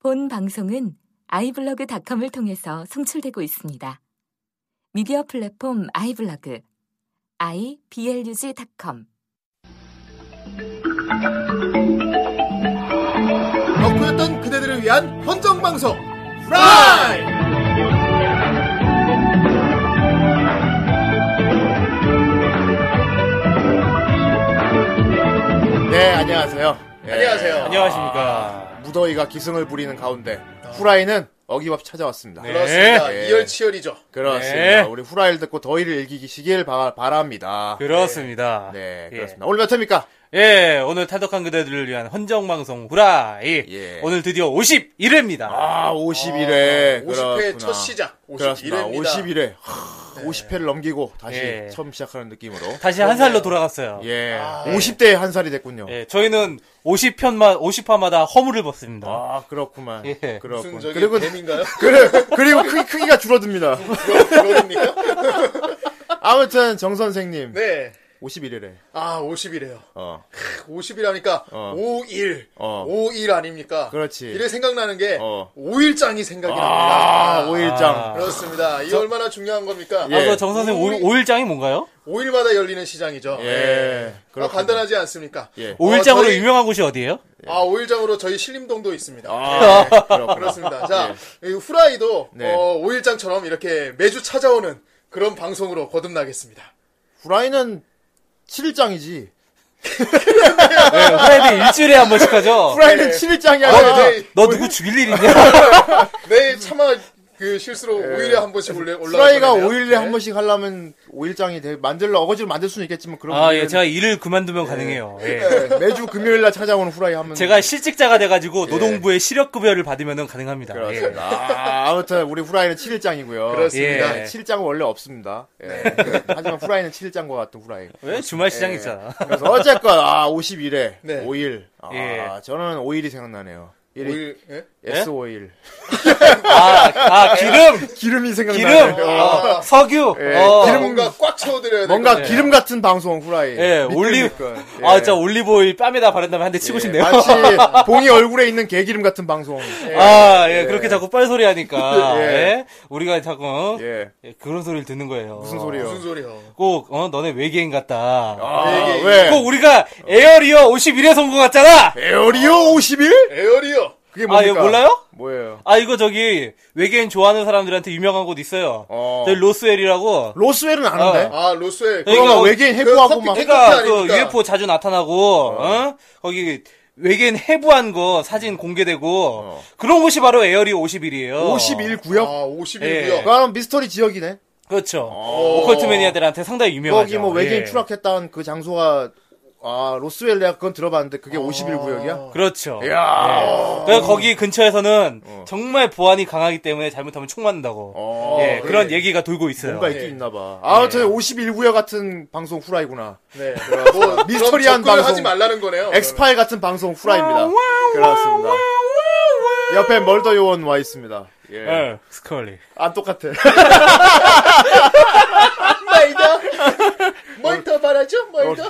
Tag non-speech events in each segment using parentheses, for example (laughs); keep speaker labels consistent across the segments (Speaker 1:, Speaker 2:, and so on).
Speaker 1: 본 방송은 아이블로그닷컴을 통해서 송출되고 있습니다. 미디어 플랫폼 아이블로그 iblog.com
Speaker 2: 덕후였던 그대들을 위한 헌정 방송 프라이. 네 안녕하세요. 예.
Speaker 3: 안녕하세요.
Speaker 4: 안녕하십니까.
Speaker 2: 아, 무더위가 기승을 부리는 가운데 후라이는 어김없이 찾아왔습니다.
Speaker 4: 네.
Speaker 3: 그렇습니다.
Speaker 2: 예.
Speaker 3: 이열치열이죠.
Speaker 2: 그렇습니다.
Speaker 4: 네.
Speaker 2: 우리 후라이를 듣고 더위를 일기시길 바, 바랍니다.
Speaker 4: 그렇습니다.
Speaker 2: 아, 네
Speaker 4: 예.
Speaker 2: 그렇습니다. 오늘 몇 회입니까?
Speaker 4: 예, 오늘 탈덕한 그대들을 위한 헌정방송 후라이.
Speaker 2: 예.
Speaker 4: 오늘 드디어 51회입니다.
Speaker 2: 아 51회.
Speaker 3: 50회 아, 첫 시작.
Speaker 2: 그렇습니다.
Speaker 3: 51회입니다. 네.
Speaker 2: 51회. 50회를 넘기고 다시
Speaker 4: 예.
Speaker 2: 처음 시작하는 느낌으로.
Speaker 4: 다시 한 살로 돌아갔어요. 예.
Speaker 2: 예.
Speaker 3: 아, 예.
Speaker 2: 50대에 한 살이 됐군요.
Speaker 4: 저희는 50편마, 50화마다 허물을 벗습니다.
Speaker 2: 아, 그렇구만.
Speaker 4: 예.
Speaker 2: 그렇군.
Speaker 3: 무슨 저기
Speaker 2: 그리고,
Speaker 3: 뱀인가요? (laughs)
Speaker 2: 그래, 그리고 크기, 크기가 줄어듭니다.
Speaker 3: 그런입니까?
Speaker 2: (laughs) 아무튼, 정선생님.
Speaker 3: 네.
Speaker 2: 51회래.
Speaker 3: 아, 50이래요.
Speaker 2: 어.
Speaker 3: 50이라니까
Speaker 2: 어.
Speaker 3: 5일.
Speaker 2: 어.
Speaker 3: 5일 아닙니까?
Speaker 2: 그렇지.
Speaker 3: 이래 생각나는 게
Speaker 2: 어.
Speaker 3: 5일장이 생각이
Speaker 2: 아,
Speaker 3: 납니다.
Speaker 2: 5일장.
Speaker 4: 아.
Speaker 3: 그렇습니다. 이 얼마나 중요한 겁니까?
Speaker 2: 예.
Speaker 4: 아, 그 정선생
Speaker 3: 오일-
Speaker 4: 5일장이 뭔가요?
Speaker 3: 5일마다 열리는 시장이죠.
Speaker 2: 예.
Speaker 3: 아,
Speaker 2: 그렇군요.
Speaker 3: 간단하지 않습니까?
Speaker 2: 예.
Speaker 3: 오-
Speaker 4: 5일장으로
Speaker 3: 저희-
Speaker 4: 유명한 곳이 어디예요?
Speaker 3: 아, 5일장으로 저희 신림동도 있습니다. 예,
Speaker 2: 아, 그렇구나.
Speaker 3: 그렇습니다. 자, 이 후라이도
Speaker 2: 네.
Speaker 3: 어, 5일장처럼 이렇게 매주 찾아오는 그런 방송으로 거듭나겠습니다.
Speaker 2: 후라이는 7일장이지.
Speaker 4: 네, 후라이는 일주일에 한 번씩 하죠.
Speaker 2: (laughs) 후라이는 7일장이
Speaker 3: 아,
Speaker 2: 네. 아니라.
Speaker 3: 네.
Speaker 4: 너 누구 죽일 일 있냐?
Speaker 3: 내일 차마 그 실수로 5일에 한 번씩 올라
Speaker 2: 후라이가
Speaker 3: 올라가거든요.
Speaker 2: 5일에 한
Speaker 3: 네.
Speaker 2: 번씩 하려면 5일장이 될, 만들려, 어거지로 만들 수는 있겠지만, 그런
Speaker 4: 아, 예,
Speaker 2: 분들은
Speaker 4: 제가 일을 그만두면 가능해요. 예.
Speaker 2: 예, 매주 금요일날 찾아오는 후라이 예, 하면.
Speaker 4: 제가 실직자가 돼가지고 노동부의 시력급여를 받으면 가능합니다. 예.
Speaker 2: 예. 그렇습니다. 아, 아무튼 우리 후라이는 7일장이고요.
Speaker 3: 그렇습니다. 네.
Speaker 4: 예.
Speaker 2: 7일장은 원래 없습니다. 예. 하지만 후라이는 7일장과 같은 후라이.
Speaker 4: 예. 왜 주말
Speaker 2: 예.
Speaker 4: 시장 있잖아.
Speaker 2: 그래서 어쨌건 아 51회,
Speaker 3: 네.
Speaker 2: 5일. 아,
Speaker 4: 예.
Speaker 2: 저는 5일이 생각나네요. 1일
Speaker 3: 5일 예?
Speaker 2: S5일.
Speaker 4: 아, 아 기름,
Speaker 2: 기름이
Speaker 4: 기름,
Speaker 2: 생각나네요.
Speaker 4: 어, 석유,
Speaker 2: 예,
Speaker 4: 어.
Speaker 2: 기름-
Speaker 3: 뭔가 꽉 채워드려야 돼.
Speaker 2: 뭔가
Speaker 4: 예.
Speaker 2: 기름 같은 방송 후라이.
Speaker 4: 예,
Speaker 2: 미끌
Speaker 4: 올리-
Speaker 2: 미끌. 예.
Speaker 4: 아, 진짜 올리브 오일 뺨에다 바른 다음에 한 대 치고
Speaker 2: 예,
Speaker 4: 싶네요. (laughs)
Speaker 2: 마치 봉이 얼굴에 있는 개기름 같은 방송. 예.
Speaker 4: 아, 예, 그렇게 자꾸 뻘소리 하니까,
Speaker 2: 예.
Speaker 4: 예, 우리가 자꾸,
Speaker 2: 예.
Speaker 4: 예, 그런 소리를 듣는 거예요.
Speaker 2: 무슨 소리요?
Speaker 3: 무슨 소리요?
Speaker 4: 꼭, 어, 너네 외계인 같다.
Speaker 2: 아,
Speaker 3: 예, 예.
Speaker 2: 왜?
Speaker 4: 꼭 우리가 에어리어 51에 성공했잖아!
Speaker 2: 에어리오 51?
Speaker 3: 에어리어.
Speaker 2: 그게
Speaker 4: 아,
Speaker 2: 예. 뭡니까?
Speaker 4: 이거 몰라요?
Speaker 2: 뭐예요?
Speaker 4: 아, 이거 저기, 외계인 좋아하는 사람들한테 유명한 곳 있어요.
Speaker 2: 어.
Speaker 4: 저기 네, 로스웰이라고,
Speaker 2: 로스웰은 아는데.
Speaker 4: 어.
Speaker 3: 아 로스웰.
Speaker 4: 그러니까
Speaker 3: 그거
Speaker 2: 그러니까 외계인 해부하고 막
Speaker 3: 커피
Speaker 4: 그러니까
Speaker 3: 아닙니까?
Speaker 4: 그 UFO 자주 나타나고 어? 거기 외계인 해부한 거 사진 공개되고 그런 곳이 바로 에어리 51이에요.
Speaker 2: 51 구역.
Speaker 3: 아
Speaker 4: 예.
Speaker 3: 51구요.
Speaker 2: 그럼 미스터리 지역이네.
Speaker 4: 그렇죠. 오컬트 매니아들한테 상당히 유명하죠.
Speaker 2: 거기 뭐 외계인
Speaker 4: 예.
Speaker 2: 추락했다는 그 장소가 아 로스웰 내가 그건 들어봤는데
Speaker 4: 아.
Speaker 2: 그게 51 구역이야.
Speaker 4: 그렇죠.
Speaker 2: 이야.
Speaker 4: 그래서 거기 근처에서는 정말 보안이 강하기 때문에 잘못하면 총 맞는다고.
Speaker 2: 어,
Speaker 4: 예,
Speaker 3: 그래.
Speaker 4: 그런 얘기가 돌고 있어요.
Speaker 2: 뭔가
Speaker 3: 예.
Speaker 2: 있긴 있나봐. 네. 아무튼 51 구역 같은 방송 후라이구나. 어,
Speaker 3: 네. 뭐
Speaker 2: 미스터리한
Speaker 3: 그럼 접근을
Speaker 2: 방송.
Speaker 3: 하지 말라는 거네요.
Speaker 2: 엑스파일 같은 방송 후라이입니다. 그렇습니다. 옆에 멀더 요원 와 있습니다. 예.
Speaker 4: 예, 스컬리.
Speaker 2: 안 똑같아.
Speaker 3: 말다. (laughs) 뭘더 바라죠? 뭘 더?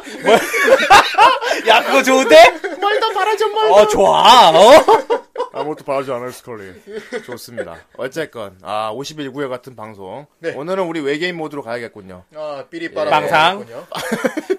Speaker 4: 야, 그거 좋은데?
Speaker 2: 어. 멀더 바라죠 멀더.
Speaker 4: 어, 좋아. 어?
Speaker 2: (laughs) 아무것도 바라지 않을 스컬리. 좋습니다. 어쨌건 아 51 구역 같은 방송.
Speaker 3: 네.
Speaker 2: 오늘은 우리 외계인 모드로 가야겠군요.
Speaker 3: 아 삐리빠라.
Speaker 4: 빵상.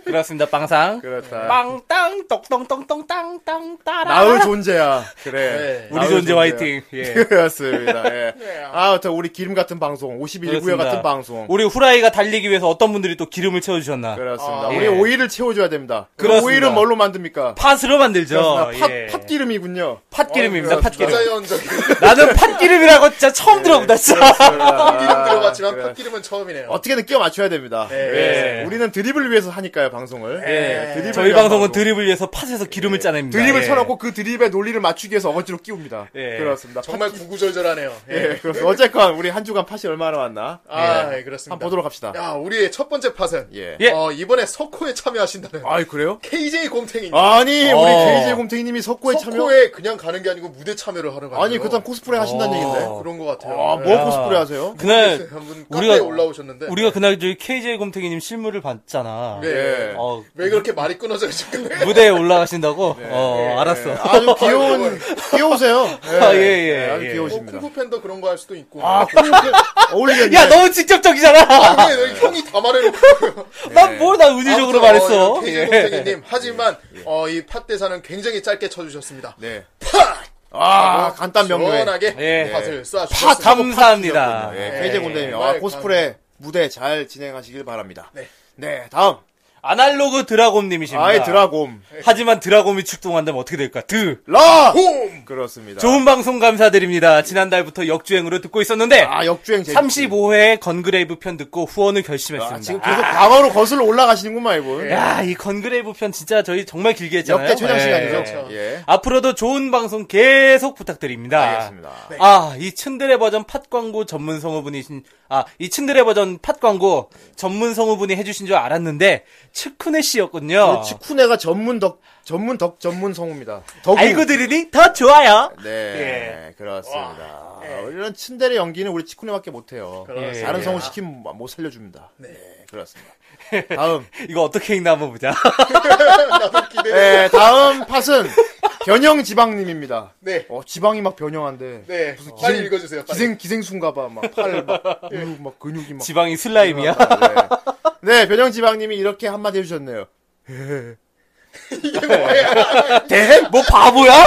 Speaker 4: 그렇습니다. 빵상.
Speaker 2: 그렇다.
Speaker 4: 빵땅 똑똥똥똥땅땅 따라.
Speaker 2: 나의 존재야. 그래.
Speaker 3: 네.
Speaker 4: 우리
Speaker 2: 나의
Speaker 4: 존재 화이팅. 예. (laughs)
Speaker 2: 그렇습니다. (laughs) 예. 아, 아무튼 우리 기름 같은 방송, 51구역
Speaker 4: 그렇습니다.
Speaker 2: 같은 방송.
Speaker 4: 우리 후라이가 달리기 위해서 어떤 분들이 또 기름을 채워주셨나?
Speaker 2: 그렇습니다.
Speaker 3: 아,
Speaker 2: 우리
Speaker 4: 예.
Speaker 2: 오일을 채워줘야 됩니다. 그
Speaker 4: 그렇습니다.
Speaker 2: 오일은 뭘로 만듭니까?
Speaker 4: 팥으로 만들죠.
Speaker 2: 그렇습니다. 팥,
Speaker 4: 예.
Speaker 2: 팥기름이군요. 어,
Speaker 4: 팥기름입니다. 팥기름.
Speaker 3: 아, 자연적인
Speaker 4: (laughs) 나는 팥기름이라고 진짜
Speaker 2: 예.
Speaker 4: 처음 들어본다. 진짜.
Speaker 3: 기름
Speaker 2: 아,
Speaker 3: 들어봤지만
Speaker 2: 그래.
Speaker 3: 팥기름은 처음이네요.
Speaker 2: 어떻게든 끼워 맞춰야 됩니다.
Speaker 4: 예.
Speaker 2: 예. 우리는 드립을 위해서 하니까요, 방송을.
Speaker 4: 예.
Speaker 2: 드립을
Speaker 4: 저희
Speaker 2: 위한
Speaker 4: 방송은
Speaker 2: 방송.
Speaker 4: 드립을 위해서 팥에서 기름을 짜냅니다.
Speaker 2: 드립을
Speaker 4: 예.
Speaker 2: 쳐놓고 그 드립의 논리를 맞추기 위해서 어거지로 끼웁니다.
Speaker 4: 예.
Speaker 2: 그렇습니다.
Speaker 3: 정말 구구절절하네요. 예.
Speaker 2: 예, 그렇습니다. 어쨌건 우리 한 주간 팥이 얼마나 왔나?
Speaker 3: 아, 예,
Speaker 2: 한번
Speaker 3: 그렇습니다.
Speaker 2: 보도록 합시다.
Speaker 3: 야, 우리의 첫 번째 팟은
Speaker 2: 예.
Speaker 4: 예.
Speaker 3: 어, 이번에 석호에 참여하신다는
Speaker 2: 아이, 그래요?
Speaker 3: KJ 곰탱이
Speaker 2: 아니,
Speaker 4: 어.
Speaker 2: 우리 KJ 곰탱이님이 석고에 참여.
Speaker 3: 석호에 그냥 가는 게 아니고 무대 참여를 하러 가는
Speaker 2: 아니
Speaker 3: 거예요.
Speaker 2: 그다음 코스프레 하신다는 얘긴데.
Speaker 4: 어.
Speaker 3: 네, 그런 것 같아요.
Speaker 2: 아,
Speaker 3: 예.
Speaker 2: 뭐 코스프레 하세요?
Speaker 4: 그날
Speaker 3: (laughs) 한분 카페에
Speaker 4: 우리가
Speaker 3: 올라오셨는데
Speaker 4: 우리가 그날 저희 KJ 곰탱이님 실물을 봤잖아.
Speaker 3: 예.
Speaker 2: 네.
Speaker 4: 어,
Speaker 3: 왜 그렇게 말이 끊어져 (laughs) 있을까요?
Speaker 4: 무대에 올라가신다고? 어,
Speaker 2: 네.
Speaker 4: 알았어.
Speaker 2: 아주
Speaker 3: 어,
Speaker 2: 귀여운 귀여우세요. 네.
Speaker 4: 아, 예, 예,
Speaker 2: 네, 아주
Speaker 4: 예.
Speaker 3: 뭐
Speaker 2: 귀여우십니다.
Speaker 3: 쿵푸 팬더 그런 거 할 수도 있고.
Speaker 2: 아, 그- 어울리겠네.
Speaker 4: 야, 너무 직접적이잖아!
Speaker 3: 아, 왜 형이 다 말해놓고.
Speaker 2: 네.
Speaker 4: 난 뭘, 난 의지적으로 말했어. 예.
Speaker 3: 케이지공생이님 하지만 어, 이 팟대사는 굉장히 짧게 쳐주셨습니다.
Speaker 2: 네.
Speaker 3: 팍!
Speaker 2: 아, 간단 명료해.
Speaker 3: 시원하게
Speaker 4: 예.
Speaker 3: 팟을
Speaker 2: 팍!
Speaker 3: 쏴주셨습니다.
Speaker 2: 하고
Speaker 4: 감사합니다.
Speaker 2: 예,
Speaker 4: 예.
Speaker 2: 케이제 군대님. 아,
Speaker 3: 정말
Speaker 2: 코스프레 무대 잘 진행하시길 바랍니다.
Speaker 3: 네.
Speaker 2: 네, 다음.
Speaker 4: 아날로그 드라곰님이십니다. 네.
Speaker 2: 아이 드라곰.
Speaker 4: 하지만 드라곰이 출동한다면 어떻게 될까? 드!
Speaker 2: 라!
Speaker 3: 홈!
Speaker 2: 그렇습니다.
Speaker 4: 좋은 방송 감사드립니다. 지난달부터 역주행으로 듣고 있었는데,
Speaker 2: 아, 역주행 재밌
Speaker 4: 35회 건그레이브 편 듣고 후원을 결심했습니다.
Speaker 2: 아, 지금 계속 방어로 거슬러 올라가시는구만, 이분.
Speaker 4: 야, 이 건그레이브 편 진짜 저희 정말 길게 했잖아요.
Speaker 2: 역대 최장
Speaker 4: 예.
Speaker 2: 시간이죠.
Speaker 3: 그렇죠.
Speaker 2: 예.
Speaker 4: 앞으로도 좋은 방송 계속 부탁드립니다.
Speaker 2: 알겠습니다.
Speaker 3: 네.
Speaker 4: 아, 이 츤드레 버전 팟 광고 전문 성우분이신, 아, 이 츤드레 버전 팟 광고 전문 성우분이 해주신 줄 알았는데, 츠쿠네 씨였군요.
Speaker 2: 그 치쿠네가 전문 덕, 전문 덕, 전문 성우입니다. 덕우.
Speaker 4: 알고 들으니 더 좋아요.
Speaker 3: 예.
Speaker 2: 네, 그렇습니다. 아, 이런 츤데레 연기는 우리 치쿠네밖에 못해요. 예,
Speaker 3: 그렇습니다. 예.
Speaker 2: 다른 성우 시키면 못 살려줍니다. 네, 그렇습니다. 다음.
Speaker 4: 이거 어떻게 읽나 한번
Speaker 3: (laughs)
Speaker 4: 보자.
Speaker 3: 나도 기대. 네.
Speaker 2: 네, 다음 팟은 변형 지방님입니다.
Speaker 3: 네.
Speaker 2: 어, 지방이 막 변형한데.
Speaker 3: 네. 빨리 읽어주세요. 빨리. 예.
Speaker 2: 기생, 기생순가봐. 막 팔, 막,
Speaker 3: (laughs)
Speaker 2: 우, 막 근육이 막.
Speaker 4: 지방이 슬라임이야.
Speaker 2: 네, 변형 지방님이 이렇게 한마디 해주셨네요.
Speaker 3: 이게 뭐야?
Speaker 4: 대? 뭐 바보야?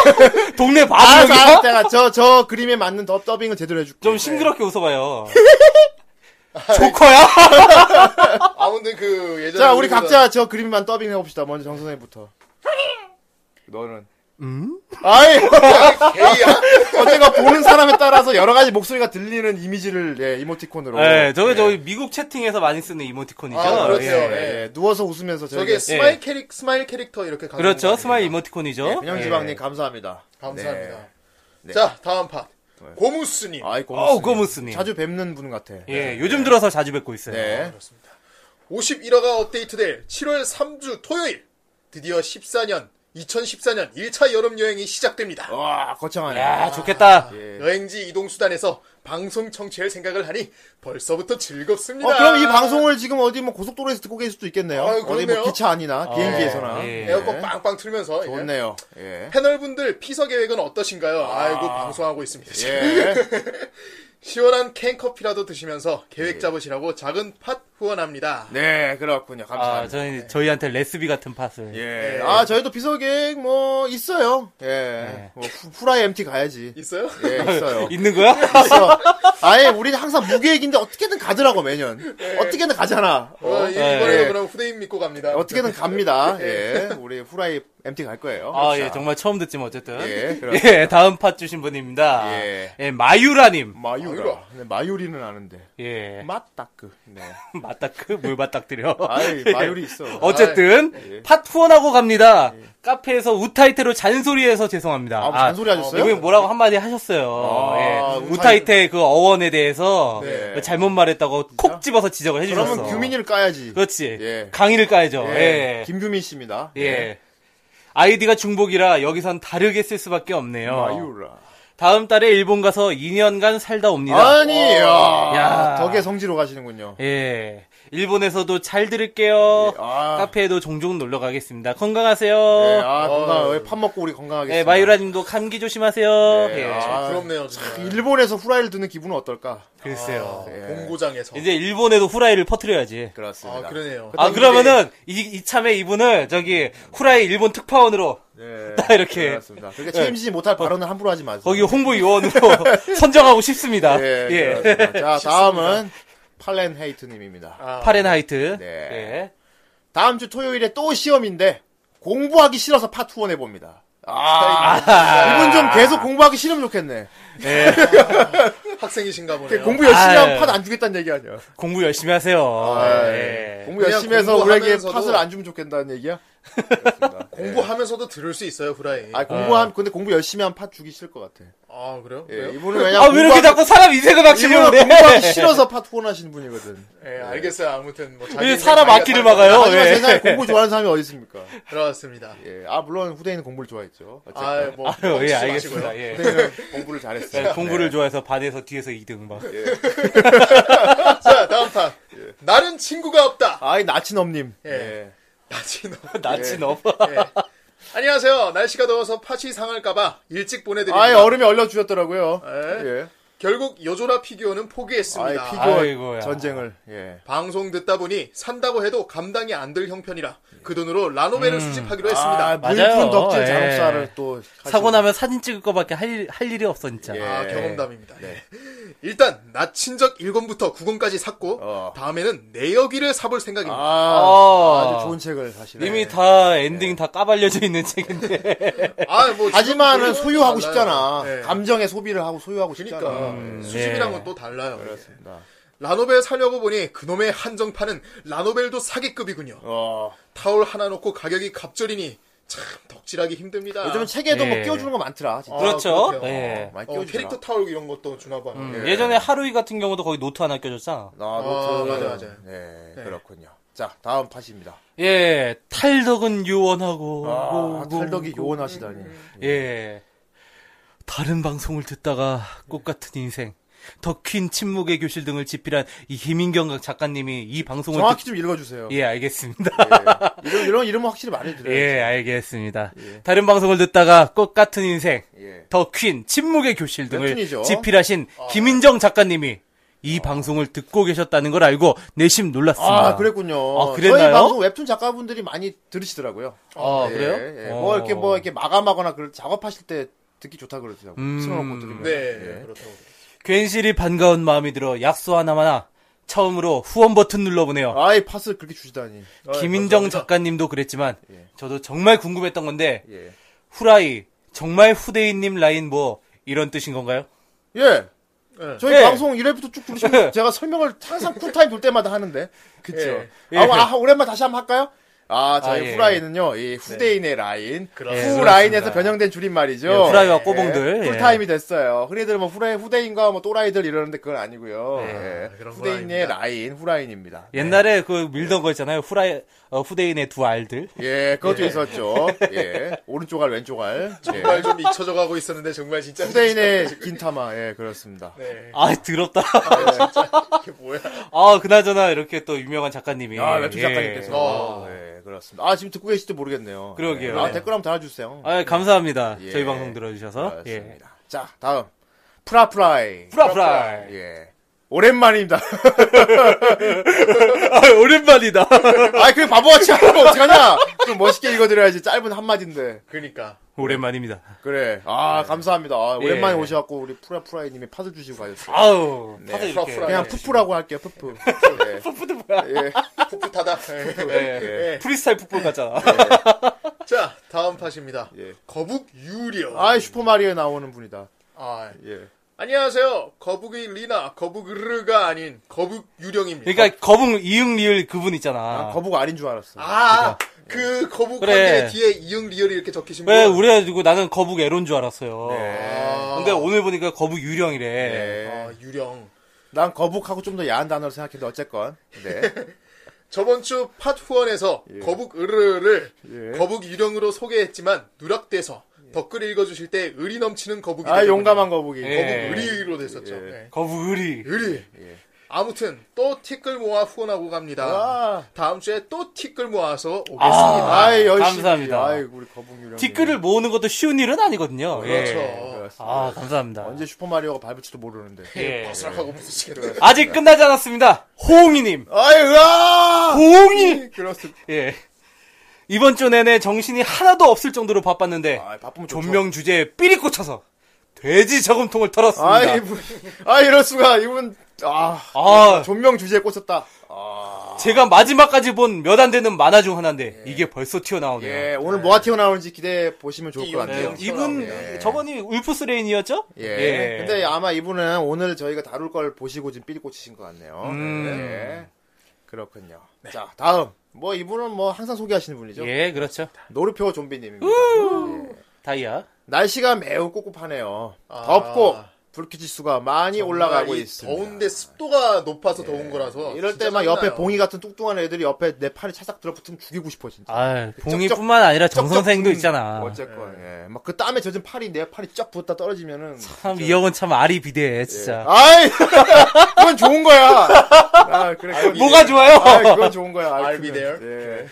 Speaker 4: 동네
Speaker 2: 아, 자,
Speaker 4: 바보야?
Speaker 2: 제가 저, 저 그림에 맞는 더 더빙을 제대로 해줄게.
Speaker 4: 좀 싱그럽게 웃어봐요. 조커야?
Speaker 3: 아무튼 그 예전에.
Speaker 2: 자, 우리
Speaker 3: 우리보다-
Speaker 2: 각자 저 그림만 더빙해봅시다. 먼저 정선생부터. 너는. 음? 아이, (laughs)
Speaker 3: 게이야?
Speaker 2: 어제가 보는 사람에 따라서 여러 가지 목소리가 들리는 이미지를, 예, 이모티콘으로.
Speaker 4: 네, 저게 저기 미국 채팅에서 많이 쓰는 이모티콘이죠.
Speaker 3: 아, 그렇죠.
Speaker 2: 예,
Speaker 4: 예.
Speaker 2: 예, 누워서 웃으면서
Speaker 3: 저게
Speaker 2: 저에게.
Speaker 3: 스마일 캐릭 스마일 캐릭터 이렇게 가는
Speaker 4: 그렇죠.
Speaker 3: 거예요.
Speaker 4: 스마일 이모티콘이죠.
Speaker 2: 예, 변형지방님
Speaker 4: 예.
Speaker 2: 감사합니다.
Speaker 3: 감사합니다.
Speaker 2: 네.
Speaker 3: 자 다음 팟 고무스님.
Speaker 2: 아이, 고무스님.
Speaker 4: 어우, 고무스님.
Speaker 2: 자주 뵙는 분 같아.
Speaker 4: 예, 요즘 들어서 자주 뵙고 있어요.
Speaker 2: 네.
Speaker 3: 51화가 업데이트될 7월 3주 토요일 드디어 14년 2014년 1차 여름 여행이 시작됩니다.
Speaker 2: 와, 거창하네.
Speaker 4: 뭐. 야, 좋겠다.
Speaker 2: 예, 네.
Speaker 3: 여행지 이동 수단에서 방송 청취할 생각을 하니 벌써부터 즐겁습니다.
Speaker 2: 어, 그럼 이 방송을 지금 어디 뭐 고속도로에서 듣고 계실 수도 있겠네요.
Speaker 3: 아. 아유,
Speaker 2: 어디 뭐
Speaker 3: 그렇네요.
Speaker 2: 기차 아니나 비행기에서나.
Speaker 4: 예. 예.
Speaker 3: 네. 에어컨 빵빵 틀면서 이제
Speaker 2: 네. 좋네요.
Speaker 3: (laughs)
Speaker 2: 예.
Speaker 3: 패널분들 피서 계획은 어떠신가요? 아이고 방송하고 있습니다. 지금.
Speaker 2: 예.
Speaker 3: (laughs) 시원한 캔커피라도 드시면서 계획 잡으시라고 작은 팟 후원합니다.
Speaker 2: 네, 그렇군요.
Speaker 4: 아, 네.
Speaker 2: 감사합니다.
Speaker 4: 저희, 저희한테 레스비 같은 팟을.
Speaker 2: 예. 아, 저희도 비서객 뭐 있어요. 예. 뭐 후- 후라이 MT 가야지.
Speaker 3: 있어요?
Speaker 2: 예, 있어요.
Speaker 4: (laughs) 있는 거야?
Speaker 2: 있어. 아예 우리는 항상 무계획인데 어떻게든 가더라고 매년. 네. 어떻게든 가잖아.
Speaker 3: 어, 이-
Speaker 4: 예.
Speaker 3: 이번에도 그럼 후대인 믿고 갑니다.
Speaker 2: 네. 어떻게든 갑니다. 예. 우리 후라이 MT 갈 거예요.
Speaker 4: 아,
Speaker 2: 자,
Speaker 4: 예, 정말 처음 듣지만 어쨌든.
Speaker 2: 예, 그렇습니다.
Speaker 4: 예, 다음 팟 주신 분입니다.
Speaker 2: 예.
Speaker 4: 마유라님.
Speaker 2: 마유라. 네, 마유리는 아는데.
Speaker 4: 예.
Speaker 2: 맞다크. 네.
Speaker 4: (laughs) 맞닥크? 물 맞닥뜨려. (laughs) 예.
Speaker 2: 아이, 예. 마유리 있어.
Speaker 4: 어쨌든,
Speaker 2: 예.
Speaker 4: 팟 후원하고 갑니다. 카페에서 우타이테로 잔소리해서 죄송합니다.
Speaker 2: 아, 뭐 잔소리 하셨어요?
Speaker 4: 이분이 뭐라고 한마디 하셨어요.
Speaker 2: 아,
Speaker 4: 예.
Speaker 2: 우타이-
Speaker 4: 우타이테 그 어원에 대해서
Speaker 2: 네.
Speaker 4: 잘못 말했다고 콕 집어서 지적을 해주셨어.
Speaker 2: 그러면 규민이를 까야지.
Speaker 4: 그렇지.
Speaker 2: 예.
Speaker 4: 강의를 까야죠. 예.
Speaker 2: 김규민 씨입니다.
Speaker 4: 예. 아이디가 중복이라 여기선 다르게 쓸 수밖에 없네요.
Speaker 2: 마유라.
Speaker 4: 다음 달에 일본 가서 2년간 살다 옵니다.
Speaker 2: 아니, 야.
Speaker 4: 야.
Speaker 2: 덕의 성지로 가시는군요.
Speaker 4: 예. 일본에서도 잘 들을게요.
Speaker 2: 예, 아.
Speaker 4: 카페에도 종종 놀러 가겠습니다. 건강하세요.
Speaker 2: 예,
Speaker 4: 예,
Speaker 2: 아, 건강, 어, 밥 먹고 우리 건강하겠습니다.
Speaker 4: 마유라 님도 감기 조심하세요.
Speaker 2: 예,
Speaker 4: 예.
Speaker 2: 아,
Speaker 3: 부럽네요. 진짜.
Speaker 2: 일본에서 후라이를 듣는 기분은 어떨까?
Speaker 4: 글쎄요.
Speaker 2: 예.
Speaker 3: 공고장에서.
Speaker 4: 아, 이제 일본에도 후라이를 퍼뜨려야지.
Speaker 2: 그렇습니다.
Speaker 3: 아 그러네요.
Speaker 4: 아, 그러면은, 이, 이참에 이분을, 저기, 후라이 일본 특파원으로,
Speaker 2: 예,
Speaker 4: 딱 이렇게. 예. 어.
Speaker 2: 그렇습니다. 그러니까 책임지지 못할 발언을 함부로 하지 마세요.
Speaker 4: 거기 홍보 요원으로 (laughs) 선정하고 싶습니다.
Speaker 2: 예,
Speaker 4: 예.
Speaker 2: 그렇습니다. 자,
Speaker 4: (laughs)
Speaker 2: 다음은 팔렌 헤이트님입니다.
Speaker 3: 아,
Speaker 4: 파렌하이트.
Speaker 2: 네.
Speaker 4: 네.
Speaker 2: 다음 주 토요일에 또 시험인데 공부하기 싫어서 파 후원해 봅니다. 아, 이분 좀 계속 공부하기 싫으면 좋겠네.
Speaker 3: 학생이신가
Speaker 2: 이렇게
Speaker 4: 그
Speaker 3: 보네요.
Speaker 2: 공부 열심히 하면
Speaker 4: 아유.
Speaker 2: 팟안 주겠다는 얘기 아니야?
Speaker 4: 공부 열심히 하세요.
Speaker 2: 아,
Speaker 4: 예.
Speaker 2: 공부 열심히 해서
Speaker 3: 그냥
Speaker 2: 우리에게
Speaker 3: 공부하면서도-
Speaker 2: 팟을 안 주면 좋겠다는 얘기야? 그렇습니다.
Speaker 3: 아, 공부하면서도 들을 수 있어요 후라이.
Speaker 4: 예.
Speaker 2: 아, 공부한 근데 공부 열심히 하면 팟 주기 싫을 것 같아.
Speaker 3: 아 그래요?
Speaker 2: 예,
Speaker 3: 그래요?
Speaker 2: 이분은 왜냐
Speaker 4: 아, 왜 이렇게 자꾸 사람 인생을 막히려고
Speaker 2: 이분은
Speaker 4: 그래? (laughs)
Speaker 2: 공부하기 싫어서 팟 후원하시는 분이거든.
Speaker 3: 예, 알겠어요. 아무튼 뭐 자기
Speaker 4: 왜
Speaker 3: 인생
Speaker 4: 사람
Speaker 3: 자기가
Speaker 4: 악기를
Speaker 3: 사는 거니까.
Speaker 4: 막아요?
Speaker 2: 하지만
Speaker 4: 예.
Speaker 2: 세상에 공부 좋아하는 사람이 어디 있습니까?
Speaker 3: 그렇습니다.
Speaker 2: 예, 아 물론 후대인은 공부를 좋아했죠. 네. 어쨌든
Speaker 3: 아, 뭐
Speaker 4: 아유, (laughs) 예,
Speaker 3: 멈추지
Speaker 4: 알겠습니다.
Speaker 3: 마시고요.
Speaker 4: 예.
Speaker 2: 후대인은 공부를 잘했어요.
Speaker 4: 예, 공부를 좋아해서 반에서 뒤에서 2등 막.
Speaker 2: 네.
Speaker 4: 예.
Speaker 3: 자, 다음 판. 나는 친구가 없다.
Speaker 2: 아이 나친엄님.
Speaker 3: 예.
Speaker 2: 예.
Speaker 4: (laughs)
Speaker 3: 나지노.
Speaker 4: 나치너.
Speaker 3: 예. 안녕하세요. 날씨가 더워서 팥이 상할까봐 일찍 보내드립니다.
Speaker 2: 아예 얼음에 얼려주셨더라고요.
Speaker 3: 예.
Speaker 2: 예.
Speaker 3: 결국 여조라 피규어는 포기했습니다.
Speaker 2: 아예
Speaker 4: 아이고야.
Speaker 2: 피규어 전쟁을. 예.
Speaker 3: 방송 듣다 보니 산다고 해도 감당이 안 될 형편이라 그 돈으로 라노벨을 수집하기로 했습니다.
Speaker 2: 아,
Speaker 3: 아,
Speaker 4: 음, 맞아요.
Speaker 2: 물품 덕질
Speaker 4: 예.
Speaker 2: 잔혹사를 또 하시고.
Speaker 4: 사고 나면 사진 찍을 거밖에 할, 일- 할 일이 없어 진짜.
Speaker 2: 예.
Speaker 3: 아, 경험담입니다. 예. 일단 나 친적 1권부터 9권까지 샀고
Speaker 2: 어.
Speaker 3: 다음에는 내역기를 사볼 생각입니다.
Speaker 2: 아,
Speaker 4: 아.
Speaker 2: 아주 좋은 책을 사시네.
Speaker 4: 이미 다 엔딩 다 까발려져 있는 책인데.
Speaker 3: 아, 뭐
Speaker 2: 하지만은
Speaker 3: 지금 달라요.
Speaker 2: 소유하고 싶잖아.
Speaker 3: 예.
Speaker 2: 감정의 소비를 하고 소유하고
Speaker 3: 그러니까 네.
Speaker 2: 싶잖아. 예.
Speaker 3: 수집이란
Speaker 4: 예.
Speaker 3: 건 또 달라요.
Speaker 2: 그렇습니다.
Speaker 3: 라노벨 살려고 보니 그놈의 한정판은 라노벨도 사기급이군요.
Speaker 2: 어.
Speaker 3: 타올 하나 놓고 가격이 갑절이니 참 덕질하기 힘듭니다.
Speaker 2: 요즘은 책에도 뭐
Speaker 3: 네.
Speaker 4: 예.
Speaker 2: 끼워주는 거 많더라. 진짜.
Speaker 4: 그렇죠.
Speaker 3: 그렇대요.
Speaker 2: 어,
Speaker 4: 예.
Speaker 2: 많이
Speaker 3: 어,
Speaker 2: 끼워주더라.
Speaker 3: 캐릭터 타올 이런 것도 주나 봐.
Speaker 4: 음,
Speaker 3: 예.
Speaker 4: 예전에 하루이 같은 경우도 거기 노트 하나 껴줬잖아.
Speaker 2: 아, 노트.
Speaker 3: 어, 맞아, 맞아.
Speaker 2: 네,
Speaker 3: 네.
Speaker 2: 그렇군요. 자, 다음 팟입니다.
Speaker 4: 예, 탈덕은 요원하고.
Speaker 2: 아,
Speaker 4: 고- 고-
Speaker 2: 탈덕이 요원하시다니.
Speaker 4: 예. 다른 방송을 듣다가 꽃 같은 인생, 더퀸 침묵의 교실 등을 집필한 이 김인경 작가님이 이 방송을
Speaker 2: 정확히 좀 읽어주세요.
Speaker 4: 듣... 음. 예, 알겠습니다.
Speaker 2: 예. 이런, 이런 이름은 확실히 말해드려요.
Speaker 4: 예, 알겠습니다. 다른 방송을 듣다가 꽃 같은 인생,
Speaker 2: 예.
Speaker 4: 더퀸 침묵의 교실 등을
Speaker 2: 웹툰이죠. 아.
Speaker 4: 집필하신 김인정 작가님이 이 방송을 듣고 계셨다는 걸 알고 내심 놀랐습니다.
Speaker 2: 아, 그랬군요.
Speaker 4: 아, 그랬나요?
Speaker 2: 저희 방송 웹툰 작가분들이 많이 들으시더라고요.
Speaker 4: 아,
Speaker 2: 예,
Speaker 4: 그래요?
Speaker 2: 예.
Speaker 4: 어.
Speaker 2: 뭐 이렇게 뭐 이렇게 마감하거나 그 작업하실 때 듣기 좋다 그러더라고요.
Speaker 4: 음.
Speaker 2: 틀어놓고 들으면.
Speaker 3: 네,
Speaker 2: 예.
Speaker 3: 그렇다고.
Speaker 4: 괜시리 반가운 마음이 들어 약수 하나마나 처음으로 후원 버튼 눌러보네요.
Speaker 2: 아이 팟을 그렇게 주시다니.
Speaker 4: 김인정
Speaker 3: 감사합니다.
Speaker 4: 작가님도 그랬지만
Speaker 2: 예.
Speaker 4: 저도 정말 궁금했던 건데
Speaker 2: 예.
Speaker 4: 후라이 정말 후대인님 라인 뭐 이런 뜻인 건가요?
Speaker 2: 예.
Speaker 3: 예.
Speaker 2: 저희
Speaker 4: 예.
Speaker 2: 방송 1회부터 쭉 들으시면
Speaker 4: (laughs)
Speaker 2: 제가 설명을 항상 풀타임 돌 때마다 하는데. 그쵸.
Speaker 4: 예.
Speaker 2: 아, 아, 오랜만에 다시 한번 할까요? 아, 저희
Speaker 4: 아, 예.
Speaker 2: 후라이는요, 이 후대인의 라인.
Speaker 3: 네. 그렇습니다.
Speaker 2: 후 라인에서 변형된 줄임말이죠.
Speaker 4: 예, 후라이와 꼬봉들. 예.
Speaker 2: 풀타임이 됐어요. 흔히들 뭐 후라이, 후대인과 뭐 또라이들 이러는데 그건 아니고요. 예.
Speaker 3: 그런 건
Speaker 2: 후대인의
Speaker 3: 네. 아닙니다.
Speaker 2: 라인, 후라인입니다.
Speaker 4: 옛날에 그 밀던 거 있잖아요. 후라이 어, 후대인의 두 알들.
Speaker 2: 예, 그것도 있었죠. 예. 오른쪽 알, 왼쪽 알. 예.
Speaker 3: 정말 좀 잊혀져 가고 있었는데 정말 진짜
Speaker 2: 후대인의 긴타마. 예, 그렇습니다.
Speaker 3: 네.
Speaker 4: 아 더럽다.
Speaker 3: 이게 뭐야?
Speaker 4: 아 그나저나 이렇게 또 유명한 작가님이.
Speaker 2: 아, 웹툰
Speaker 4: 예.
Speaker 2: 작가님께서. 예, 그렇습니다. 아, 지금 듣고 계실지 모르겠네요.
Speaker 4: 그러게요.
Speaker 2: 예. 아, 댓글 한번 달아주세요.
Speaker 4: 아 감사합니다.
Speaker 2: 예.
Speaker 4: 저희 방송 들어주셔서. 예.
Speaker 2: 그렇습니다. 자, 다음. 프라프라이.
Speaker 4: 프라프라이.
Speaker 2: 예. 오랜만입니다. (laughs)
Speaker 4: 아, 오랜만이다.
Speaker 2: 아이, 그래, 바보같이 하면 어떡하냐? 좀 멋있게 읽어드려야지. 짧은 한마디인데.
Speaker 3: (laughs) 그러니까
Speaker 4: 오랜만입니다.
Speaker 2: 그래. 아, 감사합니다. 아, 오랜만에
Speaker 4: 네. 예.
Speaker 2: 오셔갖고, 우리 프라프라이님이 팥을 주시고 가셨어요.
Speaker 4: 아우. 네. 다들 이렇게.
Speaker 3: 프라프라이.
Speaker 2: 그냥
Speaker 3: 예.
Speaker 2: 푸푸라고 할게요,
Speaker 4: (laughs)
Speaker 2: 푸푸. 예.
Speaker 4: 풋풋도 뭐야?
Speaker 2: (laughs)
Speaker 3: 풋풋하다.
Speaker 4: 예.
Speaker 3: 예. 예.
Speaker 4: 프리스타일 풋볼 같잖아.
Speaker 2: 네.
Speaker 3: 자, 다음 팟입니다.
Speaker 2: 예.
Speaker 3: 거북 유리어.
Speaker 2: 아이, 슈퍼마리오에 나오는 분이다.
Speaker 3: 아,
Speaker 2: 예.
Speaker 3: 안녕하세요. 거북이 리나, 거북 르가 아닌 거북 유령입니다.
Speaker 4: 그러니까 거북 이응 리을 그분 있잖아.
Speaker 2: 난 거북 알인 줄 알았어.
Speaker 3: 아, 그 거북
Speaker 4: 그러니까. 그래.
Speaker 3: 관계 뒤에 이응 리얼이 이렇게 적히신 분.
Speaker 4: 왜 우리 가지고 나는 거북 에로인 줄 알았어요.
Speaker 2: 네.
Speaker 4: 근데 오늘 보니까 거북 유령이래.
Speaker 2: 예.
Speaker 3: 아, 유령.
Speaker 2: 난 거북하고 좀 더 야한 단어로 생각했는데, 어쨌건.
Speaker 4: (laughs)
Speaker 2: 네.
Speaker 3: 저번 주 팟 후원에서 거북 으르를
Speaker 2: 예.
Speaker 3: 거북 유령으로 소개했지만 누락돼서 댓글 읽어주실 때 의리 넘치는 거북이
Speaker 2: 아,
Speaker 3: 되셨군요.
Speaker 2: 용감한 거북이.
Speaker 4: 예.
Speaker 3: 거북 의리로 됐었죠. 예.
Speaker 4: 거북 의리.
Speaker 3: 의리. 아무튼 또 티끌 모아 후원하고 갑니다.
Speaker 2: 아.
Speaker 3: 다음 주에 또 티끌 모아서 오겠습니다.
Speaker 2: 아이, 열심히.
Speaker 4: 감사합니다.
Speaker 2: 아이, 우리 거북 유령.
Speaker 4: 티끌을 모으는 것도 쉬운 일은 아니거든요.
Speaker 3: 그렇죠.
Speaker 4: 예.
Speaker 2: 그렇습니다.
Speaker 4: 아, 감사합니다.
Speaker 2: 언제 슈퍼마리오가 밟을지도 모르는데.
Speaker 4: 예.
Speaker 3: 바스락하고 부딪히게 들어요.
Speaker 4: 아직 끝나지 않았습니다. 호웅이님.
Speaker 2: 아이, 으아!
Speaker 4: 호웅이!
Speaker 3: 음.
Speaker 2: 그렇습니다.
Speaker 4: 예. 이번 주 내내 정신이 하나도 없을 정도로 바빴는데,
Speaker 2: 아, 바쁘면 좋죠.
Speaker 4: 존명 주제에 삐리 꽂혀서, 돼지 저금통을 털었습니다.
Speaker 2: 아, 이분, 아, 이럴수가, 이분, 아,
Speaker 4: 아.
Speaker 2: 존명 주제에 꽂혔다.
Speaker 4: 제가 마지막까지 본 몇 안 되는 만화 중 하나인데, 이게 벌써 튀어나오네요.
Speaker 2: 예, 오늘 뭐가 튀어나오는지 기대해 보시면 좋을 것
Speaker 4: 예,
Speaker 2: 같아요.
Speaker 4: 이분 저번이 울프스레인이었죠?
Speaker 2: 예. 근데 아마 이분은 오늘 저희가 다룰 걸 보시고 지금 삘이 꽂히신 것 같네요.
Speaker 4: 음.
Speaker 2: 예. 그렇군요. 자, 다음. 뭐 이분은 뭐 항상 소개하시는 분이죠.
Speaker 4: 예 그렇죠
Speaker 2: 노르표 좀비님입니다.
Speaker 4: 음.
Speaker 2: 예.
Speaker 4: 다이아
Speaker 2: 날씨가 매우 꿉꿉하네요.
Speaker 3: 아.
Speaker 2: 덥고 불쾌지수가 많이 올라가고
Speaker 3: 이
Speaker 2: 있습니다. 예.
Speaker 3: 더운데 습도가 높아서 더운 거라서
Speaker 2: 이럴
Speaker 3: 진짜
Speaker 2: 때 막 옆에
Speaker 3: 땀나요.
Speaker 2: 봉이 같은 뚱뚱한 애들이 옆에 내 팔에 차싹 들어붙으면 죽이고 싶어 진짜.
Speaker 4: 아 봉이뿐만 아니라 정 선생도
Speaker 2: 음,
Speaker 4: 있잖아
Speaker 2: 어쨌건 예. 막 그 땀에 젖은 팔이 내 팔이 쫙 붙었다 떨어지면은
Speaker 4: 참 이 형은 참 알이
Speaker 2: (laughs)
Speaker 4: 비대해
Speaker 2: 예.
Speaker 4: 진짜
Speaker 2: 아이 그건 좋은 거야. 아, 그래. 그건
Speaker 4: 뭐가
Speaker 2: 이해해.
Speaker 4: 좋아요?
Speaker 2: 아, 그건 좋은 거야. 아,
Speaker 3: I'll be
Speaker 2: 그건.
Speaker 3: there.
Speaker 2: 예.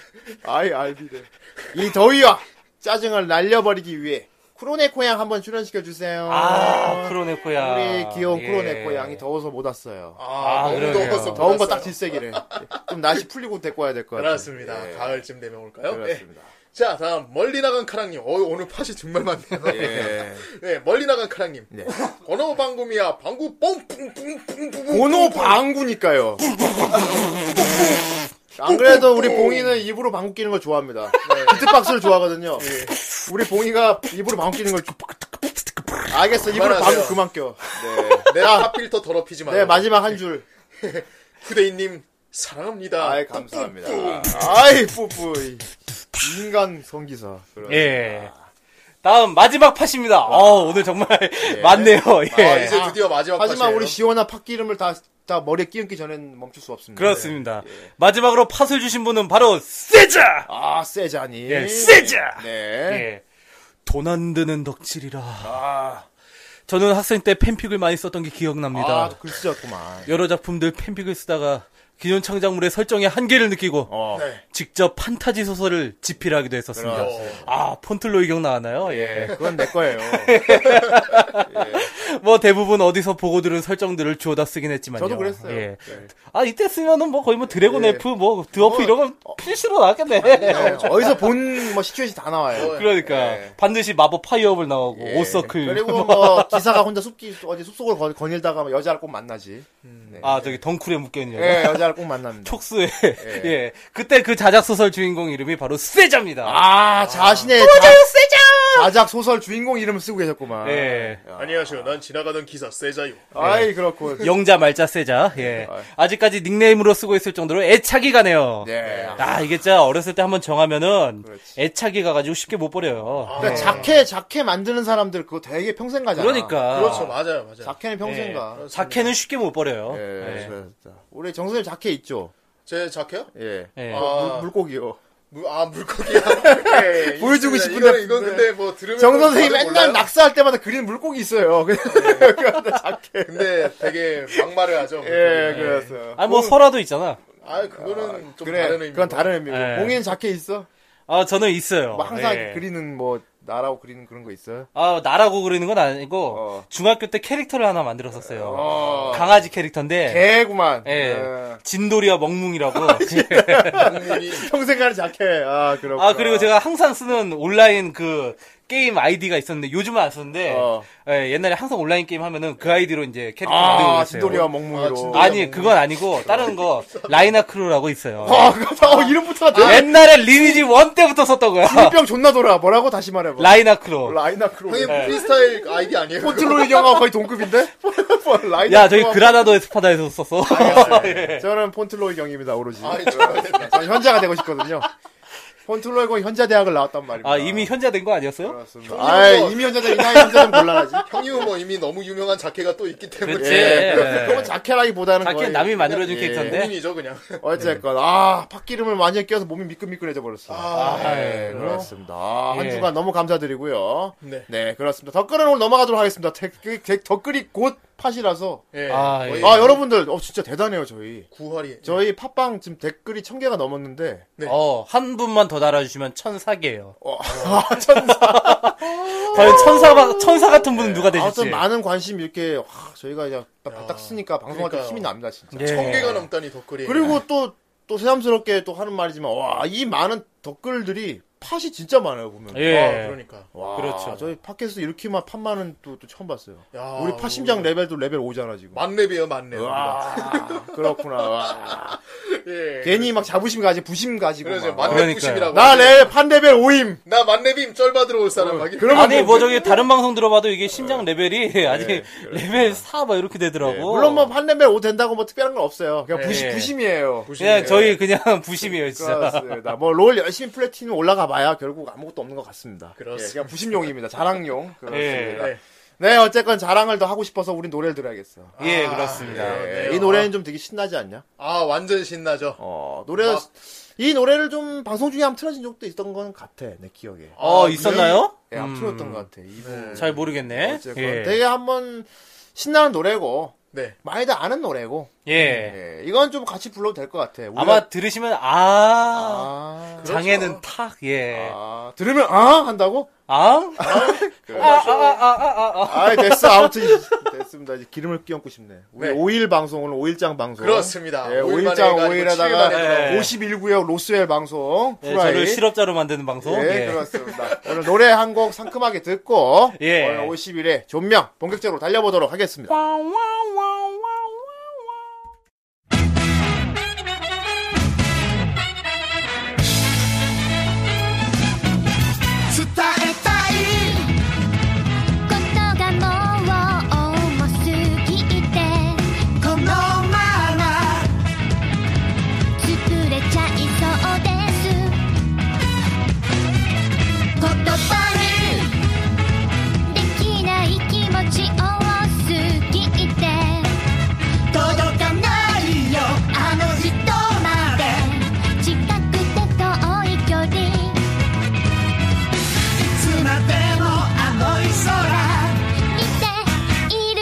Speaker 2: 아이, I'll be there. 이 더위와 짜증을 날려버리기 위해 크로네코 양 한번 출연시켜 주세요.
Speaker 4: 아, 크로네코 양.
Speaker 2: 우리 귀여운
Speaker 4: 예.
Speaker 2: 크로네코 양이 더워서 못 왔어요.
Speaker 3: 아,
Speaker 4: 아,
Speaker 3: 너무
Speaker 4: 그러네요.
Speaker 3: 더웠어.
Speaker 2: 더운 거 딱
Speaker 3: 몰랐어요.
Speaker 2: 질색이래. 좀 날씨 풀리고 데리고 와야 될 것 같아요.
Speaker 3: 그렇습니다.
Speaker 2: 예.
Speaker 3: 가을쯤 되면 올까요? 네.
Speaker 2: 그렇습니다.
Speaker 3: 자, 다음 멀리 나간 카랑님. 어, 오늘 팟이 정말 많네요. (laughs)
Speaker 2: 예.
Speaker 3: 네, 멀리 나간 카랑님.
Speaker 2: 네.
Speaker 3: 번호 방금이야. 방구 뽕뿡뿡뿡뿡.
Speaker 2: 고노 방구니까요. 안 그래도 우리 봉이는 입으로 방구 끼는 걸 좋아합니다.
Speaker 3: 네.
Speaker 2: 비트박스를 좋아하거든요.
Speaker 3: 예.
Speaker 2: 우리 봉이가 입으로 방구 끼는 걸. 좋- 알겠어. 입으로
Speaker 3: 그만하세요.
Speaker 2: 방구 그만 껴.
Speaker 3: 내 핫필터 더럽히지 마.
Speaker 2: 네, 마지막 한 줄.
Speaker 3: 후대인님 사랑합니다.
Speaker 2: 아이, 예, 감사합니다. 아이, 뿌뿌이. 인간 성기사. 그런.
Speaker 4: 예. 다음 마지막 팟입니다. 어, 오늘 정말 (laughs) 많네요. 예.
Speaker 3: 아, 이제 드디어 마지막
Speaker 2: 하지만
Speaker 3: 팟이에요.
Speaker 2: 우리 시원한 팥기름을 다, 다 머리에 끼얹기 전엔 멈출 수 없습니다. 네.
Speaker 4: 그렇습니다. 마지막으로 팟을 주신 분은 바로 세자.
Speaker 2: 아, 세자니.
Speaker 4: 예, 세자.
Speaker 2: 네.
Speaker 4: 예. 돈 안 드는 덕질이라. 저는 학생 때 팬픽을 많이 썼던 게 기억납니다.
Speaker 2: 아, 글쓰였구만.
Speaker 4: 여러 작품들 팬픽을 쓰다가 기존 창작물의 설정의 한계를 느끼고
Speaker 2: 어.
Speaker 3: 네.
Speaker 4: 직접 판타지 소설을 집필하기도 했었습니다.
Speaker 3: 그래요.
Speaker 4: 아, 폰틀로이 기억나나요? 예.
Speaker 2: 그건 내
Speaker 4: (laughs)
Speaker 2: 거예요.
Speaker 4: 뭐 대부분 어디서 보고 들은 설정들을 주워다 쓰긴 했지만요.
Speaker 2: 저도 그랬어요.
Speaker 4: 예.
Speaker 2: 네.
Speaker 4: 아, 이때 쓰면은 뭐 거의 뭐 드래곤
Speaker 2: 예. 어.
Speaker 4: F, 뭐 드워프 이런 건 필수로 나왔겠네.
Speaker 2: 네, 어디서 본, 뭐, 시츄에이션이 다 나와요.
Speaker 4: (laughs) 그러니까 반드시 마법 파이어볼 나오고
Speaker 2: 예.
Speaker 4: 오서클
Speaker 2: 그리고 뭐, 기사가 혼자 숲기, 어디 숲속을 거- 거닐다가 뭐 여자를 꼭 만나지. 네.
Speaker 4: 아 저기 덩쿨에 묶여 있는 여자.
Speaker 2: 예, 여자를 꼭 만납니다.
Speaker 4: 촉수에 (laughs) 예. 그때 그 자작 소설 주인공 이름이 바로 세자입니다.
Speaker 2: 아, 자신의 자,
Speaker 4: 세자.
Speaker 2: 자작 소설 주인공 이름을 쓰고 계셨구만.
Speaker 4: 예.
Speaker 3: 안녕하세요. 난 지나가던 기사 세자요.
Speaker 4: 네.
Speaker 2: 아이, 그렇군.
Speaker 4: 영자 말자 세자.
Speaker 2: 네.
Speaker 4: 예. 아직까지 닉네임으로 쓰고 있을 정도로 애착이 가네요.
Speaker 2: 네.
Speaker 4: 아 이게 진짜 어렸을 때 한번 정하면은
Speaker 2: 그렇지.
Speaker 4: 애착이 가가지고 쉽게 못 버려요.
Speaker 2: 그러니까 자켓, 자켓 만드는 사람들 그거 되게 평생 가잖아.
Speaker 4: 아. 그러니까
Speaker 3: 그렇죠. 맞아요. 맞아요.
Speaker 2: 자켓은 평생
Speaker 4: 예.
Speaker 2: 가.
Speaker 4: 자켓은 쉽게 못 버려요.
Speaker 2: 예,
Speaker 4: 예.
Speaker 2: 그렇습니다. 우리 정선님 자켓 있죠?
Speaker 3: 제 자켓요?
Speaker 2: 예.
Speaker 4: 예.
Speaker 2: 그
Speaker 3: 아.
Speaker 2: 물, 물고기요.
Speaker 3: 물, 아, 물고기야. (laughs) 예,
Speaker 2: (laughs) 보여주고
Speaker 3: 있습니다.
Speaker 2: 싶은데.
Speaker 3: 이거는- 이건 근데 뭐 들으면.
Speaker 2: 정 선생님
Speaker 3: 다들
Speaker 2: 맨날
Speaker 3: 몰라요?
Speaker 2: 낙서할 때마다 그리는 물고기 있어요. 그래서 (laughs) 자켓.
Speaker 3: 근데 되게 막말을 하죠.
Speaker 2: (laughs) 예, 그래서.
Speaker 4: 아니 뭐 설화도 있잖아.
Speaker 3: 아, 그거는 좀
Speaker 2: 그래,
Speaker 3: 다른 의미.
Speaker 2: 그건 다른 의미고.
Speaker 4: 예.
Speaker 2: 봉인 자켓 있어?
Speaker 4: 아 저는 있어요.
Speaker 2: 뭐 항상
Speaker 4: 예.
Speaker 2: 그리는 뭐, 나라고 그리는 그런 거 있어요?
Speaker 4: 아 나라고 그리는 건 아니고
Speaker 2: 어.
Speaker 4: 중학교 때 캐릭터를 하나 만들었었어요.
Speaker 2: 어.
Speaker 4: 강아지 캐릭터인데
Speaker 2: 개구만.
Speaker 4: 예.
Speaker 2: 예. (laughs)
Speaker 4: 진돌이와 멍뭉이라고.
Speaker 3: 의미.
Speaker 2: 평생 가는 자켓. 아, 그렇구나.
Speaker 4: 아 그리고 제가 항상 쓰는 온라인 그 게임 아이디가 있었는데 요즘은 안 쓰는데
Speaker 2: 어.
Speaker 4: 예, 옛날에 항상 온라인 게임 하면은 그 아이디로 이제 캐릭터 만들고
Speaker 2: 아,
Speaker 4: 그 있어요.
Speaker 2: 진돌이와 멍뭉이로.
Speaker 3: 아,
Speaker 4: 아니 그건 아니고
Speaker 2: (laughs)
Speaker 4: 다른 거 라이나 크루라고 있어요.
Speaker 2: 아, 그거 다- 어, 이름부터가 돼.
Speaker 4: 옛날에 리니지 원 때부터 썼던 거야.
Speaker 2: 물병 존나 돌아. 뭐라고 다시 말해봐.
Speaker 4: 라이나 크루.
Speaker 2: 라이나 크로.
Speaker 3: 형님 프리스타일 아이디 아니에요?
Speaker 2: 폰틀로이 경하고 거의 동급인데? (laughs) 라이나
Speaker 4: 야 저기
Speaker 2: 크루하고-
Speaker 4: 그라나도 에스파다에서 썼어.
Speaker 2: 아, 예, 저는 폰틀로이 경입니다, 오로지.
Speaker 3: (laughs) 아이, 정말.
Speaker 2: 저는 현자가 되고 싶거든요. 폰틀로이 경 현자 대학을 나왔단 말입니다.
Speaker 4: (laughs) 아 이미 현자된 거 아니었어요?
Speaker 2: 그렇습니다. 아이, 이미 현자대, 이나이 현자는 곤란하지.
Speaker 3: 형님은 뭐 이미 너무 유명한 자켓가 또 있기 때문에.
Speaker 4: 그치.
Speaker 2: 예,
Speaker 4: 예.
Speaker 2: 그건- 그건 자켓라기보다는
Speaker 4: 자켓
Speaker 2: 거의-
Speaker 4: 남이 만들어준
Speaker 2: 예.
Speaker 4: 캐릭터인데.
Speaker 3: 본인이죠, 그냥.
Speaker 2: 어쨌건 아 팥기름을 많이 끼워서 몸이 미끈미끈해져 버렸어.
Speaker 3: 아,
Speaker 2: 네, 그렇습니다. 아, 한
Speaker 4: 예.
Speaker 2: 주간 너무 감사드리고요.
Speaker 3: 네.
Speaker 2: 그렇습니다. 덧글은 오늘 넘어가도록 하겠습니다. 댓글- 댓- 댓글이 곧 팥이라서.
Speaker 3: 예.
Speaker 4: 아,
Speaker 3: 거의
Speaker 4: 예.
Speaker 2: 아 여러분들, 어 진짜 대단해요 저희.
Speaker 3: 구활이.
Speaker 2: 저희 팟빵 지금 댓글이 천 개가 넘었는데
Speaker 3: 네.
Speaker 4: 어한 분만 더 달아주시면 천사계예요.
Speaker 2: 어, 천사.
Speaker 4: 과연 천사 천사 같은 분은 누가 되실지.
Speaker 2: 아무튼 많은 관심 이렇게 와, 저희가 이제 딱 바닥 쓰니까 방송할 때
Speaker 3: 그러니까요.
Speaker 2: 힘이 납니다 진짜.
Speaker 4: 예.
Speaker 3: 천 개가 넘다니 덧글이. 아,
Speaker 2: 그리고 또, 또 새삼스럽게 또 하는 말이지만, 와, 이 많은 덧글들이 팟이 진짜 많아요, 보면.
Speaker 4: 예.
Speaker 3: 아, 그러니까.
Speaker 2: 와,
Speaker 4: 그렇죠.
Speaker 2: 저희 팟캐스트 이렇게만 팟만은 또, 또 처음 봤어요.
Speaker 3: 야,
Speaker 2: 우리 팟심장 레벨도 레벨 5잖아, 지금.
Speaker 3: 만렙이에요, 만렙.
Speaker 2: 와, 그렇구나. 와.
Speaker 3: 예.
Speaker 2: 괜히 막 자부심 가지, 부심 가지고.
Speaker 3: 그래서
Speaker 2: 막.
Speaker 4: 그러니까요.
Speaker 3: 만렙 90이라고.
Speaker 2: 아, 나 레벨, 판 레벨 5임!
Speaker 3: 나 만렙임 쩔 받으러 올 사람 하기.
Speaker 2: 그러면
Speaker 4: 아니 뭐 저기 다른 방송 들어봐도 이게 심장 레벨이 (laughs) 아직 레벨 4막 이렇게 되더라고.
Speaker 2: 예, 물론 뭐 판 레벨 5 된다고 뭐 특별한 건 없어요. 그냥 부심,
Speaker 4: 예.
Speaker 2: 부심이에요. 네,
Speaker 4: 그냥 저희 그냥 (laughs) 부심이에요 진짜.
Speaker 2: 예. 그렇습니다. 뭐, 롤 열심히 플래티넘 올라가 봐야 결국 아무것도 없는 것 같습니다.
Speaker 3: 그렇습니다.
Speaker 2: 예, 그냥 부심용입니다. 자랑용. 그렇습니다.
Speaker 3: 예.
Speaker 2: 네, 어쨌건 자랑을 더 하고 싶어서 우린 노래를 들어야겠어.
Speaker 4: 예 그렇습니다.
Speaker 3: 예.
Speaker 2: 예,
Speaker 3: 그래요.
Speaker 2: 이 노래는 좀 되게 신나지 않냐?
Speaker 3: 아, 완전 신나죠.
Speaker 2: 어, 노래, 이 노래를 좀 방송 중에 한번 틀어진 적도 있던 건 같아, 내 기억에.
Speaker 4: 어
Speaker 3: 아,
Speaker 4: 있었나요?
Speaker 2: 예, 한번
Speaker 4: 음,
Speaker 2: 틀었던 것 같아, 이 부분.
Speaker 4: 잘 모르겠네.
Speaker 2: 어쨌건
Speaker 4: 예.
Speaker 2: 되게 한번 신나는 노래고,
Speaker 3: 네.
Speaker 2: 많이들 아는 노래고.
Speaker 4: 예.
Speaker 2: 예, 이건 좀 같이 불러도 될 것 같아. 우리가-
Speaker 4: 아마 들으시면 아,
Speaker 3: 그,
Speaker 2: 아,
Speaker 4: 장애는 탁 예.
Speaker 2: 아, 들으면 아 그렇죠. 한다고?
Speaker 4: 아?
Speaker 2: 그래.
Speaker 4: 아, 아, 아, 아, 아, 아.
Speaker 2: 아, 됐어. 아무튼 (laughs) 이- 됐습니다. 이제 기름을 끼얹고 싶네. 우리
Speaker 3: 네.
Speaker 2: 5일 방송 오늘 5일장 방송.
Speaker 3: 그렇습니다.
Speaker 2: 예,
Speaker 3: 오일만에
Speaker 2: 5일장
Speaker 3: 해가지고 네,
Speaker 2: 5일하다가
Speaker 3: 칠일만에
Speaker 2: 네.
Speaker 4: 들어오고.
Speaker 2: 51구역 로스웰 방송
Speaker 4: 예,
Speaker 2: 후라이.
Speaker 4: 저를 실업자로 만드는 방송.
Speaker 2: 예,
Speaker 3: 네.
Speaker 4: 예.
Speaker 2: 그렇습니다. 오늘 노래 한 곡
Speaker 3: (laughs)
Speaker 2: 상큼하게 듣고
Speaker 4: 예.
Speaker 2: 오늘 51회 존명 본격적으로 달려보도록 하겠습니다.
Speaker 5: 「伝えたいことがもう重すぎて」「このまま潰れちゃいそうです」「言葉にできない気持ち多すぎて」「届かないよあの人まで」「近くて遠い距離」
Speaker 6: いつまでもあのい
Speaker 5: 見ている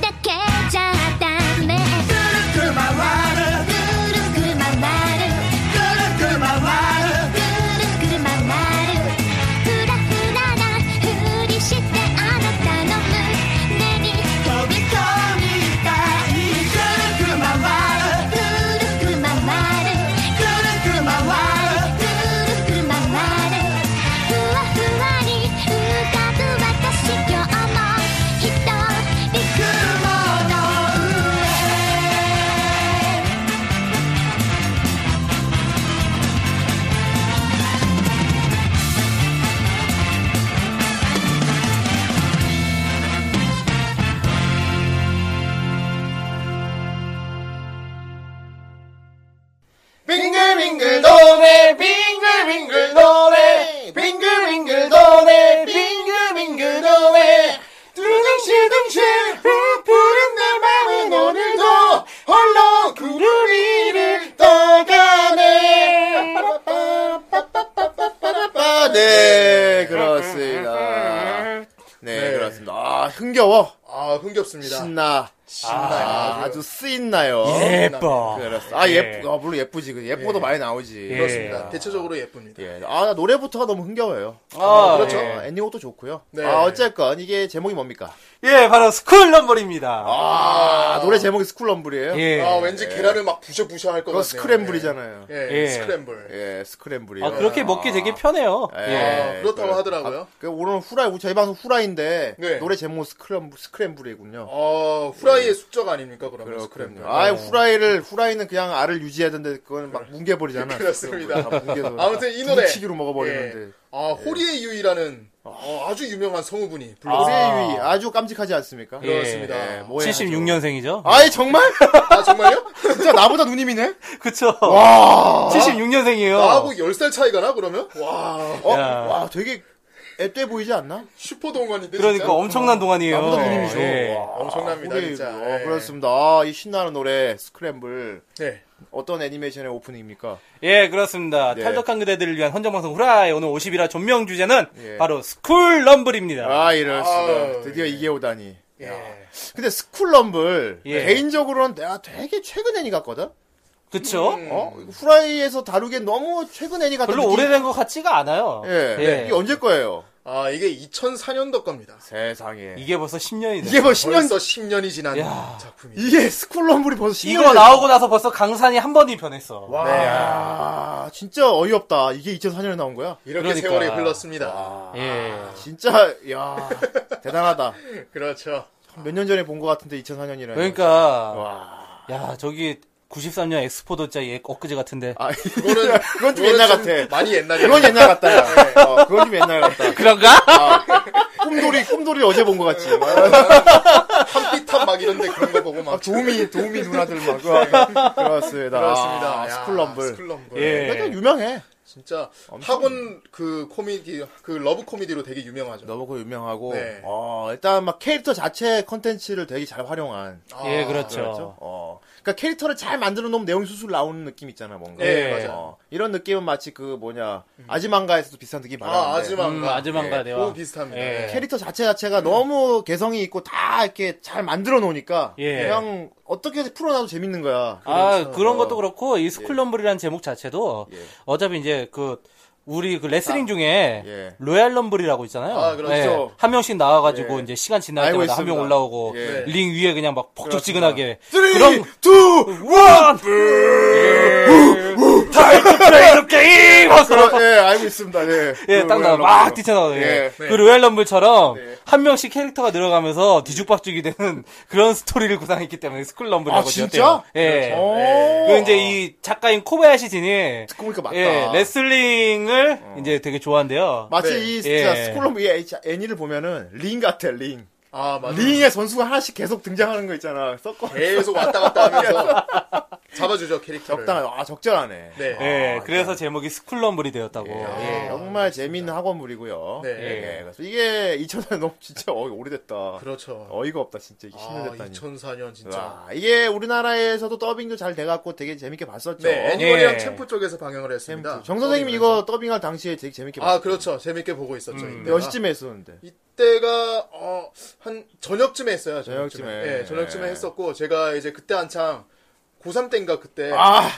Speaker 5: だけじゃダメ
Speaker 6: 空くるく回る
Speaker 5: ぐるぐる回る
Speaker 6: くるく回る
Speaker 5: ぐるぐる回るふらふらなふりしてあなたの胸に飛び込みたいぐるぐる回るぐるぐる回るぐるぐる回るぐるぐる回るふわふわに浮かぶ私今日も一人雲の上
Speaker 2: 빙글빙글 도네 빙글빙글 도네 빙글빙글 도네 빙글빙글 도네 두둥실둥실 부푸른 내 마음은 오늘도 홀로 구름 위를 떠가네 빠빠빠빠빠빠빠빠. 네 그렇습니다 네, 그렇습니다 아 흥겨워
Speaker 3: 아, 흥겹습니다.
Speaker 2: 신나 아, 아주 쓰인나요
Speaker 4: 예뻐.
Speaker 2: 그렇어. 아,
Speaker 4: 예.
Speaker 2: 예, 쁘 아, 물론 예쁘지. 그 예뻐도 많이 나오지.
Speaker 4: 예.
Speaker 3: 그렇습니다. 대체적으로 예쁩니다.
Speaker 2: 예. 아, 나 노래부터가 너무 흥겨워요.
Speaker 4: 아,
Speaker 2: 그렇죠.
Speaker 4: 예.
Speaker 2: 아, 엔딩곡도 좋고요.
Speaker 3: 네.
Speaker 2: 아, 어쨌건 이게 제목이 뭡니까?
Speaker 4: 예, 바로 스쿨 넘버입니다.
Speaker 2: 아, 노래 제목이 스쿨럼블이에요.
Speaker 4: 예.
Speaker 3: 아, 왠지 계란을 막 부셔부셔 할 것
Speaker 2: 그거
Speaker 3: 같네요.
Speaker 2: 스크램블이잖아요.
Speaker 3: 예, 예,
Speaker 4: 예.
Speaker 3: 스크램블.
Speaker 2: 예, 스크램블이요.
Speaker 4: 아, 그렇게 먹기 되게 편해요.
Speaker 2: 예.
Speaker 4: 예.
Speaker 3: 아, 그렇다고
Speaker 2: 그래.
Speaker 3: 하더라고요.
Speaker 2: 그 오늘 후라이 우리 저희 방송 후라이인데
Speaker 3: 네.
Speaker 2: 노래 제목 스크램 스크램블이군요.
Speaker 3: 어, 후라이의 숙적 아닙니까, 그러면
Speaker 2: 그렇군요.
Speaker 3: 스크램블. 어.
Speaker 2: 아, 후라이를 후라이는 그냥 알을 유지해야 되는데 그건 막 뭉개버리잖아.
Speaker 3: 그렇습니다.
Speaker 2: 다 뭉개서
Speaker 3: (laughs) 아무튼 이 노래.
Speaker 2: 치기로 먹어버리는데.
Speaker 3: 예. 아, 호리의 유이라는 어, 아주 유명한 성우분이 불렀어요.
Speaker 2: 노래의 위 아주 깜찍하지 않습니까?
Speaker 4: 예.
Speaker 3: 그렇습니다.
Speaker 2: 예, 뭐야,
Speaker 4: 76년생이죠?
Speaker 2: 아이 정말?
Speaker 3: 아, 정말요?
Speaker 2: (laughs) 진짜 나보다 누님이네? 어?
Speaker 4: 그쵸.
Speaker 2: 와.
Speaker 4: 76년생이에요.
Speaker 3: 나하고 10살 차이가 나, 그러면? 와,
Speaker 2: 어?
Speaker 4: 야.
Speaker 2: 와 되게 앳돼 보이지 않나?
Speaker 3: 슈퍼 동안인데.
Speaker 4: 그러니까
Speaker 3: 진짜?
Speaker 4: 엄청난 동안이에요.
Speaker 2: 나보다 누님이죠.
Speaker 4: 예.
Speaker 2: 와,
Speaker 3: 엄청납니다,
Speaker 2: 우리,
Speaker 3: 진짜.
Speaker 2: 아, 어,
Speaker 3: 예.
Speaker 2: 그렇습니다. 아, 이 신나는 노래 스크램블
Speaker 3: 네.
Speaker 2: 어떤 애니메이션의 오프닝입니까?
Speaker 4: 예, 그렇습니다.
Speaker 2: 네.
Speaker 4: 탈덕한 그대들을 위한 헌정방송 후라이 오늘 50이라 존명 주제는
Speaker 2: 예.
Speaker 4: 바로 스쿨 럼블입니다.
Speaker 2: 아 이럴 수가.
Speaker 3: 아유,
Speaker 2: 드디어 이게 오다니.
Speaker 3: 예.
Speaker 2: 근데 스쿨럼블
Speaker 4: 예.
Speaker 2: 개인적으로는 내가 되게 최근 애니 같거든.
Speaker 4: 그쵸?
Speaker 2: 어
Speaker 3: 음.
Speaker 2: 후라이에서 다루기엔 너무 최근 애니 같은
Speaker 4: 별로
Speaker 2: 느낌.
Speaker 4: 오래된 것 같지가 않아요.
Speaker 2: 예.
Speaker 4: 예.
Speaker 2: 이게 언제 거예요?
Speaker 3: 아, 이게 2004년도 겁니다.
Speaker 2: 세상에.
Speaker 4: 이게 벌써 10년이 됐어.
Speaker 2: 이게 뭐 10년
Speaker 3: 벌써 10년이 지난
Speaker 4: 야.
Speaker 3: 작품이.
Speaker 2: 이게 스쿨럼블이 벌써 10년
Speaker 4: 이거 나오고 나서 벌써 강산이 한 번이 변했어.
Speaker 2: 네. 아, 진짜 어이없다. 이게 2004년에 나온 거야?
Speaker 3: 이렇게
Speaker 4: 그러니까.
Speaker 3: 세월이 흘렀습니다.
Speaker 4: 예.
Speaker 2: 아, 진짜, 야 대단하다.
Speaker 3: (laughs) 그렇죠.
Speaker 2: 몇 년 전에 본 것 같은데 2004년이라.
Speaker 4: 그러니까
Speaker 2: 와.
Speaker 4: 야 저기 93년 엑스포도 진짜 얘 엊그제 같은데
Speaker 2: 아, (laughs)
Speaker 3: 그거는
Speaker 2: 그건 좀 옛날 같아.
Speaker 3: 많이 옛날이야.
Speaker 2: 그건 옛날 같다. 야. 어, 그건 좀 옛날 같다.
Speaker 4: 그런가?
Speaker 2: 꿈돌이, 꿈돌이 어제 본 것 같지. 아,
Speaker 3: 한피탑 막 이런데 그런 거 보고 막. (laughs)
Speaker 2: 도우미, 도우미 누나들 막. 그거. 그렇습니다.
Speaker 3: 그렇습니다.
Speaker 2: 아,
Speaker 3: 야,
Speaker 2: 스쿨럼블. 네.
Speaker 3: 스쿨럼블.
Speaker 4: 예.
Speaker 2: 그냥 유명해.
Speaker 3: 진짜 학원 그 코미디 그 러브 코미디로 되게 유명하죠.
Speaker 2: 너무 유명하고
Speaker 3: 네.
Speaker 2: 어, 일단 막 캐릭터 자체 컨텐츠를 되게 잘 활용한
Speaker 3: 아,
Speaker 4: 예, 그렇죠.
Speaker 2: 그렇죠. 어. 그러니까 캐릭터를 잘 만들어 놓으면 내용이 술술 나오는 느낌 있잖아, 뭔가.
Speaker 3: 예,
Speaker 2: 맞아. 어. 이런 느낌은 마치 그 뭐냐, 아지만가에서도 비슷한 느낌이
Speaker 3: 아,
Speaker 2: 많았는데. 네.
Speaker 3: 아즈만가.
Speaker 4: 음, 아즈만가
Speaker 3: 예,
Speaker 4: 대화.
Speaker 3: 너무 비슷합니다.
Speaker 4: 예.
Speaker 3: 예.
Speaker 2: 캐릭터 자체 자체가 너무 개성이 있고 다 이렇게 잘 만들어 놓으니까
Speaker 4: 예.
Speaker 2: 그냥 어떻게 풀어놔도 재밌는 거야.
Speaker 4: 아, 그런 것도 그렇고, 이 스쿨럼블이라는 제목 자체도,
Speaker 2: 그렇죠. 어. 예.
Speaker 4: 어차피 이제 그, 우리 그 레슬링 중에,
Speaker 2: 예.
Speaker 4: 로얄 럼블이라고 있잖아요. 예.
Speaker 3: 아, 그렇죠.
Speaker 4: 한 명씩 나와가지고,
Speaker 2: 예.
Speaker 4: 이제 시간 지날
Speaker 2: 알고
Speaker 4: 때마다 한 명
Speaker 2: 있습니다.
Speaker 4: 올라오고,
Speaker 2: 예.
Speaker 4: 링 위에 그냥 막 폭죽지근하게. 예.
Speaker 2: 3, 2, 1!
Speaker 4: 그럼, 타임 투 플레이 더 게임! 막 그런
Speaker 2: 예. 그런, 예, 알고 있습니다. 예.
Speaker 4: 예,
Speaker 2: 그
Speaker 4: 딱 나와.
Speaker 2: 로얄
Speaker 4: 막
Speaker 2: 럼블. 예.
Speaker 4: 뛰쳐나와. 예.
Speaker 3: 네.
Speaker 4: 그 로얄 럼블처럼
Speaker 2: 네.
Speaker 4: 한 명씩 캐릭터가 늘어가면서 뒤죽박죽이 되는 그런 스토리를 구상했기 때문에 스쿨 럼블이라고
Speaker 2: 아, 진짜? 그렇죠.
Speaker 4: 예.
Speaker 2: 오.
Speaker 4: 그 이제 이 작가인 코바야시 진이
Speaker 2: 듣고 보니까 맞다. 어.
Speaker 4: 예, 레슬링을 이제 되게 좋아한대요.
Speaker 2: 마치
Speaker 3: 네.
Speaker 2: 이 진짜
Speaker 4: 예.
Speaker 2: 스쿨럼 위에 애니를 보면은 링 같아, 링.
Speaker 3: 아, 맞아.
Speaker 2: 링의 선수가 하나씩 계속 등장하는 거 있잖아. 섞어.
Speaker 3: 계속 왔다 갔다 하면서 잡아주죠, 캐릭터를.
Speaker 2: 적당한, 아, 적절하네.
Speaker 3: 네.
Speaker 2: 아,
Speaker 4: 예, 그래서 제목이 스쿨 럼블이 되었다고.
Speaker 2: 예,
Speaker 4: 예.
Speaker 2: 정말 재미있는 학원물이고요.
Speaker 3: 네.
Speaker 2: 예, 그래서 이게 2000년 너무 진짜 어이 오래됐다.
Speaker 3: 그렇죠.
Speaker 2: 어이가 없다 진짜 이게
Speaker 3: 아,
Speaker 2: 10년 됐다니.
Speaker 3: 2004년 진짜.
Speaker 2: 와, 이게 우리나라에서도 더빙도 잘 돼갖고 되게 재밌게 봤었죠.
Speaker 3: 네, 애니멀이랑
Speaker 4: 예.
Speaker 3: 챔프 쪽에서 방영을 했습니다.
Speaker 2: 정 선생님 이거 음. 더빙할 당시에 되게 재밌게 봤어요.
Speaker 3: 아, 그렇죠. 재밌게 보고 있었죠. 이때가.
Speaker 2: 몇 시쯤에 했었는데.
Speaker 3: 이때가 어, 한 저녁쯤에 했어요. 저녁쯤에.
Speaker 2: 저녁쯤에.
Speaker 3: 예, 저녁쯤에 했었고 제가 이제 그때 한창 고3 때인가 그때
Speaker 2: 아,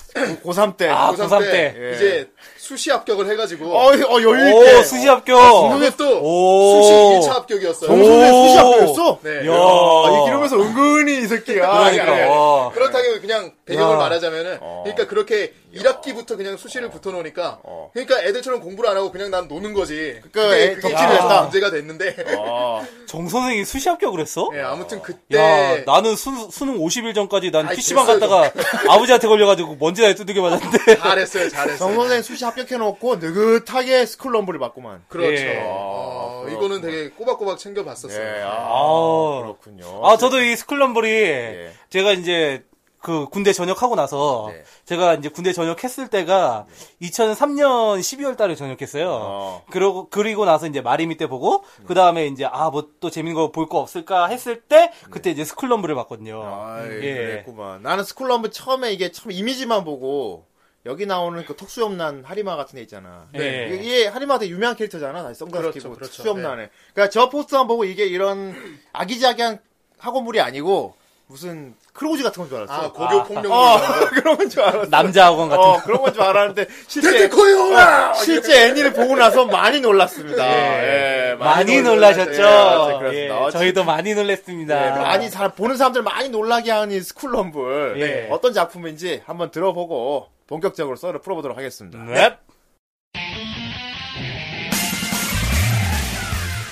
Speaker 2: 고3 때.
Speaker 4: 아,
Speaker 3: 고3
Speaker 4: 고3
Speaker 3: 때,
Speaker 2: 때. 예.
Speaker 3: 이제 수시 합격을 해가지고
Speaker 2: 어, 어, 여유 있게. 아,
Speaker 4: 오, 수시 합격.
Speaker 3: 그것도
Speaker 4: 오.
Speaker 3: 수시 1차 합격이었어요.
Speaker 2: 정 선생 수시 학교였어?
Speaker 3: 네.
Speaker 4: 야.
Speaker 2: 아, 이러면서 은근히 이 새끼야.
Speaker 4: 그러니까.
Speaker 2: 예.
Speaker 4: 와.
Speaker 3: 그렇다면 그냥 배경을
Speaker 4: 야.
Speaker 3: 말하자면은
Speaker 2: 어.
Speaker 3: 그러니까 그렇게 1학기부터 그냥 수시를 붙어 놓으니까 그러니까 애들처럼 공부를 안 하고 그냥 난 노는 거지.
Speaker 2: 그러니까 애-
Speaker 3: 그게
Speaker 2: 덕질을
Speaker 3: 그래서
Speaker 2: 했다.
Speaker 3: 문제가 됐는데.
Speaker 2: 아,
Speaker 4: 정 선생이 수시 합격을 했어?
Speaker 3: 예, 아무튼
Speaker 4: 야,
Speaker 2: 네.
Speaker 3: 그때
Speaker 4: 나는 수, 수능 50일 전까지 난
Speaker 3: 아이,
Speaker 4: PC방
Speaker 3: 됐어요,
Speaker 4: 갔다가
Speaker 2: (laughs)
Speaker 4: 아버지한테 걸려가지고 먼지 나게 두들겨 맞았는데.
Speaker 3: 잘했어요. 잘했어요.
Speaker 2: 정 선생 수시 합격해놓고 느긋하게 스쿨럼블을 봤구만.
Speaker 3: 그렇죠.
Speaker 4: 예.
Speaker 3: 어,
Speaker 2: 그렇구나.
Speaker 3: 이거는 되게 꼬박꼬박 챙겨 봤었어요.
Speaker 2: 예,
Speaker 4: 아.
Speaker 2: 그렇군요.
Speaker 4: (laughs) 아, 저도 이 스쿨럼블이 제가 이제 그 군대 전역하고 나서
Speaker 2: 예. 네.
Speaker 4: 제가 이제 군대 전역했을 때가 2003년 12월 달에 전역했어요.
Speaker 2: 어.
Speaker 4: 그러고 그리고 나서 이제 마리미 때 보고 그 다음에 이제 아 뭐 또 재밌는 거 볼 거 없을까 했을 때 그때 이제 스쿨럼블을 봤거든요.
Speaker 2: 네.
Speaker 3: 어,
Speaker 2: 아,
Speaker 4: 음,
Speaker 2: 예. 그랬구만. 나는 스쿨럼블 처음에 이게 처음 이미지만 보고 여기 나오는 그 턱수염난 하리마 같은 애 있잖아.
Speaker 4: 네.
Speaker 2: 이게- 이게 하리마 되게 유명한 캐릭터잖아. 다시 선글라스
Speaker 3: 그렇죠,
Speaker 2: 끼고
Speaker 3: 그렇죠.
Speaker 2: 수염난에. 그러니까 저 포스터만 보고 이게 이런 아기자기한 학원물이 아니고 무슨 크로우즈 같은 건 줄 알았어.
Speaker 3: 아, 고교 폭력.
Speaker 2: 어,
Speaker 3: (laughs)
Speaker 2: (laughs) 그런 건 줄 알았어.
Speaker 4: 남자 학원 같은
Speaker 2: 어, 그런 건 줄 알았는데 실제 어,
Speaker 3: 데코요!
Speaker 2: 실제 애니를 보고 나서 많이 놀랐습니다. 예,
Speaker 4: 많이,
Speaker 2: 예, 맞아요.
Speaker 4: 놀라셨죠?
Speaker 2: 그렇습니다.
Speaker 4: 예,
Speaker 2: 어,
Speaker 4: 저희도
Speaker 2: 네,
Speaker 4: 많이 놀랐습니다.
Speaker 2: 많이 잘 보는 사람들 많이 놀라게 하는 이 스쿨럼블
Speaker 4: 예.
Speaker 2: 어떤 작품인지 한번 들어보고 본격적으로 썰을 풀어보도록 하겠습니다.
Speaker 4: 넵.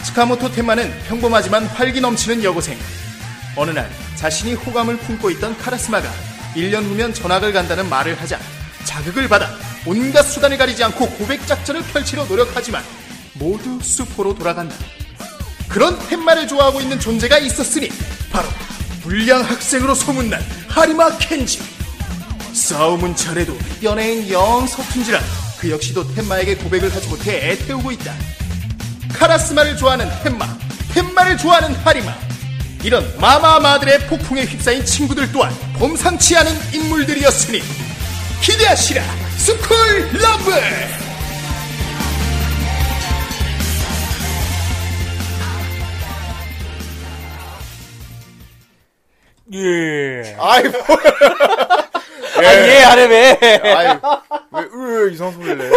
Speaker 3: 스카모토 테마는 평범하지만 활기 넘치는 여고생. 어느 날 자신이 호감을 품고 있던 카라스마가 1년 후면 전학을 간다는 말을 하자 자극을 받아 온갖 수단을 가리지 않고 고백 작전을 펼치려 노력하지만 모두 수포로 돌아간다. 그런 템마를 좋아하고 있는 존재가 있었으니 바로 불량 학생으로 소문난 하리마 켄지. 싸움은 잘해도 연애엔 영 서툰지라 그 역시도 템마에게 고백을 하지 못해 애태우고 있다. 카라스마를 좋아하는 템마, 템마를 좋아하는 하리마. 이런 마마마들의 폭풍에 휩싸인 친구들 또한 범상치 않은 인물들이었으니 기대하시라 스쿨 러브.
Speaker 4: 예.
Speaker 2: 아이 (laughs) 뭐,
Speaker 4: 아, 예, 아레베.
Speaker 2: 아이 왜으 이상 소리를 내?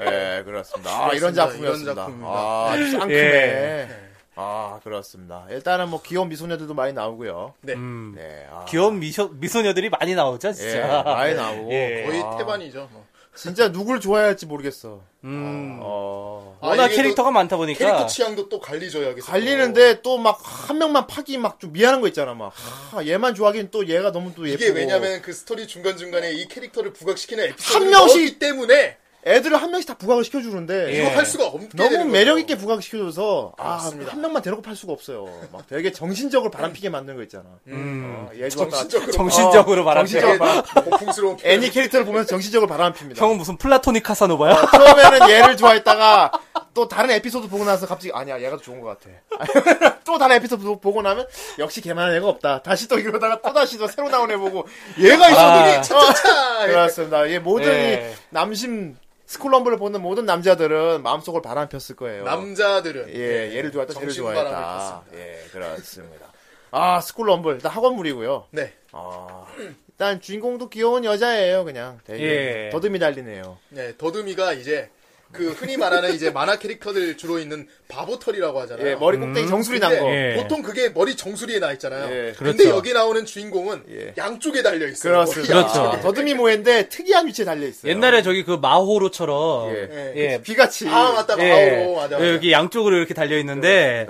Speaker 2: 예, 그렇습니다. 아,
Speaker 3: 그렇습니다.
Speaker 2: 이런 작품이었습니다.
Speaker 3: 이런 작품입니다.
Speaker 2: 아, 쌍큼해.
Speaker 4: 예.
Speaker 2: 아, 그렇습니다. 일단은 뭐 귀여운 미소녀들도 많이 나오고요.
Speaker 3: 네,
Speaker 2: 네, 아,
Speaker 4: 음, 귀여운 미소, 미소녀들이 많이 나오죠,
Speaker 2: 예,
Speaker 4: 진짜.
Speaker 2: 많이 나오고
Speaker 4: 예.
Speaker 3: 거의
Speaker 2: 아,
Speaker 3: 태반이죠. 뭐.
Speaker 2: 진짜 누굴 좋아야 할지 모르겠어.
Speaker 4: 음.
Speaker 2: 어.
Speaker 4: 워낙
Speaker 3: 아, 이게 또
Speaker 4: 캐릭터가 많다 보니까.
Speaker 3: 캐릭터 취향도 또 갈리죠 여기서. 어.
Speaker 2: 갈리는데 또 막 한 명만 파기 막 좀 미안한 거 있잖아 막 아, 얘만 좋아하긴 또 얘가 너무 또 예쁘고
Speaker 3: 이게 왜냐면 그 스토리 중간 중간에 이 캐릭터를 부각시키는 에피소드가
Speaker 2: 한 명씩-
Speaker 3: 나오기 때문에
Speaker 2: 애들을 한 명씩 다 부각을 시켜주는데
Speaker 4: 예.
Speaker 3: 이거 할 수가 없게
Speaker 2: 너무
Speaker 3: 되는
Speaker 2: 매력
Speaker 3: 거죠.
Speaker 2: 있게 부각시켜줘서 아,
Speaker 3: 그렇습니다.
Speaker 2: 한 명만 대놓고 팔 수가 없어요. 막 되게 정신적으로 바람피게 만드는 거 있잖아. 어, 얘도 아까
Speaker 3: 음. 정신적으로
Speaker 4: 정신적으로 말하면
Speaker 2: 어, 정신적으로 바-
Speaker 3: 예. 뭐, 고풍스러운 표현.
Speaker 2: 애니 캐릭터를 보면서 정신적으로 바람핍니다.
Speaker 4: 형은 무슨 플라토닉 카사노바야?
Speaker 2: 어, 처음에는 얘를 좋아했다가 또 다른 에피소드 보고 나서 갑자기 아니야 얘가 더 좋은 것 같아. (laughs) 또 다른 에피소드 보- 보고 나면 역시 걔만한 애가 없다. 다시 또 이러다가 또 다시 또 새로 나온 애 보고 얘가
Speaker 4: 아.
Speaker 2: 있었더니
Speaker 3: 아,
Speaker 2: 차차차.
Speaker 3: 예.
Speaker 2: 그렇습니다. 얘 모든
Speaker 4: 예.
Speaker 2: 이 남심 스쿨럼블을 보는 모든 남자들은 마음속을 바람폈을 거예요.
Speaker 3: 남자들은 네,
Speaker 2: 예, 얘를 좋아했다, 쟤를
Speaker 3: 정신바람을
Speaker 2: 좋아했다.
Speaker 3: 폈습니다.
Speaker 2: 예, 그렇습니다. 아, 스쿨럼블 일단 학원물이고요.
Speaker 3: 네.
Speaker 2: 아, 일단 주인공도 귀여운 여자예요, 그냥. 되게
Speaker 4: 예.
Speaker 2: 더듬이 달리네요.
Speaker 3: 네, 더듬이가 이제 그 흔히 말하는 이제 만화 캐릭터들 주로 있는 바보털이라고 하잖아요.
Speaker 2: 예, 머리 꼭대기 정수리 난
Speaker 3: 근데
Speaker 2: 거.
Speaker 4: 예.
Speaker 3: 보통 그게 머리 정수리에 나 있잖아요.
Speaker 2: 예,
Speaker 3: 근데
Speaker 4: 그렇죠.
Speaker 3: 여기 나오는 주인공은
Speaker 2: 예.
Speaker 3: 양쪽에 달려 있어요.
Speaker 2: 그렇습니다.
Speaker 3: 머리
Speaker 4: 그렇죠.
Speaker 3: 양쪽에.
Speaker 2: 아, 더듬이 모해인데 특이한 위치에 달려 있어요.
Speaker 4: 옛날에 저기 그 마호로처럼
Speaker 2: 예.
Speaker 4: 예.
Speaker 2: 비같이
Speaker 3: 아 맞다, 바오로 맞아. 맞아.
Speaker 4: 여기 양쪽으로 이렇게 달려 있는데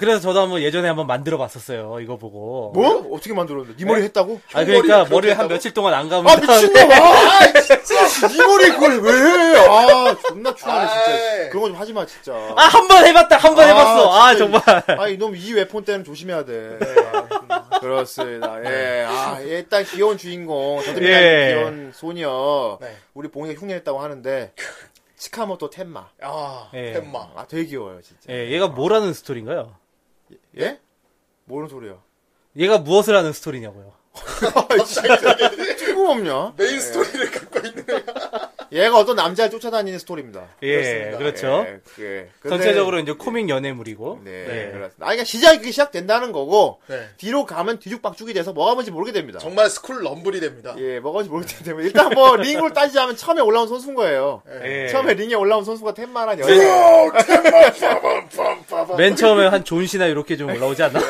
Speaker 4: 그래서 저도 한번 예전에 한번 만들어 봤었어요. 이거 보고.
Speaker 2: 뭐? 어떻게 만들었는데? 네 머리 했다고?
Speaker 4: 아 그러니까
Speaker 3: 머리를
Speaker 4: 머리를 한
Speaker 3: 그렇게
Speaker 4: 며칠 동안 안 감은
Speaker 2: 아 미친놈! 아
Speaker 4: (laughs)
Speaker 2: 진짜 이 머리 그걸 왜 해? 아 존나 추하네 진짜.
Speaker 3: 아이.
Speaker 2: 그런 거 좀 하지 마 진짜.
Speaker 4: 아 한 번 해봤다 한 번 해봤어 아
Speaker 2: 진짜
Speaker 4: 정말 네.
Speaker 2: 이- 아, 이놈 이 웨폰 때는 조심해야 돼. 그렇습니다. 예. 아, 예, 일단 귀여운 주인공, 저들이
Speaker 4: 예.
Speaker 2: 귀여운 소녀,
Speaker 3: 네.
Speaker 2: 우리 봉이가 흉내냈다고 하는데, 치카모토 텐마.
Speaker 3: 아,
Speaker 4: 예.
Speaker 3: 햄마.
Speaker 2: 아, 되게 귀여워요, 진짜.
Speaker 4: 예, 얘가 뭐라는 스토리인가요?
Speaker 2: 예? 모르는 소리야.
Speaker 4: 아,
Speaker 2: 아,
Speaker 4: 얘가 무엇을 하는 스토리냐고요?
Speaker 2: 친구 없냐?
Speaker 3: 메인 스토리를 갖고 있는.
Speaker 2: (laughs) 얘가 어떤 남자를 쫓아다니는 스토리입니다.
Speaker 4: 예, 그렇죠
Speaker 2: 예, 그게. 근데-
Speaker 4: 전체적으로 이제 코믹 연애물이고.
Speaker 2: 네,
Speaker 4: 예.
Speaker 2: 그렇습니다. 아, 그러니까 시작이 시작된다는 거고,
Speaker 3: 네.
Speaker 2: 뒤로 가면 뒤죽박죽이 돼서 뭐가 뭔지 모르게 됩니다.
Speaker 3: 정말 스쿨 럼블이 됩니다.
Speaker 2: 예, 뭐가 뭔지 모르기 때문에. 일단
Speaker 3: (laughs)
Speaker 2: 뭐, 링으로 따지자면 처음에 올라온 선수인 거예요.
Speaker 3: 네.
Speaker 4: 예.
Speaker 2: 처음에 링에 올라온 선수가 텐마란 여자.
Speaker 4: 맨 처음에 한 존시나 이렇게 좀 올라오지
Speaker 2: (laughs)
Speaker 4: 않나?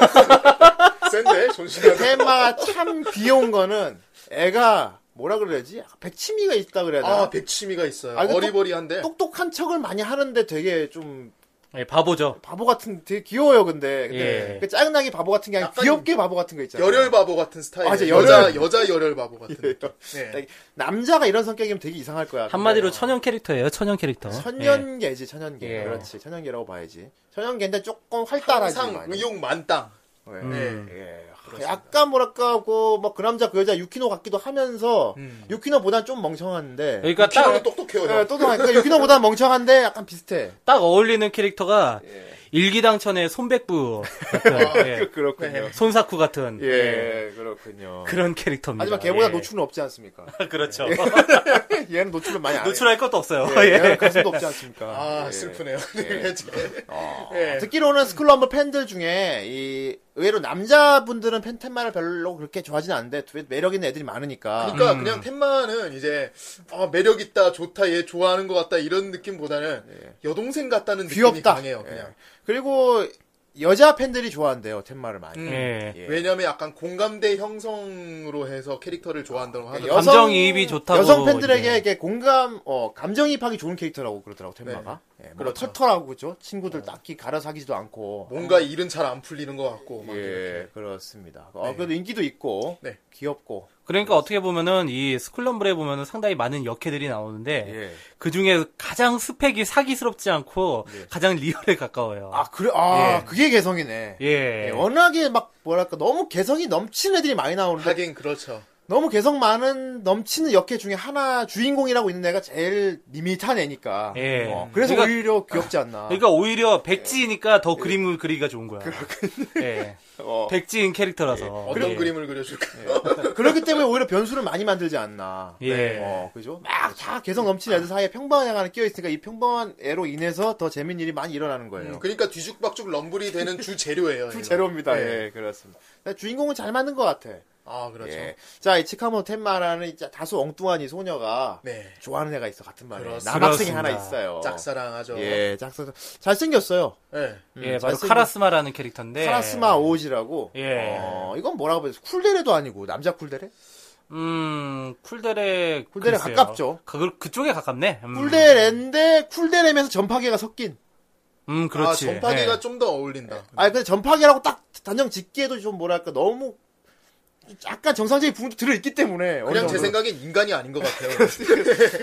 Speaker 3: 센데 존신이.
Speaker 2: 텐마가 참 귀여운 거는 애가 뭐라 그래야지? 백치미가 있다 그래야 되나?
Speaker 3: 아 백치미가 네. 있어요.
Speaker 2: 아, 근데
Speaker 3: 어리버리한데.
Speaker 2: 똑똑한 척을 많이 하는데 되게 좀
Speaker 4: 예, 바보죠.
Speaker 2: 바보 같은 되게 귀여워요 근데 근데
Speaker 4: 예.
Speaker 2: 그 짜증나게 바보 같은 게 아니라
Speaker 3: 약간
Speaker 2: 귀엽게 바보 같은 거 있잖아요.
Speaker 3: 열혈 바보 같은 스타일.
Speaker 2: 아, 진짜
Speaker 3: 여자
Speaker 2: 열혈.
Speaker 3: 여자 열혈 바보 같은. 느낌. 예.
Speaker 2: 되게 네. 남자가 이런 성격이면 되게 이상할 거야. 근데
Speaker 4: 한마디로 천연 캐릭터예요. 천연 캐릭터. 예.
Speaker 2: 천년계지 천년계.
Speaker 4: 예.
Speaker 2: 그렇지 천년계라고 봐야지. 천년계인데 조금 활달하지.
Speaker 3: 항상
Speaker 2: 많이.
Speaker 3: 의욕 만땅.
Speaker 2: 예.
Speaker 4: 음.
Speaker 2: 예. 약간 뭐랄까 하고 막 그 남자 그 여자 유키노 같기도 하면서 유키노보단 좀 멍청한데.
Speaker 4: 음. 그러니까
Speaker 3: 키로는
Speaker 4: 딱,
Speaker 3: 똑똑해요.
Speaker 2: 예,
Speaker 3: 형.
Speaker 2: 또하니까 유키노보단 멍청한데 약간 비슷해.
Speaker 4: 딱 어울리는 캐릭터가
Speaker 2: 예.
Speaker 4: 일기당천의 손백부 같은 예.
Speaker 2: 그렇군요.
Speaker 4: 손사쿠 같은 예.
Speaker 2: 아, 예, 그렇군요.
Speaker 4: 그런 캐릭터입니다.
Speaker 2: 하지만 걔보다
Speaker 4: 예.
Speaker 2: 노출은 없지 않습니까?
Speaker 4: 그렇죠.
Speaker 2: (laughs) 얘는 노출을 많이 안 해.
Speaker 4: (laughs) 노출할 것도 없어요.
Speaker 2: 예,
Speaker 4: 예.
Speaker 2: 얘는 가슴도 없지 않습니까?
Speaker 3: 아
Speaker 2: 예.
Speaker 3: 슬프네요. (laughs) 네.
Speaker 2: 아,
Speaker 3: 예.
Speaker 2: 듣기로는 스쿨럼블 팬들 중에 이 의외로 남자분들은 팬텐마를 별로 그렇게 좋아하진 않는데 되 매력 있는 애들이 많으니까 음.
Speaker 3: 그러니까 그냥 텐마는 이제 아, 매력 있다, 좋다, 얘 좋아하는 것 같다 이런 느낌보다는 여동생 같다는 느낌이
Speaker 2: 예. 귀엽다.
Speaker 3: 강해요.
Speaker 2: 예.
Speaker 3: 그냥
Speaker 2: 그리고 여자 팬들이 좋아한대요 텐마를 많이.
Speaker 3: 음.
Speaker 4: 예.
Speaker 2: 예.
Speaker 3: 왜냐하면 약간 공감대 형성으로 해서 캐릭터를 좋아한다고 하더라고요.
Speaker 2: 그러니까 여성-
Speaker 4: 감정이입이 좋다고
Speaker 2: 여성 팬들에게
Speaker 4: 이제.
Speaker 2: 이렇게 공감, 어, 감정이입하기 좋은 캐릭터라고 그러더라고
Speaker 3: 네.
Speaker 2: 텐마가. 예, 뭔가
Speaker 3: 그렇죠.
Speaker 2: 털털하고 그죠?
Speaker 3: 어.
Speaker 2: 친구들 딱히 갈아 사귀지도 않고.
Speaker 3: 뭔가 일은 잘 안 풀리는 것 같고 뭐, 막
Speaker 2: 예,
Speaker 3: 이렇게.
Speaker 2: 그렇습니다. 어, 그래도 인기도 있고,
Speaker 3: 네.
Speaker 2: 귀엽고.
Speaker 4: 그러니까 어떻게 보면은 이 스쿨럼블에 보면은 상당히 많은 역캐들이 나오는데
Speaker 2: 예.
Speaker 4: 그 중에 가장 스펙이 사기스럽지 않고 가장 리얼에 가까워요.
Speaker 2: 예. 아, 그래, 아,
Speaker 4: 예.
Speaker 2: 그게 개성이네.
Speaker 4: 예.
Speaker 2: 예, 워낙에 막, 뭐랄까, 너무 개성이 넘치는 애들이 많이 나오는데,
Speaker 3: 하긴 그렇죠.
Speaker 2: 너무 개성 많은, 넘치는 역캐 중에 하나, 주인공이라고 있는 애가 제일 밋밋한 애니까.
Speaker 4: 예.
Speaker 2: 어, 그래서
Speaker 4: 그러니까-
Speaker 2: 오히려 귀엽지 않나.
Speaker 4: (laughs) 그러니까 오히려 백지니까
Speaker 2: 예.
Speaker 4: 더 그림을 그리기가 좋은 거야. 예.
Speaker 2: 어.
Speaker 4: 백지인 캐릭터라서.
Speaker 3: 어떤
Speaker 4: 예.
Speaker 3: 그림을 그려줄까요?
Speaker 2: 그렇기 때문에 오히려 변수를 많이 만들지 않나.
Speaker 4: 예. 그렇죠.
Speaker 2: 어, 그죠? 막 다 개성 넘치는 애들 사이에 평범한 애가 하나 끼어있으니까 이 평범한 애로 인해서 더 재밌는 일이 많이 일어나는 거예요.
Speaker 3: (laughs) 그러니까 뒤죽박죽 럼블이 되는
Speaker 2: (laughs)
Speaker 3: 주 재료예요. 이거.
Speaker 2: 음, 제로입니다.
Speaker 3: 예.
Speaker 2: 예, 그렇습니다. 근데 주인공은 잘 맞는 것 같아.
Speaker 3: 아 그렇죠.
Speaker 2: 예. 자, 이 치카모 텐마라는 이 다소 엉뚱한 이 소녀가
Speaker 3: 네.
Speaker 2: 좋아하는 애가 있어, 같은 반에.
Speaker 3: 그렇습니다.
Speaker 2: 남학생이
Speaker 4: 그렇습니다.
Speaker 2: 하나 있어요.
Speaker 3: 짝사랑하죠.
Speaker 2: 네. 예, 짝사랑. 잘생겼어요.
Speaker 3: 예.
Speaker 2: 음,
Speaker 4: 예, 바로
Speaker 2: 잘생긴-
Speaker 4: 카라스마라는
Speaker 3: 네.
Speaker 4: 캐릭터인데.
Speaker 2: 카라스마 오지라고.
Speaker 4: 예.
Speaker 2: 어, 이건 뭐라고 보죠? 쿨데레도 아니고, 남자 쿨데레?
Speaker 4: 음, 쿨데레.
Speaker 2: 쿨데레
Speaker 4: 글쎄요.
Speaker 2: 가깝죠.
Speaker 4: 그, 그쪽에 가깝네. 음.
Speaker 2: 쿨데레인데, 쿨데레면서 전파계가 섞인.
Speaker 4: 음, 그렇지.
Speaker 3: 아
Speaker 2: 네.
Speaker 3: 전파기가
Speaker 4: 예.
Speaker 2: 아,
Speaker 3: 좀 더 어울린다.
Speaker 2: 아니, 근데 전파계라고 딱 단정 짓기에도 좀 뭐랄까, 너무 약간 정상적인 부분도 들어있기 때문에. 어느
Speaker 3: 그냥 제
Speaker 2: 정도는.
Speaker 3: 생각엔 인간이 아닌 것
Speaker 2: (laughs)
Speaker 3: 같아요.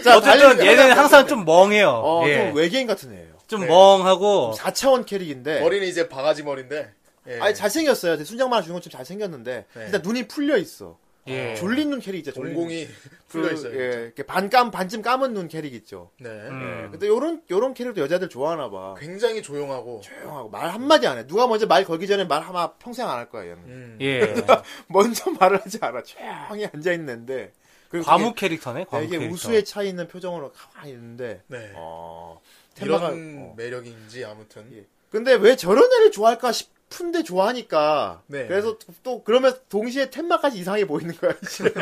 Speaker 2: 자,
Speaker 4: 어쨌든
Speaker 2: 달리는
Speaker 4: 얘는
Speaker 2: 거는
Speaker 4: 항상 좀 멍해요.
Speaker 2: 어,
Speaker 4: 예.
Speaker 2: 좀 외계인 같은 애예요.
Speaker 4: 좀
Speaker 3: 네.
Speaker 4: 멍하고
Speaker 2: 4차원 캐릭인데.
Speaker 3: 머리는 이제 바가지 머리인데. 예.
Speaker 2: 네. 아니 잘생겼어요. 순장만 주는 것좀 잘생겼는데
Speaker 3: 네.
Speaker 2: 일단 눈이 풀려 있어.
Speaker 4: 예.
Speaker 2: 졸린 눈 캐릭 있죠. 졸린
Speaker 3: 전공이
Speaker 2: 눈.
Speaker 3: (laughs) 풀려
Speaker 2: 그,
Speaker 3: 있어요.
Speaker 2: 예, 이렇게 반감 반쯤 까만 눈 캐릭 있죠.
Speaker 3: 네.
Speaker 4: 음.
Speaker 2: 예, 근데 요런 요런 캐릭도 여자들 좋아하나 봐.
Speaker 3: 굉장히 조용하고.
Speaker 2: 조용하고 말 한마디 안 해. 누가 먼저 말 걸기 전에 말 아마 평생 안 할 거야 얘는.
Speaker 3: 음.
Speaker 4: 예.
Speaker 2: 먼저 (laughs) 말을 하지 않아. 조용히 앉아 있는데. 그리고
Speaker 4: 과묵 캐릭터네.
Speaker 2: 되게,
Speaker 4: 과묵
Speaker 2: 되게
Speaker 4: 캐릭터.
Speaker 2: 우수에 차 있는 표정으로 가만히 있는데.
Speaker 3: 네.
Speaker 2: 어. 테마가-
Speaker 3: 이런 음.
Speaker 2: 어.
Speaker 3: 매력인지 아무튼.
Speaker 2: 예. 근데 왜 저런 애를 좋아할까 싶은데 좋아하니까.
Speaker 3: 네.
Speaker 2: 그래서 또 그러면서 동시에 텐마까지 이상해 보이는 거야.
Speaker 3: (laughs)
Speaker 2: 사실은.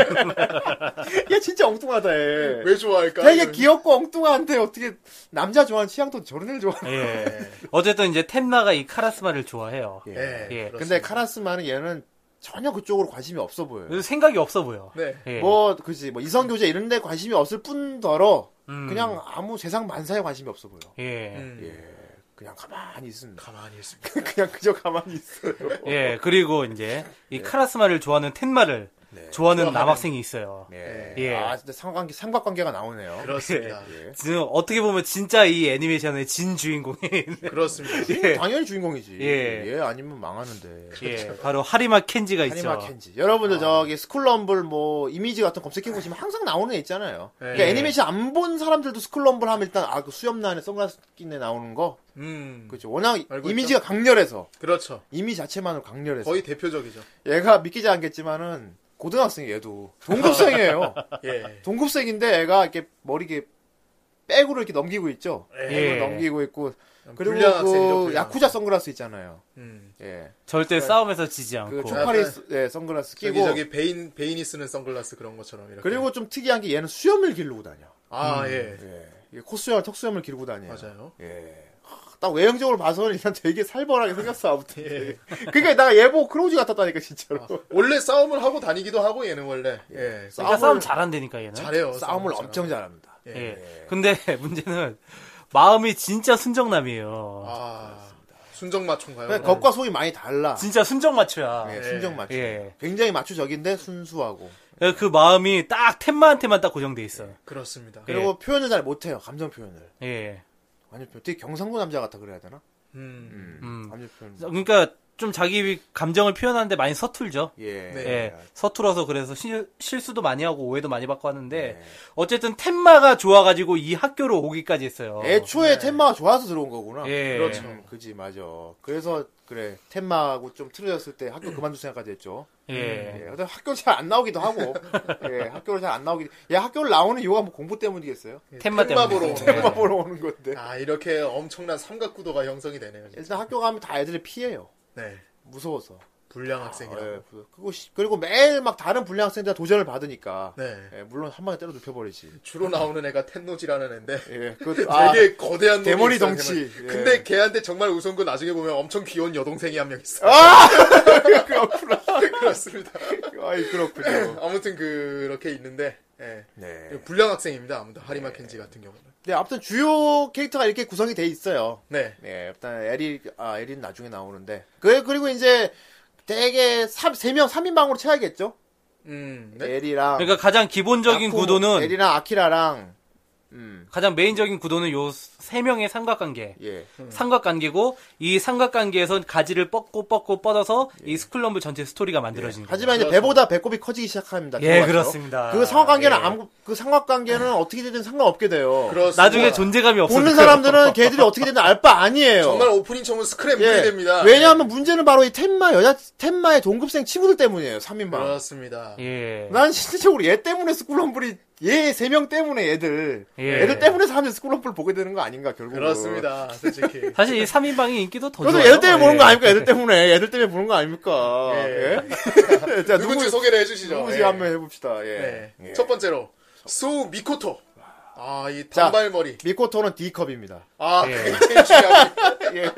Speaker 2: 얘 진짜 엉뚱하다. 얘.
Speaker 3: 왜
Speaker 4: 그러니까
Speaker 3: 좋아할까?
Speaker 2: 되게
Speaker 3: 이런-
Speaker 2: 귀엽고 엉뚱한데 어떻게 남자 좋아하는 취향도 저런 애를 좋아하는.
Speaker 4: 예.
Speaker 3: 예.
Speaker 4: 어쨌든 이제 텐마가 이 카라스마를 좋아해요.
Speaker 2: 예.
Speaker 3: 예.
Speaker 4: 예.
Speaker 2: 근데
Speaker 3: 근데
Speaker 2: 카라스마는 얘는 전혀 그쪽으로 관심이 없어 보여요.
Speaker 4: 그래서 생각이 없어 보여.
Speaker 3: 네.
Speaker 4: 예.
Speaker 2: 뭐 그지 뭐 이성 교제 이런 데 관심이 없을 뿐더러
Speaker 4: 음.
Speaker 2: 그냥 아무 세상 만사에 관심이 없어 보여.
Speaker 4: 예.
Speaker 3: 음.
Speaker 2: 예. 그냥 가만히 있습니다. (laughs)
Speaker 3: 가만히 있습니다.
Speaker 2: 그냥 그저 가만히 있어요.
Speaker 4: 예. 그리고 이제 이 카라스마를 좋아하는 텐마를 좋아하는
Speaker 3: 좋아하는-
Speaker 4: 남학생이 있어요.
Speaker 2: 예.
Speaker 4: 예.
Speaker 2: 아, 진짜 삼각관계 삼각관계가 나오네요.
Speaker 3: 그렇습니다.
Speaker 2: 예.
Speaker 4: 지금 어떻게 보면 진짜 이 애니메이션의 진 주인공이
Speaker 3: 그렇습니다.
Speaker 4: 예.
Speaker 2: 당연히 주인공이지.
Speaker 4: 예.
Speaker 2: 예. 아니면 망하는데.
Speaker 4: 예. 바로 하리마 켄지가 있죠.
Speaker 2: 하니마 켄지.
Speaker 3: 어.
Speaker 2: 여러분들 저기 스쿨럼블 뭐 이미지 같은 검색해 보시면 항상 나오는 애 있잖아요. 그러니까
Speaker 3: 예.
Speaker 2: 애니메이션 안 본 사람들도 스쿨럼블 하면 일단 아그 수염난에 선글라스 낀에 나오는 거.
Speaker 3: 음.
Speaker 2: 그렇죠. 워낙
Speaker 3: 알고
Speaker 2: 이미지가 강렬해서
Speaker 3: 그렇죠.
Speaker 2: 이미 자체만으로 강렬해서
Speaker 3: 거의 대표적이죠.
Speaker 2: 얘가 믿기지 않겠지만은 고등학생이 얘도
Speaker 3: (laughs)
Speaker 2: 동급생이에요. (laughs)
Speaker 3: 예.
Speaker 2: 동급생인데 애가 이렇게 머리 이렇게 백으로 이렇게 넘기고 있죠.
Speaker 4: 예.
Speaker 2: 백으로 넘기고 있고 그리고
Speaker 3: 불량 학생이죠,
Speaker 2: 그
Speaker 3: 불량
Speaker 2: 야쿠자 선글라스 있잖아요.
Speaker 3: 음.
Speaker 2: 예.
Speaker 4: 절대 싸움에서 지지 않고.
Speaker 2: 그 초파리 스- 예, 선글라스
Speaker 3: 아, 저기
Speaker 2: 끼고
Speaker 3: 저기 베인 베인이 쓰는 선글라스 그런 것처럼 이렇게.
Speaker 2: 그리고 좀 특이한 게 얘는 수염을 기르고 다녀.
Speaker 3: 아 예.
Speaker 2: 예. 이게 콧수염, 턱수염을 기르고 다녀요.
Speaker 3: 맞아요.
Speaker 2: 예. 하, 딱 외형적으로 봐서는 일단 되게 살벌하게 생겼어 아무튼. 그러니까 나 얘 보고 크로우즈 같았다니까
Speaker 3: 아,
Speaker 2: 진짜로.
Speaker 3: 원래 싸움을 하고 다니기도 하고 얘는 원래 예.
Speaker 4: 그러니까 싸움 잘한다니까 얘는.
Speaker 3: 잘해요.
Speaker 2: (laughs) 싸움을 엄청 잘합니다.
Speaker 3: 잘해요. 예.
Speaker 4: 예. 근데 (laughs) 문제는 마음이 진짜 순정남이에요.
Speaker 3: 아 순정 마총가요?
Speaker 2: 그러니까 겉과 속이 많이 달라.
Speaker 4: 진짜 순정 마초야.
Speaker 2: 예, 순정 맞추.
Speaker 4: 예.
Speaker 2: 굉장히 마초적인데 순수하고.
Speaker 4: 그 마음이 딱 텐마한테만 딱 고정돼 있어.
Speaker 3: 그렇습니다.
Speaker 2: 그리고 표현을 잘 못해요. 감정 표현을.
Speaker 4: 예.
Speaker 2: 완전 표현. 되게 경상도 남자 같다 그래야 되나?
Speaker 3: 음.
Speaker 2: 음.
Speaker 4: 음.
Speaker 2: 감정 표현.
Speaker 4: 그러니까 좀 자기 감정을 표현하는데 많이 서툴죠.
Speaker 2: 예.
Speaker 3: 네.
Speaker 4: 예. 서툴어서 그래서 실, 실수도 많이 하고 오해도 많이 받고 하는데
Speaker 2: 네.
Speaker 4: 어쨌든 텐마가 좋아가지고 이 학교로 오기까지 했어요.
Speaker 2: 애초에 텐마가 좋아서 들어온 거구나.
Speaker 4: 예.
Speaker 3: 그렇죠.
Speaker 2: 음, 그지 맞아. 그래서 그래 텐마하고 좀 틀어졌을 때 학교 그만둘 생각까지 했죠. 예.
Speaker 4: 예.
Speaker 2: 근데 학교 잘 안 나오기도 하고. 예. 학교를 잘 안 나오기. 야 학교를 나오는 이유가 뭐 공부 때문이겠어요?
Speaker 4: 텐마
Speaker 3: 텐마보로.
Speaker 4: 때문에.
Speaker 2: 텐마 보러 오는 건데.
Speaker 3: 아 이렇게 엄청난 삼각구도가 형성이 되네요. 진짜.
Speaker 2: 일단 학교 가면 다 애들이 피해요.
Speaker 3: 네.
Speaker 2: 무서워서.
Speaker 3: 불량
Speaker 2: 예,
Speaker 3: 학생이라고.
Speaker 2: 그리고, 시- 그리고 매일 막 다른 불량 학생들한테 도전을 받으니까.
Speaker 3: 네.
Speaker 2: 예, 물론 한 방에 때려 눕혀버리지.
Speaker 3: 주로 나오는 애가 텐노지라는 애인데
Speaker 2: 예, 그,
Speaker 3: (laughs)
Speaker 2: 아,
Speaker 3: 되게 거대한 놈이
Speaker 2: 대머리
Speaker 3: 있어요,
Speaker 2: 덩치.
Speaker 3: 대머리.
Speaker 2: 예.
Speaker 3: 근데 걔한테 정말 우스운 건 나중에 보면 엄청 귀여운 여동생이 한 명 있어.
Speaker 2: 아!
Speaker 3: (laughs)
Speaker 2: 그렇구나.
Speaker 3: 그렇습니다.
Speaker 2: 아이, 그렇군요.
Speaker 3: 아무튼 그렇게 있는데 예.
Speaker 2: 네.
Speaker 3: 불량 학생입니다. 아무튼
Speaker 2: 예.
Speaker 3: 하리마 켄지 같은 경우는.
Speaker 2: 네, 아무튼 주요 캐릭터가 이렇게 구성이 돼 있어요.
Speaker 3: 네.
Speaker 2: 네, 일단 에리, 아, 에리는 나중에 나오는데. 그, 그리고 이제 되게 3, 3명, 3인방으로 쳐야겠죠?
Speaker 3: 음.
Speaker 2: 예.
Speaker 3: 네.
Speaker 2: 에리랑.
Speaker 4: 그러니까 가장 기본적인
Speaker 2: 야쿠,
Speaker 4: 구도는
Speaker 2: 에리랑 아키라랑, 음,
Speaker 4: 가장 메인적인 구도는 요 세 명의 삼각관계.
Speaker 2: 예.
Speaker 4: 삼각관계고 이 삼각관계에선 가지를 뻗고 뻗고 뻗어서 이 스쿨럼블 전체 스토리가 만들어진
Speaker 2: 예.
Speaker 4: 거예요.
Speaker 2: 하지만 이제 배보다 배꼽이 커지기 시작합니다.
Speaker 4: 예,
Speaker 2: 들어가서.
Speaker 4: 그렇습니다.
Speaker 2: 그 상관관계는
Speaker 4: 예.
Speaker 2: 아무, 그 상관관계는 어떻게 되든 상관없게 돼요.
Speaker 3: 그렇습니다.
Speaker 4: 나중에 존재감이 없어.
Speaker 2: 보는 뭐 사람들은 걔들이 어떻게 되든 알 바 아니에요. 예.
Speaker 3: 정말 오프닝처럼 스크랩 물이 됩니다.
Speaker 2: 왜냐하면 문제는 바로 이 텐마 여자 텐마의 동급생 친구들 때문이에요. 3인방.
Speaker 3: 그렇습니다.
Speaker 4: 예.
Speaker 2: 난 실질적으로 얘 때문에 스쿨럼블이 얘 세 명 때문에 얘들
Speaker 4: 예.
Speaker 2: 얘들 때문에 사람들이 스쿨럼블 보게 되는 거 아닌가 결국은.
Speaker 3: 그렇습니다. 솔직히.
Speaker 4: 사실 이 3인방이 인기도 더
Speaker 2: 그래도
Speaker 4: 좋아요.
Speaker 2: 얘들 때문에 보는
Speaker 4: 예.
Speaker 2: 거 아닙니까? 얘들 때문에 얘들 때문에 보는 거 아닙니까?
Speaker 3: 예. (laughs)
Speaker 2: 예? 자 (laughs) 누구
Speaker 3: 누군지 소개를 해주시죠.
Speaker 2: 누구지
Speaker 3: 예.
Speaker 2: 한번 해봅시다. 예.
Speaker 3: 예.
Speaker 2: 예.
Speaker 3: 첫 번째로 소 미코토. 아, 이
Speaker 2: 자.
Speaker 3: 단발머리.
Speaker 2: 미코토는 D 컵입니다.
Speaker 3: 아, (laughs)
Speaker 4: 예.
Speaker 3: 굉장히 중요합니다.
Speaker 2: 예.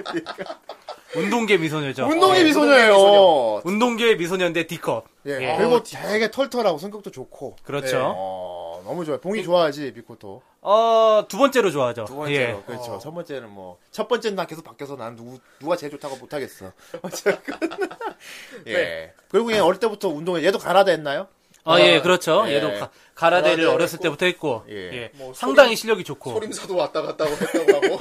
Speaker 4: 운동계 미소녀죠. 예.
Speaker 2: 운동의
Speaker 3: 어,
Speaker 2: 미소녀예요.
Speaker 4: 운동계 미소녀인데 D컵.
Speaker 2: 예.
Speaker 4: 예.
Speaker 2: 그리고 어, 되게 털털하고 성격도 좋고.
Speaker 4: 그렇죠.
Speaker 2: 어, 너무 좋아요. 봉이 좋아하지 미코토.
Speaker 4: 어, 어, 두 번째로 좋아하죠.
Speaker 2: 두 번째로
Speaker 4: 예.
Speaker 2: 그렇죠.
Speaker 3: 어.
Speaker 2: 첫 번째는 뭐 첫 번째는 나 계속 바뀌어서 난 누구 누가 제일 좋다고 못하겠어.
Speaker 3: (laughs) 네.
Speaker 2: 예. 그리고 얘 어릴 때부터 운동에 얘도 가라다 했나요?
Speaker 4: 아, 예, 그렇죠.
Speaker 2: 예.
Speaker 4: 얘도 가, 가라데를
Speaker 3: 가라데를
Speaker 4: 어렸을
Speaker 3: 했고,
Speaker 4: 때부터 했고,
Speaker 2: 예.
Speaker 4: 예.
Speaker 3: 뭐
Speaker 4: 상당히 실력이 좋고.
Speaker 3: 소림사도 왔다 갔다 하고 했다고 (laughs)
Speaker 2: (laughs)
Speaker 3: 하고.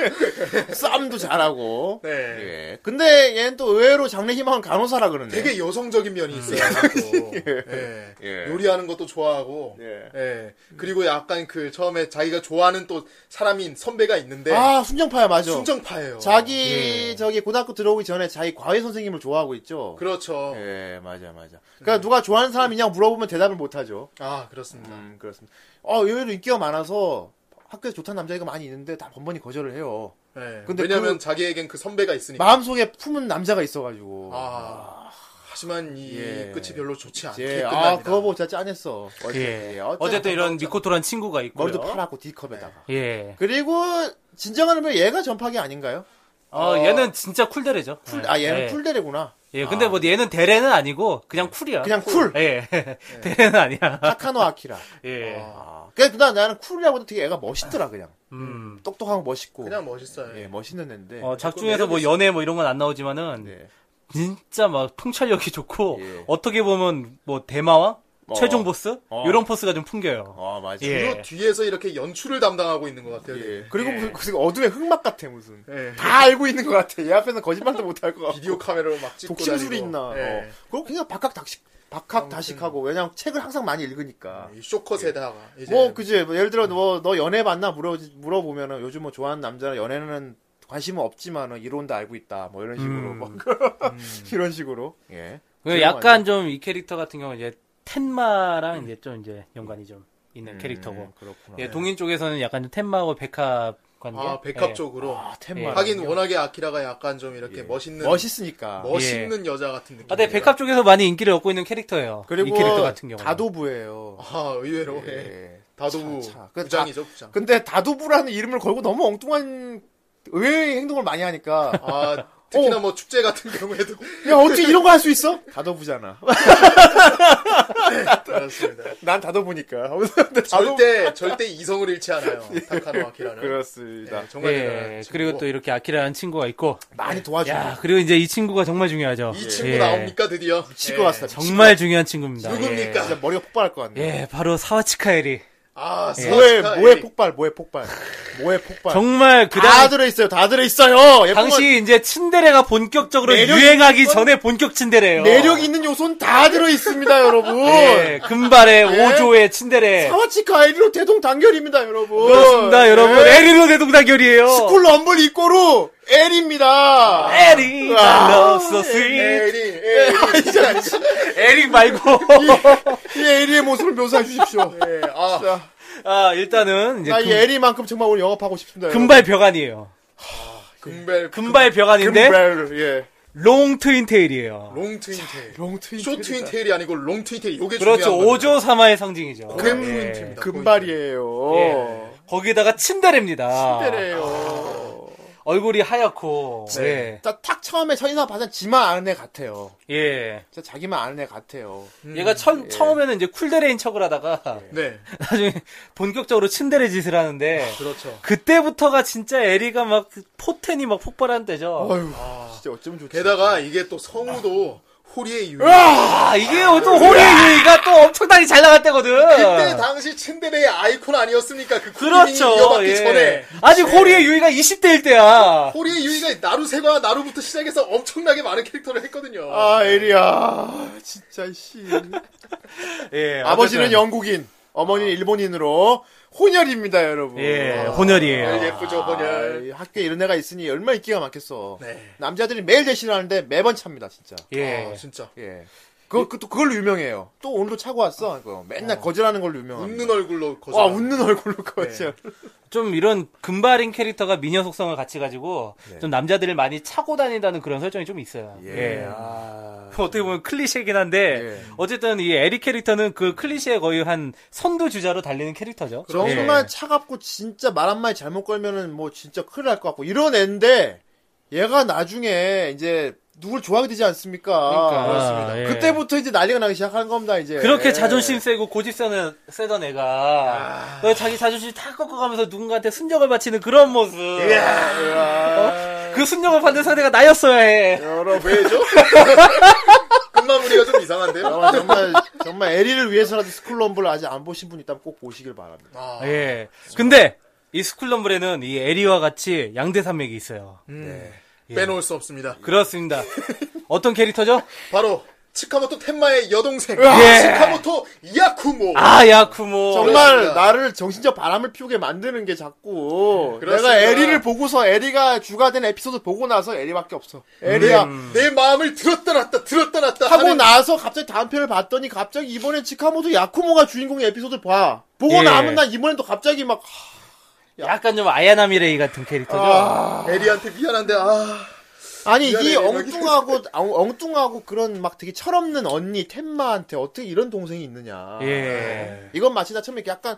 Speaker 2: 싸움도 잘하고.
Speaker 3: 네.
Speaker 2: 예. 근데 얘는 또 의외로 장래 희망은 간호사라 그러네.
Speaker 3: 되게 여성적인 면이 있어요.
Speaker 2: (laughs)
Speaker 3: 또. 예.
Speaker 2: 음. 예.
Speaker 3: 요리하는 것도 좋아하고.
Speaker 2: 예.
Speaker 3: 예. 그리고 약간 그 처음에 자기가 좋아하는 또 사람인 선배가 있는데
Speaker 2: 아 순정파야 맞아.
Speaker 3: 순정파예요.
Speaker 2: 자기
Speaker 3: 예.
Speaker 2: 저기 고등학교 들어오기 전에 자기 과외 선생님을 좋아하고 있죠.
Speaker 3: 그렇죠.
Speaker 2: 예, 맞아, 맞아. 그러니까 누가 좋아하는 사람이냐고 물어보면 대답을 못하죠.
Speaker 3: 아 그렇습니다.
Speaker 2: 음, 그렇습니다. 어, 의외로 인기가 많아서 학교에서 좋다는 남자애가 많이 있는데 다 번번이 거절을 해요.
Speaker 3: 예.
Speaker 2: 근데
Speaker 3: 왜냐하면
Speaker 2: 그-
Speaker 3: 자기에겐 그 선배가 있으니까.
Speaker 2: 네. 마음속에 품은 남자가 있어가지고.
Speaker 3: 아, 하지만 이
Speaker 2: 예.
Speaker 3: 끝이 별로 좋지 않게
Speaker 2: 이제,
Speaker 3: 끝납니다.
Speaker 2: 아, 그거 보고 진짜 짠했어. 어쨌든,
Speaker 4: 예.
Speaker 2: 예,
Speaker 4: 어쨌든 이런 미코토란 친구가 있고요.
Speaker 2: 머리도 파랗고 D컵에다가.
Speaker 4: 예.
Speaker 2: 그리고 진정한 의미로 얘가 전파기 아닌가요?
Speaker 4: 어, 얘는 진짜 쿨데레죠.
Speaker 2: 쿨, 아, 얘는
Speaker 4: 예.
Speaker 2: 쿨데레구나.
Speaker 4: (laughs) 예, 근데 뭐 얘는 데레는 아니고 그냥 쿨이야.
Speaker 2: 그냥 쿨.
Speaker 4: 예. (laughs) 데레는 아니야. (laughs)
Speaker 2: 타카노 아키라.
Speaker 4: 예.
Speaker 2: 아, 그냥 그나 나는 쿨이라고 해도 되게 애가 멋있더라, 그냥.
Speaker 4: 음.
Speaker 2: 똑똑하고 멋있고.
Speaker 3: 그냥 뭐, 네. 멋있어요.
Speaker 2: 예, 멋있는 애인데.
Speaker 4: 어, 작중에서 뭐 연애 뭐 이런 건 안 나오지만은
Speaker 2: 네.
Speaker 4: 진짜 막 통찰력이 좋고
Speaker 2: 예.
Speaker 4: 어떻게 보면 뭐 대마왕,
Speaker 2: 어.
Speaker 4: 최종 보스
Speaker 2: 어.
Speaker 4: 이런 포스가 좀 풍겨요.
Speaker 2: 아, 맞아.
Speaker 4: 예.
Speaker 3: 그리고 뒤에서 이렇게 연출을 담당하고 있는 것 같아요.
Speaker 2: 예.
Speaker 3: 되게.
Speaker 2: 그리고 무슨, 무슨 어둠의 흑막 같아 무슨
Speaker 3: 예.
Speaker 2: 다 알고 있는 것 같아 얘 앞에서는 거짓말도 못 할 것 같고
Speaker 3: 비디오 카메라로 막 찍고
Speaker 2: 독심술이
Speaker 3: 다니고.
Speaker 2: 있나
Speaker 3: 예.
Speaker 2: 어. 그리고 그냥 박학다식 박학다식하고 왜냐면 책을 항상 많이 읽으니까
Speaker 3: 이 쇼컷에다가 아, 이제
Speaker 2: 어.
Speaker 3: 음.
Speaker 2: 뭐 그지 뭐 예를 들어 뭐 너 연애 봤나 물어 물어보면은 요즘 뭐 좋아하는 남자는 연애는 관심은 없지만은 이론도 알고 있다 뭐 이런 식으로
Speaker 4: 음.
Speaker 2: 뭐 (laughs) 이런 식으로 예
Speaker 4: 그 약간 좀 이 캐릭터 같은 경우는 이제 텐마랑 이제 좀 이제 연관이 좀 있는
Speaker 3: 음,
Speaker 4: 캐릭터고.
Speaker 2: 음. 그렇구나 네.
Speaker 4: 예, 동인 쪽에서는 약간 좀 텐마하고 백합 관계.
Speaker 3: 아 백합
Speaker 4: 예.
Speaker 3: 쪽으로
Speaker 2: 아 템마
Speaker 4: 예.
Speaker 3: 하긴 워낙에 아키라가 약간 좀 이렇게 멋있는
Speaker 2: 멋있으니까 예.
Speaker 3: 멋있는 여자 같은 느낌.
Speaker 4: 아, 네, 백합 쪽에서 많이 인기를 얻고 있는 캐릭터예요. 이
Speaker 2: 그리고
Speaker 4: 캐릭터 같은 경우.
Speaker 2: 다도부예요
Speaker 3: 아 의외로 예.
Speaker 2: 예.
Speaker 3: 다도부
Speaker 2: 차, 차. 그
Speaker 3: 부장이죠 부장.
Speaker 2: 근데 다두부라는 이름을 걸고 너무 엉뚱한 의외의 행동을 많이 하니까
Speaker 3: (laughs) 아
Speaker 2: 어.
Speaker 3: 특히나 뭐 축제 같은 경우에도
Speaker 2: (laughs) 야 어떻게 이런 거 할 수 있어? 다두부잖아. (laughs) 아,
Speaker 3: 그렇습니다.
Speaker 2: 난 다두부니까.
Speaker 3: 절대 절대 이성을 잃지 않아요. 타카노 아키라는.
Speaker 2: 그렇습니다.
Speaker 3: 예, 정말 뭐,
Speaker 4: 예,
Speaker 3: 대단한 친구고.
Speaker 4: 그리고 또 이렇게 아키라는 친구가 있고.
Speaker 2: 많이 도와줘.
Speaker 4: 야, 그리고 이제 이 친구가 정말 중요하죠.
Speaker 3: 이 친구
Speaker 4: 예.
Speaker 3: 나옵니까 드디어 예.
Speaker 2: 미칠 것 같다.
Speaker 4: 정말 예. 중요한 친구입니다.
Speaker 3: 누굽니까?
Speaker 2: 진짜 머리가 폭발할 것 같네.
Speaker 4: 예, 예, 바로 사와치카에리.
Speaker 3: 아
Speaker 2: 예. 뭐에
Speaker 3: 사와치카
Speaker 2: 뭐에
Speaker 3: 에릭.
Speaker 2: 폭발, 뭐에 폭발, 뭐에 폭발.
Speaker 4: 예. 정말 그
Speaker 2: 다
Speaker 4: 당,
Speaker 2: 들어 있어요, 다 들어 있어요. 예,
Speaker 4: 당시 이제 츤데레가 본격적으로
Speaker 2: 매력
Speaker 4: 유행하기
Speaker 2: 있는 건-
Speaker 4: 전에 본격 츤데레예요.
Speaker 2: 매력 있는 요소는 다 들어
Speaker 4: (laughs)
Speaker 2: 있습니다, 여러분.
Speaker 4: 예, 금발의
Speaker 2: 예.
Speaker 4: 5조의 츤데레.
Speaker 2: 사와치카 에리로 대동 단결입니다, 여러분.
Speaker 4: 그렇습니다, 여러분.
Speaker 2: 예.
Speaker 4: 에리로 대동단결이에요.
Speaker 2: 스쿨 럼블 이꼬로 에리입니다.
Speaker 4: 아, 에리, I love so
Speaker 2: 예,
Speaker 4: sweet.
Speaker 3: 에릭, 에릭.
Speaker 4: 에리 말고.
Speaker 2: 이 에리의 모습을 묘사해 주십시오.
Speaker 3: 예, 아,
Speaker 2: 자,
Speaker 4: (laughs) 아, 일단은 이제
Speaker 2: 나 이
Speaker 4: 금,
Speaker 2: 에리만큼 정말 오늘 영업하고 싶습니다. 여러분.
Speaker 4: 금발 벽안이에요.
Speaker 3: 금발
Speaker 4: 금발 벽안인데
Speaker 2: 금발, 예.
Speaker 4: 롱 트윈테일이에요.
Speaker 3: 그 롱 트윈테일.
Speaker 2: 롱 트윈.
Speaker 3: 쇼 트윈테일이 아니고 롱 트윈테일. 요게
Speaker 4: 그렇죠.
Speaker 3: 중요한 겁니다.
Speaker 4: 5조 사마의 상징이죠.
Speaker 3: 그램
Speaker 4: 예.
Speaker 3: 트윈테일입니다.
Speaker 2: 금발이에요. 아.
Speaker 4: 예.
Speaker 2: 어.
Speaker 4: 거기다가 친데레입니다.
Speaker 2: 그래요.
Speaker 4: 얼굴이 하얗고. 예.
Speaker 2: 자, 탁 처음에 첫인상 봤을 때 지만 아는 애 같아요.
Speaker 4: 예.
Speaker 2: 진짜 자기만 아는 애 같아요.
Speaker 4: 얘가 처, 처음에는 이제 쿨데레인 척을 하다가
Speaker 3: 네,
Speaker 4: 나중에 본격적으로 친데레 짓을 하는데
Speaker 3: 그렇죠.
Speaker 4: 그때부터가 진짜 에리가 막그 포텐이 막 폭발한 때죠.
Speaker 2: 어휴, 진짜 어쩌면 좋지.
Speaker 3: 게다가 이게 또 성우도 호리의 유.
Speaker 4: 아, 이게 또 호리의 유이가 또 엄청나게 잘 나갈 때거든.
Speaker 3: 그때 당시 츤데레의 아이콘 아니었습니까? 그
Speaker 4: 그렇죠.
Speaker 3: 그렇죠. 이어받기
Speaker 4: 예.
Speaker 3: 전에
Speaker 4: 아직 호리의 유이가 20대일 때야.
Speaker 3: 호리의 유이가 나루세가 나루부터 시작해서 엄청나게 많은 캐릭터를 했거든요.
Speaker 2: 아, 에리야. 진짜, 씨.
Speaker 4: 예,
Speaker 2: 아버지는
Speaker 4: 어쨌든.
Speaker 2: 영국인, 어머니는 일본인으로 혼혈입니다, 여러분.
Speaker 4: 예,
Speaker 2: 아,
Speaker 3: 정말
Speaker 4: 혼혈이에요.
Speaker 3: 예쁘죠 혼혈.
Speaker 2: 이 학교에 이런 애가 있으니 얼마나 인기가 많겠어.
Speaker 3: 네. 남자들이
Speaker 2: 남자들이 매일 대신을 하는데 매번 찹니다, 진짜.
Speaker 4: 예.
Speaker 3: 진짜
Speaker 2: 예. 그, 그, 또 그걸로 유명해요. 또 오늘도 차고 왔어. 그거. 맨날 거절하는 걸로 유명한.
Speaker 3: 웃는 얼굴로 거절.
Speaker 2: 와, 웃는 얼굴로 거절.
Speaker 4: 좀 이런 금발인 캐릭터가 미녀 속성을 같이 가지고 좀 남자들을 많이 차고 다닌다는 그런 설정이 좀 있어요. 예. 뭐
Speaker 2: 아.
Speaker 4: 어떻게 보면 클리셰이긴 한데
Speaker 2: 예.
Speaker 4: 어쨌든 이 에리 캐릭터는 그 클리셰의 거의 한 선두 주자로 달리는 캐릭터죠.
Speaker 2: 그 정말
Speaker 4: 예.
Speaker 2: 차갑고 진짜 말 한마디 잘못 걸면은 뭐 진짜 큰일 날 것 같고 이런 애인데 얘가 나중에 이제 누굴 좋아하게 되지 않습니까?
Speaker 4: 그러니까. 그렇습니다. 예.
Speaker 2: 그때부터 이제 난리가 나기 시작한 겁니다, 이제.
Speaker 4: 그렇게 자존심 세고 고집 세는, 세던 애가 어, 자기 자존심 다 꺾어가면서 누군가한테 순정을 바치는 그런 모습 어? 그 순정을 받는 상대가 나였어야 해
Speaker 2: 여러 왜죠?
Speaker 3: 끝마무리가 좀
Speaker 2: (laughs)
Speaker 3: 이상한데요? 아.
Speaker 2: 여러분, 정말 정말 에리를 위해서라도 스쿨 럼블 아직 안 보신 분 있다면 꼭 보시길 바랍니다.
Speaker 3: 아.
Speaker 4: 예. 근데 이 스쿨럼블에는 이 에리와 같이 양대 산맥이 있어요
Speaker 2: 예.
Speaker 3: 빼놓을 수 없습니다.
Speaker 4: 그렇습니다 어떤 캐릭터죠?
Speaker 3: 바로 치카모토 텐마의 여동생
Speaker 4: 예.
Speaker 3: 치카모토 야쿠모
Speaker 4: 아 야쿠모
Speaker 2: 정말
Speaker 3: 어, 그렇습니다.
Speaker 2: 나를 정신적 바람을 피우게 만드는 게 자꾸
Speaker 3: 네, 그렇습니다.
Speaker 2: 내가 에리를 보고서 에리가 주가 된 에피소드 보고 나서 에리밖에 없어. 에리야
Speaker 3: 내 마음을 들었다 놨다 들었다 놨다
Speaker 2: 하고
Speaker 3: 하는
Speaker 2: 나서 갑자기 다음 편을 봤더니 갑자기 이번엔 치카모토 야쿠모가 주인공의 에피소드 봐. 보고
Speaker 4: 예.
Speaker 2: 나면 난 이번엔 또 갑자기 막
Speaker 4: 약간 좀 아야나미레이 같은 캐릭터죠
Speaker 3: 에리한테 미안한데 아
Speaker 2: 아니 이
Speaker 3: 미안해,
Speaker 2: 엉뚱하고 엉- 엉뚱하고 그런 막 되게 철없는 언니 템마한테 어떻게 이런 동생이 있느냐.
Speaker 4: 예.
Speaker 2: 이건 마치 나 처음에 이렇게 약간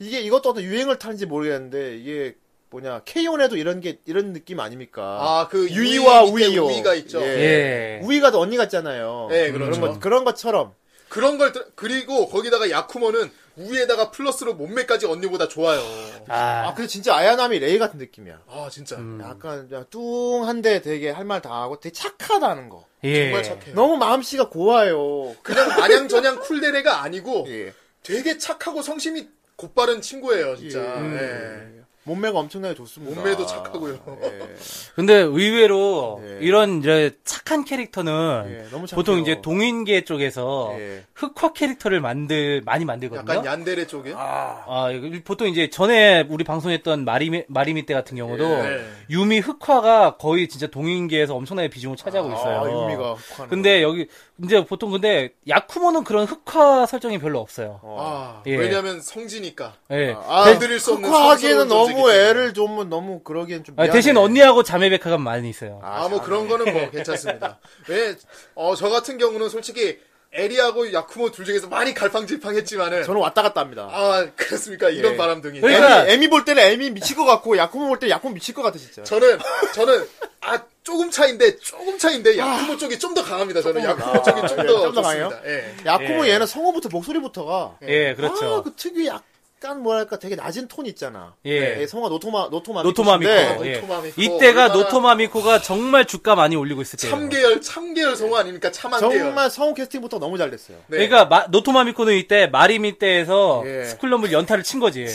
Speaker 2: 이게 이것도 어떤 유행을 타는지 모르겠는데 이게 뭐냐 케이온에도 이런 게 이런 느낌 아닙니까?
Speaker 3: 아, 그
Speaker 2: 유이와
Speaker 3: 유이 밑에
Speaker 2: 우이요.
Speaker 3: 우이가 있죠.
Speaker 4: 예.
Speaker 2: 우이가 더 언니 같잖아요.
Speaker 3: 예,
Speaker 2: 그런
Speaker 3: 그렇죠.
Speaker 2: 것 그런 것처럼
Speaker 3: 그런 걸 들- 그리고 거기다가 야쿠모는 우에다가 플러스로 몸매까지 언니보다 좋아요.
Speaker 2: 아,
Speaker 4: 아,
Speaker 2: 근데 진짜 아야나미 레이 같은 느낌이야.
Speaker 3: 아 진짜
Speaker 2: 약간 그냥 뚱한데 되게 할 말 다 하고 되게 착하다는 거.
Speaker 4: 예.
Speaker 3: 정말 착해요.
Speaker 2: 너무 마음씨가 고와요.
Speaker 3: 그냥 마냥저냥 쿨데레가 아니고
Speaker 2: 예.
Speaker 3: 되게 착하고 성심이 곧바른 친구예요 진짜.
Speaker 2: 음.
Speaker 3: 예.
Speaker 2: 몸매가 엄청나게 좋습니다.
Speaker 3: 몸매도 착하고요.
Speaker 2: 예.
Speaker 4: 근데 의외로
Speaker 2: 예.
Speaker 4: 이런 이제 착한 캐릭터는
Speaker 2: 예, 너무 착해요.
Speaker 4: 보통 이제 동인계 쪽에서
Speaker 2: 예.
Speaker 4: 흑화 캐릭터를 만들 많이 만들거든요.
Speaker 3: 약간 얀데레 쪽에
Speaker 4: 아, 이거 보통 이제 전에 우리 방송했던 마리미 마리미 때 같은 경우도
Speaker 3: 예.
Speaker 4: 유미 흑화가 거의 진짜 동인계에서 엄청나게 비중을 차지하고 있어요.
Speaker 2: 아, 유미가 혹하는
Speaker 4: 근데 여기 이제 보통 근데 야쿠모는 그런 흑화 설정이 별로 없어요.
Speaker 3: 아,
Speaker 4: 예.
Speaker 3: 왜냐면 성지니까.
Speaker 4: 예.
Speaker 2: 아,
Speaker 3: 대- 건드릴 수 없는
Speaker 2: 하기에는
Speaker 3: 성스러운
Speaker 2: 너무
Speaker 3: 존재기 때문에.
Speaker 2: 애를 좀 너무 그러기엔 좀
Speaker 4: 아,
Speaker 2: 미안해.
Speaker 4: 대신 언니하고 자매 백화가 많이 있어요.
Speaker 3: 아, 뭐 그런 거는 뭐 괜찮습니다. (laughs) 왜, 어, 저 같은 경우는 솔직히 에리하고 야쿠모 둘 중에서 많이 갈팡질팡했지만은.
Speaker 2: 저는 왔다 갔다 합니다.
Speaker 3: 아, 그렇습니까. 이런
Speaker 2: 예.
Speaker 3: 바람둥이.
Speaker 4: 그러니까-
Speaker 3: 아니,
Speaker 2: 에미, 에미 볼 때는 에미 미칠 것 같고 야쿠모 볼 때 야쿠모 미칠 것 같아 진짜.
Speaker 3: 저는, 저는, 아, 조금 차인데, 조금 차인데, 야쿠모 쪽이 좀 더 강합니다. 저는 야쿠모 쪽이
Speaker 2: 아. 예,
Speaker 3: 좀더
Speaker 2: 좀더
Speaker 3: 좋습니다. 예.
Speaker 2: 야쿠모
Speaker 4: 예.
Speaker 2: 얘는 성우부터 목소리부터가
Speaker 4: 예, 그렇죠.
Speaker 2: 아, 그 특유의 약간 뭐랄까 되게 낮은 톤 있잖아.
Speaker 4: 예.
Speaker 2: 예, 성우가 노토마 노토마
Speaker 4: 노토마미코.
Speaker 2: 미코인데
Speaker 4: 예.
Speaker 3: 노토마미코.
Speaker 4: 이때가
Speaker 3: 얼마나-
Speaker 4: 노토마미코가 정말 주가 많이 올리고 있을 때예요.
Speaker 3: 참계열, 참계열 성우 아닙니까? 참한계열.
Speaker 2: 정말 성우 캐스팅부터 너무 잘 됐어요.
Speaker 3: 네.
Speaker 4: 그러니까 마- 노토마미코는 이때 마리미 때에서
Speaker 2: 예.
Speaker 4: 스쿨럼블 연타를 친 거지.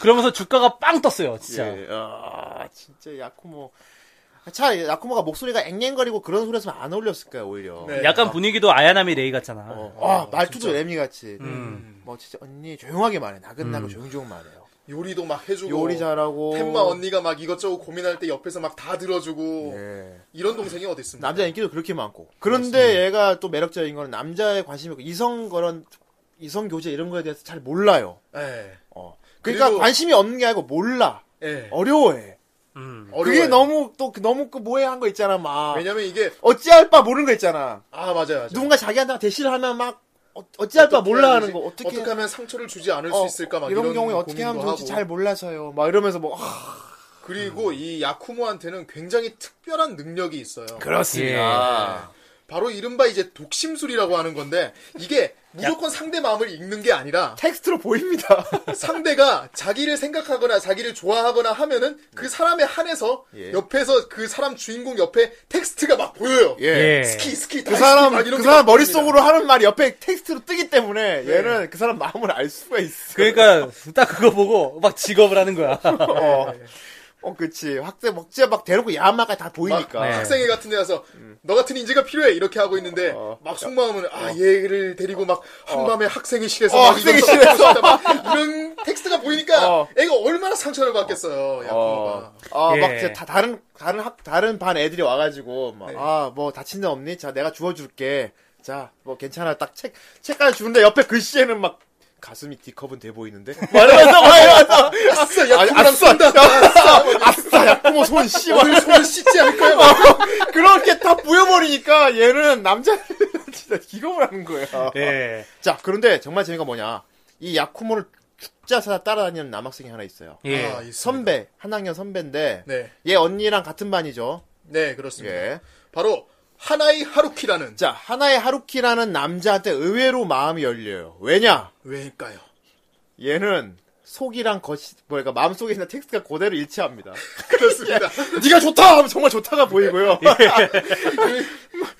Speaker 4: 그러면서 주가가 빵 떴어요, 진짜.
Speaker 2: 예. 아, 진짜 야쿠모. 차 야쿠모가 목소리가 앵앵거리고 그런 소리에서 안 어울렸을 거야 오히려.
Speaker 3: 네.
Speaker 4: 약간 분위기도 아야나미 레이 같잖아.
Speaker 3: 어,
Speaker 2: 아, 말투도 레미 같이.
Speaker 3: 음.
Speaker 2: 뭐 진짜 언니 조용하게 말해. 나긋나긋 조용조용 말해요.
Speaker 3: 요리도 막 해주고.
Speaker 2: 요리 잘하고.
Speaker 3: 템마 음. 언니가 막 이것저것 고민할 때 옆에서 막 다 들어주고.
Speaker 2: 예.
Speaker 3: 이런 동생이 어디 있습니까?
Speaker 2: 남자 인기도 그렇게 많고. 그런데 얘가 또 매력적인 거는 남자에 관심이 없고 이성 그런 이성 교제 이런 거에 대해서 잘 몰라요.
Speaker 3: 예.
Speaker 2: 어. 그러니까
Speaker 3: 그리고-
Speaker 2: 관심이 없는 게 아니고 몰라.
Speaker 3: 예.
Speaker 2: 어려워해. 그게
Speaker 4: 음.
Speaker 3: 어려워요.
Speaker 2: 너무 또그 너무 그 모해한 거 있잖아 막.
Speaker 3: 왜냐면 이게
Speaker 2: 어찌할 바 모르는 거 있잖아.
Speaker 3: 아 맞아요. 맞아요.
Speaker 2: 누군가 자기한테 대시를 하면 막 어, 어찌할 바
Speaker 3: 어떻게
Speaker 2: 몰라
Speaker 3: 해야
Speaker 2: 하는
Speaker 3: 되지?
Speaker 2: 거 어떻게 해야
Speaker 3: 하면 상처를 주지 않을
Speaker 2: 어,
Speaker 3: 수 있을까 막
Speaker 2: 이런, 경우에 어떻게 하면
Speaker 3: 고민도
Speaker 2: 좋을지
Speaker 3: 하고.
Speaker 2: 잘 음. 몰라서요. 막 이러면서 뭐 아,
Speaker 3: 그리고 이 야쿠모한테는 굉장히 특별한 능력이 있어요. 네.
Speaker 2: 그- 예.
Speaker 4: 예.
Speaker 2: 아.
Speaker 4: 그렇습니다.
Speaker 3: 바로 이른바 이제 독심술이라고 하는 건데 이게 무조건 상대 마음을 읽는 게 아니라
Speaker 2: 텍스트로 (laughs) 보입니다.
Speaker 3: 상대가 자기를 생각하거나 자기를 좋아하거나 하면은 그 사람에 한해서
Speaker 2: 예.
Speaker 3: 옆에서 그 사람 주인공 옆에 텍스트가 막 보여요.
Speaker 4: 예.
Speaker 3: 스키 스키
Speaker 2: 그 사람
Speaker 3: 막 아, 이런
Speaker 2: 그
Speaker 3: 게
Speaker 2: 사람
Speaker 3: 막
Speaker 2: 머릿속으로 하는 말이 옆에 텍스트로 뜨기 때문에 얘는 그 사람 마음을 알 수가 있어.
Speaker 4: 그러니까 딱 그거 보고 막 직업을
Speaker 2: (laughs)
Speaker 4: 하는 거야.
Speaker 2: 어. 어, 그치. 학생 먹자 막 대놓고 야마가 다 보이니까. 음.
Speaker 3: 막 학생회 같은 데 가서 너 같은 인재가 필요해 이렇게 하고 있는데
Speaker 2: 어.
Speaker 3: 막 속마음은 아 얘를 데리고 막 한밤에 학생회 실에서
Speaker 2: 어,
Speaker 3: 막 이런
Speaker 2: 학생회
Speaker 3: 거 하고 싶다 (laughs) 막 이런 텍스트가 보이니까
Speaker 2: 어.
Speaker 3: 애가 얼마나 상처를 받겠어요 야쿠가
Speaker 2: 어, 어,
Speaker 4: 예.
Speaker 2: 막, 이제 다, 다른, 다른 학, 다른 반 애들이 와가지고, 막, 아, 뭐, 다친 데 없니? 자, 내가 주워줄게. 자, 뭐, 괜찮아. 딱 책, 책까지 주는데 옆에 글씨에는 막, 가슴이 D컵은 돼 보이는데? 말하면서, 말하면서,
Speaker 3: 아싸 야쿠랑
Speaker 2: 아싸,
Speaker 3: 쏜다
Speaker 2: 아싸, 아싸, 야쿠모 손, 씨. 막
Speaker 3: 오늘 손을 씻지 않을 거야 막.
Speaker 2: 그렇게 다 부여버리니까 얘는 남자 (laughs) 진짜 기겁을 하는 거야.
Speaker 4: 예.
Speaker 2: 자, 그런데 정말 재미가 뭐냐. 이 야쿠모를 죽자 사다 따라다니는 남학생이 하나 있어요.
Speaker 4: 예.
Speaker 3: 아, 있습니다.
Speaker 2: 선배, 한 학년 선배인데,
Speaker 3: 네,
Speaker 2: 얘 언니랑 같은 반이죠.
Speaker 3: 네 그렇습니다
Speaker 2: 예.
Speaker 3: 바로 하나의 하루키라는
Speaker 2: 자, 하나의 하루키라는 남자한테 의외로 마음이 열려요. 왜냐? (laughs)
Speaker 3: 왜일까요?
Speaker 2: 얘는 속이랑 겉이 뭐랄까 마음속에 있는 텍스트가 그대로 일치합니다.
Speaker 3: 그렇습니다.
Speaker 2: (laughs) 네가 좋다 하면 정말 좋다가 (laughs) 보이고요.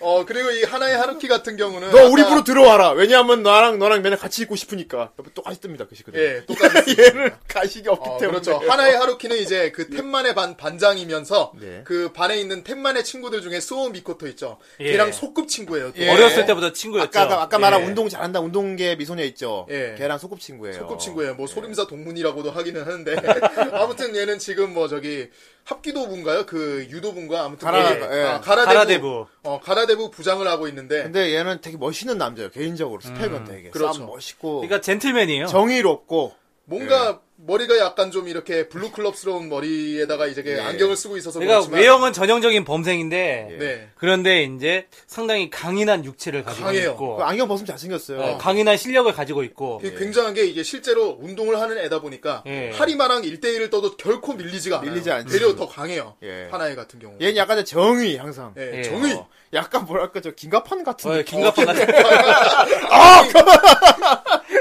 Speaker 3: 어 그리고 이 하나의 하루키 같은 경우는
Speaker 2: 너 우리
Speaker 3: 아까-
Speaker 2: 부로 들어와라. 왜냐하면 나랑 너랑 맨날 같이 있고 싶으니까. 똑같이 뜹니다. 그시 그대로.
Speaker 3: 예
Speaker 2: (laughs)
Speaker 3: 똑같이
Speaker 2: 얘는 가식이 없기
Speaker 3: 어,
Speaker 2: 때문에.
Speaker 3: 그렇죠. 하나의 하루키는 이제 그 텐만의 반 반장이면서
Speaker 2: 네.
Speaker 3: 그 반에 있는 텐만의 친구들 중에 소오 미코토 있죠.
Speaker 4: 예.
Speaker 3: 걔랑 소꿉 친구예요. 또.
Speaker 4: 어렸을 때부터 친구였죠.
Speaker 2: 아까 그, 아까 말한
Speaker 3: 예.
Speaker 2: 운동 잘한다 운동계 미소녀 있죠.
Speaker 3: 예.
Speaker 2: 걔랑 그렇죠. 어. 소꿉친구예요.
Speaker 3: 소꿉 친구예요. 뭐 소림사 동문이라고도 하기는 하는데 (laughs) 아무튼 얘는 지금 뭐 저기 합기도부인가요? 그 유도부인가 아무튼
Speaker 2: 가라-
Speaker 3: 거기-
Speaker 2: 예.
Speaker 3: 아, 가라데부,
Speaker 4: 가라데부.
Speaker 3: 어 가라데부 부장을 하고 있는데
Speaker 2: 근데 얘는 되게 멋있는 남자예요. 개인적으로 스펙은 되게
Speaker 3: 그렇죠.
Speaker 2: 쌈 멋있고
Speaker 4: 그러니까 젠틀맨이에요.
Speaker 2: 정의롭고
Speaker 3: 뭔가 머리가 약간 좀 이렇게 블루클럽스러운 머리에다가 이제 이렇게 안경을 쓰고 있어서
Speaker 4: 그러니까
Speaker 3: 그렇지만
Speaker 4: 외형은 전형적인 범생인데
Speaker 2: 예.
Speaker 3: 네.
Speaker 4: 그런데 이제 상당히 강인한 육체를 가지고
Speaker 3: 강해요.
Speaker 2: 그
Speaker 4: 있고
Speaker 2: 안경 그 벗으면 잘생겼어요.
Speaker 4: 어, 강인한 실력을 가지고 있고
Speaker 3: 이게 그 굉장한 게 이게 실제로 운동을 하는 애다 보니까
Speaker 4: 예.
Speaker 3: 하리마랑 1대1을 떠도 결코 밀리지가 않아요.
Speaker 2: 밀리지 않죠.
Speaker 3: 되려 더 강해요.
Speaker 2: 예.
Speaker 3: 하나의 같은 경우.
Speaker 2: 얘는 약간 정의 항상.
Speaker 3: 예,
Speaker 4: 예.
Speaker 3: 정의. (laughs)
Speaker 2: 어, 약간 뭐랄까 저 긴가판 같은.
Speaker 4: 어,
Speaker 2: 느낌.
Speaker 4: 긴가판 같은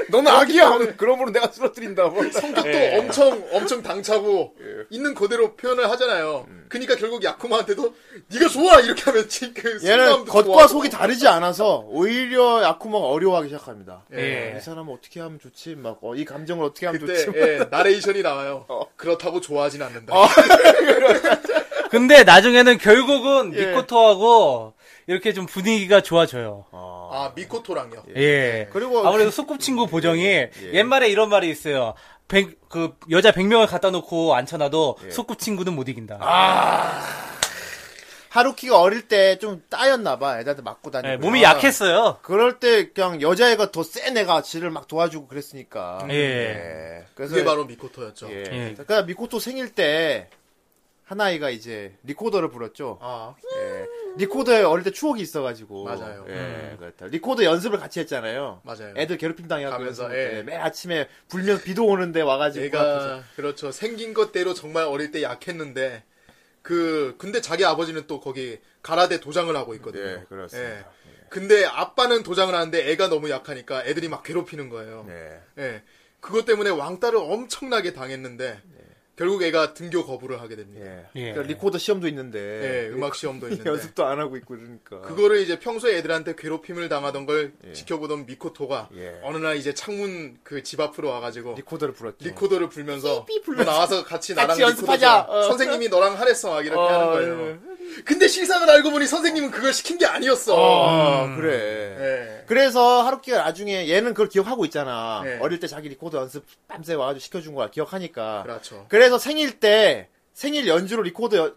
Speaker 2: 너는 악이야. 하면 그러므로 내가 쓰러뜨린다. (laughs) 뭐.
Speaker 3: 성격도
Speaker 4: 예.
Speaker 3: 엄청 엄청 당차고
Speaker 2: 예.
Speaker 3: 있는 그대로 표현을 하잖아요.
Speaker 2: 음.
Speaker 3: 그러니까 결국 야쿠마한테도 네가 좋아 이렇게 하면 진- 그
Speaker 2: 얘는
Speaker 3: 속마음도
Speaker 2: 겉과
Speaker 3: 좋아하고.
Speaker 2: 속이 다르지 않아서 오히려 야쿠마가 어려워하기 시작합니다.
Speaker 4: 예.
Speaker 2: 이 사람은 어떻게 하면 좋지? 막 이 감정을 어떻게 어. 하면
Speaker 3: 그때
Speaker 2: 좋지?
Speaker 3: 예, 나레이션이 나와요. 그렇다고 좋아하진 않는다.
Speaker 2: 어.
Speaker 4: 근데 나중에는 결국은
Speaker 2: 예.
Speaker 4: 미코토하고 이렇게 좀 분위기가 좋아져요.
Speaker 3: 아 미코토랑요.
Speaker 4: 예.
Speaker 2: 네. 그리고 예,
Speaker 4: 아무래도 소꿉친구 보정이 옛말에 이런 말이 있어요. 백, 그 여자 100명을 갖다 놓고 앉혀놔도
Speaker 2: 예.
Speaker 4: 소꿉친구는 못 이긴다.
Speaker 2: 아,
Speaker 4: 예,
Speaker 2: 하루키가 어릴 때 좀 따였나봐. 애들한테 맞고 다니고.
Speaker 4: 예, 몸이 약했어요.
Speaker 2: 그럴 때 그냥 여자애가 더 센 애가 지를 막 도와주고 그랬으니까.
Speaker 4: 예.
Speaker 2: 그래서
Speaker 3: 그게 바로 미코토였죠.
Speaker 2: 예.
Speaker 4: 예.
Speaker 2: 그러니까 미코토 생일 때 하나이가 이제 리코더를 불었죠.
Speaker 3: 아
Speaker 2: 예. 리코더에 어릴 때 추억이 있어가지고.
Speaker 3: 맞아요.
Speaker 2: 예, 그렇다. 리코더 연습을 같이 했잖아요.
Speaker 3: 맞아요.
Speaker 2: 애들 괴롭힘 당해가지고.
Speaker 3: 가면서,
Speaker 2: 연습할
Speaker 3: 예.
Speaker 2: 때 매일 아침에 불면 비도 오는데 와가지고. 문 앞에서.
Speaker 3: 얘가 그렇죠. 생긴 것대로 정말 어릴 때 약했는데 그 근데 자기 아버지는 또 거기 가라데 도장을 하고 있거든요.
Speaker 2: 예, 그렇습니다.
Speaker 3: 예. 근데 아빠는 도장을 하는데 애가 너무 약하니까 애들이 막 괴롭히는 거예요.
Speaker 2: 예.
Speaker 3: 예. 그것 때문에 왕따를 엄청나게 당했는데
Speaker 2: 네.
Speaker 3: 결국 애가 등교 거부를 하게 됩니다.
Speaker 2: 예.
Speaker 4: 예.
Speaker 2: 그러니까 리코더 시험도 있는데.
Speaker 3: 예, 음악 시험도 있는데
Speaker 2: 네. (laughs) 연습도 안 하고 있고 그러니까.
Speaker 3: 그거를 이제 평소에 애들한테 괴롭힘을 당하던 걸 지켜보던 미코토가
Speaker 2: 예.
Speaker 3: 어느 날 이제 창문 그 집 앞으로 와가지고
Speaker 2: 리코더를 불었죠.
Speaker 3: 리코더를 불면서 너 나와서 같이 나랑
Speaker 2: 같이 연습하자.
Speaker 3: 리코더 불어.
Speaker 2: 어.
Speaker 3: 선생님이 너랑 하랬어 막 이렇게
Speaker 2: 어,
Speaker 3: 하는 거예요. 근데 실상을 알고 보니 선생님은 그걸 시킨 게 아니었어.
Speaker 2: 어, 그래.
Speaker 3: 예.
Speaker 2: 그래서 하루키가 나중에 얘는 그걸 기억하고 있잖아.
Speaker 3: 네.
Speaker 2: 어릴 때 자기 리코더 연습 밤새 와가지고 시켜준 거야. 기억하니까.
Speaker 3: 그렇죠.
Speaker 2: 래서 생일 때 생일 연주로 리코더를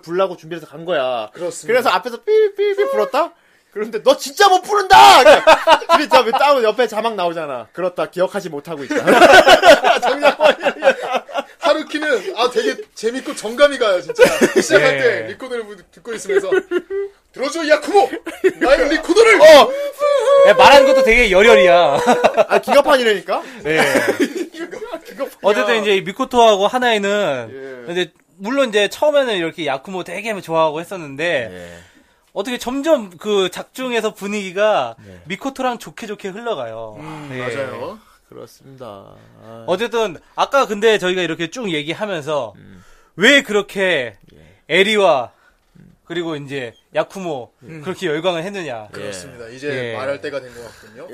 Speaker 2: 불라고 준비해서 간 거야.
Speaker 3: 그렇습니다.
Speaker 2: 래서 앞에서 삐삐삐 불었다. 그런데 너 진짜 못 부른다. 근데 진짜 따로 옆에 자막 나오잖아. 그렇다. 기억하지 못하고 있다.
Speaker 3: 하루키는 아 되게 재밌고 정감이 가요
Speaker 2: (laughs)
Speaker 3: 진짜 시작할
Speaker 4: 예.
Speaker 3: 때 리코더를 부- 듣고 있으면서 들어줘 야쿠모
Speaker 2: (laughs)
Speaker 3: 나의 리코더를
Speaker 2: 어.
Speaker 4: 예, 말하는 것도 되게 열혈이야.
Speaker 2: 아 기가판이라니까.
Speaker 4: 예. (laughs) 어쨌든 이제 이 미코토하고 하나이는
Speaker 2: 예.
Speaker 4: 근데 물론 이제 처음에는 이렇게 야쿠모 되게 좋아하고 했었는데
Speaker 3: 예.
Speaker 4: 어떻게 점점 그 작중에서 분위기가 미코토랑 좋게 좋게 흘러가요. 네.
Speaker 3: 예. 음, 맞아요
Speaker 2: 그렇습니다. 아,
Speaker 4: 어쨌든 아까 근데 저희가 이렇게 쭉 얘기하면서
Speaker 3: 음.
Speaker 4: 왜 그렇게
Speaker 3: 예.
Speaker 4: 에리와
Speaker 3: 음.
Speaker 4: 그리고 이제 야쿠모 그렇게 열광을 했느냐.
Speaker 3: 네. 그렇습니다 이제
Speaker 4: 예.
Speaker 3: 말할 때가 된 것 같군요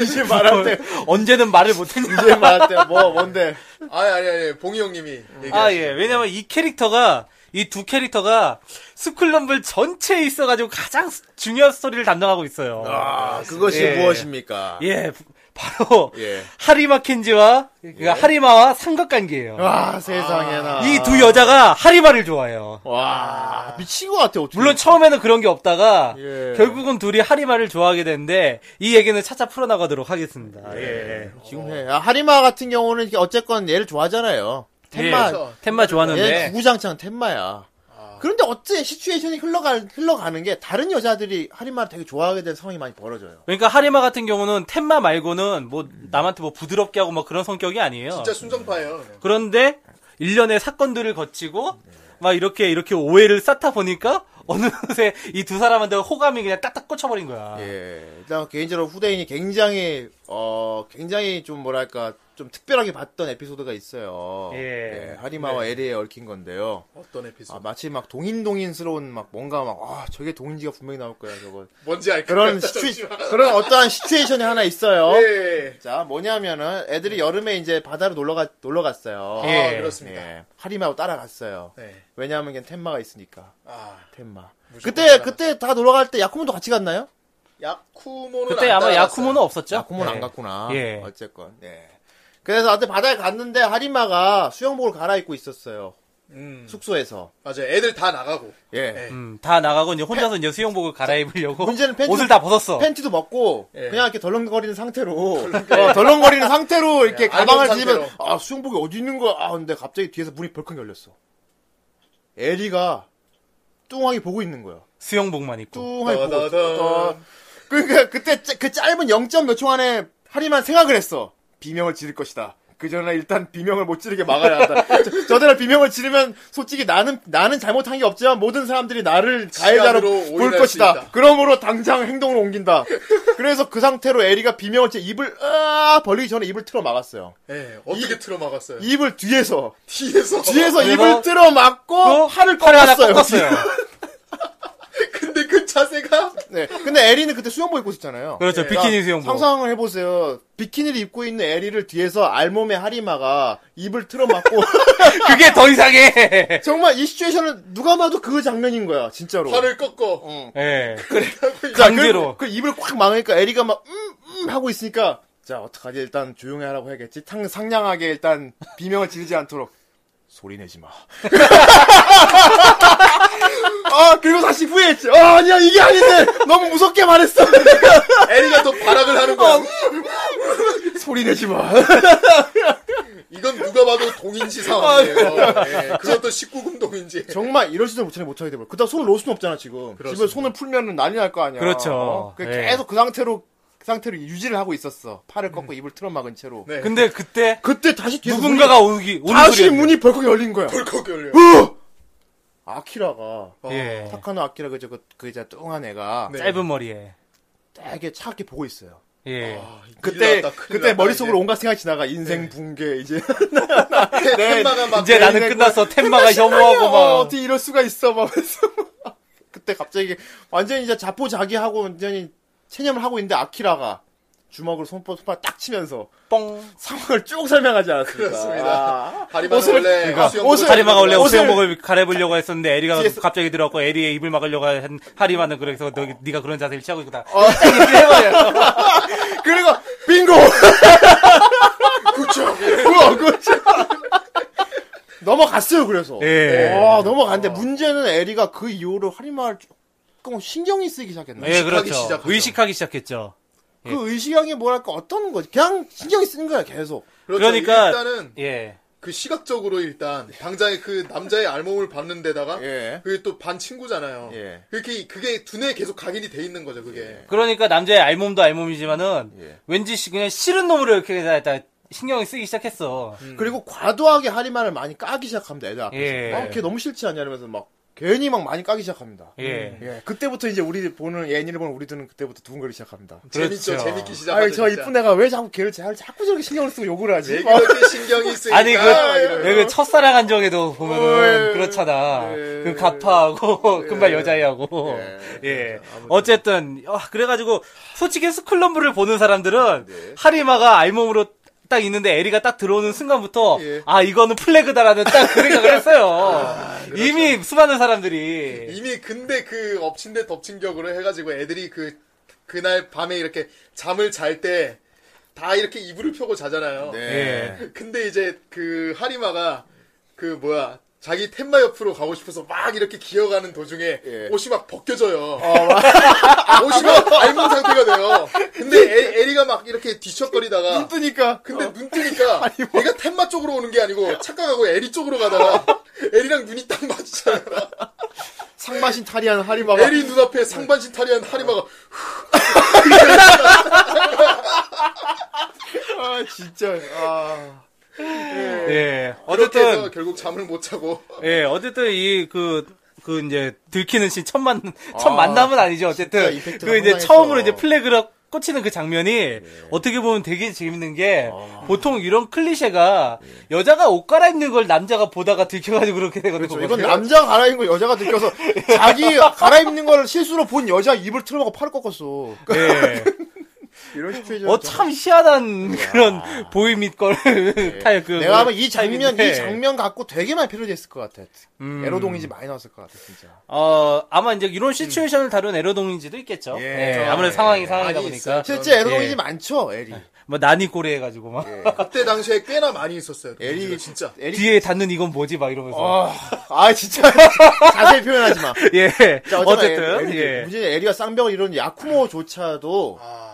Speaker 2: 이제 말할 때
Speaker 4: (laughs) 언제는 말을 못했는지.
Speaker 2: 이제 말할 때 뭐 뭔데?
Speaker 3: 아니 아니 아니 봉이 형님이
Speaker 2: 음.
Speaker 3: 얘기하시죠
Speaker 4: 아, 예. 왜냐면 이 캐릭터가, 이 두 캐릭터가 스쿨럼블 전체에 있어가지고 가장 스- 중요한 스토리를 담당하고 있어요.
Speaker 2: 아 그것이
Speaker 4: 예.
Speaker 2: 무엇입니까?
Speaker 4: 예. 부- 바로,
Speaker 2: 예.
Speaker 4: 하리마 켄지와, 그러니까 하리마와 삼각관계예요.
Speaker 2: 와 세상에나.
Speaker 4: 이 두 여자가 하리마를 좋아해요.
Speaker 2: 와 미친 것 같아 어떻게
Speaker 4: 물론 처음에는 그런 게 없다가,
Speaker 2: 예.
Speaker 4: 결국은 둘이 하리마를 좋아하게 되는데, 이 얘기는 차차 풀어나가도록 하겠습니다. 예.
Speaker 2: 지금 해 아, 하리마 같은 경우는 이렇게 어쨌건 얘를 좋아하잖아요 텐마
Speaker 3: 그렇죠.
Speaker 4: 템마
Speaker 2: 얘
Speaker 4: 좋아하는데,
Speaker 2: 구구장창 텐마야
Speaker 3: 아.
Speaker 2: 그런데 어째 시츄에이션이 흘러가 흘러가는 게 다른 여자들이 하리마를 되게 좋아하게 된 상황이 많이 벌어져요
Speaker 4: 그러니까 하리마 같은 경우는 템마 말고는 뭐 남한테 뭐 부드럽게 하고 뭐 그런 성격이 아니에요.
Speaker 3: 진짜 순정파예요
Speaker 2: 음.
Speaker 3: 그냥.
Speaker 4: 그런데 일련의 사건들을 거치고 막 이렇게 이렇게 오해를 쌓다 보니까 어느새 이 두 사람한테 호감이 그냥 딱딱 꽂혀버린
Speaker 3: 아.
Speaker 4: 거야.
Speaker 2: 예. 일단 개인적으로 후대인이 굉장히 어 굉장히 좀 뭐랄까 좀 특별하게 봤던 에피소드가 있어요.
Speaker 3: 네.
Speaker 4: 예.
Speaker 2: 하리마와 에리에 얽힌 건데요.
Speaker 3: 어떤 에피소드?
Speaker 2: 아, 마치 막 동인동인스러운 막 뭔가 막 아, 저게 동인지가 분명히 나올 거야, 저거.
Speaker 3: 뭔지 알것 (laughs)
Speaker 2: 그런
Speaker 3: 같다,
Speaker 2: 시츄
Speaker 3: 잠시만.
Speaker 2: 그런 어떠한 시츄에이션이 하나 있어요.
Speaker 3: 예.
Speaker 2: 자, 뭐냐면은 애들이 여름에 이제 바다로 놀러 가 놀러 갔어요.
Speaker 3: 네. 아,
Speaker 4: 예.
Speaker 3: 그렇습니다.
Speaker 2: 예. 하리마하고 따라갔어요.
Speaker 3: 네.
Speaker 2: 왜냐하면 걔 텐마가 있으니까.
Speaker 3: 아,
Speaker 2: 텐마.
Speaker 3: 무조건
Speaker 2: 그때
Speaker 3: 따라갔어요.
Speaker 2: 그때 다 놀러 갈 때 야쿠모도 같이 갔나요?
Speaker 3: 야쿠모는
Speaker 4: 그때
Speaker 3: 안
Speaker 4: 아마
Speaker 3: 따라갔어요.
Speaker 4: 야쿠모는 없었죠?
Speaker 2: 야쿠모는
Speaker 3: 네.
Speaker 4: 예.
Speaker 2: 안 갔구나.
Speaker 4: 예.
Speaker 2: 어쨌건. 예. 그래서 아무튼 바다에 갔는데 하리마가 수영복을 갈아입고 있었어요.
Speaker 3: 음,
Speaker 2: 숙소에서.
Speaker 3: 맞아요. 애들 다 나가고.
Speaker 2: 예.
Speaker 3: 예.
Speaker 4: 음, 다 나가고 이제 혼자서 이제 수영복을 갈아입으려고
Speaker 2: 문제는 팬츠-
Speaker 4: 옷을 다 벗었어.
Speaker 2: 팬티도 벗고
Speaker 3: 예.
Speaker 2: 그냥 이렇게 덜렁거리는 상태로 어, 덜렁거리는 상태로 이렇게
Speaker 3: 예,
Speaker 2: 가방을
Speaker 3: 알몸
Speaker 2: 뒤집어
Speaker 3: 상태로.
Speaker 2: 아 수영복이 어디 있는 거야 아 근데 갑자기 뒤에서 문이 벌컥 열렸어 에리가 뚱하게 보고 있는 거야
Speaker 4: 수영복만 입고.
Speaker 2: 뚱하게 보고
Speaker 3: 따다단.
Speaker 2: 있어 어, 그러니까 그때 짜- 그 짧은 0.몇 초 안에 하리만 생각을 했어 비명을 지를 것이다 그 전에 일단 비명을 못 지르게 막아야 한다. (laughs) 저- 저대로 비명을 지르면 솔직히 나는 나는 잘못한 게 없지만 모든 사람들이 나를 가해자로
Speaker 3: 시간으로
Speaker 2: 볼
Speaker 3: 오인할 수
Speaker 2: 것이다.
Speaker 3: 있다.
Speaker 2: 그러므로 당장 행동을 옮긴다. 그래서 그 상태로 에리가 비명을 제 입을 아 벌리기 전에 입을 틀어 막았어요.
Speaker 3: 예, 어떻게 틀어 막았어요?
Speaker 2: 입을 뒤에서
Speaker 3: 뒤에서
Speaker 2: 뒤에서
Speaker 4: 그래서-
Speaker 2: 입을 틀어 막고
Speaker 4: 또
Speaker 2: 팔을
Speaker 4: 팔을 하나
Speaker 2: 꺾었어요.
Speaker 4: 꺾었어요.
Speaker 2: (laughs)
Speaker 3: 근데 그 자세가
Speaker 2: 네. 근데 에리는 그때 수영복 입고 예, 있었잖아요.
Speaker 4: 그렇죠. 비키니 수영복.
Speaker 2: 그러니까 상상을 해보세요. 비키니를 입고 있는 에리를 뒤에서 알몸의 하리마가 입을 틀어 막고 (laughs)
Speaker 4: 그게 더 이상해.
Speaker 2: 정말 이 시츄에이션은 누가 봐도 그 장면인 거야 진짜로.
Speaker 3: 팔을 꺾어.
Speaker 4: 예.
Speaker 2: 자,
Speaker 4: 강제로.
Speaker 2: 그, 그 입을 꽉 막으니까 에리가 막, 음, 음 하고 있으니까, 자, 어떡하지? 일단 조용히 하라고 해야겠지? 탕, 상냥하게 일단 비명을 지르지 않도록. 소리 내지 마. (laughs) 아, 그리고 다시 후회했지. 아, 아니야, 이게 아닌데! 너무 무섭게 말했어! (laughs)
Speaker 3: 에리가 더 발악을 하는 거야.
Speaker 2: 소리 내지 마.
Speaker 3: 이건 누가 봐도 동인지 상황이에요. 예, 그것도 19금 동인지.
Speaker 2: 정말 이럴 수도 못하네, 못하게 돼버려. 그다음 손을 놓을 수는 없잖아, 지금. 집에 손을 풀면 난리 날 거 아니야.
Speaker 4: 그렇죠.
Speaker 2: 어? 그
Speaker 4: 네.
Speaker 2: 계속 그 상태로, 그 상태로 유지를 하고 있었어. 팔을 꺾고 입을 틀어막은 채로.
Speaker 3: 네.
Speaker 4: 근데 그때
Speaker 2: 그때 다시 뒤에서
Speaker 4: 누군가가 오기 오는 그-
Speaker 2: 다시
Speaker 4: 소리였는데.
Speaker 2: 문이 벌컥 열린 거야.
Speaker 3: 벌컥 열려.
Speaker 2: 으! 아키라가
Speaker 4: 예.
Speaker 2: 타카노 아키라 그저 그, 그 이제 뚱한 애가
Speaker 3: 네.
Speaker 4: 짧은 머리에.
Speaker 2: 되게 차갑게 보고 있어요.
Speaker 4: 예.
Speaker 2: 아, 그때
Speaker 3: 났다, 큰일
Speaker 2: 그때
Speaker 3: 났다,
Speaker 2: 머릿속으로
Speaker 3: 이제.
Speaker 2: 온갖 생각이 지나가 인생 붕괴 이제
Speaker 3: 네. 햄마가 막
Speaker 4: 이제 나는 끝났어. 템마가 혐오하고 막.
Speaker 2: 네. 어, 어떻게 이럴 수가 있어 막 그래서 뭐. (laughs) 그때 갑자기 완전히 이제 자포자기하고 완전히 체념을 하고 있는데 아키라가 주먹으로 손바닥 손바닥 딱 치면서
Speaker 4: 뻥.
Speaker 2: 상황을 쭉 설명하지 않았습니까?
Speaker 3: 그렇습니다. (laughs)
Speaker 2: 아.
Speaker 3: 다리만
Speaker 2: 옷을-
Speaker 3: 원래
Speaker 2: 그러니까
Speaker 3: 수영복을
Speaker 2: 옷을-
Speaker 4: 하리마가 원래
Speaker 2: 옷을-
Speaker 4: 수영복을 갈아입으려고 했었는데 에리가
Speaker 2: 뒤에서-
Speaker 4: 갑자기 들어왔고 에리의 입을 막으려고 한 하리마는 그래서 너 네가 그런 자세를 취하고 있구나.
Speaker 3: 어,
Speaker 2: 그리고 빙고 (laughs) 그쵸 우와 그쵸 넘어갔어요 그래서
Speaker 4: 예.
Speaker 2: 와 넘어갔는데 문제는 에리가 그 이후로 하리마를 조금 신경이 쓰기 시작했나
Speaker 4: (laughs) 예,
Speaker 2: 요
Speaker 4: 그렇죠.
Speaker 3: 시작하죠.
Speaker 4: 의식하기 시작했죠. 예.
Speaker 2: 그 의식형이 뭐랄까 어떤 거지 그냥 신경이 쓰는 거야 계속
Speaker 3: 그렇죠.
Speaker 4: 그러니까-
Speaker 3: 일단은
Speaker 4: 예.
Speaker 3: 그 시각적으로 일단 당장에 그 남자의 알몸을 받는 데다가
Speaker 2: 예.
Speaker 3: 그게 또 반 친구잖아요.
Speaker 2: 예.
Speaker 3: 그렇게 그게 두뇌에 계속 각인이 돼 있는 거죠. 그게
Speaker 4: 그러니까 남자의 알몸도 알몸이지만은
Speaker 2: 예.
Speaker 4: 왠지 시- 그냥 싫은 놈으로 이렇게 다- 다 신경이 쓰기 시작했어.
Speaker 3: 음.
Speaker 2: 그리고 과도하게 하리마를 많이 까기 시작합니다 애들 앞에서
Speaker 4: 예.
Speaker 2: 아, 걔 너무 싫지 않냐 이러면서 막 괜히 막 많이 까기 시작합니다
Speaker 3: 음.
Speaker 4: 예.
Speaker 2: 예 그때부터 이제 우리 보는 예니를 보는 우리들은 그때부터 두근거리기 시작합니다
Speaker 3: 재밌죠.
Speaker 4: 그렇죠.
Speaker 3: 재밌기 시작하죠.
Speaker 2: 아유
Speaker 3: 진짜.
Speaker 2: 저
Speaker 3: 예.
Speaker 2: 이쁜 애가 왜 자꾸 걔를 자- 자꾸 저렇게 신경을 쓰고 욕을
Speaker 3: 왜
Speaker 2: 하지
Speaker 3: 그렇게 신경이 쓰니까
Speaker 4: 아니 그,
Speaker 3: 막 이러면서. 어,
Speaker 4: 왜 그 첫사랑 안정에도 보면은
Speaker 2: 예.
Speaker 4: 그렇잖아.
Speaker 2: 예.
Speaker 4: 그 가파하고
Speaker 3: 예.
Speaker 4: (laughs) 금발 여자애하고. 예. 어쨌든 어, 그래가지고 솔직히 스쿨럼블을 보는
Speaker 3: 네.
Speaker 4: 사람들은 하리마가 알몸으로 딱 있는데 에리가 딱 들어오는 순간부터
Speaker 3: 예.
Speaker 4: 아 이거는 플래그다라는 딱 그 생각을
Speaker 3: (laughs)
Speaker 4: 했어요.
Speaker 3: 아, 그렇죠.
Speaker 4: 이미 수많은 사람들이
Speaker 3: 이미 근데 그 엎친 데 덮친 격으로 해가지고 애들이 그 그날 밤에 이렇게 잠을 잘 때 다 이렇게 이불을 펴고 자잖아요. 네.
Speaker 4: 예.
Speaker 3: (laughs) 근데 이제 그 하리마가 그 뭐야 자기 텐마 옆으로 가고 싶어서 막 이렇게 기어가는 도중에
Speaker 2: 예.
Speaker 3: 옷이 막 벗겨져요. (laughs) 옷이 막 얇은 상태가 돼요. 근데 에, 에리가 막 이렇게 뒤척거리다가
Speaker 2: 뜨니까 그
Speaker 3: 근데 눈 뜨니까 얘가 텐마 쪽으로 오는 게 아니고 착각하고 에리 쪽으로 가다가 에리랑 눈이 딱 마주쳐요.
Speaker 2: 상마신 탈의한 하리마가
Speaker 3: 에리 눈앞에 상반신 탈의한 하리마가
Speaker 2: 아 진짜 아
Speaker 4: 예.
Speaker 3: 어떻게 해서
Speaker 4: 어쨌든
Speaker 3: 결국 잠을 못 자고
Speaker 4: 예. 어쨌든 이 그 그 이제 들키는 신 첫만 첫 만남은 아니죠
Speaker 2: 아, 진짜
Speaker 4: 어쨌든
Speaker 2: 임팩트가 예.
Speaker 4: 그 이제
Speaker 2: 상당했어.
Speaker 4: 처음으로 이제 플래그를 꽂히는 그 장면이 어떻게 보면 되게 재밌는 게
Speaker 2: 아.
Speaker 4: 보통 이런 클리셰가 여자가 옷 갈아입는 걸 남자가 보다가 들켜가지고 그렇게 되거든요.
Speaker 2: 예. 그렇죠. 이건 남자가 갈아입고 여자가 들켜서 자기 갈아입는 걸 실수로 본 여자 입을 틀어먹고 팔을 꺾었어. 그러니까 (laughs)
Speaker 4: 예.
Speaker 2: 이런 시츄에이션.
Speaker 4: 어, 참 희한한 그런 보이 밑걸 (laughs) 타요. 그
Speaker 2: 예. 내가 하면 이 장면,
Speaker 4: 타입인데. 음.
Speaker 2: 이 장면 갖고 되게 많이 패러디했을 것 같아. 에로동인지 많이 나왔을 것 같아, 진짜.
Speaker 4: 어, 아마 이제 이런 시츄에이션을 다룬 에로동인지도 있겠죠.
Speaker 2: 예.
Speaker 4: 예, 아무래도 상황이 상황이다
Speaker 3: 많이
Speaker 4: 보니까.
Speaker 2: 실제 에로동인지
Speaker 4: 예.
Speaker 2: 많죠, 에리. 예.
Speaker 4: 뭐 난이 고래해가지고 막
Speaker 3: 그때 당시에 꽤나 많이 있었어요. 에리
Speaker 2: 에리.
Speaker 3: 진짜.
Speaker 2: 에리.
Speaker 4: 뒤에 닿는 이건 뭐지 막 이러면서.
Speaker 2: 아, 진짜. (laughs) 자세히 표현하지 마.
Speaker 4: 예.
Speaker 2: 자,
Speaker 4: 어쨌든
Speaker 2: 에리,
Speaker 4: 예.
Speaker 2: 문제는 에리가 쌍벽을 이룬 야쿠모조차도
Speaker 3: 아,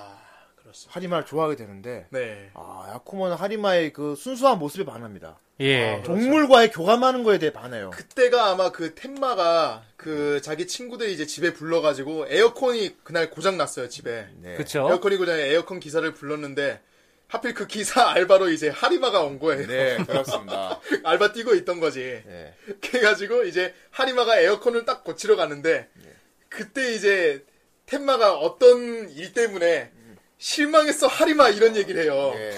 Speaker 2: 하리마를 좋아하게 되는데
Speaker 3: 네.
Speaker 2: 아, 야쿠모는 하리마의 그 순수한 모습에 반합니다.
Speaker 3: 네,
Speaker 2: 어.
Speaker 4: 예.
Speaker 3: 그렇죠.
Speaker 2: 동물과의 교감하는 거에 대해 반해요.
Speaker 3: 그때가 아마 그 텐마가 그 자기 친구들 이제 집에 불러가지고 에어컨이 그날 고장 났어요 집에.
Speaker 2: 네.
Speaker 4: 그쵸.
Speaker 3: 에어컨이 고장 에어컨 기사를 불렀는데 하필 그 기사 (laughs) 알바로 이제 하리마가 온 거예요.
Speaker 2: 네, 그렇습니다.
Speaker 3: (laughs) 알바 뛰고 있던 거지.
Speaker 2: 네.
Speaker 3: 그래가지고 이제 하리마가 에어컨을 딱 고치러 가는데
Speaker 2: 네.
Speaker 3: 그때 이제 텐마가 어떤 일 때문에 실망했어 하리마 이런 얘기를 해요.
Speaker 2: 네.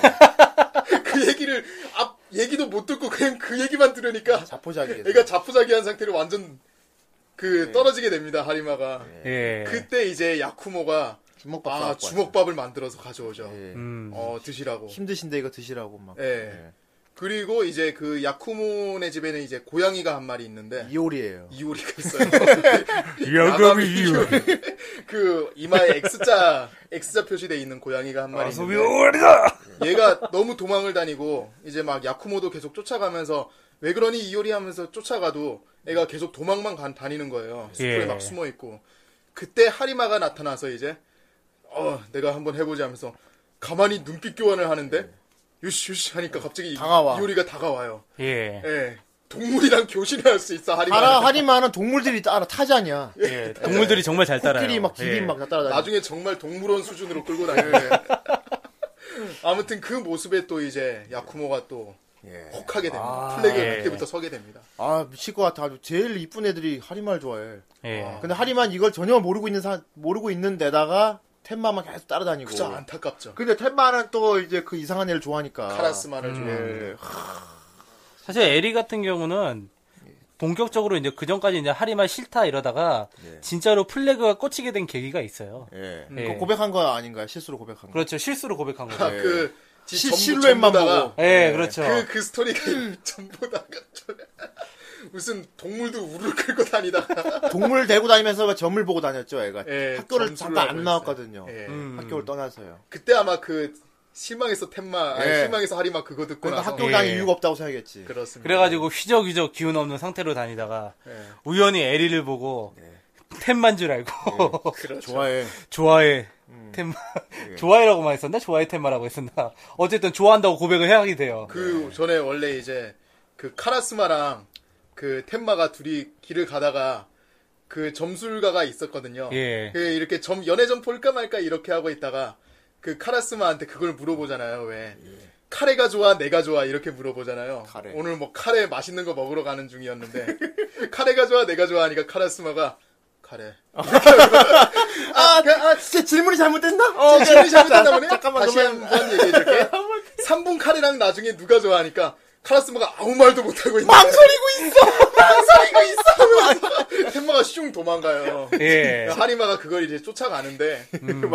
Speaker 3: (laughs) 그 얘기를 앞 얘기도 못 듣고 그냥 그 얘기만 들으니까
Speaker 2: 자포자기.
Speaker 3: 애가 그러니까 자포자기한 상태로 완전 그 떨어지게 됩니다 하리마가
Speaker 4: 예.
Speaker 3: 그때 이제 야쿠모가
Speaker 2: 주먹밥
Speaker 3: 아
Speaker 2: 싸갖고
Speaker 3: 네. 주먹밥을 만들어서 가져오죠
Speaker 2: 왔어요. 예.
Speaker 4: 음.
Speaker 3: 어 드시라고
Speaker 2: 힘드신데 이거 드시라고 막.
Speaker 3: 예. 그리고 이제 그 야쿠모네 집에는 이제 고양이가 한 마리 있는데
Speaker 2: 이오리예요.
Speaker 3: (laughs) 이오리가 있어요 (laughs) 야감이 이오리. 그 이마에 X자 X자 표시돼 있는 고양이가 한 마리 있는데
Speaker 4: 소비오리다.
Speaker 3: 얘가 너무 도망을 다니고 이제 막 야쿠모도 계속 쫓아가면서 왜 그러니 이효리 하면서 쫓아가도 애가 계속 도망만 간- 다니는 거예요. 숲에
Speaker 4: 예.
Speaker 3: 막 숨어 있고 그때 하리마가 나타나서 이제 어 내가 한번 해보자 하면서 가만히 눈빛 교환을 하는데 유시 유시 하니까 갑자기
Speaker 2: 다가와.
Speaker 3: 이효리가 다가와요.
Speaker 4: 예.
Speaker 3: 예. 동물이랑 교신을 할 수 있어 하리마.
Speaker 2: 하라 하리마는 동물들이 따라 타자냐.
Speaker 4: 예. 동물들이 정말 잘 따라요.
Speaker 2: 코끼리 막 기린
Speaker 4: 예.
Speaker 2: 막 따라다니.
Speaker 3: 나중에 정말 동물원 수준으로 끌고 다니는. 아무튼 그 모습에 또 이제 야쿠모가 또
Speaker 2: 예.
Speaker 3: 혹하게 됩니다.
Speaker 2: 아,
Speaker 3: 플래그
Speaker 4: 예.
Speaker 3: 그때부터 서게 됩니다.
Speaker 2: 아 미칠 것 같아. 아주 제일 이쁜 애들이 하리마를 좋아해.
Speaker 4: 예.
Speaker 2: 근데 하리만 이걸 전혀 모르고 있는 사 모르고 있는 데다가 텐마만 계속 따라다니고.
Speaker 3: 그죠 안타깝죠.
Speaker 2: 근데 텐마는 또 이제 그 이상한 애를 좋아하니까.
Speaker 3: 카라스마를 좋아하는데
Speaker 4: 음.
Speaker 2: 예.
Speaker 4: 사실 에리 같은 경우는 본격적으로 이제 그 전까지 이제 하리만 싫다 이러다가 진짜로 플래그가 꽂히게 된 계기가 있어요.
Speaker 2: 예.
Speaker 4: 예.
Speaker 2: 그거 고백한 거 아닌가요? 실수로 고백한 거.
Speaker 4: 그렇죠. 실수로 고백한 거죠.
Speaker 3: 아, (laughs) 그 지-
Speaker 2: 시-
Speaker 3: 전부-
Speaker 2: 실루엣만
Speaker 3: 전부다가
Speaker 2: 보고.
Speaker 4: 예, 그렇죠.
Speaker 3: 그, 그 스토리가 전부 다가 좀- 무슨 동물도 우르르 끌고 다니다가
Speaker 2: 동물 데리고 다니면서 막 점을 보고 다녔죠, 애가.
Speaker 3: 예,
Speaker 2: 학교를
Speaker 3: 점수를
Speaker 2: 잠깐
Speaker 3: 하고
Speaker 2: 안
Speaker 3: 있어요.
Speaker 2: 나왔거든요.
Speaker 3: 예.
Speaker 4: 음.
Speaker 2: 학교를 떠나서요.
Speaker 3: 그때 아마 그 실망해서 텐마 아니,
Speaker 2: 예.
Speaker 3: 실망해서 하리마 그거 듣고
Speaker 2: 그러니까
Speaker 3: 나서
Speaker 2: 학교
Speaker 4: 예.
Speaker 2: 다닐 이유가 없다고 생각했지.
Speaker 3: 그렇죠. 그렇습니다.
Speaker 4: 그래가지고 휘적휘적 기운 없는 상태로 다니다가
Speaker 3: 예.
Speaker 4: 우연히 에리를 보고 템만 줄 알고
Speaker 3: 그렇죠.
Speaker 2: 좋아해.
Speaker 4: 좋아해 템마 (laughs) 좋아해라고만 했었나 좋아해 템마라고 했었나 어쨌든 좋아한다고 고백을 해야 하게 돼요
Speaker 3: 그
Speaker 2: 네.
Speaker 3: 전에 원래 이제 그 카라스마랑 그 텐마가 둘이 길을 가다가 그 점술가가 있었거든요.
Speaker 4: 예.
Speaker 3: 그 이렇게 점 연애 점 볼까 말까 이렇게 하고 있다가 그 카라스마한테 그걸 물어보잖아요. 왜 카레가 좋아, 내가 좋아 이렇게 물어보잖아요.
Speaker 2: 예. 카레.
Speaker 3: 오늘 뭐 카레 맛있는 거 먹으러 가는 중이었는데 (laughs) 카레가 좋아, 내가 좋아 하니까 카라스마가 카레.
Speaker 2: 아, 아, 진짜 질문이 잘못됐나?
Speaker 3: 어, 질문이 잘못됐나 보네.
Speaker 2: 잠깐만,
Speaker 3: 다시 (laughs)
Speaker 2: 너무-
Speaker 3: 한번 얘기해줄게. 3분 카레랑 나중에 누가 좋아하니까 카라스마가 아무 말도 못하고 있는 망설이고 (laughs) 있어! 망설이고 있어! (laughs) 햄마가 슝 도망가요.
Speaker 4: 예
Speaker 3: 하리마가 그걸 이제 쫓아가는데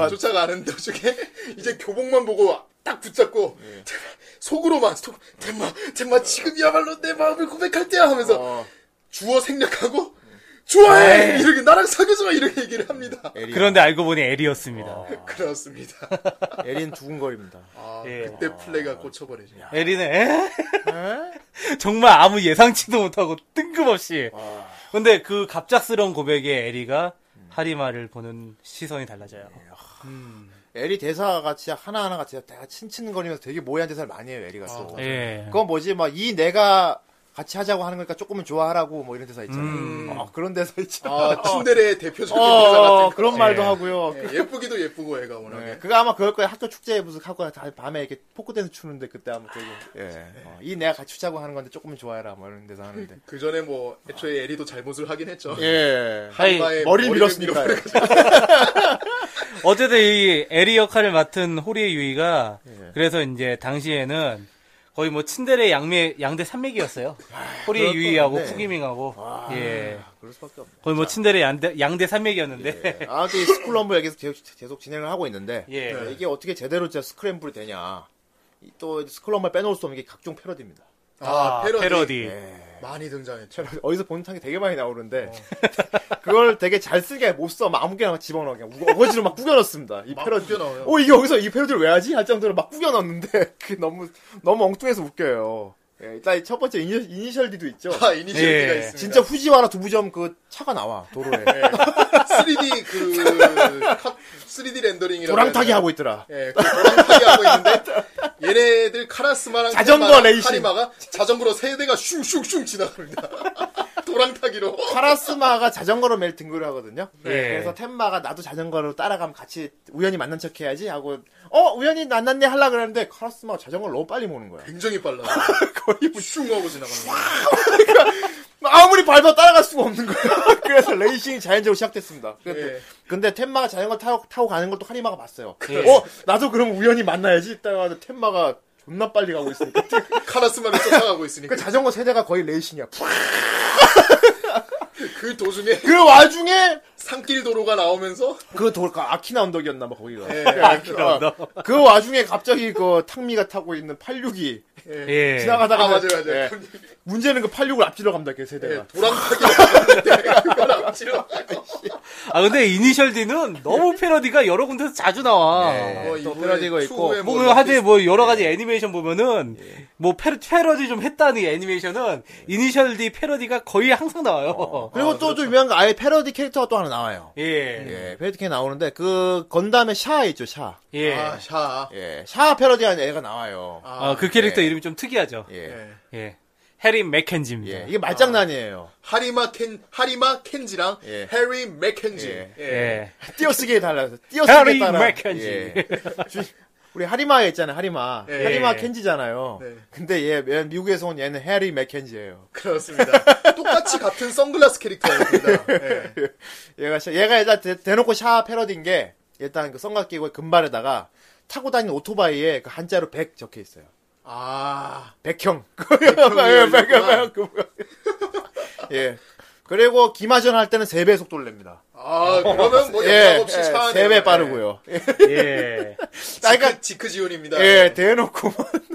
Speaker 3: 쫓아가는 도중에 (laughs) 이제 교복만 보고 딱 붙잡고 속으로만 속, 템마 템마 지금이야말로 내 마음을 고백할 때야 하면서 주어 생략하고 좋아해 이렇게 나랑 사귀어줘 이렇게 얘기를 합니다
Speaker 2: 에리.
Speaker 4: 그런데 알고 보니 에리였습니다
Speaker 3: 그렇습니다
Speaker 2: 에리는 두근거립니다.
Speaker 4: 예.
Speaker 3: 아, 그때 플레이가 꽂혀버리죠.
Speaker 4: 에리는 에? (laughs) 정말 아무 예상치도 못하고 뜬금없이 근데 그 갑작스러운 고백에 에리가 하리마를 보는 시선이 달라져요
Speaker 2: 에리 대사가 진짜 하나하나가 진짜 다 친친거리면서 되게 모해한 대사를 많이 해요, 에리가 또.
Speaker 4: 예
Speaker 2: 그건 뭐지, 막, 이 내가 같이 하자고 하는 거니까 조금은 좋아하라고 뭐 이런 대사 있잖아요. 어, 그런 대사 있잖아.
Speaker 3: 아,
Speaker 2: (laughs)
Speaker 3: 츤데레의 대표적인
Speaker 2: 어,
Speaker 3: 대사 같은
Speaker 2: 어,
Speaker 3: 거.
Speaker 2: 그런 말도
Speaker 4: 예.
Speaker 2: 하고요.
Speaker 3: 예, 예쁘기도 예쁘고 애가 워낙에.
Speaker 2: 예, 그거 아마 그럴 거예요. 학교 축제에 무슨 하고 다 밤에 이렇게 포크 댄스 추는데 그때 아마 저기 어, 이 내가 같이 추자고 하는 건데 조금은 좋아해라 뭐 이런 데서 하는데
Speaker 3: 그 전에 뭐 애초에 에리도 잘못을 하긴 했죠.
Speaker 2: 예
Speaker 4: 아니,
Speaker 3: 엄마의
Speaker 2: 머리를 밀었으니까
Speaker 3: 밀어버려가지고.
Speaker 4: 어쨌든 이 에리 역할을 맡은 호리의 유이가 그래서 이제 당시에는 거의 뭐 친데레 양매 양대 산맥이었어요. 호리의 유이하고
Speaker 2: 건데.
Speaker 4: 푸기밍하고 예
Speaker 2: 그럴 수밖에 없네.
Speaker 4: 거의 뭐 친데레 양대, 양대 산맥이었는데 (laughs)
Speaker 2: 예. 아무튼 이 스쿨럼블 얘기에서 계속, 계속 진행을 하고 있는데
Speaker 4: 예.
Speaker 2: 네, 이게 어떻게 제대로 진짜 스크램블이 되냐 이또 스쿨럼블 빼놓을 수 없는 게 각종 패러디입니다. 예.
Speaker 3: 아, 패러디. 많이 등장했죠.
Speaker 2: 어디서 본 탕이 되게 많이 나오는데 (laughs) 그걸 되게 잘 쓰게 못 써 아무개나 막 집어넣게 어거지로 막 구겨넣습니다. 이
Speaker 3: 막
Speaker 2: 패러디.
Speaker 3: 구겨넣어요.
Speaker 2: 어 이게 여기서 이 패러디를 왜 하지? 할 정도로 막 구겨넣는데 (laughs) 그게 너무 너무 엉뚱해서 웃겨요. 예, 일단 이첫 번째 이니, 이니셜
Speaker 3: (laughs)
Speaker 2: D도 있죠.
Speaker 3: 아, 이니셜디가
Speaker 4: 예.
Speaker 3: 있습니다.
Speaker 2: 진짜 후지와라 두부점 그 차가 나와 도로에
Speaker 3: 네. 3D 예. 그 컷, 3D 렌더링이라고
Speaker 2: 도랑타기
Speaker 3: 해야
Speaker 2: 하고 있더라.
Speaker 3: 되나? 예, 그 도랑타기 하고 있는데 얘네들 카라스마랑
Speaker 2: 자전거
Speaker 3: 카리마랑
Speaker 2: 레이싱.
Speaker 3: 카리마가 자전거로 세 대가 슝슝슝 지나갑니다. (laughs) 도랑타기로.
Speaker 2: 카라스마가 자전거로 매일 등교를 하거든요.
Speaker 4: 예.
Speaker 2: 그래서 텐마가 나도 자전거로 따라가면 같이 우연히 만난 척 해야지 하고 어 우연히 만났네 하려 그랬는데 카라스마가 자전거를 너무 빨리 모는 거야.
Speaker 3: 굉장히
Speaker 2: (laughs)
Speaker 3: 빨라. 거의 슝 하고 지나가는
Speaker 2: 아무리 밟아 따라갈 수가 없는 거야. (laughs) 그래서 레이싱이 자연적으로 시작됐습니다. 근데,
Speaker 3: 예.
Speaker 2: 근데 텐마가 자전거 타고, 타고 가는 걸 또 카리마가 봤어요. 어 나도 그럼 우연히 만나야지. 이따가 텐마가 존나 빨리 가고 있으니까. (laughs)
Speaker 3: 거. 카라스마를 쫓아가고 있으니까
Speaker 2: 그 자전거 세대가 거의 레이싱이야.
Speaker 3: 그 도중에
Speaker 2: 그 와중에
Speaker 3: 산길 도로가 나오면서
Speaker 2: 그 돌까 아키나 언덕이었나 봐 거기가. 네,
Speaker 3: 예.
Speaker 2: 아키나 언덕. 그 와중에 갑자기 그 탕미가 타고 있는 862
Speaker 4: 예.
Speaker 2: 지나가다가
Speaker 3: 아 맞아요 맞아요
Speaker 2: 예. 문제는 그 86을 앞질러 갑니다 걔 세대가.
Speaker 3: 예, 도랑타기라고 그걸 앞치러
Speaker 4: 아 근데 이니셜 D는 너무 패러디가 여러 군데서 자주 나와.
Speaker 2: 예,
Speaker 3: 예.
Speaker 2: 또 부러지고 있고.
Speaker 4: 뭐그 하여튼 뭐 여러 가지 애니메이션 보면은 뭐 패러, 패러디 좀 했다는 이 애니메이션은 이니셜 D 패러디가 거의 항상 나와요.
Speaker 2: 어, 그리고 또 좀 유명한 거 아예 패러디 캐릭터가 또 하나 나와요.
Speaker 4: (laughs) 예.
Speaker 2: 예, 패러디 캐릭터 나오는데 그 건담의 샤 있죠 샤.
Speaker 4: 예. 아,
Speaker 3: 아샤 아,
Speaker 2: 예, 샤 패러디한 애가 나와요.
Speaker 4: 그 캐릭터
Speaker 2: 예.
Speaker 4: 이름이 좀 특이하죠. 예.
Speaker 2: 예.
Speaker 4: 해리 맥켄지입니다.
Speaker 2: 예, 이게 말장난이에요.
Speaker 3: 아. 하리마 켄 하리마 켄지랑
Speaker 2: 예.
Speaker 3: 해리 맥켄지
Speaker 2: 예.
Speaker 3: 예.
Speaker 4: 예.
Speaker 2: 띄어쓰기에 달라서.
Speaker 4: 해리
Speaker 2: (laughs) 띄어쓰기에 따라. 예.
Speaker 4: 맥켄지.
Speaker 2: 주- 우리 하리마 있잖아요, 하리마.
Speaker 3: 예.
Speaker 2: 하리마 켄지잖아요.
Speaker 3: 네.
Speaker 2: 근데 얘, 얘 미국에서 온 얘는 해리 맥켄지예요.
Speaker 3: 그렇습니다 똑같이 같은 선글라스 캐릭터입니다 예.
Speaker 2: 얘가 샤- 얘가 일단 대, 대놓고 샤 패러디인 게 일단 그 선각 끼고 금발에다가 타고 다니는 오토바이에 그 한자로 100 적혀 있어요.
Speaker 3: 아
Speaker 2: 백형. (laughs)
Speaker 3: 백형이요,
Speaker 2: 예, 백형,
Speaker 3: 이거구나.
Speaker 2: 백형. (laughs) 예. 그리고 기마전 할 때는 3배 속도를 냅니다.
Speaker 3: 아, 그러면 뭐
Speaker 2: 예,
Speaker 3: 연락 없이
Speaker 2: 예,
Speaker 3: 차 안에
Speaker 2: 3배 빠르고요. (laughs)
Speaker 4: 예.
Speaker 3: 아,
Speaker 2: 그러니까
Speaker 3: 그러니까 지크지온입니다.
Speaker 2: 예, 대놓고 (laughs)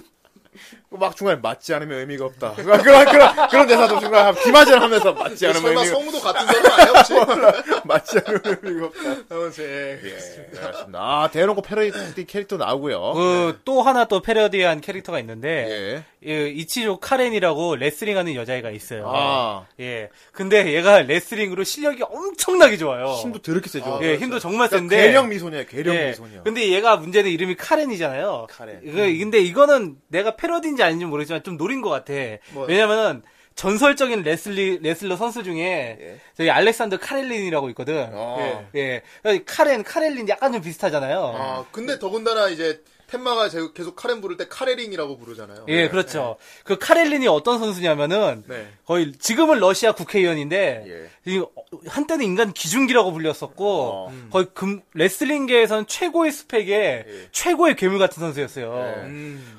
Speaker 2: 막 중간에 맞지 않으면 의미가 없다. (laughs) 그런 그런 그런, 그런 대사도 중간에 하면 기마전 하면서 맞지 않으면
Speaker 3: 설마
Speaker 2: 의미가
Speaker 3: 성우도 같은 사람 아니야 (laughs) 혹시?
Speaker 2: (laughs) 맞지 않으면 의미가 없다.
Speaker 3: 아무튼 예.
Speaker 2: 네, 알겠습니다. 아, 대놓고 패러디 캐릭터 나오고요.
Speaker 4: 그 또 하나 또 패러디한 캐릭터가 있는데
Speaker 2: 예.
Speaker 4: 예, 이치조 카렌이라고 레슬링하는 여자애가 있어요.
Speaker 2: 아,
Speaker 4: 예. 근데 얘가 레슬링으로 실력이 엄청나게 좋아요.
Speaker 2: 힘도 더럽게 세죠. 그러니까
Speaker 4: 예, 힘도 정말 센데.
Speaker 2: 그렇죠. 괴력 미소녀, 괴력
Speaker 4: 예.
Speaker 2: 미소녀.
Speaker 4: 근데 얘가 문제는 이름이 카렌이잖아요.
Speaker 2: 카렌. 음.
Speaker 4: 이거- 근데 이거는 내가 패러디인지 아닌지 모르지만 좀 노린 것 같아.
Speaker 2: 뭐.
Speaker 4: 왜냐면은 전설적인 레슬리 레슬러 선수 중에 저희 알렉산더 카렐린이라고 있거든.
Speaker 2: 예. 아.
Speaker 4: 예. 카렌 카렐린 약간 좀 비슷하잖아요.
Speaker 3: 아, 근데 더군다나 이제 텐마가 제- 계속 카렌 부를 때 카레링이라고 부르잖아요.
Speaker 4: 예, 그렇죠. 그 카렐린이 어떤 선수냐면은
Speaker 3: 네.
Speaker 4: 거의 지금은 러시아 국회의원인데
Speaker 2: 예.
Speaker 4: 이 어- 한때는 인간 기준기라고 불렸었고
Speaker 2: 어.
Speaker 4: 거의 금 레슬링계에서는 최고의 스펙에 최고의 괴물 같은 선수였어요.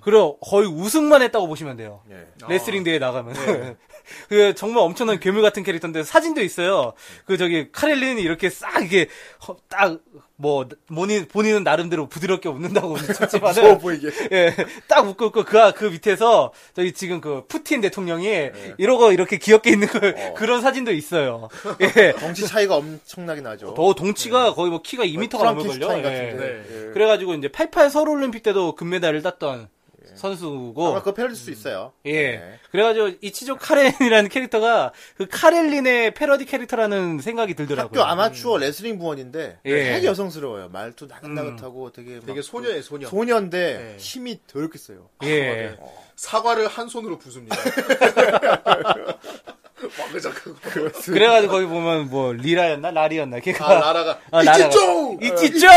Speaker 4: 그리고 거의 우승만 했다고 보시면 돼요. 레슬링 대회 나가면 (laughs) 그 정말 엄청난 괴물 같은 캐릭터인데 사진도 있어요. 그 저기 카렐린이 이렇게 싹 이게 딱 뭐 본인 본인은 나름대로 부드럽게 웃는다고 했지만은
Speaker 2: 무서워 보이게.
Speaker 4: (laughs) 예, 딱 웃고 있고 그, 아- 그 밑에서 저희 지금 그 푸틴 대통령이 이러고 이렇게 귀엽게 있는 그, 그런 사진도 있어요. 예.
Speaker 2: 정치 차이가 엄청나게 나죠.
Speaker 4: 어, 더 동치가 거의 뭐 키가 2m가 넘을걸요.
Speaker 2: 프랑켄슈타인
Speaker 3: 네.
Speaker 4: 예.
Speaker 2: 같은데. 예.
Speaker 4: 그래가지고 이제 88 서울 올림픽 때도 금메달을 땄던 선수고
Speaker 2: 아마 그거 패러디일 수 있어요.
Speaker 4: 예.
Speaker 2: 네.
Speaker 4: 그래가지고 이치조 카렌이라는 캐릭터가 그 카렐린의 패러디 캐릭터라는 생각이 들더라고요.
Speaker 2: 학교 아마추어 레슬링 부원인데
Speaker 4: 음. 예. 음.
Speaker 2: 되게 여성스러워요. 말투 나긋나긋하고 되게 막
Speaker 3: 되게 소녀예요, 소녀.
Speaker 2: 소녀인데 힘이 더럽게 세요.
Speaker 4: 예.
Speaker 3: 사과를 한 손으로
Speaker 4: (laughs)
Speaker 3: 부숩니다. 와그작하고.
Speaker 4: 그래가지고 거기 보면 뭐 리라였나 라리였나
Speaker 3: 아,
Speaker 4: 걔가
Speaker 3: 라라가. 아,
Speaker 4: 아, 라라가.
Speaker 3: 이치조!
Speaker 4: 이치조!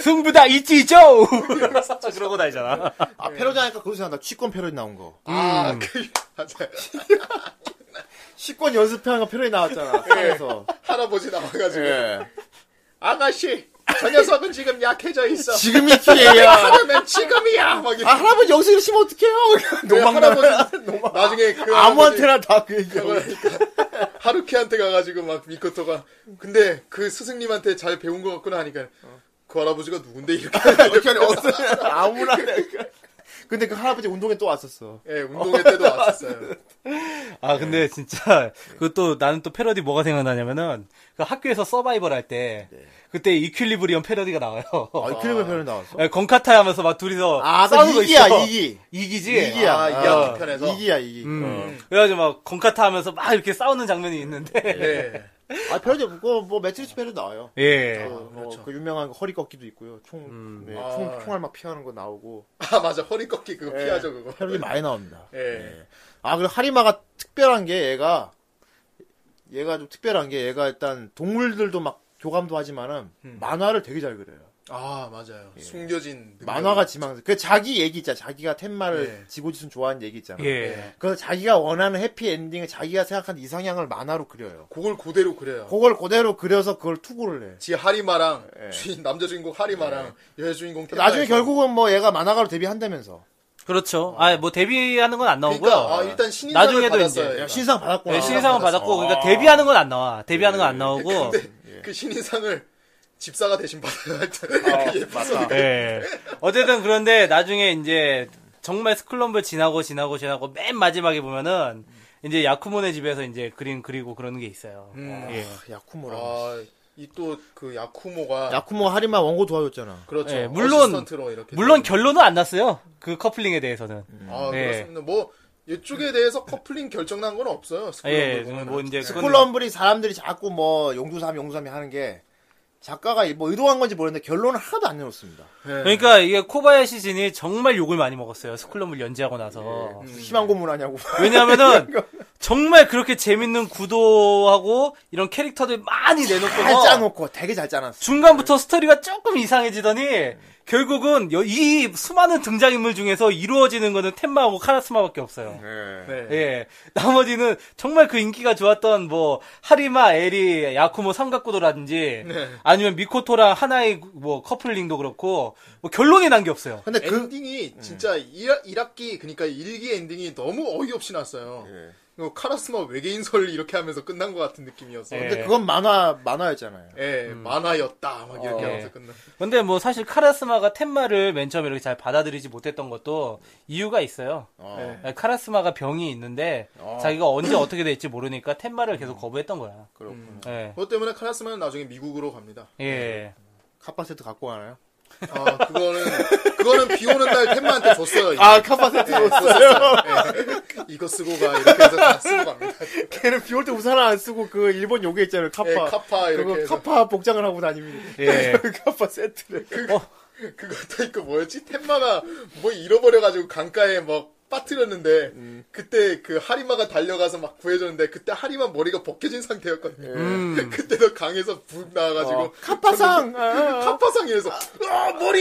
Speaker 4: 승부다 이치조 그러고 다니잖아.
Speaker 2: 아 패러디하니까 그거 생각나. 취권 패러디 나온 거.
Speaker 3: 아,
Speaker 4: 음.
Speaker 3: 그, 맞아요.
Speaker 2: 취권 연습하는 거 패러디
Speaker 4: 예.
Speaker 2: 나왔잖아. 그래서
Speaker 3: 할아버지 나와가지고.
Speaker 2: 예.
Speaker 3: 아가씨! 저 녀석은 지금 약해져 있어.
Speaker 2: 지금이 (laughs) 기회야.
Speaker 3: 그러면 지금이야! 막
Speaker 2: 아
Speaker 3: 이렇게.
Speaker 2: 할아버지 여기서 이러시면 어떡해요? 그 노망 나
Speaker 3: 할아버지. 나중에 그. 할아버지-
Speaker 2: 아무한테나 다 그 얘기하고.
Speaker 3: 그러니까 (laughs) 하루키한테 가가지고 막 미코토가 근데 그 스승님한테 잘 배운 것 같구나 하니까 그 할아버지가 누군데 이렇게 이렇게 (laughs) 하면서
Speaker 2: 아무나. (laughs) 근데 그 할아버지 운동회 또 왔었어.
Speaker 3: 예 운동회 때도 왔었어요
Speaker 4: 아 근데 진짜 그것도 나는 또 패러디 뭐가 생각나냐면은 그 학교에서 서바이벌 할 때 그때 이퀄리브리엄 패러디가 나와요.
Speaker 2: 아, 이클리브 패러디 나왔어?
Speaker 4: 예, 건카타 하면서 막 둘이서
Speaker 2: 아, 그
Speaker 4: 싸우는 거
Speaker 2: 이기야,
Speaker 4: 있어.
Speaker 2: 이기.
Speaker 4: 이기지.
Speaker 2: 이기야.
Speaker 3: 아,
Speaker 2: 아,
Speaker 3: 이야기 편에서?
Speaker 2: 이기야, 이기. 어.
Speaker 4: 음. 그래가지고 막 건카타 하면서 막 이렇게 싸우는 장면이 있는데. (laughs)
Speaker 3: 예
Speaker 2: 아, 패러디, 그거 뭐, 매트리스 패러디 나와요.
Speaker 4: 예.
Speaker 2: 그, 뭐, 그 유명한 거 허리 꺾기도 있고요. 총, 네,
Speaker 3: 아.
Speaker 2: 총, 총알 막 피하는 거 나오고.
Speaker 3: 아, 맞아 허리 꺾기 그거 피하죠 그거
Speaker 2: 패러디 많이 나옵니다.
Speaker 3: 예.
Speaker 2: 네. 아, 그리고 하리마가 특별한 게 얘가, 얘가 좀 특별한 게 얘가 일단 동물들도 막 교감도 하지만은 만화를 되게 잘 그려요.
Speaker 3: 아 맞아요 숨겨진 능력.
Speaker 2: 만화가 지망생. 그 자기 얘기 있잖아. 자기가 텐마를
Speaker 3: 예.
Speaker 2: 지고지순 좋아하는 얘기 있잖아.
Speaker 4: 예.
Speaker 2: 그래서 자기가 원하는 해피 엔딩을 자기가 생각하는 이상향을 만화로 그려요.
Speaker 3: 그걸 그대로 그려요
Speaker 2: 그걸 그대로 그려서 그걸 투구를 해.
Speaker 3: 지 하리마랑 주인 남자 주인공 하리마랑 여자 주인공
Speaker 4: 그러니까
Speaker 3: 텐마에서.
Speaker 2: 나중에 결국은 뭐 얘가 만화가로 데뷔한다면서
Speaker 4: 그렇죠. 아, 뭐 데뷔하는 건 안 나오고요.
Speaker 3: 그러니까 아, 일단 신인상을
Speaker 4: 나중에도
Speaker 3: 받았어요
Speaker 4: 이제
Speaker 3: 얘가.
Speaker 2: 신상 받았구나.
Speaker 4: 네, 신인상은 받았고,
Speaker 2: 어.
Speaker 4: 그러니까 데뷔하는 건 안 나와. 데뷔하는 건 안 나오고.
Speaker 3: 근데 그 신인상을 집사가 대신 받아요 하여튼 그게 맞다
Speaker 4: 예. 어쨌든 그런데 나중에 이제 정말 스클럼블 지나고 지나고 지나고 맨 마지막에 보면은 이제 야쿠모네 집에서 이제 그림 그리고 그러는 게 있어요. 예.
Speaker 2: 아, 야쿠모라.
Speaker 3: 아이 또 그 야쿠모가
Speaker 2: 야쿠모 하리마 원고 도와줬잖아.
Speaker 3: 그렇죠.
Speaker 4: 예, 물론-
Speaker 3: 어시스턴트로 이렇게 되는.
Speaker 4: 물론 결론은 안 났어요. 그 커플링에 대해서는.
Speaker 2: 음.
Speaker 3: 아,
Speaker 4: 예.
Speaker 3: 그렇습니다. 뭐 이쪽에 대해서 커플링 결정난 건 없어요.
Speaker 4: 예.
Speaker 3: 스쿨
Speaker 4: 뭐 이제 그건-
Speaker 2: 스쿨럼블이 사람들이 자꾸 뭐 용두삼 용두삼이 하는 게 작가가 뭐 의도한 건지 모르겠는데 결론은 하나도 안 내놓습니다.
Speaker 4: 그러니까 이게 코바야시 진이 정말 욕을 많이 먹었어요. 스쿨럼블 연재하고 나서.
Speaker 2: 희망 어, 고문하냐고. (laughs)
Speaker 4: 왜냐하면은 정말 그렇게 재밌는 구도하고 이런 캐릭터들 많이
Speaker 2: 잘
Speaker 4: 내놓고서
Speaker 2: 짜놓고 되게 잘 짜놨어.
Speaker 4: 중간부터 스토리가 조금 이상해지더니 결국은 여- 이 수많은 등장인물 중에서 이루어지는 거는 텐마하고 카라스마밖에 없어요.
Speaker 2: 네.
Speaker 4: 예. 나머지는 정말 그 인기가 좋았던 뭐 하리마, 에리, 야쿠모 삼각구도라든지
Speaker 2: 네.
Speaker 4: 아니면 미코토랑 하나의 뭐 커플링도 그렇고 뭐 결론이 난 게 없어요.
Speaker 2: 근데 그
Speaker 3: 엔딩이
Speaker 4: 음.
Speaker 3: 진짜 1, 학기 그러니까 1기 엔딩이 너무 어이없이 났어요.
Speaker 4: 예. 네.
Speaker 3: 이거 카라스마 외계인설 이렇게 하면서 끝난 것 같은 느낌이어서.
Speaker 4: 예. 음.
Speaker 3: 예.
Speaker 2: 근데 그건 만화 만화였잖아요.
Speaker 3: 만화였다. 막 이렇게
Speaker 4: 어. 예.
Speaker 3: 하면서 끝난.
Speaker 4: 근데 뭐 사실 카라스마가 텐마를 맨 처음에 이렇게 잘 받아들이지 못했던 것도 이유가 있어요.
Speaker 2: 어.
Speaker 4: 네, 카라스마가 병이 있는데 자기가 언제 어떻게 될지 모르니까 텐마를 계속 거부했던 거야.
Speaker 2: 그렇구나.
Speaker 4: 예.
Speaker 3: 그것 때문에 카라스마는 나중에 미국으로 갑니다.
Speaker 2: 네.
Speaker 4: 예.
Speaker 2: 카파 세트 갖고 가나요?
Speaker 3: 아, 그거는, 그거는 비 오는 날 템마한테 줬어요. 이거.
Speaker 2: 아, 카파 세트.
Speaker 3: 예, 줬었어요. 예. 이거 쓰고 가. 이렇게 해서 다 쓰고 갑니다.
Speaker 2: 걔는 비 올 때 우산 안 쓰고 그 일본 요괴 있잖아요. 카파.
Speaker 3: 예, 카파 이렇게
Speaker 2: 그거
Speaker 3: 해서.
Speaker 2: 카파 복장을 하고 다닙니다. (laughs)
Speaker 4: 예.
Speaker 2: 카파 세트를.
Speaker 3: 그것도 있고 뭐였지? 템마가 뭐 잃어버려가지고 강가에 막 빠뜨렸는데 그때 그 하리마가 달려가서 막 구해줬는데 그때 하리마 머리가 벗겨진 상태였거든요. (laughs) 그때도 강에서 푹 나와가지고 (laughs) 음,
Speaker 2: 카파상. 아,
Speaker 3: 카파상에서 어. 아 머리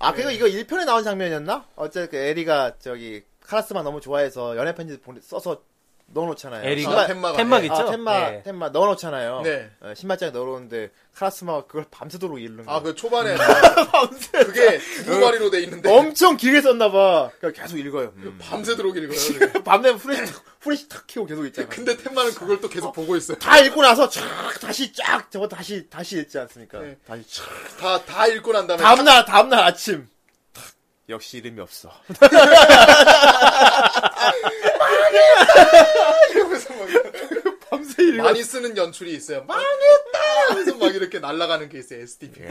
Speaker 2: 아 그리고 이거 1편에 나온 장면이었나? 어쨌든 그 에리가 저기 카라스마 너무 좋아해서 연애 편지 보내- 써서 넣어놓잖아요.
Speaker 4: 에리가
Speaker 3: 아,
Speaker 2: 신발-
Speaker 3: 템마가.
Speaker 4: 텐막
Speaker 3: 예.
Speaker 4: 있죠?
Speaker 2: 아, 텐마,
Speaker 4: 예.
Speaker 2: 텐마 넣어놓잖아요.
Speaker 3: 네.
Speaker 2: 어, 신발장에 넣어놓는데 카라스마가 그걸 밤새도록 읽는 거야.
Speaker 3: 아 그 (laughs) 초반에 그게 두 마리로 돼 있는데
Speaker 2: 엄청 길게 썼나봐. 그러니까 계속 읽어요.
Speaker 3: 밤새 (laughs) 들어오길 이거예요.
Speaker 2: 밤내면 후레쉬, 탁- 후레쉬 탁 키고 계속 있잖아.
Speaker 3: 근데 템마는 그걸 또 계속 보고 있어요.
Speaker 2: 다 읽고 나서 쫙 다시 쫙 저거 다시 다시 읽지 않습니까?
Speaker 3: 네.
Speaker 2: 다시 쫙.
Speaker 3: 다 다 읽고 난 다음에
Speaker 2: 다음날 다음날 아침 탁, 역시 이름이
Speaker 3: (laughs)
Speaker 2: 없어.
Speaker 3: 이러면서 막
Speaker 2: 밤새 읽어. (laughs)
Speaker 3: 많이 쓰는 연출이 있어요. 망했다. 하면서 막 이렇게 날아가는 게 있어요 SDP.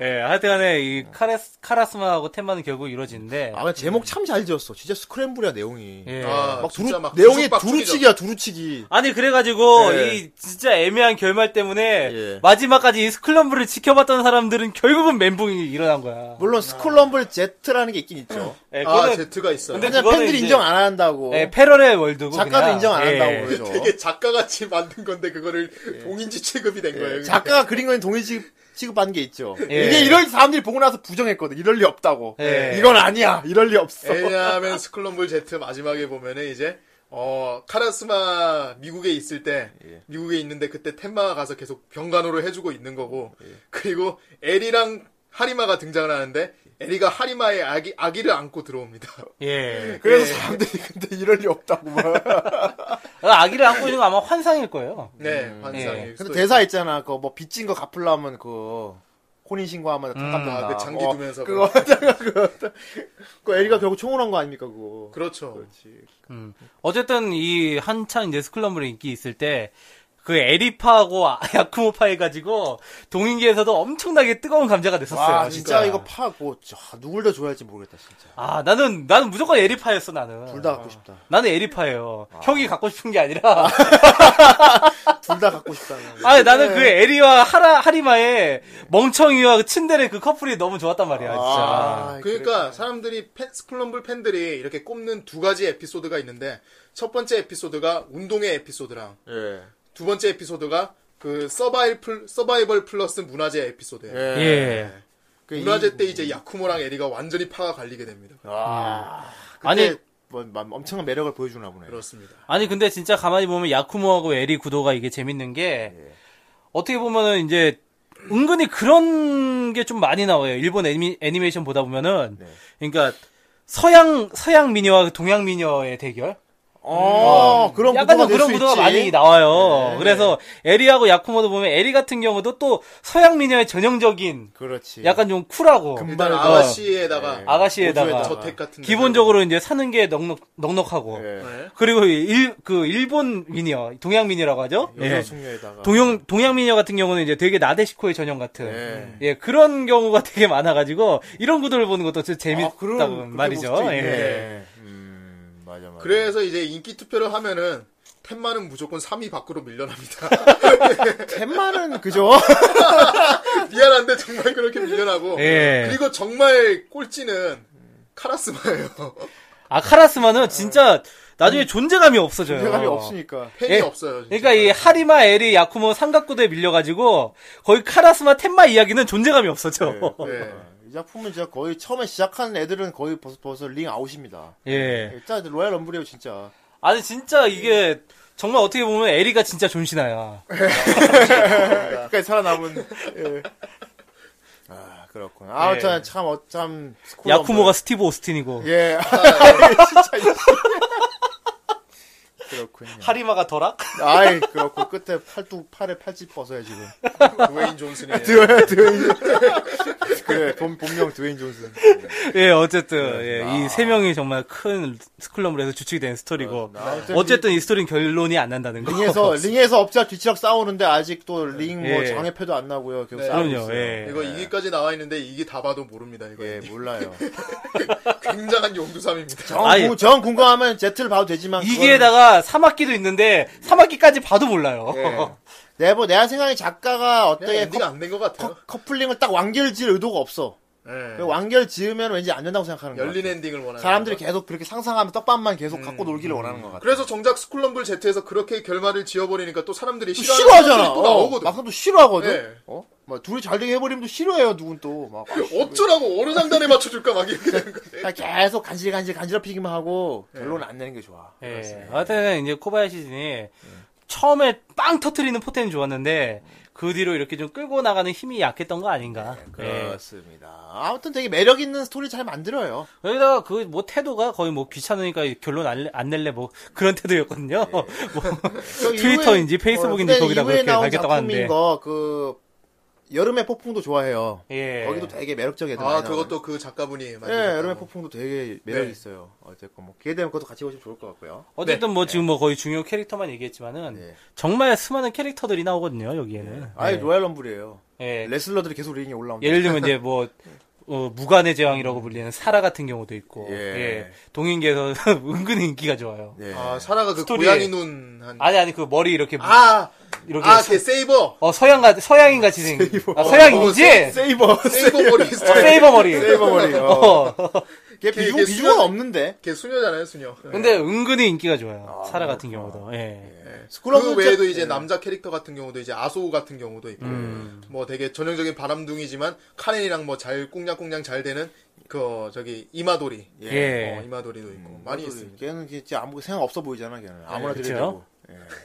Speaker 4: 예, 하여튼간에 이 카레스, 카라스마하고 테마는 결국 이루어지는데
Speaker 2: 아, 근데 제목 참 잘 지었어. 진짜 스크램블이야 내용이.
Speaker 4: 예.
Speaker 3: 아,
Speaker 2: 막 두루
Speaker 3: 진짜 막
Speaker 2: 내용이
Speaker 3: 구석박죽이죠.
Speaker 2: 두루치기야 두루치기.
Speaker 4: 아니 그래가지고
Speaker 2: 예.
Speaker 4: 이 진짜 애매한 결말 때문에
Speaker 2: 예.
Speaker 4: 마지막까지 이 스클럼블을 지켜봤던 사람들은 결국은 멘붕이 일어난 거야.
Speaker 2: 물론 스콜럼블 Z라는 게 있긴 있죠.
Speaker 4: 예,
Speaker 3: 아
Speaker 4: 그거는
Speaker 3: Z가 있어요.
Speaker 4: 근데-
Speaker 2: 그냥
Speaker 4: 그거는
Speaker 2: 팬들이
Speaker 4: 이제-
Speaker 2: 인정 안 한다고.
Speaker 4: 예, 패럴의 월드고
Speaker 2: 작가도
Speaker 4: 그냥.
Speaker 2: 인정 안
Speaker 4: 예.
Speaker 2: 한다고 그죠.
Speaker 3: 되게 작가같이 만든 건데 그거를 동인지 취급이 된 거예요.
Speaker 2: 예, 작가가 그린 거는 동일 취급 취급받는 게 있죠.
Speaker 4: 예.
Speaker 2: 이게 이럴 사람들이 보고 나서 부정했거든. 이럴 리 없다고.
Speaker 4: 예.
Speaker 2: 이건 아니야. 이럴 리 없어.
Speaker 3: 왜냐하면 스클럼블 Z 마지막에 보면은 이제 어 카라스마 미국에 있을 때 미국에 있는데 그때 템마가 가서 계속 병간호를 해주고 있는 거고 그리고 에리랑 하리마가 등장을 하는데 에리가 하리마의 아기 아기를 안고 들어옵니다. (laughs)
Speaker 4: 예.
Speaker 2: 그래서 사람들이 근데 이럴 리
Speaker 3: (laughs)
Speaker 2: 없다고 막.
Speaker 4: 아기를 안고 있는 거 아마 환상일 거예요.
Speaker 3: 네
Speaker 4: 예.
Speaker 3: 환상이.
Speaker 2: 근데 대사 있잖아. 그 뭐 빚진 거 갚으려면 그 혼인 신고하면 탕감된다.
Speaker 3: 아, 그 장기
Speaker 2: 어,
Speaker 3: 두면서
Speaker 2: 그거 하다가 그거 그 에리가 결국 총을 한 거 아닙니까 그거.
Speaker 3: 그렇죠.
Speaker 4: 음. 어쨌든 이 한창 이제 스클럼블 인기 있을 때. 그 에리파하고 아- (laughs) 야쿠모파 해가지고 동인기에서도 엄청나게 뜨거운 감자가 됐었어요.
Speaker 2: 와 진짜
Speaker 3: 그러니까.
Speaker 2: 이거 파고 자, 누굴 더 줘야 할지 모르겠다 진짜.
Speaker 4: 아 나는 나는 무조건 에리파였어 나는.
Speaker 2: 둘
Speaker 3: 아.
Speaker 2: 다 아. 갖고 싶다.
Speaker 4: 나는 에리파예요. 형이 갖고 싶은 게 아니라.
Speaker 2: 둘 다 갖고 싶다. 나는.
Speaker 4: (laughs) 아니 나는 그 에리와 하라 하리마의 멍청이와 그 츤데레 그 커플이 너무 좋았단 말이야 진짜.
Speaker 2: 아,
Speaker 3: 그러니까 사람들이 팬, 스클럼블 팬들이 이렇게 꼽는 두 가지 에피소드가 있는데 첫 번째 에피소드가 운동의 에피소드랑
Speaker 2: 예.
Speaker 3: 두 번째 에피소드가 그 서바일 플, 서바이벌 플러스 문화재 에피소드예요.
Speaker 2: 예.
Speaker 4: 예.
Speaker 2: 그
Speaker 3: 문화재
Speaker 2: 이-
Speaker 3: 때 이제 야쿠모랑 에리가 완전히 파가 갈리게 됩니다.
Speaker 2: 아.
Speaker 4: 아니.
Speaker 2: 아니 뭐, 막 엄청난 매력을 보여주나 보네.
Speaker 3: 그렇습니다.
Speaker 4: 아니 근데 진짜 가만히 보면 야쿠모하고 에리 구도가 이게 재밌는 게
Speaker 2: 예.
Speaker 4: 어떻게 보면은 이제 은근히 그런 게 좀 많이 나와요. 일본 애니, 애니메이션 보다 보면은
Speaker 2: 네.
Speaker 4: 그러니까 서양 서양 미녀와 그 동양 미녀의 대결.
Speaker 2: 어, 그런
Speaker 4: 음. 약간
Speaker 2: 구도가
Speaker 4: 좀
Speaker 2: 될
Speaker 4: 그런
Speaker 2: 수
Speaker 4: 구도가
Speaker 2: 있지. 네,
Speaker 4: 많이 나와요. 그래서 에리하고 야쿠모도 보면 에리 같은 경우도 또 서양 미녀의 전형적인
Speaker 2: 그렇지.
Speaker 4: 약간 좀 쿨하고
Speaker 3: 일단
Speaker 2: 어.
Speaker 3: 아가씨에다가
Speaker 4: 아가씨에다가
Speaker 2: 보조에다가.
Speaker 3: 저택 같은 데
Speaker 4: 기본적으로 이제 사는 게 넉넉 넉넉하고
Speaker 2: 예.
Speaker 3: 네.
Speaker 4: 그리고 일, 그 일본 미녀 동양 미녀라고 하죠.
Speaker 2: 여자
Speaker 4: 예.
Speaker 2: 숙녀에다가
Speaker 4: 동양 동양 미녀 같은 경우는 이제 되게 나데시코의 전형 같은 예, 그런 경우가 되게 많아가지고 이런 구도를 보는 것도 진짜
Speaker 2: 아, 그런-
Speaker 4: 재밌다고
Speaker 2: 그렇게
Speaker 4: 말이죠.
Speaker 2: 볼 수도
Speaker 4: 예.
Speaker 2: 있네. 음, 맞아 맞아.
Speaker 3: 그래서 이제 인기 투표를 하면은 텐마는 무조건 3위 밖으로 밀려납니다. (laughs)
Speaker 2: 템마는 그죠?
Speaker 4: (laughs)
Speaker 3: 미안한데 정말 그렇게 밀려나고
Speaker 4: 예.
Speaker 3: 그리고 정말 꼴찌는 카라스마예요. (laughs)
Speaker 4: 아 카라스마는 진짜 나중에 존재감이 네. 없어져요.
Speaker 2: 대감이 음. 없으니까.
Speaker 4: (laughs)
Speaker 3: 팬이
Speaker 4: 예.
Speaker 3: 없어요. 진짜.
Speaker 4: 그러니까 이 하리마 에리 야쿠모 삼각구도에 밀려가지고 거의 카라스마 텐마 이야기는 존재감이 없어져.
Speaker 3: 네.
Speaker 2: 이 작품은 진짜 거의 처음에 시작하는 애들은 거의 벌써 벌써 링 아웃입니다.
Speaker 4: (laughs) 예.
Speaker 2: 진짜 로얄 럼블이에요 진짜.
Speaker 4: 아니 진짜 이게 정말 어떻게 보면 에리가 진짜 존시나야.
Speaker 2: 끝까지 살아남은.
Speaker 4: (laughs)
Speaker 2: 예. 아 그렇구나. 아
Speaker 4: 예.
Speaker 2: 저는 참 어참
Speaker 4: 야쿠모가 스티브 오스틴이고 (laughs)
Speaker 2: 예. 진짜 이씨.
Speaker 4: 예.
Speaker 2: 그렇군요.
Speaker 4: 하리마가 더락.
Speaker 2: 아이 그렇고 끝에 팔뚝 팔에 팔집 벗어요 지금.
Speaker 3: 드웨인 존슨이에요.
Speaker 2: 드웨인 드웨인. 그래 본 본명 드웨인 존슨.
Speaker 4: (laughs) 예 어쨌든 이 세 명이 정말 큰 스쿨럼블에서 주축이 된 스토리고
Speaker 2: 아무튼
Speaker 4: 어쨌든 이 스토리는 결론이 안 난다는 거.
Speaker 2: 링에서 링에서 업자 뒤치락 싸우는데 아직도 링 뭐
Speaker 4: 예.
Speaker 2: 장애패도 안 나고요. 계속
Speaker 3: 네.
Speaker 2: 싸우고
Speaker 4: (laughs) 그럼요,
Speaker 2: 있어요.
Speaker 4: 예.
Speaker 3: 이거 이기까지 나와 있는데 이게 다 봐도 모릅니다. 이거
Speaker 2: 예, 몰라요.
Speaker 3: (laughs) 굉장한 용두삼입니다.
Speaker 2: 정,
Speaker 4: 아예.
Speaker 2: 궁- 정 궁금하면 제트를 봐도 되지만
Speaker 4: 이기에다가 3학기도 있는데 3학기까지 봐도 몰라요.
Speaker 2: 예, 내뭐 내가 생각에 작가가
Speaker 3: 그냥
Speaker 2: 어떻게
Speaker 3: 네, 엔딩 안된 것 같아요.
Speaker 2: 커, 플링을딱 완결 지을 의도가 없어.
Speaker 3: 예.
Speaker 4: 그
Speaker 2: 완결 지으면 왠지 안 된다고 생각하는 거야.
Speaker 3: 열린 음, 엔딩을 원하는.
Speaker 2: 사람들이
Speaker 3: 거죠.
Speaker 2: 계속 그렇게 상상하면 떡밥만 계속 갖고 놀기를 원하는 것 같아.
Speaker 3: 그래서 정작 스쿨럼블 Z에서 그렇게 결말을 지어버리니까 또 사람들이
Speaker 2: 또
Speaker 3: 싫어하는
Speaker 2: 싫어하잖아.
Speaker 3: 사람들이 또
Speaker 2: 어,
Speaker 3: 나오거든.
Speaker 2: 막상 또 싫어하거든.
Speaker 3: 예.
Speaker 2: 어? 막 둘이 잘 되게 해버리면 또 싫어해요, 누군 또. 막. 아, 씨.
Speaker 3: 어쩌라고 어느 장단에 맞춰줄까 막 이렇게 되는 건데.
Speaker 2: 그냥 계속 간질 간질 간지럽히기만 하고 결론을 안 내는 게 좋아.
Speaker 4: (laughs) 예. 하여튼 이제 코바야시진이 처음에 빵 터트리는 포텐 좋았는데 그 뒤로 이렇게 좀 끌고 나가는 힘이 약했던 거 아닌가. 예.
Speaker 2: 네, 그렇습니다. 아무튼 되게 매력 있는 스토리 잘 만들어요.
Speaker 4: 여기다가 그 뭐 태도가 거의 뭐 귀찮으니까 결론 안, 내- 안 낼래 뭐 그런 태도였거든요. (laughs) 뭐
Speaker 2: (laughs) 그 어,
Speaker 4: 트위터인지 페이스북인지
Speaker 2: 근데
Speaker 4: 거기다
Speaker 2: 이후에
Speaker 4: 그렇게
Speaker 2: 나온
Speaker 4: 밝혔다고
Speaker 2: 작품인
Speaker 4: 하는데.
Speaker 2: 거, 그, 여름의 폭풍도 좋아해요.
Speaker 4: 예.
Speaker 2: 거기도 되게 매력적인 애들
Speaker 3: 아
Speaker 2: 많이
Speaker 3: 그것도 그 작가분이
Speaker 2: 나와요. 예, 여름의 폭풍도 되게 매력
Speaker 3: 네.
Speaker 2: 있어요. 어쨌건 뭐 기회 되면 그것도 같이 보시면 좋을 것 같고요.
Speaker 4: 어쨌든 뭐 지금 뭐 거의 중요 캐릭터만 얘기했지만은
Speaker 2: 네.
Speaker 4: 정말 수많은 캐릭터들이 나오거든요 여기에는.
Speaker 2: 아예
Speaker 4: 예.
Speaker 2: 로얄 럼블이에요.
Speaker 4: 예.
Speaker 2: 레슬러들이 계속 링에 올라옵니다.
Speaker 4: 예를 들면 이제 뭐 어, 무관의 제왕이라고 불리는 사라 같은 경우도 있고
Speaker 2: 예.
Speaker 4: 예. 동인계에서 (laughs) 은근 히 인기가 좋아요.
Speaker 2: 예.
Speaker 3: 아 사라가 그
Speaker 4: 스토리에-
Speaker 3: 고양이 눈 한.
Speaker 4: 아니 아니 그 머리 이렇게 무-
Speaker 3: 아,
Speaker 4: 이렇게
Speaker 3: 아,
Speaker 4: 서-
Speaker 3: 걔
Speaker 4: (laughs)
Speaker 3: 세이버.
Speaker 4: 어 서양 같 서양인 같이 생긴 아 서양인이지
Speaker 2: 어, 세이버
Speaker 3: 세이버 머리 스타일.
Speaker 4: 세이버 머리.
Speaker 2: 세이버 머리. 어.
Speaker 4: (laughs) 어.
Speaker 3: 걔-
Speaker 2: 걔 비중
Speaker 3: 걔
Speaker 2: 비중은
Speaker 3: 수염-
Speaker 2: 없는데.
Speaker 3: 걔 수녀잖아요, 수녀.
Speaker 4: 예. 근데 은근히 인기가 좋아요. 사라 같은 경우도. 예.
Speaker 3: 그
Speaker 2: 스쿨럼블
Speaker 3: 외에도 이제 남자 캐릭터 같은 경우도 이제 아소우 같은 경우도 있고
Speaker 4: 음.
Speaker 3: 뭐 되게 전형적인 바람둥이지만 카렌이랑 뭐 잘 꽁냥꽁냥 잘 되는 그 저기 이마도리
Speaker 4: 예.
Speaker 3: 어, 이마도리도 있고 많이 있습니다 (laughs) 예,
Speaker 2: 걔는 진짜 아무 생각 없어 보이잖아. 걔는 아무나
Speaker 4: 그쵸?
Speaker 2: 들이대고.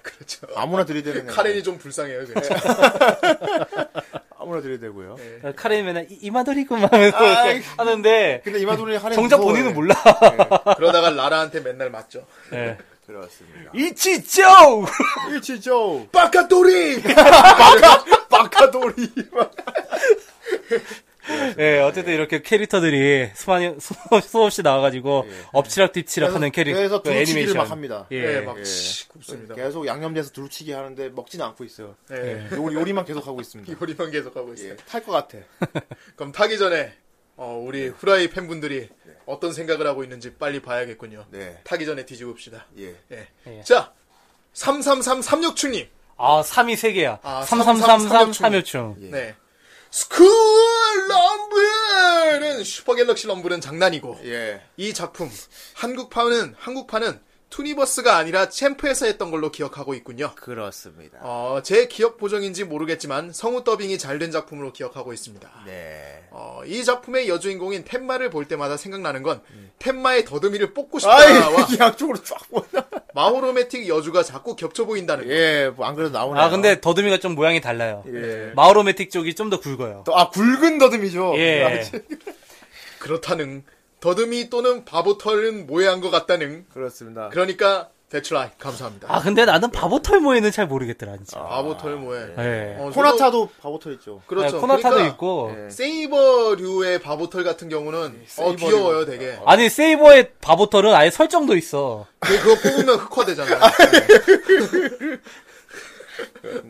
Speaker 3: 그렇죠
Speaker 2: 아무나 들이대는.
Speaker 3: 카렌이 좀 불쌍해요 그렇죠
Speaker 2: 네. 애가. 아무나 들이대고요.
Speaker 3: 예.
Speaker 4: 카레이 맨날 이- 이마돌이구만 하면서 이렇게 하는데
Speaker 2: 근데 이마돌이 하는 예.
Speaker 4: 정작 본인은
Speaker 3: (laughs)
Speaker 4: 몰라.
Speaker 3: (laughs) 그러다가 라라한테 맨날 맞죠
Speaker 4: 예.
Speaker 2: 들어왔습니다.
Speaker 4: 이치죠.
Speaker 2: 일치죠. (laughs)
Speaker 3: 빠카도리
Speaker 2: 바카돌이.
Speaker 4: 예, 어쨌든 이렇게 캐릭터들이 수많이 수- 수없이 나와가지고 엎치락뒤치락하는 캐릭터
Speaker 2: 그래서
Speaker 4: 그
Speaker 2: 두루치기를 막 합니다.
Speaker 4: 예.
Speaker 3: 예, 막 치, 굽습니다
Speaker 2: 계속 양념돼서 두루치기 하는데 먹지는 않고 있어요.
Speaker 3: 예.
Speaker 2: 요리, 요리만 계속
Speaker 3: (laughs)
Speaker 2: 하고 있습니다.
Speaker 3: 요리만 계속하고 있어요
Speaker 2: 예, 탈 것 같아.
Speaker 3: (laughs)
Speaker 2: 네.
Speaker 3: 그럼 타기 전에 어, 우리 후라이 팬분들이 어떤 생각을 하고 있는지 빨리 봐야겠군요
Speaker 2: 네.
Speaker 3: 타기 전에 뒤집읍시다
Speaker 2: 예.
Speaker 3: 예.
Speaker 4: 예.
Speaker 3: 자 33336충님
Speaker 4: 아, 3이 3개야.
Speaker 3: 아,
Speaker 4: 3333
Speaker 3: 삼, 삼,
Speaker 4: 3요충.
Speaker 2: 예.
Speaker 3: 네. 스쿨 럼블은 슈퍼갤럭시 럼블은 장난이고
Speaker 2: 예.
Speaker 3: 이 작품 한국판은 한국판은 투니버스가 아니라 챔프에서 했던 걸로 기억하고 있군요.
Speaker 2: 그렇습니다.
Speaker 3: 어, 제 기억 보정인지 모르겠지만 성우 더빙이 잘 된 작품으로 기억하고 있습니다.
Speaker 2: 네.
Speaker 3: 어, 이 작품의 여주인공인 텐마를 볼 때마다 생각나는 건
Speaker 4: 음.
Speaker 3: 텐마의 더듬이를 뽑고 아, 싶다와
Speaker 2: (laughs)
Speaker 4: (laughs)
Speaker 2: 양쪽으로 쫙 보나?
Speaker 3: 마호로메틱 여주가 자꾸 겹쳐 보인다는 거.
Speaker 2: 예, 뭐 안 그래도 나오네요.
Speaker 4: 아, 근데 더듬이가 좀 모양이 달라요.
Speaker 2: 예.
Speaker 4: 마오로메틱 쪽이 좀 더 굵어요.
Speaker 2: 또, 아, 굵은 더듬이죠. 네,
Speaker 4: 예.
Speaker 3: 그렇다는 더듬이 또는 바보털은 모해한 것 같다는
Speaker 2: 그렇습니다.
Speaker 3: 그러니까 대출라이 감사합니다.
Speaker 4: 아, 근데 나는 바보털 모에는 잘 모르겠더라, 진짜.
Speaker 3: 바보털 모해.
Speaker 4: 예.
Speaker 3: 어,
Speaker 2: 코나타도 바보털 있죠.
Speaker 3: 아, 그렇죠.
Speaker 4: 네, 코나타도
Speaker 3: 그러니까
Speaker 4: 있고.
Speaker 3: 세이버류의 바보털 같은 경우는 어 귀여워요, 되게.
Speaker 4: 아니, 세이버의 바보털은 아예 설정도 있어.
Speaker 3: 근데 그거 뽑으면 흑화
Speaker 4: (laughs)
Speaker 3: 되잖아요.
Speaker 4: 예.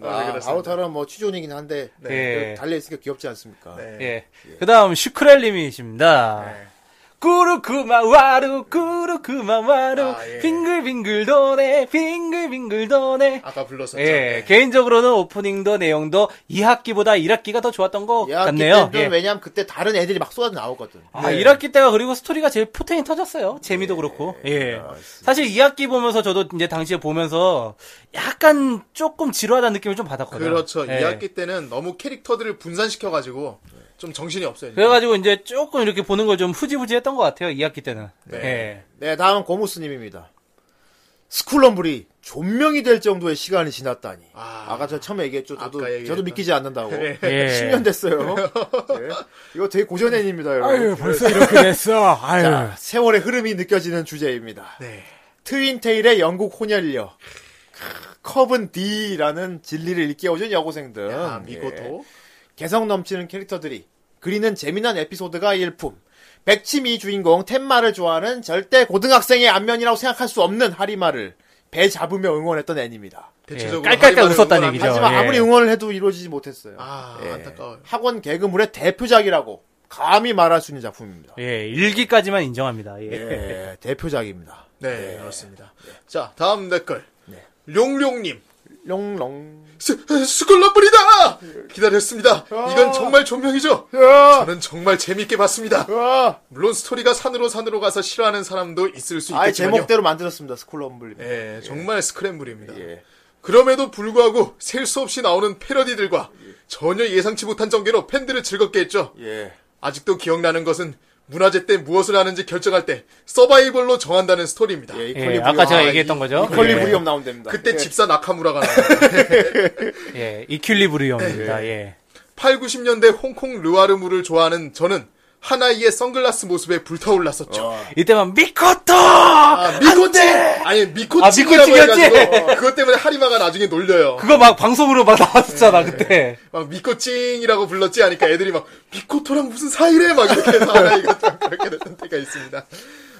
Speaker 2: 아, 바보털은 뭐 취존이긴 한데
Speaker 4: 네.
Speaker 2: 달려있으니까 귀엽지 않습니까?
Speaker 3: 네.
Speaker 4: 예. 그 다음, 슈크렐님이십니다. 꾸루쿠마 와루, 꾸루쿠마 와루,
Speaker 3: 아, 예.
Speaker 4: 빙글빙글 도네, 빙글빙글 도네.
Speaker 3: 아까 불렀었죠.
Speaker 4: 예,
Speaker 3: 네.
Speaker 4: 개인적으로는 오프닝도 내용도 2학기보다 1학기가 더 좋았던 것
Speaker 2: 야,
Speaker 4: 같네요.
Speaker 2: 그때는
Speaker 4: 예.
Speaker 2: 왜냐면 그때 다른 애들이 막 쏟아져 나오거든.
Speaker 4: 아,
Speaker 3: 네.
Speaker 4: 1학기 때가 그리고 스토리가 제일 포텐이 터졌어요. 재미도 그렇고. 예.
Speaker 3: 아,
Speaker 4: 사실 2학기 보면서 저도 이제 당시에 보면서 약간 조금 지루하다는 느낌을 좀 받았거든요.
Speaker 3: 그렇죠.
Speaker 4: 예.
Speaker 3: 2학기 때는 너무 캐릭터들을 분산시켜가지고 좀 정신이 없어요. 이제.
Speaker 4: 예. 그래가지고 이제 조금 이렇게 보는 걸 좀 후지부지 했던 것 같아요. 2학기 때는. 예.
Speaker 2: 네, 다음은 고무스님입니다. 스쿨럼블이 존명이 될 정도의 시간이 지났다니.
Speaker 3: 아.
Speaker 2: 아, 까저 처음에 얘기했죠. 저도,
Speaker 3: 아까 얘기했던.
Speaker 2: 저도 믿기지 않는다고. (laughs)
Speaker 4: 예.
Speaker 2: 10년 됐어요. 예. 이거 되게 고전애니입니다, 여러분.
Speaker 4: 벌써 이렇게 (laughs) 됐어. 아유.
Speaker 2: 자, 세월의 흐름이 느껴지는 주제입니다.
Speaker 3: 네.
Speaker 2: 트윈테일의 영국 혼혈녀. 크, 컵은 D라는 진리를 일깨워준 여고생들.
Speaker 3: 아,
Speaker 2: 예.
Speaker 3: 미고토.
Speaker 2: 개성 넘치는 캐릭터들이 그리는 재미난 에피소드가 일품. 백치미 주인공 텐마를 좋아하는 절대 고등학생의 안면이라고 생각할 수 없는 하리마를 배 잡으며 응원했던 애니입니다.
Speaker 3: 대체적으로
Speaker 4: 예, 깔깔깔
Speaker 3: 하리마를
Speaker 4: 웃었다는
Speaker 3: 응원합니다.
Speaker 4: 얘기죠.
Speaker 2: 하지만
Speaker 4: 예.
Speaker 2: 아무리 응원을 해도 이루어지지 못했어요.
Speaker 3: 아,
Speaker 2: 예.
Speaker 3: 안타까워요.
Speaker 2: 학원 개그물의 대표작이라고 감히 말할 수 있는 작품입니다.
Speaker 4: 예, 1기까지만 인정합니다. 예.
Speaker 2: 예, 대표작입니다.
Speaker 3: 네, 그렇습니다. 자, 다음 댓글.
Speaker 2: 네.
Speaker 3: 용룡님.
Speaker 2: 롱롱.
Speaker 3: 스- 스쿨럼블이다! 기다렸습니다.
Speaker 4: 아.
Speaker 3: 이건 정말 존명이죠? 저는 정말 재밌게 봤습니다. 물론 스토리가 산으로 산으로 가서 싫어하는 사람도 있을 수
Speaker 2: 아예
Speaker 3: 있겠지만요.
Speaker 2: 제목대로 만들었습니다. 스쿨럼블.
Speaker 3: 예, 정말 스크램블입니다.
Speaker 2: 예.
Speaker 3: 그럼에도 불구하고 셀 수 없이 나오는 패러디들과 전혀 예상치 못한 전개로 팬들을 즐겁게 했죠.
Speaker 2: 예.
Speaker 3: 아직도 기억나는 것은 문화재 때 무엇을 하는지 결정할 때 서바이벌로 정한다는 스토리입니다.
Speaker 2: 예,
Speaker 4: 예,
Speaker 2: 이퀄리브리엄.
Speaker 4: 아까 제가
Speaker 2: 아,
Speaker 4: 얘기했던
Speaker 2: 이-
Speaker 4: 거죠.
Speaker 2: 이퀄리브리엄 나오면 됩니다.
Speaker 3: 그때
Speaker 2: 예.
Speaker 3: 집사 나카무라가 나와요. (laughs)
Speaker 4: 예, 이큘리브리엄입니다. 예.
Speaker 3: 8, 90년대 홍콩 르와르무를 좋아하는 저는 하나이의 선글라스 모습에 불타올랐었죠.
Speaker 2: 어.
Speaker 4: 이때만 미코토! 아,
Speaker 3: 미코치! 아니,
Speaker 4: 아,
Speaker 3: 미코치라고
Speaker 4: 미코치였지?
Speaker 3: 해가지고, 그것 때문에 하리마가 나중에 놀려요.
Speaker 4: 그거 막 방송으로 막 나왔었잖아 그때.
Speaker 3: 막 미코칭이라고 불렀지 하니까 애들이 막, 미코토랑 무슨 사이래? 막 이렇게 해서 아, 하나이가 좀 그렇게 됐던 때가 있습니다.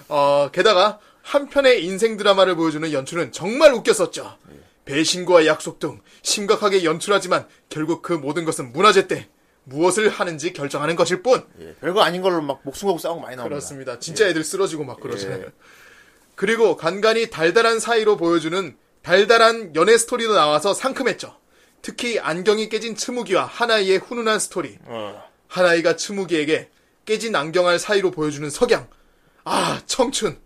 Speaker 3: 어, 게다가, 한 편의 인생 드라마를 보여주는 연출은 정말 웃겼었죠. 배신과 약속 등 심각하게 연출하지만 결국 그 모든 것은 문화재 때 무엇을 하는지 결정하는 것일 뿐
Speaker 2: 예, 별거 아닌 걸로 막 목숨 걸고 싸우고 많이 나옵니다.
Speaker 3: 그렇습니다. 진짜 애들 쓰러지고 막 그러잖아요. 그리고 간간히 달달한 사이로 보여주는 달달한 연애 스토리도 나와서 상큼했죠. 특히 안경이 깨진 츠무기와 하나이의 훈훈한 스토리. 하나이가 츠무기에게 깨진 안경알 사이로 보여주는 석양. 아, 청춘.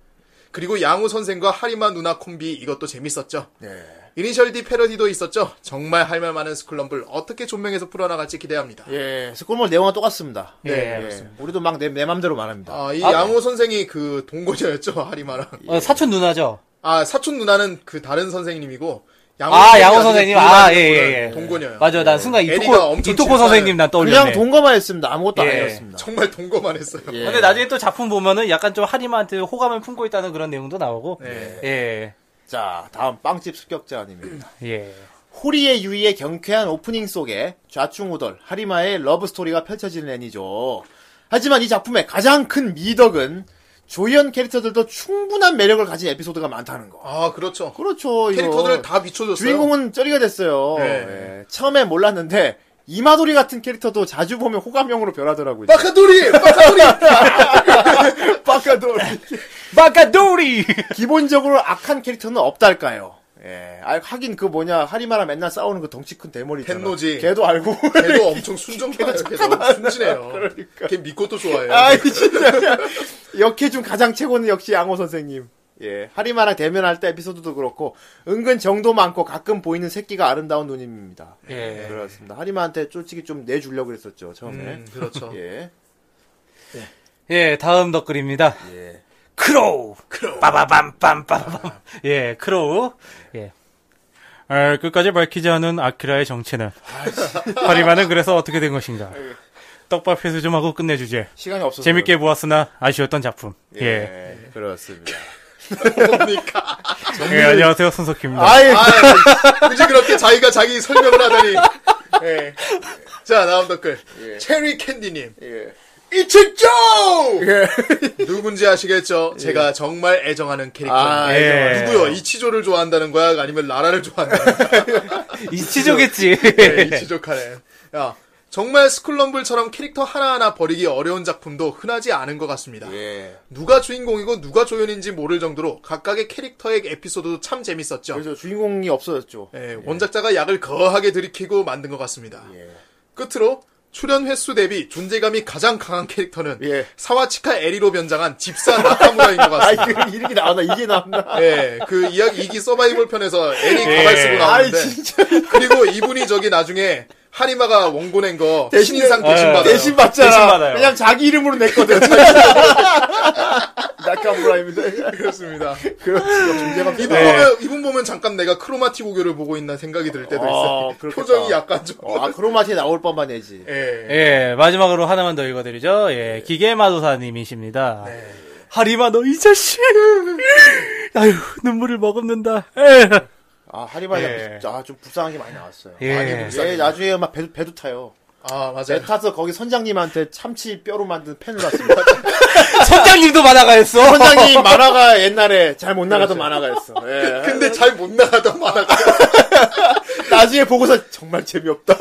Speaker 3: 그리고 양호 선생과 하리마 누나 콤비 이것도 재밌었죠.
Speaker 2: 예.
Speaker 3: 이니셜 D 패러디도 있었죠. 정말 할 말 많은 스쿨럼블 어떻게 존명해서 풀어나갈지 기대합니다.
Speaker 2: 예, 스콜몰 내용과 똑같습니다.
Speaker 4: 예,
Speaker 2: 그렇습니다. 우리도 막 내, 내 맘대로 말합니다.
Speaker 3: 네, 아, 이 양호 선생이 그 동거녀였죠, 하리마랑.
Speaker 4: 어, 사촌 누나죠.
Speaker 3: 아 사촌 누나는 그 다른 선생님이고 양호
Speaker 4: 아,
Speaker 3: 선생님이
Speaker 4: 양호
Speaker 3: 나중에
Speaker 4: 선생님.
Speaker 3: 누나를
Speaker 4: 아, 예,
Speaker 3: 보는
Speaker 4: 예, 예.
Speaker 3: 동거녀요.
Speaker 4: 맞아, 난 순간
Speaker 3: 애리가
Speaker 4: 이토코,
Speaker 3: 엄청
Speaker 4: 이토코 선생님 난
Speaker 2: 그냥
Speaker 4: 떠올렸네.
Speaker 2: 동거만 했습니다. 아무것도
Speaker 4: 예.
Speaker 2: 안 했습니다.
Speaker 3: 정말 동거만 했어요.
Speaker 2: 예.
Speaker 4: 근데 나중에 또 작품 보면은 약간 좀 하리마한테 호감을 품고 있다는 그런 내용도 나오고.
Speaker 3: 예.
Speaker 4: 예.
Speaker 2: 자, 다음 빵집 습격자 아닙니다.
Speaker 4: 예.
Speaker 2: 호리의 유이의 경쾌한 오프닝 속에 좌충우돌 하리마의 러브 스토리가 펼쳐지는 애니죠. 하지만 이 작품의 가장 큰 미덕은 조연 캐릭터들도 충분한 매력을 가진 에피소드가 많다는 거.
Speaker 3: 아 그렇죠.
Speaker 2: 그렇죠. 이거.
Speaker 3: 캐릭터들을 다 비춰줬어요.
Speaker 2: 주인공은 쩌리가 됐어요.
Speaker 3: 네.
Speaker 2: 예. 처음에 몰랐는데 이마도리 같은 캐릭터도 자주 보면 호감형으로 변하더라고요.
Speaker 3: 빠카돌이
Speaker 2: (laughs)
Speaker 3: 빠카돌이
Speaker 2: 빡가도리.
Speaker 4: 마카도리!
Speaker 2: (laughs)
Speaker 4: (laughs)
Speaker 2: 기본적으로 악한 캐릭터는 없달까요? 예. 아, 하긴 그 뭐냐 하리마랑 맨날 싸우는 그 덩치 큰 대머리. 있잖아.
Speaker 3: 덴노지.
Speaker 2: 걔도 알고.
Speaker 3: 걔도 엄청 순정파예요. 걔 너무 순진해요.
Speaker 2: (laughs)
Speaker 3: 걔 미코토 좋아해요.
Speaker 2: 그러니까. 아이 진짜 역해 중 가장 최고는 역시 양호 선생님. 예, 하리마랑 대면할 때 에피소드도 그렇고 은근 정도 많고 가끔 보이는 새끼가 아름다운 누님입니다.
Speaker 4: 예.
Speaker 2: 그렇습니다. 하리마한테 솔직히 좀 내주려고 그랬었죠 처음에.
Speaker 3: 음, 그렇죠.
Speaker 2: 예.
Speaker 4: 예, 다음 덧글입니다. 예. 크로우! 크로우! 빠바밤빰빰빰. 예, 크로우. 예. 아, 끝까지 밝히지 않은 아키라의 정체는. 하리마는 그래서 어떻게 된 것인가. 떡밥 회수 좀 하고 끝내주제.
Speaker 2: 시간이 없어서.
Speaker 4: 재밌게 보았으나 아쉬웠던 작품. 예.
Speaker 2: 그래요. 예, 그렇습니다.
Speaker 4: 예, 안녕하세요. 손석희입니다.
Speaker 2: 아이,
Speaker 3: 아, 굳이 그렇게 자기가 자기 설명을 하다니. 예. 자 다음 댓글 체리 캔디님.
Speaker 2: 예.
Speaker 3: 이츠조 누군지 아시겠죠? 제가 정말 애정하는 캐릭터.
Speaker 2: 아,
Speaker 4: 예.
Speaker 3: 누구요? 이치조를 좋아한다는 거야? 아니면 라라를 좋아한다는 거야?
Speaker 4: 이치조겠지.
Speaker 3: 예, 이치조카네. 야, 정말 스쿨럼블처럼 캐릭터 하나하나 버리기 어려운 작품도 흔하지 않은 것 같습니다.
Speaker 2: 예.
Speaker 3: 누가 주인공이고 누가 조연인지 모를 정도로 각각의 캐릭터의 에피소드도 참 재밌었죠.
Speaker 2: 그래서 주인공이 없어졌죠.
Speaker 3: 예, 원작자가 약을 거하게 들이키고 만든 것 같습니다.
Speaker 2: 예.
Speaker 3: 끝으로 출연 횟수 대비 존재감이 가장 강한 캐릭터는
Speaker 2: 예.
Speaker 3: 사와치카 에리로 변장한 집사 나카무라인 것
Speaker 2: 아이,
Speaker 3: 같습니다.
Speaker 2: 그 이렇게 나오나 이게 나오나.
Speaker 3: 예, 그 이야기 2기 서바이벌 편에서 에리 가발 쓰고 나오는데
Speaker 2: 예. 아이, 진짜. (laughs)
Speaker 3: 그리고 이분이 저기 나중에 하리마가 원고 낸거
Speaker 2: 예.
Speaker 3: 신인상 예. 대신 받아요.
Speaker 2: 대신 받잖아.
Speaker 4: 대신 받아요.
Speaker 2: 그냥 자기 이름으로 냈거든. 나카무라입니다.
Speaker 3: 그렇습니다.
Speaker 2: 그렇죠. 존재감
Speaker 3: 이분 보면 이분 보면 잠깐 내가 크로마티 고교를 보고 있나 생각이 들 때도 있어요.
Speaker 2: 아, 그렇겠다.
Speaker 3: 표정이 약간 좀.
Speaker 2: 어, 아, 크로마티에 나올 법만 해지.
Speaker 3: 예.
Speaker 4: 예, 마지막으로 하나만 더 읽어드리죠.
Speaker 2: 네.
Speaker 4: 예, 기계마도사님이십니다. 하리마, 너 이 자식! 아유, 눈물을 머금는다. 예. 에.
Speaker 2: 아, 하리바이
Speaker 4: 예.
Speaker 2: 아, 좀 불쌍한 게 많이 나왔어요.
Speaker 4: 예.
Speaker 2: 예, 나중에 막 배도, 배도 타요.
Speaker 3: 아 맞아요.
Speaker 2: 배 타서 거기 선장님한테 참치 뼈로 만든 펜을 놨습니다.
Speaker 4: 선장님도 만화가였어!
Speaker 3: (laughs)
Speaker 2: 선장님 만화가 옛날에 잘 못 나가던 만화가였어. 예.
Speaker 3: 그렇죠. 그, 근데 잘 못 나가던 만화가.
Speaker 2: 나중에 보고서
Speaker 3: (laughs)
Speaker 2: 정말 재미없다.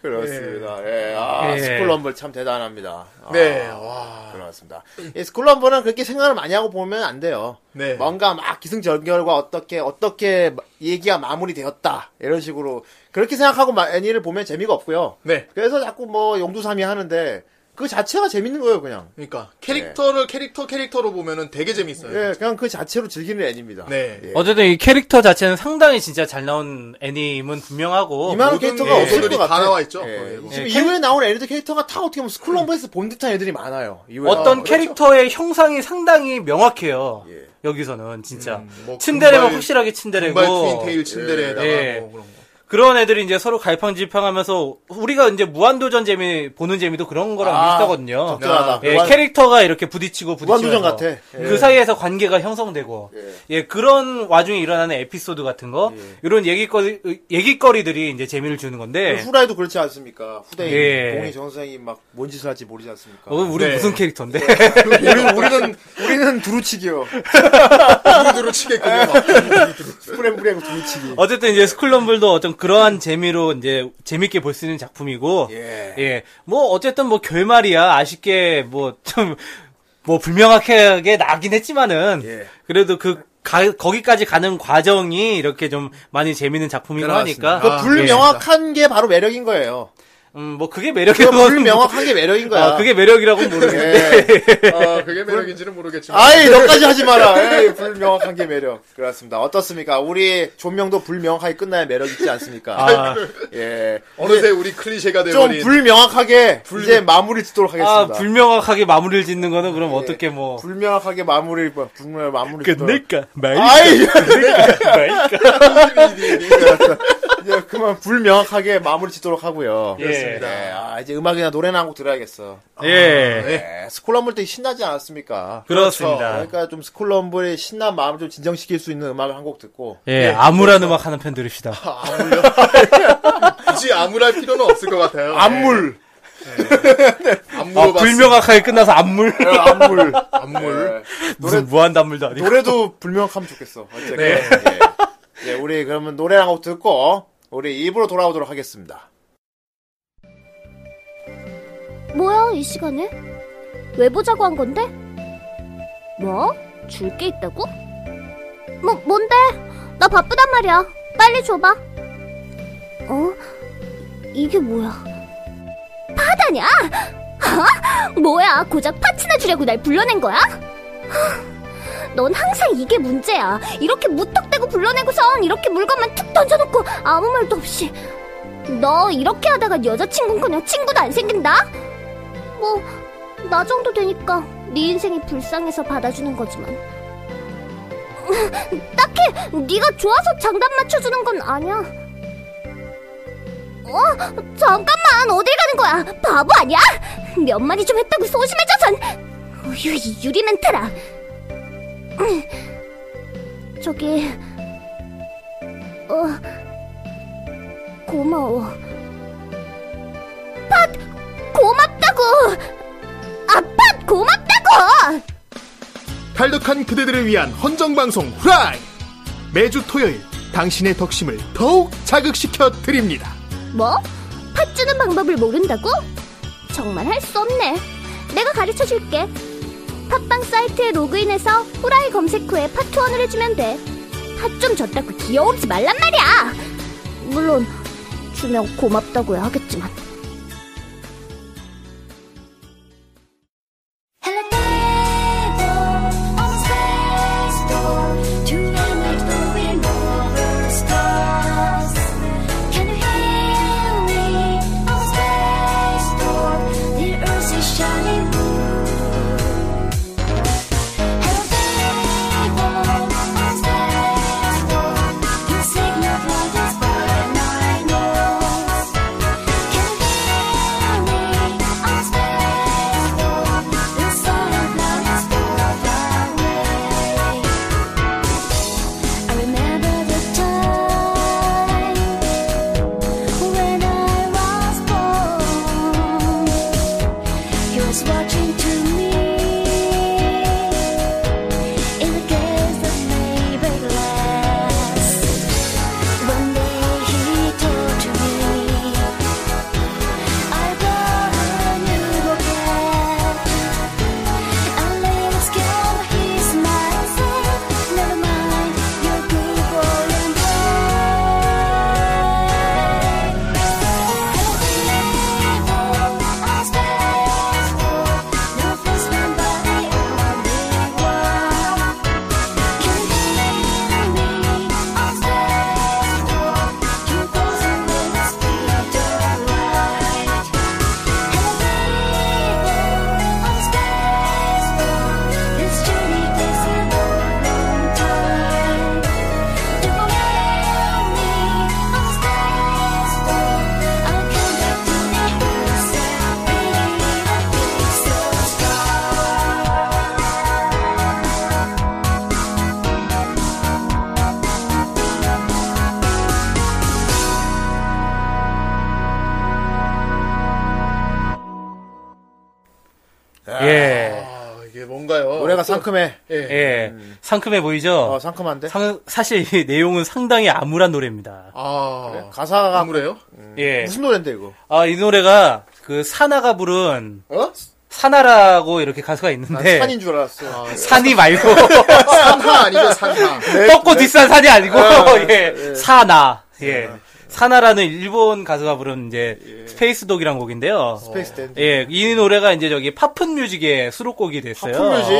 Speaker 2: 그렇습니다. 예, 아,
Speaker 4: 예.
Speaker 2: 스쿨럼블 참 대단합니다. 아,
Speaker 3: 네. 와.
Speaker 2: 그렇습니다. 이 스쿨럼블은 그렇게 생각을 많이 하고 보면 안 돼요.
Speaker 3: 네.
Speaker 2: 뭔가 막 기승전결과 어떻게 어떻게 마- 얘기가 마무리되었다 이런 식으로 그렇게 생각하고 마- 애니를 보면 재미가 없고요.
Speaker 3: 네.
Speaker 2: 그래서 자꾸 뭐 용두삼이 하는데 그 자체가 재밌는 거예요, 그냥.
Speaker 3: 그러니까 캐릭터를
Speaker 2: 네.
Speaker 3: 캐릭터 캐릭터로 보면은 되게 재밌어요.
Speaker 2: 예, 그냥 그 자체로 즐기는 애니입니다.
Speaker 3: 네.
Speaker 2: 예.
Speaker 4: 어쨌든 이 캐릭터 자체는 상당히 진짜 잘 나온 애니임은 분명하고.
Speaker 2: 이만한
Speaker 3: 모든
Speaker 2: 캐릭터가 없을
Speaker 3: 요소들이
Speaker 2: 것
Speaker 3: 다
Speaker 2: 같아.
Speaker 3: 나와 있죠.
Speaker 2: 예.
Speaker 3: 거의 뭐.
Speaker 2: 지금
Speaker 4: 예,
Speaker 2: 이후에 나온 애들 캐릭터가 다 어떻게 보면 스쿨럼버에서 본 듯한 애들이 많아요. 예. 이후에
Speaker 4: 뭐 어떤
Speaker 2: 나온 그렇죠?
Speaker 4: 캐릭터의 형상이 상당히 명확해요. 여기서는 진짜.
Speaker 3: 뭐
Speaker 4: 츤데레면
Speaker 2: 음,
Speaker 3: 금발-
Speaker 4: 확실하게 츤데레고.
Speaker 3: 정말 트윈테일 침대에다가
Speaker 2: 네.
Speaker 4: 예.
Speaker 3: 뭐 그런 거.
Speaker 4: 그런 애들이 이제 서로 갈팡질팡하면서 우리가 이제 무한도전 재미 보는 재미도 그런 거랑
Speaker 2: 아,
Speaker 4: 비슷하거든요.
Speaker 2: 적절하다.
Speaker 4: 예,
Speaker 2: 무한-
Speaker 4: 캐릭터가 이렇게 부딪히고 부딪히면서
Speaker 2: 무한도전 같아. 예.
Speaker 4: 그 사이에서 관계가 형성되고 예. 그런 와중에 일어나는 에피소드 같은 거
Speaker 2: 예.
Speaker 4: 이런 얘기거리 얘기거리들이 이제 재미를 주는 건데
Speaker 2: 후라이도 그렇지 않습니까? 후대인
Speaker 4: 네. 예.
Speaker 2: 공희 정선생이 막 뭔 짓을 할지 모르지 않습니까?
Speaker 4: 어,
Speaker 2: (laughs)
Speaker 4: 우리
Speaker 3: 네.
Speaker 4: 무슨 캐릭터인데?
Speaker 2: 우리는 우리는 우리는 두루치기요.
Speaker 7: 두루두루 치겠군요. 막.
Speaker 2: (laughs) 스프랭브랭 두루치기.
Speaker 4: 어쨌든 이제 스쿨럼블도 어떤 그러한 재미로 이제 재밌게 볼 수 있는 작품이고
Speaker 2: 예.
Speaker 4: 예. 뭐 어쨌든 뭐 결말이야 아쉽게 뭐 좀 뭐 불명확하게 나긴 했지만은
Speaker 2: 예.
Speaker 4: 그래도 그 가- 거기까지 가는 과정이 이렇게 좀 많이 재밌는 작품이고
Speaker 3: 그렇습니다.
Speaker 4: 하니까
Speaker 2: 그
Speaker 3: 아,
Speaker 2: 불명확한 게 바로 매력인 거예요.
Speaker 4: 예. 음, 뭐 네. 그게
Speaker 2: 그
Speaker 4: 매력이라고
Speaker 2: 불명확한 게 매력인 거야.
Speaker 4: (laughs)
Speaker 2: 예.
Speaker 4: 아, 그게 매력이라고는 모르겠는데
Speaker 2: 네.
Speaker 7: 아, 그게 매력인지는 모르겠지만.
Speaker 2: 아이 너까지 하지
Speaker 4: (laughs)
Speaker 2: 마라. 에이, 불명확한 게 매력. 그렇습니다. 어떻습니까? 우리 존명도 불명확하게 끝나야 매력 있지 않습니까?
Speaker 4: 아, 네
Speaker 2: 예.
Speaker 7: 어느새 우리 클리셰가
Speaker 2: 좀
Speaker 7: 되버린.
Speaker 2: 불명확하게 이제 마무리 짓도록
Speaker 4: 아,
Speaker 2: 하겠습니다. 예.
Speaker 4: 불명확하게 마무리를 짓는 거는 그럼 어떻게 뭐
Speaker 2: 불명확하게 마무리 불명 마무리
Speaker 4: 그
Speaker 2: 짓도록.
Speaker 4: 끝낼까 말까
Speaker 2: 아이 예.
Speaker 4: 말까
Speaker 2: 이제 그만 불명확하게 마무리 짓도록 하고요.
Speaker 4: 예. 그렇습니다.
Speaker 2: 네, 아, 이제 음악이나 노래나 한 곡 들어야겠어.
Speaker 4: 예
Speaker 2: 네, 스콜럼블 때 신나지 않았습니까?
Speaker 4: 그렇습니다.
Speaker 2: 그러니까 좀 스콜럼블의 신난 마음을 좀 진정시킬 수 있는 음악을 한 곡 듣고
Speaker 4: 예, 암울한 음악 하는 편 들읍시다.
Speaker 2: 아,
Speaker 7: 굳이 암울할 필요는 없을 것 같아요. 네.
Speaker 2: 안물 아,
Speaker 4: 아,
Speaker 7: 암무로 봤
Speaker 4: 불명확하게
Speaker 2: (laughs)
Speaker 4: 끝나서 안물.
Speaker 2: 안물 안물
Speaker 4: 무슨 무한단물도 아니고.
Speaker 2: 노래도 불명확하면 좋겠어. 어쨌든
Speaker 7: 네.
Speaker 2: 예. 예, 우리 그러면 노래 한 곡 듣고 우리 입으로 돌아오도록 하겠습니다.
Speaker 8: 뭐야 이 시간에? 왜 보자고 한 건데? 뭐? 줄 게 있다고? 뭐 뭔데? 나 바쁘단 말이야. 빨리 줘봐. 어? 이게 뭐야? 파다냐? 어? 뭐야? 고작 파츠나 주려고 날 불러낸 거야? 하, 넌 항상 이게 문제야. 이렇게 무턱대고 불러내고선 이렇게 물건만 툭 던져놓고 아무 말도 없이. 너 이렇게 하다가 여자친구는 그냥 친구도 안 생긴다? 뭐, 나 정도 되니까 네 인생이 불쌍해서 받아주는 거지만. (laughs) 딱히 네가 좋아서 장단 맞춰주는 건 아니야. 어? 잠깐만, 어딜 가는 거야? 바보 아니야? 몇 마디 좀 했다고 소심해져선! 어휴, 이 유리 멘탈아. (clears throat) 저기, 어, 고마워. 고맙다고! 아빠 고맙다고!
Speaker 3: 탈덕한 그대들을 위한 헌정방송 후라이! 매주 토요일 당신의 덕심을 더욱 자극시켜 드립니다.
Speaker 8: 뭐? 팥 주는 방법을 모른다고? 정말 할 수 없네. 내가 가르쳐 줄게. 팟빵 사이트에 로그인해서 후라이 검색 후에 팟 투원을 해주면 돼. 팥좀 줬다고 귀여우지 말란 말이야! 물론, 주면 고맙다고 야 하겠지만.
Speaker 5: Hello, devil, on the space door. Tonight we're going over the stars. Can you hear me? On the space door, the earth is shining blue. Hello, devil, on the space door. You signal like a spy, I know. Can you
Speaker 4: 예.
Speaker 7: 아, 이게 뭔가요?
Speaker 2: 네. 노래가
Speaker 7: 또-
Speaker 2: 상큼해.
Speaker 7: 예.
Speaker 4: 예. 상큼해 보이죠?
Speaker 2: 아, 음. 어, 상큼한데?
Speaker 4: 상- 사실 이 내용은 상당히 암울한 노래입니다.
Speaker 7: 아,
Speaker 2: 네, 가사가
Speaker 7: 아무래요?
Speaker 2: 음.
Speaker 4: 예.
Speaker 2: 무슨 노래인데 이거?
Speaker 4: 아, 이 노래가 그 사나가 부른
Speaker 7: 어?
Speaker 4: 사나라고 이렇게 가수가
Speaker 2: 난
Speaker 7: 네.
Speaker 4: 있는데
Speaker 2: 아, 산인 줄
Speaker 7: 아,
Speaker 2: 알았어.
Speaker 4: 산이
Speaker 2: (laughs)
Speaker 4: 말고
Speaker 7: 상하 아니죠, 상하.
Speaker 2: 네,
Speaker 4: 떡고 뒷산 산이 아니고 (laughs) 예. 사나. 예. 사나라는 일본 가수가 부른 이제 스페이스독이란 곡인데요.
Speaker 2: 예.
Speaker 7: 어.
Speaker 2: 스페이스 댄디.
Speaker 4: 예, 이 노래가 이제 저기 팝은 뮤직의 수록곡이 됐어요.
Speaker 2: 팝은 뮤직.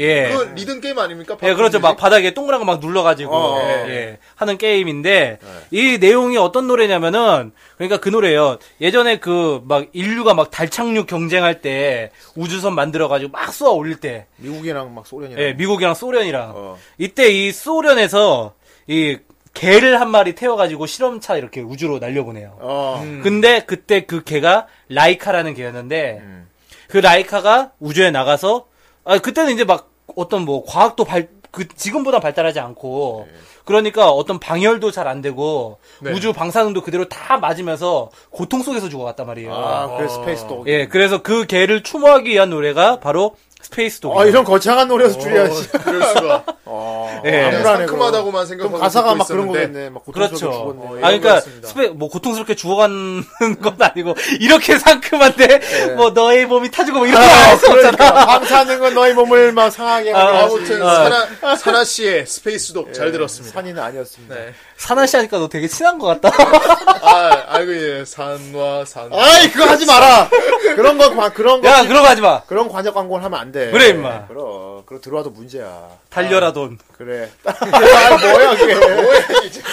Speaker 4: 예.
Speaker 7: 그 리듬 게임 아닙니까?
Speaker 2: 네,
Speaker 4: 예, 그렇죠. 막 바닥에 동그란 거 막 눌러가지고,
Speaker 2: 어, 네. 어.
Speaker 4: 예, 예, 하는 게임인데, 이 내용이 어떤 노래냐면은, 그러니까 그 노래예요. 예전에 그, 막, 인류가 막 달 착륙 경쟁할 때, 우주선 만들어가지고 막 쏘아 올릴 때,
Speaker 2: 미국이랑 막 소련이랑.
Speaker 4: 예, 미국이랑 소련이랑,
Speaker 2: 어.
Speaker 4: 이때 이 소련에서, 이, 개를 한 마리 태워가지고 실험차 이렇게 우주로 날려보내요.
Speaker 2: 어.
Speaker 7: 음.
Speaker 4: 음. 근데 그때 그 개가 라이카라는 개였는데
Speaker 2: 음.
Speaker 4: 그 라이카가 우주에 나가서 아 그때는 이제 막 어떤 뭐 과학도 발 그 지금보다 발달하지 않고
Speaker 2: 네.
Speaker 4: 그러니까 어떤 방열도 잘 안 되고 우주 방사능도 그대로 다 맞으면서 고통 속에서 죽어갔단 말이에요.
Speaker 2: 아, 그래 스페이스 독.
Speaker 4: 예, 그래서 그 개를 추모하기 위한 노래가 바로 스페이스 독.
Speaker 2: 아, 이런 거창한 노래였을
Speaker 7: 어,
Speaker 2: 줄이야. 씨.
Speaker 7: 그럴 수가.
Speaker 2: 아,
Speaker 4: 예.
Speaker 7: 그냥
Speaker 2: 어. 네. 불안해,
Speaker 7: 상큼하다고만
Speaker 2: 그럼
Speaker 7: 생각하고
Speaker 2: 가사가
Speaker 7: 듣고
Speaker 2: 막 그런
Speaker 7: 있었는데.
Speaker 2: 거겠네. 막 고통스럽게
Speaker 4: 그렇죠.
Speaker 2: 죽었네.
Speaker 4: 아, 그러니까,
Speaker 7: 거였습니다.
Speaker 4: 스페, 뭐, 고통스럽게 죽어가는 (laughs) 건 아니고, 이렇게 상큼한데,
Speaker 2: 네.
Speaker 4: 뭐, 너의 몸이 타지고, 뭐, 이런 거
Speaker 7: (laughs)
Speaker 4: 알수 없잖아.
Speaker 2: 그러니까. 방사능은 너의 몸을 막 상하게 하고
Speaker 7: 아무튼 사나 사나 씨의 스페이스 독잘 들었습니다. 네.
Speaker 2: 산이는 아니었습니다.
Speaker 4: 사나씨 하니까 너 되게 친한 것 같다.
Speaker 2: 네.
Speaker 7: 아, 아이고 예. 산와 산.
Speaker 2: 아이 그거 하지 마라. 그런 거 관- 그런 거
Speaker 4: (laughs) 야, 그러고 하지 마.
Speaker 2: 그런 관역 광고를 하면 안 돼. 네,
Speaker 4: 그래, 임마.
Speaker 2: 그럼 그럼 들어와도 문제야.
Speaker 4: 달려라, 돈.
Speaker 2: 그래. (laughs) 아, 뭐야 그게.
Speaker 4: (laughs)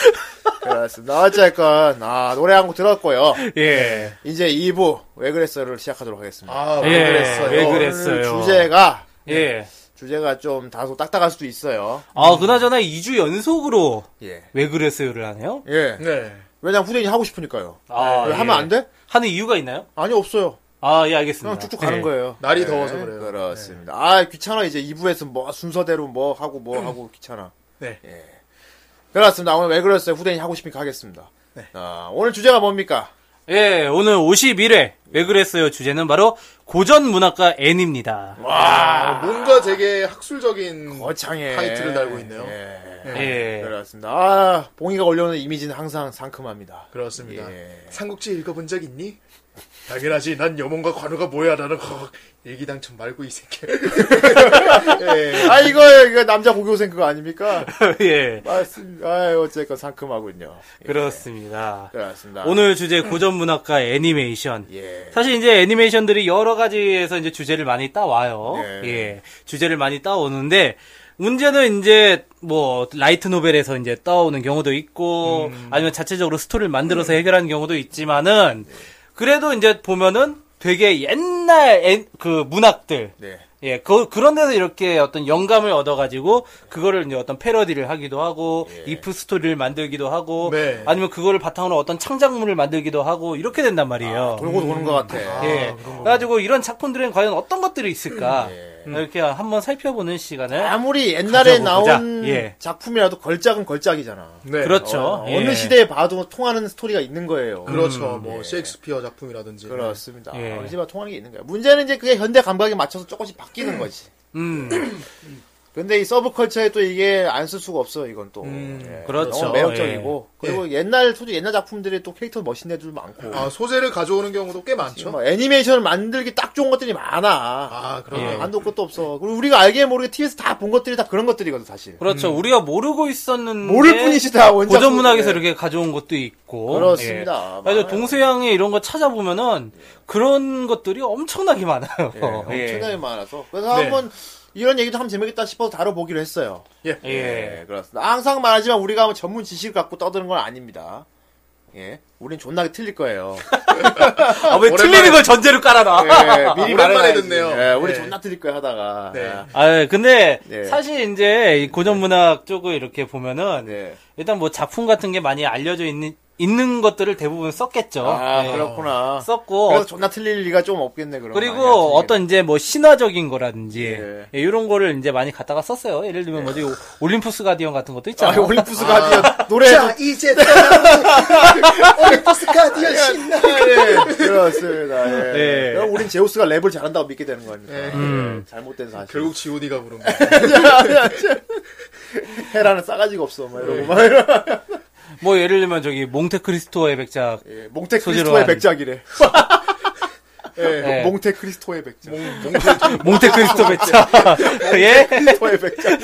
Speaker 2: 그렇습니다. 어쨌건 아 노래 한 곡 들었고요.
Speaker 4: 예.
Speaker 2: 이제 2부 왜 그랬어를 시작하도록 하겠습니다.
Speaker 7: 아, 왜
Speaker 4: 예,
Speaker 7: 그랬어요?
Speaker 4: 왜
Speaker 2: 오늘
Speaker 4: 그랬어요?
Speaker 2: 주제가
Speaker 4: 예.
Speaker 2: 주제가 좀 다소 딱딱할 수도 있어요.
Speaker 4: 아, 그나저나 2주 연속으로,
Speaker 2: 예.
Speaker 4: 왜 그랬어요를 하네요?
Speaker 2: 예.
Speaker 7: 네.
Speaker 2: 왜냐면 후대인이 하고 싶으니까요.
Speaker 4: 아,
Speaker 2: 왜
Speaker 4: 예.
Speaker 2: 하면 안 돼?
Speaker 4: 하는 이유가 있나요?
Speaker 2: 아니 없어요.
Speaker 4: 아, 예, 알겠습니다.
Speaker 2: 그냥 쭉쭉 가는
Speaker 4: 예.
Speaker 2: 거예요.
Speaker 7: 날이 더워서 그래요.
Speaker 2: 네.
Speaker 7: 네.
Speaker 2: 그렇습니다. 아 귀찮아 이제 2부에서 뭐 순서대로 뭐 하고 뭐 하고 귀찮아.
Speaker 7: 음. 네.
Speaker 2: 예. 그렇습니다. 오늘 왜 그랬어요? 후대인 이 하고 싶으니까 하겠습니다.
Speaker 7: 네.
Speaker 2: 아, 오늘 주제가 뭡니까?
Speaker 4: 예, 오늘 51회, 왜 그랬어요? 주제는 바로, 고전 문학가 N입니다.
Speaker 7: 아, 뭔가 되게 학술적인
Speaker 2: 거창해.
Speaker 7: 타이틀을 달고 있네요.
Speaker 2: 예.
Speaker 4: 예.
Speaker 2: 그렇습니다. 아, 봉이가 올려오는 이미지는 항상 상큼합니다.
Speaker 7: 그렇습니다.
Speaker 2: 예.
Speaker 7: 삼국지 읽어본 적 있니? 당연하지. 난 여몽과 관우가 뭐야. 나는 허, 일기당첨 말고 이
Speaker 2: (laughs)
Speaker 7: 새끼. 예.
Speaker 2: 아, 이거, 이거 남자 고교생 그거 아닙니까?
Speaker 4: (laughs) 예.
Speaker 2: 맞습니다. 아, 어쨌건 상큼하군요. 예.
Speaker 4: 그렇습니다.
Speaker 2: 그렇습니다.
Speaker 4: 오늘 주제 고전 문학과 애니메이션.
Speaker 2: 예.
Speaker 4: 사실 이제 애니메이션들이 여러 가지에서 이제 주제를 많이 따와요.
Speaker 2: 예.
Speaker 4: 예. 주제를 많이 따오는데 문제는 이제 뭐 라이트 노벨에서 이제 따오는 경우도 있고 아니면 자체적으로 스토리를 만들어서 해결하는 경우도 있지만은 그래도 이제 보면은 되게 옛날 애- 그 문학들
Speaker 2: 네.
Speaker 4: 예, 그, 그런 데서 이렇게 어떤 영감을 얻어가지고, 그거를 이제 어떤 패러디를 하기도 하고, 이프 스토리를 만들기도 하고,
Speaker 7: 네.
Speaker 4: 아니면 그거를 바탕으로 어떤 창작물을 만들기도 하고, 이렇게 된단 말이에요.
Speaker 2: 돌고 도는 것 같아.
Speaker 4: 예. 그래가지고 이런 작품들은 과연 어떤 것들이
Speaker 2: 음,
Speaker 4: 있을까,
Speaker 2: 예.
Speaker 4: 음. 이렇게 한번 살펴보는 시간을.
Speaker 2: 아무리 옛날에
Speaker 4: 가져보자.
Speaker 2: 나온
Speaker 4: 예.
Speaker 2: 작품이라도 걸작은 걸작이잖아.
Speaker 7: 네.
Speaker 4: 그렇죠.
Speaker 2: 어,
Speaker 4: 예. 음.
Speaker 2: 느 시대에 봐도 통하는 스토리가 있는 거예요.
Speaker 7: 그렇죠. 뭐 셰익스피어 작품이라든지.
Speaker 2: 그렇습니다.
Speaker 4: 예.
Speaker 2: 어느 시대와 통하는 게 있는 거야. 문제는 이제 그게 현대 감각에 맞춰서 조금씩 바뀌는 거지.
Speaker 4: 음,
Speaker 2: 근데 이 서브컬처에 또 이게 안 쓸 수가 없어 이건 또 예,
Speaker 4: 그렇죠. 예.
Speaker 2: 너무 매력적이고 그리고 옛날 솔직히 옛날 작품들이 또 캐릭터 멋있는 애들 많고
Speaker 7: 아, 소재를 가져오는 경우도 꽤
Speaker 4: 그렇죠.
Speaker 7: 많죠.
Speaker 2: 뭐 애니메이션을 만들기 딱 좋은 것들이 많아
Speaker 7: 아, 그러네요.
Speaker 2: 예. 안도 끝도 없어 그리고 우리가 알게 모르게 TV에서 다 본 것들이 다 그런 것들이거든 사실
Speaker 4: 그렇죠. 우리가 모르고 있었는데.
Speaker 2: 음. 모를 뿐이시다 원작
Speaker 4: 고전 문학에서
Speaker 2: 예.
Speaker 4: 이렇게 가져온 것도 있고.
Speaker 2: 그렇습니다.
Speaker 4: 예. 그래서
Speaker 2: 많아요.
Speaker 4: 동서양의 이런 거 찾아보면은, 그런 것들이 엄청나게 많아요.
Speaker 2: 예, 엄청나게 많아서 그래서
Speaker 7: 네.
Speaker 2: 한번 이런 얘기도 하면 재밌겠다 싶어서 다뤄보기로 했어요
Speaker 7: 예.
Speaker 4: (laughs) 예.
Speaker 2: 예, 그렇습니다. 항상 말하지만 우리가 뭐 전문 지식을 갖고 떠드는 건 아닙니다. 예. 우린 존나게 틀릴 거예요.
Speaker 4: 아, 왜 틀리는 걸 전제로 깔아놔?
Speaker 2: 예, 미리
Speaker 7: 오랜만에
Speaker 2: 말해놔야지.
Speaker 7: 듣네요.
Speaker 2: 예, 우리
Speaker 7: 예.
Speaker 2: 존나 틀릴 거야 하다가.
Speaker 7: 네.
Speaker 2: 아,
Speaker 4: 아, 근데
Speaker 2: 네.
Speaker 4: 사실
Speaker 2: 예.
Speaker 4: 이제 이 고전 문학 쪽을 이렇게 보면은
Speaker 2: 네.
Speaker 4: 일단 뭐 작품 같은 게 많이 알려져 있는 있는 것들을 대부분 썼겠죠.
Speaker 2: 아
Speaker 4: 예.
Speaker 2: 그렇구나.
Speaker 4: 썼고
Speaker 2: 그래서 존나 틀릴 리가 좀 없겠네 그럼.
Speaker 4: 그리고
Speaker 2: 아니야, 틀리겠네.
Speaker 4: 어떤 이제 뭐 신화적인 거라든지
Speaker 2: 예.
Speaker 4: 예, 이런 거를 이제 많이 갖다가 썼어요. 예를 들면 뭐지 올림푸스 가디언 같은 것도
Speaker 2: 아,
Speaker 4: 있잖아요.
Speaker 2: 올림푸스 가디언 노래도
Speaker 3: 이제 떠나고 올림포스 가디언 네. 신나
Speaker 2: 예, 그렇습니다.
Speaker 4: 예.
Speaker 2: 예. 그럼 우린 제우스가 랩을 잘한다고 믿게 되는 거 아닙니까? 예, 잘못된 사실.
Speaker 3: 네. 음. 결국 지오디가 부른 거야
Speaker 2: 헤라는 싸가지가 없어. 막 이러고 막 이러.
Speaker 4: 뭐 예를 들면 저기 몽테크리스토의 백작
Speaker 2: 예, 몽테
Speaker 4: 소재로
Speaker 2: 크리스토의
Speaker 4: 한-
Speaker 2: 백작이래.
Speaker 4: 예.
Speaker 2: (laughs) 예, 몽테 크리스토의 백작. (laughs)
Speaker 4: 몽테크리스토 백작 (laughs) 예?
Speaker 3: (laughs)
Speaker 2: 크리스토의 백작.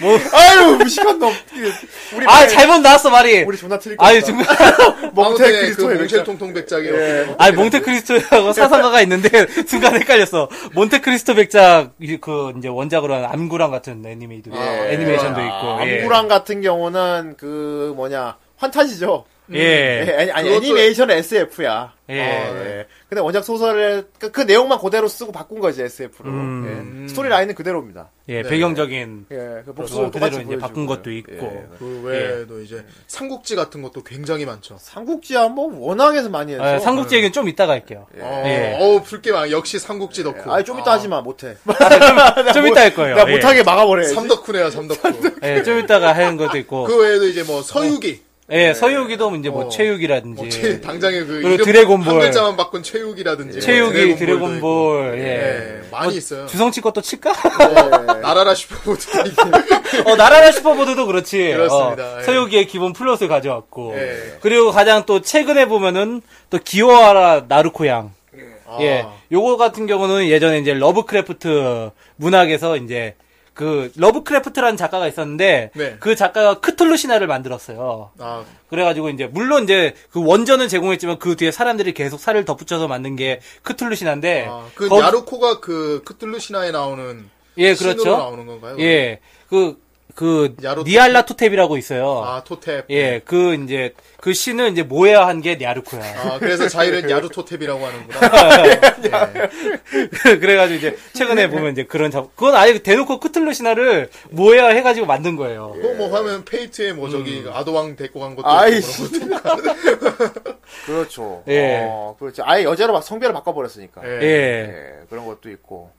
Speaker 4: 뭐-
Speaker 2: 아유 무식한 놈. 우리
Speaker 4: 아
Speaker 2: 말-
Speaker 4: 정말- 잘못 나왔어 말이.
Speaker 2: 우리 존나 틀릴 거
Speaker 4: 아니 정말
Speaker 2: (laughs) (laughs) 몽테
Speaker 3: 아무튼 그
Speaker 2: 크리스토의 백작. 예.
Speaker 3: 몽쉘통통 백작이
Speaker 4: 아니 몽테크리스토라고 사상가가 있는데 (laughs) 순간 헷갈렸어. 몬테크리스토 백작 이- 그 이제 원작으로 한 암구랑 같은 애니메이도 애니메이션도 있고.
Speaker 2: 아,
Speaker 4: 예.
Speaker 2: 암구랑 같은 경우는 그 뭐냐 환타지죠.
Speaker 4: 예.
Speaker 2: 예, 아니, 아니
Speaker 3: 그것도-
Speaker 2: 애니메이션은 SF야. 어,
Speaker 4: 예.
Speaker 2: 근데 원작 소설을 그, 그 내용만 그대로 쓰고 바꾼 거지 SF로. 예.
Speaker 4: 음.
Speaker 2: 스토리 라인은 그대로입니다.
Speaker 4: 예, 배경적인
Speaker 2: 예, 그
Speaker 4: 그래서
Speaker 2: 복수
Speaker 4: 그대로
Speaker 2: 똑같이
Speaker 4: 이제
Speaker 2: 보여주고요.
Speaker 4: 바꾼 것도 있고.
Speaker 2: 예.
Speaker 3: 그 외에도 이제 삼국지 같은 것도 굉장히 많죠
Speaker 2: 삼국지야 뭐 워낙에서 많이 해서.
Speaker 4: 아, 삼국지 얘기는 좀 이따가 할게요.
Speaker 3: 어,
Speaker 4: 예. (laughs)
Speaker 3: 어우 붉게 막 역시 삼국지
Speaker 2: 예.
Speaker 3: 덕후
Speaker 2: 아니 좀 이따 하지 마 못해.
Speaker 4: 좀
Speaker 3: 뭐
Speaker 4: 이따 할 거예요.
Speaker 2: 나
Speaker 4: 예.
Speaker 2: 못하게 막아버려야지.
Speaker 3: 삼덕후네요 삼덕후
Speaker 4: 예, 좀 이따가 하는 것도 있고.
Speaker 3: (laughs) 그 외에도 이제 뭐 서유기
Speaker 4: 예, 서유기도 이제 뭐 최유기라든지.
Speaker 3: 뭐 최- 당장의 그
Speaker 4: 예. 그리고
Speaker 3: 이름
Speaker 4: 드래곤볼.
Speaker 3: 한 글자만 바꾼 최욱이라든지
Speaker 4: 최유기,
Speaker 3: 뭐
Speaker 4: 드래곤볼,
Speaker 3: 있고.
Speaker 4: 예.
Speaker 3: 예, 많이 있어요
Speaker 4: 주성치 것도 칠까? (laughs)
Speaker 3: 어,
Speaker 2: 예.
Speaker 3: 나라라 슈퍼보드
Speaker 4: 어, 나라라 슈퍼보드도 그렇지.
Speaker 3: 그렇습니다.
Speaker 4: 어,
Speaker 3: 예.
Speaker 4: 서유기의 기본 플러스를 가져왔고.
Speaker 3: 예.
Speaker 4: 그리고 가장 또 최근에 보면은 또 기요하라 나루코양.
Speaker 3: 아.
Speaker 4: 예. 요거 같은 경우는 예전에 이제 러브크래프트 문학에서 이제 그 러브크래프트라는 작가가 있었는데
Speaker 3: 네.
Speaker 4: 그 작가가 크툴루 신화를 만들었어요.
Speaker 3: 아,
Speaker 4: 그래가지고 이제 물론 이제 그 원전은 제공했지만 그 뒤에 사람들이 계속 살을 덧붙여서 만든 게 크툴루 신화인데
Speaker 3: 아, 그
Speaker 4: 예. 거기-
Speaker 3: 야루코가 그 크툴루 신화에 나오는
Speaker 4: 예
Speaker 3: 신으로
Speaker 4: 그렇죠
Speaker 3: 나오는 건가요?
Speaker 4: 예그그
Speaker 3: 야루-
Speaker 4: 니알라 토텝이라고 있어요
Speaker 3: 아 토텝.
Speaker 4: 예 그 이제 그 신은 이제 모해야 한 게 야르코야
Speaker 3: 아 그래서 자이는 야루토텝이라고 하는구나.
Speaker 4: (laughs) 그래가지고 이제 최근에
Speaker 3: 네.
Speaker 4: 보면 이제 그런 작 그건 아예 대놓고 크툴루 신화를 모해야 해가지고 만든 (laughs) 거예요 음.
Speaker 3: 그거 뭐 하면 페이트의 뭐 저기 아도왕 데리고 간 것도
Speaker 2: 아이씨.
Speaker 4: (laughs)
Speaker 3: 있고 그런 것도
Speaker 2: 그렇죠.
Speaker 4: 예.
Speaker 2: 어, 그렇지. 아예 여자로 막 성별을 바꿔버렸으니까.
Speaker 3: 있고. 예. 네.
Speaker 4: 예
Speaker 2: 예, 그런 것도 있고.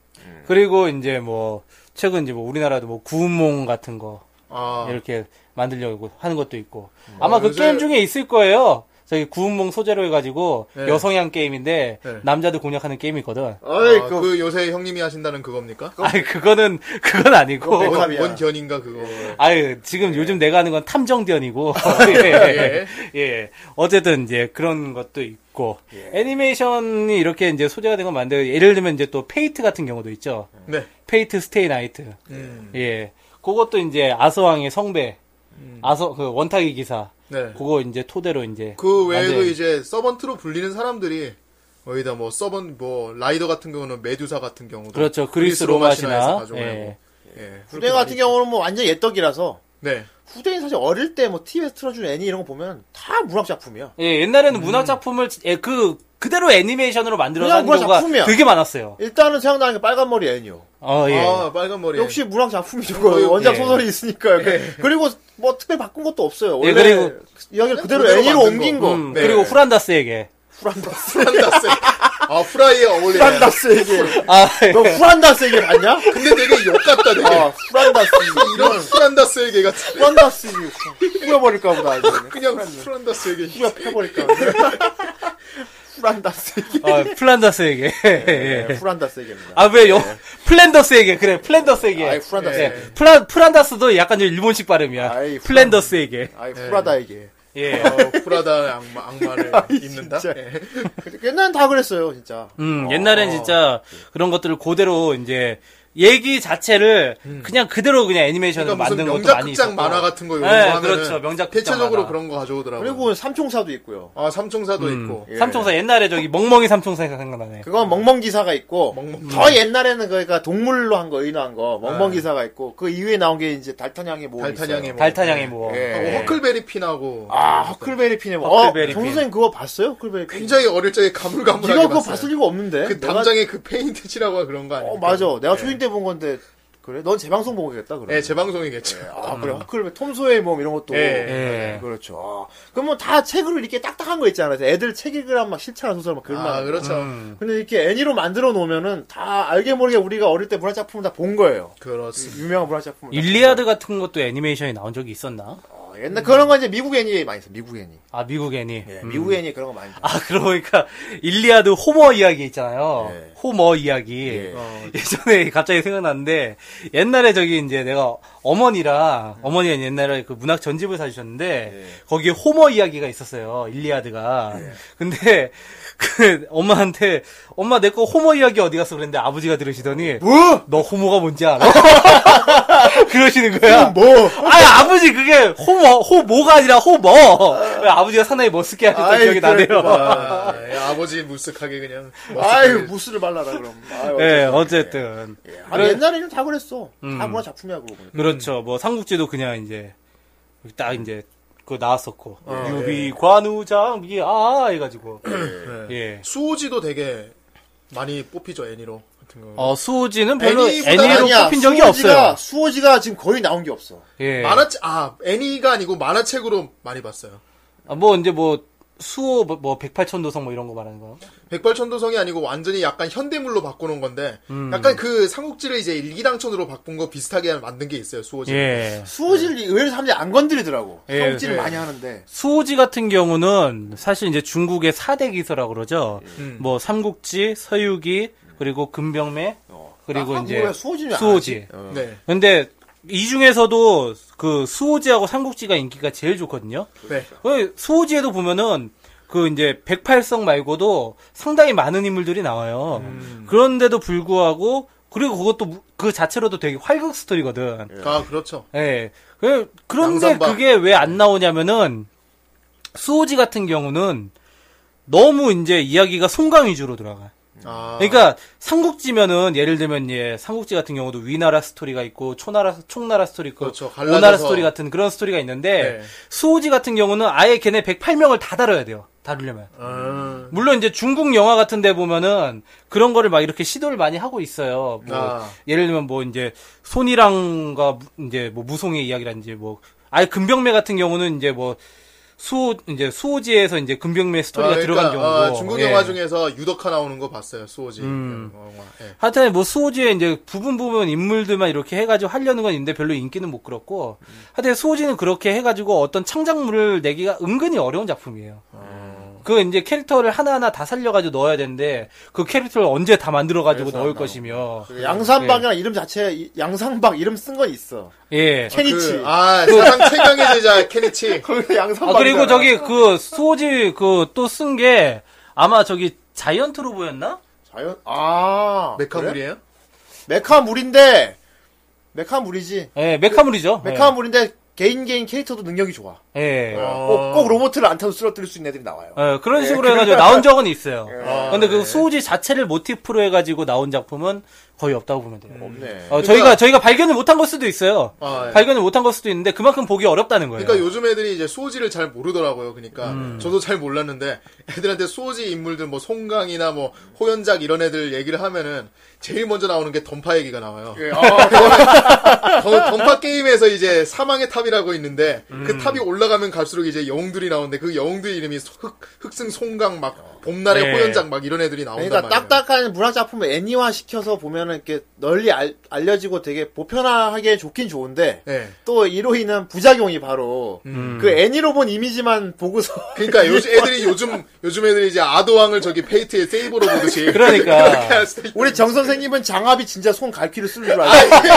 Speaker 4: 그리고 이제 뭐 최근 이제 뭐 우리나라도 뭐 구운몽 같은 거
Speaker 3: 아 음.
Speaker 4: 이렇게 만들려고 하는 것도 있고 아마 그
Speaker 3: 요새-
Speaker 4: 게임 중에 있을 거예요. 저기 구운몽 소재로 해가지고
Speaker 3: 네.
Speaker 4: 여성향 게임인데
Speaker 3: 네.
Speaker 4: 남자들 공략하는 게임이거든.
Speaker 2: 어이
Speaker 3: 아,
Speaker 2: 그,
Speaker 3: 그 요새 형님이 하신다는 그겁니까?
Speaker 4: 아니 그거는 (laughs) 그건 아니고.
Speaker 2: 그거
Speaker 3: 뭔,
Speaker 2: 백합이야.
Speaker 3: 뭔 견인가 네, 그거.
Speaker 4: 아유 지금 요즘 내가 하는 건 탐정전이고 (laughs) 예, 예. 예. 어쨌든 이제 그런 것도 있고 애니메이션이 이렇게 이제 소재가 된 건 많은데 예를 들면 이제 또 페이트 같은 경우도 있죠
Speaker 3: 네.
Speaker 4: 페이트 스테이 나이트
Speaker 3: 음.
Speaker 4: 예 그것도 이제 아서왕의 성배 아서 그 원탁이 기사
Speaker 3: 네.
Speaker 4: 그거 이제 토대로 이제
Speaker 3: 그 외에도
Speaker 4: 만든-
Speaker 3: 이제 서번트로 불리는 사람들이 거기다 뭐 서번 뭐 라이더 같은 경우는 메두사 같은 경우도
Speaker 4: 그렇죠 그리스 로마 신화 예.
Speaker 3: 예.
Speaker 2: 후대 같은 경우는 뭐 완전 옛떡이라서
Speaker 3: 네.
Speaker 2: 후대인 사실 어릴 때 뭐 TV에서 틀어준 애니 이런 거 보면 다 문학 작품이야.
Speaker 4: 예, 옛날에는 문학 작품을 예, 그 그대로 애니메이션으로 만들어서
Speaker 2: 그냥
Speaker 4: 하는
Speaker 2: 문학
Speaker 4: 경우가
Speaker 2: 작품이야.
Speaker 4: 되게 많았어요
Speaker 2: 일단은 생각나는 게 빨간 머리 애니요.
Speaker 4: 어 예.
Speaker 3: 아 빨간 머리.
Speaker 2: 역시 문학 작품이죠. 원작
Speaker 4: 예.
Speaker 2: 소설이 있으니까요. 그리고 뭐 특별히 바꾼 것도 없어요. 원래
Speaker 4: 예, 그리고-
Speaker 2: 이야기를 그대로
Speaker 3: 그대로
Speaker 2: 애니로
Speaker 3: 만든
Speaker 2: 옮긴
Speaker 3: 거.
Speaker 2: 거.
Speaker 4: 음,
Speaker 3: 네.
Speaker 4: 그리고 후란다스에게
Speaker 3: (laughs) 후란다스. 아 후라이에 어울리네.
Speaker 2: 후란다스 얘기.
Speaker 4: 아,
Speaker 3: 네.
Speaker 2: 너 후란다스 얘기 봤냐?
Speaker 3: 근데 되게 욕 같다 되게.
Speaker 4: 어.
Speaker 2: 아, 후란다스 얘기.
Speaker 3: 이런 후란다스의 개 같은.
Speaker 2: 후란다스 얘기. 후려버릴까 보다. 이제.
Speaker 3: 그냥 후란다스의 개.
Speaker 2: 후려 패버릴까 보다. 후란다스 얘기.
Speaker 4: 아, 플란다스에게. 예,
Speaker 2: 네, 후란다스 얘기입니다.
Speaker 4: 아, 왜, 요,
Speaker 3: 네.
Speaker 4: 플랜더스에게, 그래, 플랜더스에게.
Speaker 2: 아이, 후란다스.
Speaker 4: 예. 플라, 플란다스도 약간 좀 일본식 발음이야.
Speaker 2: 아이, 후란-
Speaker 4: 플랜더스에게.
Speaker 2: 아이, 후라다 얘기.
Speaker 4: 예.
Speaker 3: 어, 후라다의 악마,
Speaker 4: (laughs)
Speaker 3: 악마를
Speaker 4: 아,
Speaker 3: 입는다.
Speaker 2: 진짜.
Speaker 3: 예.
Speaker 2: 옛날엔 다 그랬어요, 진짜.
Speaker 4: 음, 옛날엔
Speaker 3: 어.
Speaker 4: 진짜 그런 것들을 그대로 이제 얘기 자체를 그냥 그대로 그냥 애니메이션으로
Speaker 3: 음. 그러니까 무슨
Speaker 4: 만든 것도 많이 있고.
Speaker 3: 명작극장 만화 같은 거 이런
Speaker 4: 네,
Speaker 3: 거 하면은
Speaker 4: 그렇죠. 명작극장
Speaker 3: 대체적으로
Speaker 4: 만화.
Speaker 3: 그런 거 가져오더라고요.
Speaker 2: 그리고 삼총사도 있고요. 예.
Speaker 3: 아 삼총사도 있고.
Speaker 4: 음. 삼총사 옛날에 저기 멍멍이 삼총사 생각나네.
Speaker 2: 그건 멍멍기사가 있고
Speaker 3: 멍멍. 네.
Speaker 2: 더 옛날에는 그러니까 동물로 한 거, 의인한 거 멍멍기사가 있고 그 이후에 나온 게 이제 달타냥의 모험
Speaker 3: 달타냥의
Speaker 2: 있어요.
Speaker 3: 모험.
Speaker 4: 달타냥의 뭐. 모험.
Speaker 2: 예.
Speaker 3: 하고 허클베리 핀하고
Speaker 2: 아 허클베리 핀의 모험.
Speaker 4: 허클베리
Speaker 2: 어, 정
Speaker 4: 핀.
Speaker 2: 선생님 그거 봤어요? 허클베리 핀.
Speaker 3: 굉장히 어릴 적에 가물가물하게
Speaker 2: 네가 그거
Speaker 3: 봤어요.
Speaker 2: 봤을 리가 없는데.
Speaker 3: 그
Speaker 2: 내가-
Speaker 3: 담장에 그 페인트 칠하고 그런 거 아니야?
Speaker 2: 어 맞아. 내가 초딩 때 본 건데 그래? 넌 재방송 보고겠다 그래.
Speaker 3: 예, 재방송이겠죠.
Speaker 2: 아 그래 허클베 톰소의 몸 이런 것도
Speaker 3: 예,
Speaker 4: 음. 예.
Speaker 2: 그렇죠. 그럼 뭐 다 책으로 이렇게 딱딱한 거 있잖아요. 애들 책 읽으란 막 실천한 소설 막 그런 말.
Speaker 3: 아, 그렇죠.
Speaker 2: 근데 이렇게 애니로 만들어 놓으면은 다 알게 모르게 우리가 어릴 때 문화 작품을 다 본 거예요.
Speaker 3: 그렇습니다.
Speaker 2: 유명한 문화 작품.
Speaker 4: 일리아드 같은 것도 애니메이션이 나온 적이 있었나?
Speaker 2: 어, 옛날 그런 건 이제 미국 애니 많이 있어. 미국 애니.
Speaker 4: 아 미국 애니.
Speaker 2: 예,
Speaker 4: 음.
Speaker 2: 미국 애니 그런 거 많이.
Speaker 4: 아 그러고 보니까 일리아드 호머 이야기 있잖아요.
Speaker 2: 예.
Speaker 4: 호머 이야기.
Speaker 2: 예.
Speaker 4: 예전에 갑자기 생각났는데 옛날에 저기 이제 내가
Speaker 2: 예.
Speaker 4: 어머니랑 어머니가 옛날에 그 문학 전집을 사주셨는데 거기에 호머 이야기가 있었어요 일리아드가
Speaker 2: 예.
Speaker 4: 근데 그 엄마한테 엄마 내 거 호머 이야기 어디 갔어 그랬는데 아버지가 들으시더니
Speaker 2: 뭐?
Speaker 4: 너 호모가 뭔지 알아? (laughs) 그러시는 거야.
Speaker 2: 뭐?
Speaker 4: 아 아버지 그게 호모 호모가 아니라 호머 아버지가 상당히 멋스게 하셨던
Speaker 2: 아이, 그러니까.
Speaker 4: 기억이 나네요.
Speaker 3: 아, 예, 아버지 무쓱하게 그냥.
Speaker 2: 아유 뭐. 무스를 발라라 그럼. 아유,
Speaker 4: 예뭐 어쨌든 네.
Speaker 2: 어쨌든. 예. 아니, 옛날에는 다 그랬어. 다
Speaker 4: 음.
Speaker 2: 문화 작품이야 그러고 보니까.
Speaker 4: 그렇죠. 뭐 삼국지도 그냥 이제 딱 이제 그거 나왔었고
Speaker 2: 어,
Speaker 4: 유비
Speaker 2: 예.
Speaker 4: 관우장 이게 아 해가지고 예.
Speaker 3: 수호지도 되게 많이 뽑히죠, 애니로. 같은 거.
Speaker 4: 어 수호지는 별로
Speaker 2: 애니보다는
Speaker 4: 애니로
Speaker 2: 아니야.
Speaker 4: 뽑힌 적이
Speaker 2: 수호지가-
Speaker 4: 없어요.
Speaker 2: 수호지가 지금 거의 나온 게 없어.
Speaker 4: 예.
Speaker 3: 만화책, 아, 애니가 아니고 만화책으로 많이 봤어요.
Speaker 4: 아, 뭐 이제 뭐 수호 뭐- 뭐 백팔천도성 뭐 이런 거 말하는 거요?
Speaker 3: 백발천도성이 아니고 완전히 약간 현대물로 바꾸는 건데, 약간 그 삼국지를 이제 일기당천으로 바꾼 거 비슷하게 만든 게 있어요,
Speaker 2: 그렇죠.
Speaker 3: 수호지.
Speaker 4: 예.
Speaker 2: 수호지를 의외로 사람들이 안 건드리더라고.
Speaker 4: 예,
Speaker 2: 성질을
Speaker 3: 예.
Speaker 2: 많이 하는데.
Speaker 4: 수호지 같은 경우는 사실 이제 중국의 4대 기서라고 그러죠.
Speaker 2: 음.
Speaker 4: 뭐 삼국지, 서유기, 그리고 금병매, 그리고
Speaker 2: 아,
Speaker 4: 이제
Speaker 2: 한국에 수호지는 안
Speaker 4: 수호지.
Speaker 2: 하지. 어.
Speaker 3: 네.
Speaker 4: 근데 이 중에서도 그 수호지하고 삼국지가 인기가 제일 좋거든요.
Speaker 3: 네.
Speaker 4: 그 수호지에도 보면은 그 이제 백팔성 말고도 상당히 많은 인물들이 나와요. 그런데도 불구하고 그리고 그것도 무- 그 자체로도 되게 활극 스토리거든.
Speaker 3: 아, 그렇죠.
Speaker 4: 예. 그 그런데
Speaker 3: 양산박.
Speaker 4: 그게 왜 안 나오냐면은 수호지 같은 경우는 너무 이제 이야기가 송강 위주로 돌아가.
Speaker 3: 아,
Speaker 4: 그러니까 삼국지면은 예를 들면 예 삼국지 같은 경우도 위나라 스토리가 있고 초나라 총나라 스토리 있고
Speaker 3: 그렇죠. 갈라져서.
Speaker 4: 오나라 스토리 같은 그런 스토리가 있는데
Speaker 3: 네.
Speaker 4: 수호지 같은 경우는 아예 걔네 108명을 다 다뤄야 돼요. 다루려면.
Speaker 3: 아,
Speaker 4: 물론 이제 중국 영화 같은 데 보면은 그런 거를 막 이렇게 시도를 많이 하고 있어요. 뭐
Speaker 3: 아.
Speaker 4: 예를 들면 뭐 이제 손이랑과 무- 이제 뭐 무송의 이야기라든지 뭐 아예 금병매 같은 경우는 이제 뭐 수호 이제 수호지에서 이제 금병매 스토리가
Speaker 3: 아,
Speaker 4: 들어간 경우도
Speaker 3: 아, 중국
Speaker 4: 예. 음.
Speaker 3: 영화 중에서 유덕화 나오는 거 봤어요, 수호지. 영화. 예.
Speaker 4: 하여튼 뭐 수호지에 이제 부분 부분 인물들만 이렇게 해가지고 하려는 건 있는데 별로 인기는 못 그렇고 하여튼 수호지는 그렇게 해가지고 어떤 창작물을 내기가 은근히 어려운 작품이에요.
Speaker 2: 아.
Speaker 4: 그 이제 캐릭터를 하나하나 다 살려가지고 넣어야 되는데 그 캐릭터를 언제 다 만들어가지고
Speaker 2: 그래서
Speaker 4: 넣을
Speaker 2: 안 나오고.
Speaker 4: 것이며
Speaker 2: 양산박이랑 이름 자체 이- 양산박 이름 쓴 건 있어.
Speaker 4: 예.
Speaker 2: 케니치.
Speaker 3: 그, 아, 사상 최강의 제자 케니치.
Speaker 2: 거기 양산박.
Speaker 4: 아 그리고 저기 그 수호지 그 또 쓴 게 아마 저기 자이언트 로보였나?
Speaker 2: 자연 아 그래?
Speaker 3: 메카물이에요?
Speaker 2: 메카 물인데 메카 물이지.
Speaker 4: 예, 메카물이죠.
Speaker 2: 메카 물인데 개인 개인 캐릭터도 능력이 좋아.
Speaker 4: 예. 예.
Speaker 2: 꼭, 꼭 로봇을 안 타도 쓰러뜨릴 수 있는 애들이 나와요.
Speaker 4: 예, 그런 식으로 해가지고 나온 적은 있어요. 근데 그 수호지 자체를 모티프로 해가지고 나온 작품은 거의 없다고 보면 돼요.
Speaker 2: 없네.
Speaker 4: 어, 저희가, 저희가 발견을 못한 걸 수도 있어요.
Speaker 3: 아, 예.
Speaker 4: 발견을 못한 걸 수도 있는데 그만큼 보기 어렵다는 거예요.
Speaker 2: 네.
Speaker 3: 그러니까 요즘 애들이 이제 수호지를 잘 모르더라고요. 그러니까
Speaker 2: 음.
Speaker 3: 저도 잘 몰랐는데 애들한테 수호지 인물들 뭐 송강이나 뭐 호연작 이런 애들 얘기를 하면은 제일 먼저 나오는 게 던파 얘기가 나와요. (laughs) 던- 던파 게임에서 이제 사망의 탑이라고 있는데
Speaker 2: 음.
Speaker 3: 그 탑이 올라가면 갈수록 이제 영웅들이 나오는데 그 영웅들 이름이 소- 흑, 흑승 송강 막 봄날의
Speaker 4: 예.
Speaker 3: 호연작 막 이런 애들이 나온단
Speaker 2: 네. 그러니까
Speaker 3: 말이에요.
Speaker 2: 딱딱한 문화 작품을 애니화 시켜서 보면은 이렇게 널리 알, 알려지고 되게 보편화하게 좋긴 좋은데
Speaker 3: 예.
Speaker 2: 또 이로 인한 부작용이 바로
Speaker 4: 음.
Speaker 2: 그 애니로 본 이미지만 보고서 (laughs)
Speaker 3: 그러니까 요즘 애들이 요즘 요즘 애들이 이제 아도왕을 저기 페이트의 세이버로 보듯이
Speaker 4: 그러니까.
Speaker 3: 그렇게 할 수도 있-
Speaker 2: 우리 정 선생님은 장압이 진짜 손 갈퀴를 쓰는 줄 알고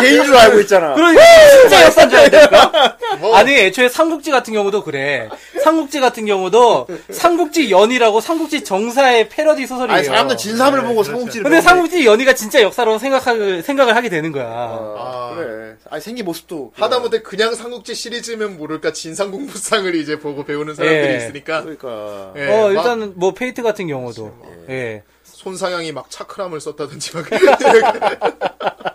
Speaker 2: 개인 줄 알고 (laughs) 있잖아.
Speaker 4: 그러니까 진짜 역사인 줄 알았다니까?
Speaker 3: 뭐.
Speaker 4: 아니, 애초에 삼국지 같은 경우도 그래. 삼국지 같은 경우도 삼국지 연이라고 삼국지 정사의 패러디 소설이에요. 네, 그렇죠.
Speaker 2: 아니 사람들 진삼을 보고 삼국지를
Speaker 4: 근데
Speaker 2: 보는데.
Speaker 4: 삼국지 연이가 진짜 역사로 생각을, 생각을 하게 되는 거야.
Speaker 2: 아,
Speaker 4: 네.
Speaker 2: 그래. 아니 생긴 모습도 그래.
Speaker 3: 하다못해 그냥 삼국지 시리즈면 모를까 진상공부상을 이제 보고 배우는 사람들이
Speaker 4: 예.
Speaker 3: 있으니까
Speaker 2: 그러니까
Speaker 3: 예,
Speaker 4: 어,
Speaker 3: 막
Speaker 4: 일단은 뭐 페이트 같은 경우도. 예.
Speaker 3: 손상향이 막 차크람을 썼다든지 막
Speaker 7: (laughs)
Speaker 2: 그렇지.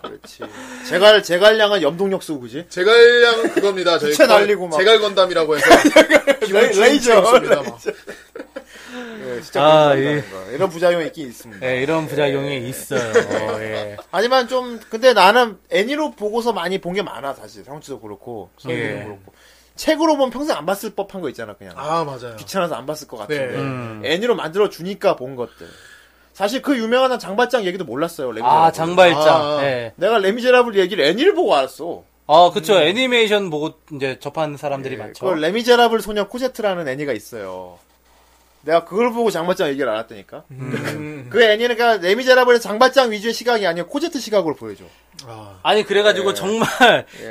Speaker 2: 제갈 제갈량은 염동력 쓰고 그지?
Speaker 3: 제갈량은 그겁니다. 저희
Speaker 2: 부채
Speaker 3: 거-
Speaker 2: (laughs) 날리고 막. 네,
Speaker 3: 제갈 건담이라고 해서
Speaker 2: 레이저.
Speaker 3: 습니다
Speaker 2: 예, 예, 진짜
Speaker 4: 아,
Speaker 2: 아,
Speaker 4: 예.
Speaker 2: 거. 이런 부작용이 있긴 있습니다.
Speaker 4: 예, 이런 부작용이 있어요. 예.
Speaker 2: 하지만 좀 근데 나는 애니로 보고서 많이 본 게 많아 사실 상추도 그렇고 소유도
Speaker 4: 예.
Speaker 2: 그렇고 책으로 보면 평생 안 봤을 법한 거 있잖아 그냥
Speaker 7: 아 맞아요.
Speaker 2: 귀찮아서 안 봤을 것 같은데
Speaker 7: 네.
Speaker 4: 음.
Speaker 2: 애니로 만들어 주니까 본 것들 사실 그 유명한 장발장 얘기도 몰랐어요 레미제라블.
Speaker 4: 아, 장발장.
Speaker 7: 아.
Speaker 4: 예.
Speaker 2: 내가 레미제라블 얘기를 애니를 보고 알았어
Speaker 4: 아, 그쵸. 애니메이션 보고 이제 접한 사람들이 많죠.
Speaker 2: 음. 그 레미제라블 소녀 코제트라는 애니가 있어요 내가 그걸 보고 장발장 얘기를 알았다니까 그 애니는 그러니까 레미제라블은 장발장 위주의 시각이 아니라 코제트 시각으로 보여줘
Speaker 4: 아니
Speaker 2: 예.
Speaker 4: 그래가지고 정말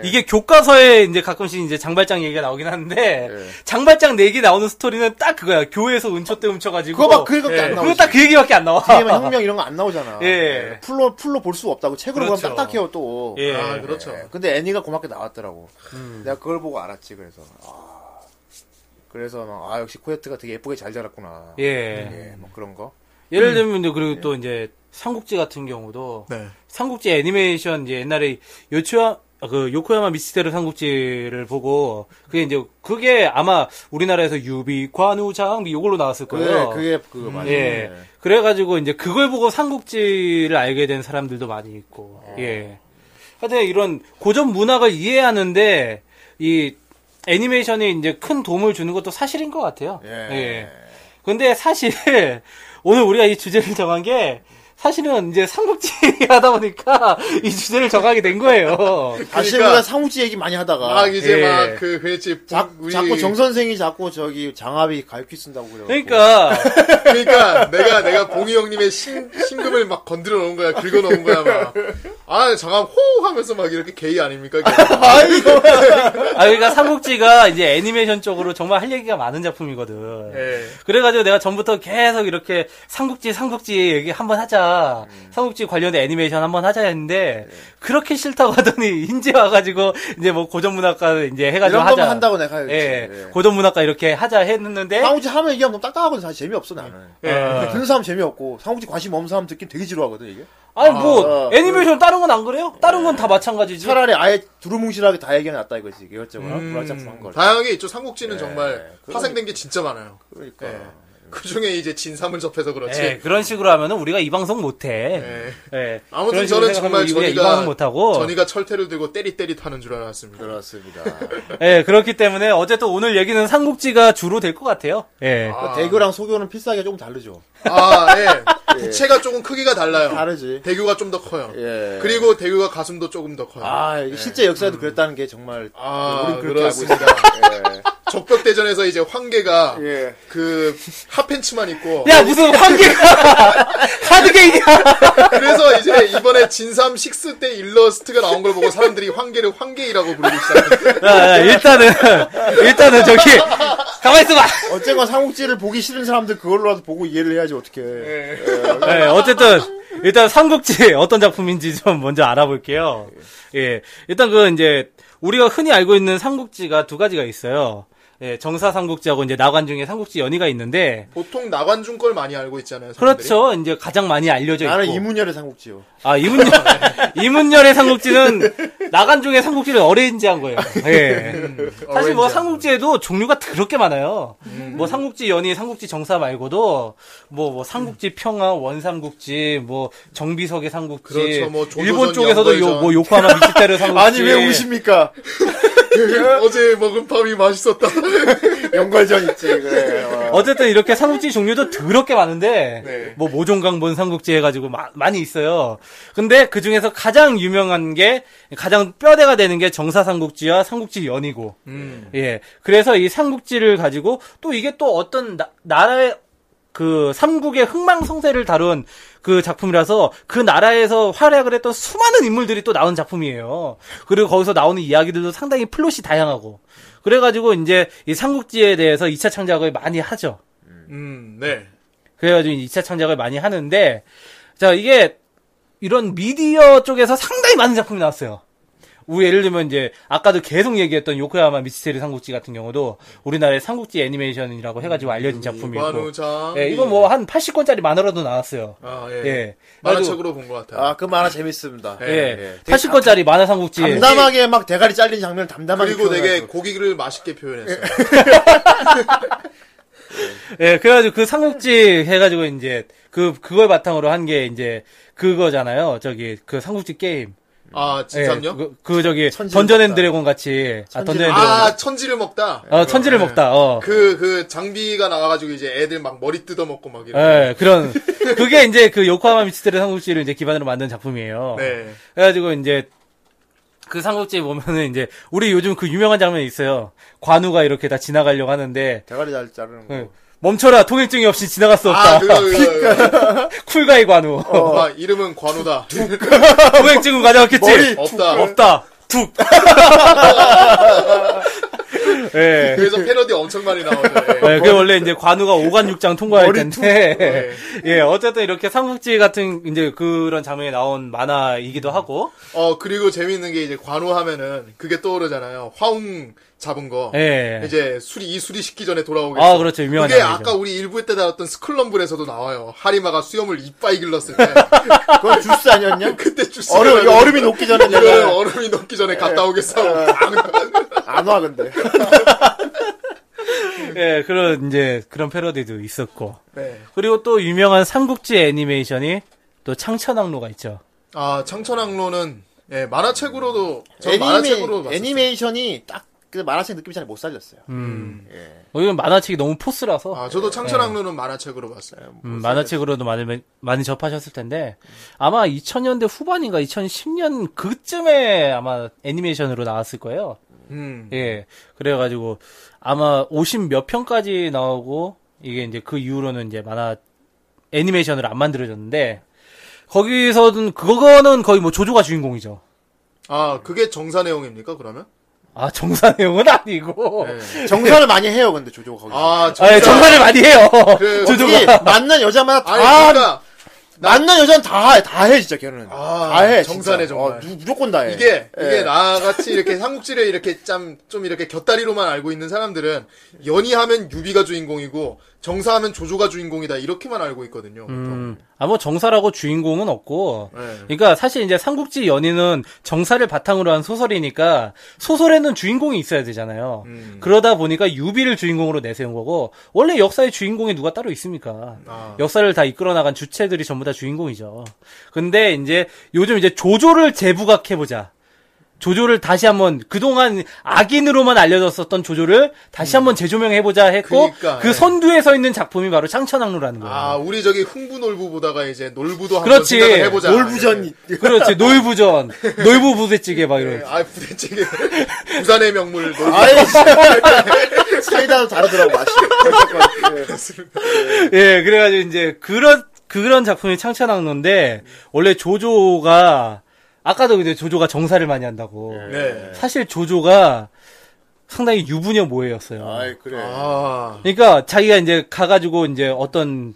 Speaker 4: 이게 교과서에 이제 가끔씩 이제 장발장 얘기가 나오긴 하는데
Speaker 2: 예.
Speaker 4: 장발장 얘기 나오는 스토리는 딱 그거야 교회에서 은초 때 훔쳐가지고
Speaker 2: 그거 막 그 얘기밖에 안 나오지.
Speaker 4: 그거 딱 그 얘기밖에 안 나와
Speaker 2: 뒤에만 혁명 이런 거 안 나오잖아.
Speaker 4: 예.
Speaker 2: 예, 풀로 풀로 볼 수 없다고 책으로
Speaker 4: 그렇죠.
Speaker 2: 보면 딱딱해요 또.
Speaker 4: 예. 음.
Speaker 7: 아 그렇죠.
Speaker 2: 예, 근데 애니가 고맙게 나왔더라고. 내가 그걸 보고 알았지 그래서. 아, 그래서 막, 아 역시 코요트가 되게 예쁘게 잘 자랐구나.
Speaker 4: (laughs) 예. 예.
Speaker 2: 예, 뭐 그런 거.
Speaker 4: 예를 들면 이제 그리고 또 이제 삼국지 같은 경우도
Speaker 3: 네.
Speaker 4: 삼국지 애니메이션 이제 옛날에 요치와 아, 그 요코야마 미스테르 삼국지를 보고 그게 이제 그게 아마 우리나라에서 유비 관우 장비 요걸로 나왔을
Speaker 2: 그게
Speaker 4: 거예요.
Speaker 2: 그게 그거 맞아요.
Speaker 4: 예. 그래가지고 이제 그걸 보고 삼국지를 알게 된 사람들도 많이 있고,
Speaker 2: 아.
Speaker 4: 예. 하여튼 이런 고전 문학을 이해하는데, 이 애니메이션이 이제 큰 도움을 주는 것도 사실인 것 같아요.
Speaker 2: 예.
Speaker 4: 근데 사실, (laughs) 오늘 우리가 이 주제를 정한 게, 사실은 이제 (laughs) 삼국지 하다 보니까 이 주제를 정하게 된 거예요.
Speaker 2: 다시
Speaker 7: 그러니까-
Speaker 2: 우리가 상우지 얘기 많이 하다가
Speaker 7: 막 이제
Speaker 4: 예.
Speaker 7: 막 그 회집
Speaker 2: 자,
Speaker 7: 우리-
Speaker 2: 자꾸 정 선생이 자꾸 저기 장합이 가육기 쓴다고 그래.
Speaker 4: 그러니까, (laughs)
Speaker 7: 그러니까 내가 내가 봉이 형님의 신, 신금을 막 건드려 놓은 거야 긁어 놓은 거야 막. 아 잠깐 호우 하면서 막 이렇게 게이 아닙니까?
Speaker 4: 아, 그러니까 삼국지가 이제 애니메이션 쪽으로 정말 할 얘기가 많은 작품이거든.
Speaker 7: 예.
Speaker 4: 그래가지고 내가 전부터 계속 이렇게 삼국지 삼국지 얘기 한번 하자
Speaker 2: 음.
Speaker 4: 삼국지 관련된 애니메이션 한번 하자 했는데
Speaker 2: 예.
Speaker 4: 그렇게 싫다고 하더니 (laughs) 이제 와가지고 이제 뭐 고전문학과 이제 해가지고
Speaker 2: 이런
Speaker 4: 하자
Speaker 2: 거면 한다고 내가 했지.
Speaker 4: 예,
Speaker 2: 예. 아,
Speaker 4: 고전문학과 이렇게 하자 했는데
Speaker 2: 상우지 하면 얘기하면 너무 딱딱하거든 사실 재미없어 나는.
Speaker 4: 예.
Speaker 2: 듣는 사람 재미없고 상우지 관심 없는 사람 듣기 되게 지루하거든 이게.
Speaker 4: 아니 뭐
Speaker 7: 어.
Speaker 2: 아,
Speaker 4: 애니메이션 다른 건 안 그래요? 다른
Speaker 7: 네.
Speaker 4: 건 다 마찬가지지
Speaker 2: 차라리 아예 두루뭉실하게 다 얘기해놨다 이거지 이것저것 불알짝한 걸.
Speaker 7: 다양하게 있죠. 삼국지는 정말
Speaker 2: 그러니까.
Speaker 7: 파생된 게 진짜 많아요.
Speaker 2: 그러니까
Speaker 7: 그 중에 이제 진삼을 접해서 그렇지.
Speaker 4: 예, 그런 식으로 하면은 우리가 이 방송 못해
Speaker 7: 예.
Speaker 4: 예.
Speaker 7: 아무튼
Speaker 4: 그런 식으로
Speaker 7: 저는
Speaker 4: 생각하면
Speaker 7: 정말
Speaker 4: 우리가 이
Speaker 7: 전이가
Speaker 4: 방송 못하고
Speaker 7: 전이가 철퇴를 들고 때리 때리 타는 줄 알았습니다.
Speaker 2: 그렇습니다. 그러니까
Speaker 4: 예, 그렇기 때문에 어쨌든 오늘 얘기는 삼국지가 주로 될 것 같아요 예.
Speaker 7: 아.
Speaker 2: 대교랑 소교는 필살기가 조금 다르죠. (laughs)
Speaker 7: 아, 예. 부채가 조금 크기가 달라요.
Speaker 2: 다르지.
Speaker 7: 대교가 좀 더 커요.
Speaker 2: 예.
Speaker 7: 그리고 대교가 가슴도 조금 더 커요.
Speaker 4: 예.
Speaker 2: 아 이게 실제 역사에도 그랬다는 게 정말
Speaker 7: 아,
Speaker 2: 우린 그렇게
Speaker 7: 그렇습니다.
Speaker 2: 알고 있습니다.
Speaker 7: 적벽대전에서 이제 황계가
Speaker 2: 예.
Speaker 7: 그 핫팬츠만 입고
Speaker 4: 야 무슨 환기가
Speaker 7: (laughs)
Speaker 4: (laughs) 하드게임이야
Speaker 7: 그래서 이제 이번에 진삼 6때 일러스트가 나온 걸 보고 사람들이 황계를 황계이라고 부르기 시작했어요.
Speaker 4: 야, 야, 일단은 (laughs) 일단은 저기 가만 있어봐
Speaker 2: 예. 어쨌건 삼국지를 보기 싫은 사람들 그걸로라도 보고 이해를 해야지 어떻게.
Speaker 4: 네, 어쨌든 일단 삼국지 (laughs) 어떤 작품인지 좀 먼저 알아볼게요 예 일단 그 이제 우리가 흔히 알고 있는 삼국지가 두 가지가 있어요 예 정사 삼국지하고 이제 나관중에 삼국지 연의가 있는데
Speaker 7: 보통 나관중 걸 많이 알고 있잖아요. 사람들이.
Speaker 4: 그렇죠 이제 가장 많이 알려져 있고
Speaker 2: 나는 이문열의 삼국지요.
Speaker 4: 아, 이문열, (laughs) 이문열의 삼국지는 나간중의 삼국지를 어레인지한 거예요. 예. 사실 뭐
Speaker 7: 음. 어레인지한 음.
Speaker 4: 삼국지에도 종류가 그렇게 많아요. 뭐 삼국지 연희, 삼국지 정사 말고도 뭐, 뭐 삼국지 평화, 원삼국지, 뭐 정비석의 삼국지,
Speaker 7: 그렇죠. 뭐 조조선,
Speaker 4: 일본 쪽에서도 요,
Speaker 7: 영거의전. (laughs)
Speaker 4: 뭐 요코하마 미치테르 삼국지.
Speaker 2: 아니 왜 우십니까?
Speaker 7: (laughs)
Speaker 4: 그렇죠.
Speaker 7: 어제 먹은 밥이 맛있었다.
Speaker 2: (laughs) 연관전 있지 그래. (laughs) 어.
Speaker 4: 어쨌든 이렇게 삼국지 종류도 더럽게 많은데 뭐 모종강본 삼국지 해가지고 마- 많이 있어요. 근데 그 중에서 가장 유명한 게 가장 뼈대가 되는 게 정사 삼국지와 삼국지 연이고 예 그래서 이 삼국지를 가지고 또 이게 또 어떤 나, 나라의 그 삼국의 흥망성쇠를 다룬 그 작품이라서 그 나라에서 활약을 했던 수많은 인물들이 또 나온 작품이에요. 그리고 거기서 나오는 이야기들도 상당히 플롯이 다양하고 그래가지고 이제 이 삼국지에 대해서 2차 창작을 많이 하죠.
Speaker 7: 음, 네.
Speaker 4: 그래가지고 2차 창작을 많이 하는데 자 이게 이런 미디어 쪽에서 상당히 많은 작품이 나왔어요. 우리 예를 들면 이제 아까도 계속 얘기했던 요코야마 미스테리 삼국지 같은 경우도 우리나라의 삼국지 애니메이션이라고 해가지고 알려진
Speaker 3: 뭐
Speaker 4: 작품이고
Speaker 7: 관우장.
Speaker 4: 예, 이건 뭐 한 80권짜리 만화로도 나왔어요.
Speaker 7: 아,
Speaker 4: 예.
Speaker 7: 예. 만화책으로 본 것 같아요.
Speaker 2: 아그 만화 재밌습니다.
Speaker 4: 예. 80권짜리 만화 삼국지.
Speaker 3: 예.
Speaker 2: 담담하게 막 대가리 잘린 장면을 담담하게
Speaker 7: 그리고 되게
Speaker 2: 표현해가지고.
Speaker 7: 고기를 맛있게 표현했어요.
Speaker 4: 예, 그래가지고 그 삼국지 해가지고 이제 그 그걸 바탕으로 한 게 이제 그거잖아요. 저기 그 삼국지 게임.
Speaker 3: 아
Speaker 4: 예,
Speaker 3: 진짜요?
Speaker 4: 그, 그 저기
Speaker 2: 천지를
Speaker 4: 던전 앤
Speaker 2: 먹다.
Speaker 4: 드래곤 같이 아 던전 앤 드래곤.
Speaker 3: 아 천지를 먹다.
Speaker 4: 어, 천지를 먹다. 어.
Speaker 3: 그 그 장비가 나와가지고 이제 애들 막 머리 뜯어 먹고 막 이런.
Speaker 4: 예, 그런 그게 이제 그 요코하마 미츠테르 삼국지를 이제 기반으로 만든 작품이에요.
Speaker 3: 네.
Speaker 4: 그래가지고 이제 그 삼국지 보면은 이제 우리 요즘 그 유명한 장면이 있어요. 관우가 이렇게 다 지나가려고 하는데
Speaker 2: 대가리 잘 자르는 거.
Speaker 3: 네.
Speaker 4: 응, 멈춰라 통행증이 없이 지나갈 수 없다.
Speaker 3: 아 그거 그거. 그거.
Speaker 4: (laughs) 쿨가이 관우.
Speaker 3: 아, 이름은 관우다.
Speaker 4: (laughs) 통행증은 가져갔겠지.
Speaker 3: 없다.
Speaker 4: 없다.
Speaker 3: (laughs)
Speaker 4: 툭. (laughs) 예.
Speaker 3: 그래서 패러디 엄청 많이 나오죠. 예.
Speaker 4: 네, 그게 원래 이제 관우가 5관 6장 통과할 텐데.
Speaker 3: 네.
Speaker 4: (laughs) 예, 어쨌든 이렇게 삼국지 같은 이제 그런 장면이 나온 만화이기도 하고.
Speaker 3: 어 그리고 재미있는 게 이제 관우 하면은 그게 떠오르잖아요. 화웅 잡은 거.
Speaker 4: 예.
Speaker 3: 이제 수리 이 수리 식기 전에 돌아오겠어.
Speaker 4: 아, 그렇죠. 유명한
Speaker 3: 그게
Speaker 4: 장면이죠.
Speaker 3: 아까 우리 일부 때 다뤘던 스쿨럼블에서도 나와요. 하리마가 수염을 이빠이 길렀을
Speaker 2: (laughs)
Speaker 3: 때
Speaker 2: 그건 주스 아니었냐?
Speaker 3: (laughs) 그때 주스
Speaker 2: 얼음, 이거 얼음이 네. 녹기 전에
Speaker 3: 얼음,
Speaker 2: 내가
Speaker 3: 얼음이 녹기 전에 갔다 오겠어.
Speaker 2: (laughs)
Speaker 3: 하고
Speaker 2: 안 와, 근데.
Speaker 4: 예, 그런 이제 그런 패러디도 있었고.
Speaker 3: 네.
Speaker 4: 그리고 또 유명한 삼국지 애니메이션이 또 창천악로가 있죠.
Speaker 3: 아 청천항로는 예 만화책으로도 저 만화책으로
Speaker 2: 애니메,
Speaker 3: 봤어요.
Speaker 2: 애니메이션이 딱, 그 만화책 느낌 잘 못 살렸어요.
Speaker 4: 어, 이건 만화책이 너무 포스라서.
Speaker 3: 아 저도 창천항로는
Speaker 2: 네.
Speaker 3: 만화책으로 봤어요.
Speaker 4: 음, 만화책으로도 많이, 많이 접하셨을 텐데, 아마 2000년대 후반인가 2010년 그쯤에 아마 애니메이션으로 나왔을 거예요.
Speaker 3: 음.
Speaker 4: 예. 그래가지고, 아마 50 몇 편까지 나오고, 이게 이제 그 이후로는 이제 만화, 애니메이션으로 안 만들어졌는데, 거기서는, 그거는 거의 뭐 조조가 주인공이죠.
Speaker 3: 아 그게 정사 내용입니까 그러면?
Speaker 4: 아, 정사 내용은 아니고.
Speaker 2: 정사를 많이 해요, 근데 조조가 거기.
Speaker 3: 아 네. 정사.
Speaker 4: 아, 예, 정사를 많이 해요.
Speaker 3: 그-
Speaker 2: 조조가.
Speaker 4: 조조가.
Speaker 2: 만난 여자마다 다,
Speaker 3: 아니 그러니까
Speaker 2: 만난 여자는 다 해, 다 해, 진짜, 걔는.
Speaker 3: 아,
Speaker 2: 다 해.
Speaker 3: 정사네,
Speaker 2: 진짜.
Speaker 3: 정말.
Speaker 2: 어, 누- 무조건 다 해.
Speaker 3: 이게 이게
Speaker 2: 예.
Speaker 3: 나같이 이렇게 삼국지를 이렇게 짬 좀 이렇게 곁다리로만 알고 있는 사람들은 연희하면 유비가 주인공이고 정사하면 조조가 주인공이다 이렇게만 알고 있거든요.
Speaker 4: 음, 아무 정사라고 주인공은 없고,
Speaker 3: 네.
Speaker 4: 그러니까 사실 이제 삼국지 연인은 정사를 바탕으로 한 소설이니까 소설에는 주인공이 있어야 되잖아요.
Speaker 3: 음.
Speaker 4: 그러다 보니까 유비를 주인공으로 내세운 거고, 원래 역사의 주인공이 누가 따로 있습니까?
Speaker 3: 아.
Speaker 4: 역사를 다 이끌어 나간 주체들이 전부 다 주인공이죠. 근데 이제 요즘 이제 조조를 재부각해보자. 조조를 다시 한번 그동안 악인으로만 알려졌었던 조조를 다시 한번 재조명해보자 했고
Speaker 3: 음. 그러니까,
Speaker 4: 그
Speaker 3: 예.
Speaker 4: 선두에 서 있는 작품이 바로 창천악로라는 거예요.
Speaker 3: 아 우리 저기 흥부놀부 보다가 이제 놀부도 한번
Speaker 4: 그렇지.
Speaker 3: 생각을 해보자.
Speaker 2: 놀부전이.
Speaker 4: 그렇지 노이부전 노이부 부대찌개 막
Speaker 3: 예.
Speaker 2: 네.
Speaker 4: 이런
Speaker 3: 아 부대찌개 (laughs) 부산의 명물 놀부.
Speaker 2: 아이, 예. 씨.
Speaker 3: 예.
Speaker 2: 사이다도 다르더라고, 맛이.
Speaker 4: 예 그래가지고 이제 그런 그런 작품이 창천악로인데 원래 조조가 아까도 이제 조조가 정사를 많이 한다고
Speaker 3: (laughs)
Speaker 2: 예.
Speaker 3: 네.
Speaker 4: 사실 조조가 상당히 유부녀 모해였어요
Speaker 2: 아이, 그래.
Speaker 3: 아
Speaker 4: 그러니까 자기가 이제 가가지고 이제 어떤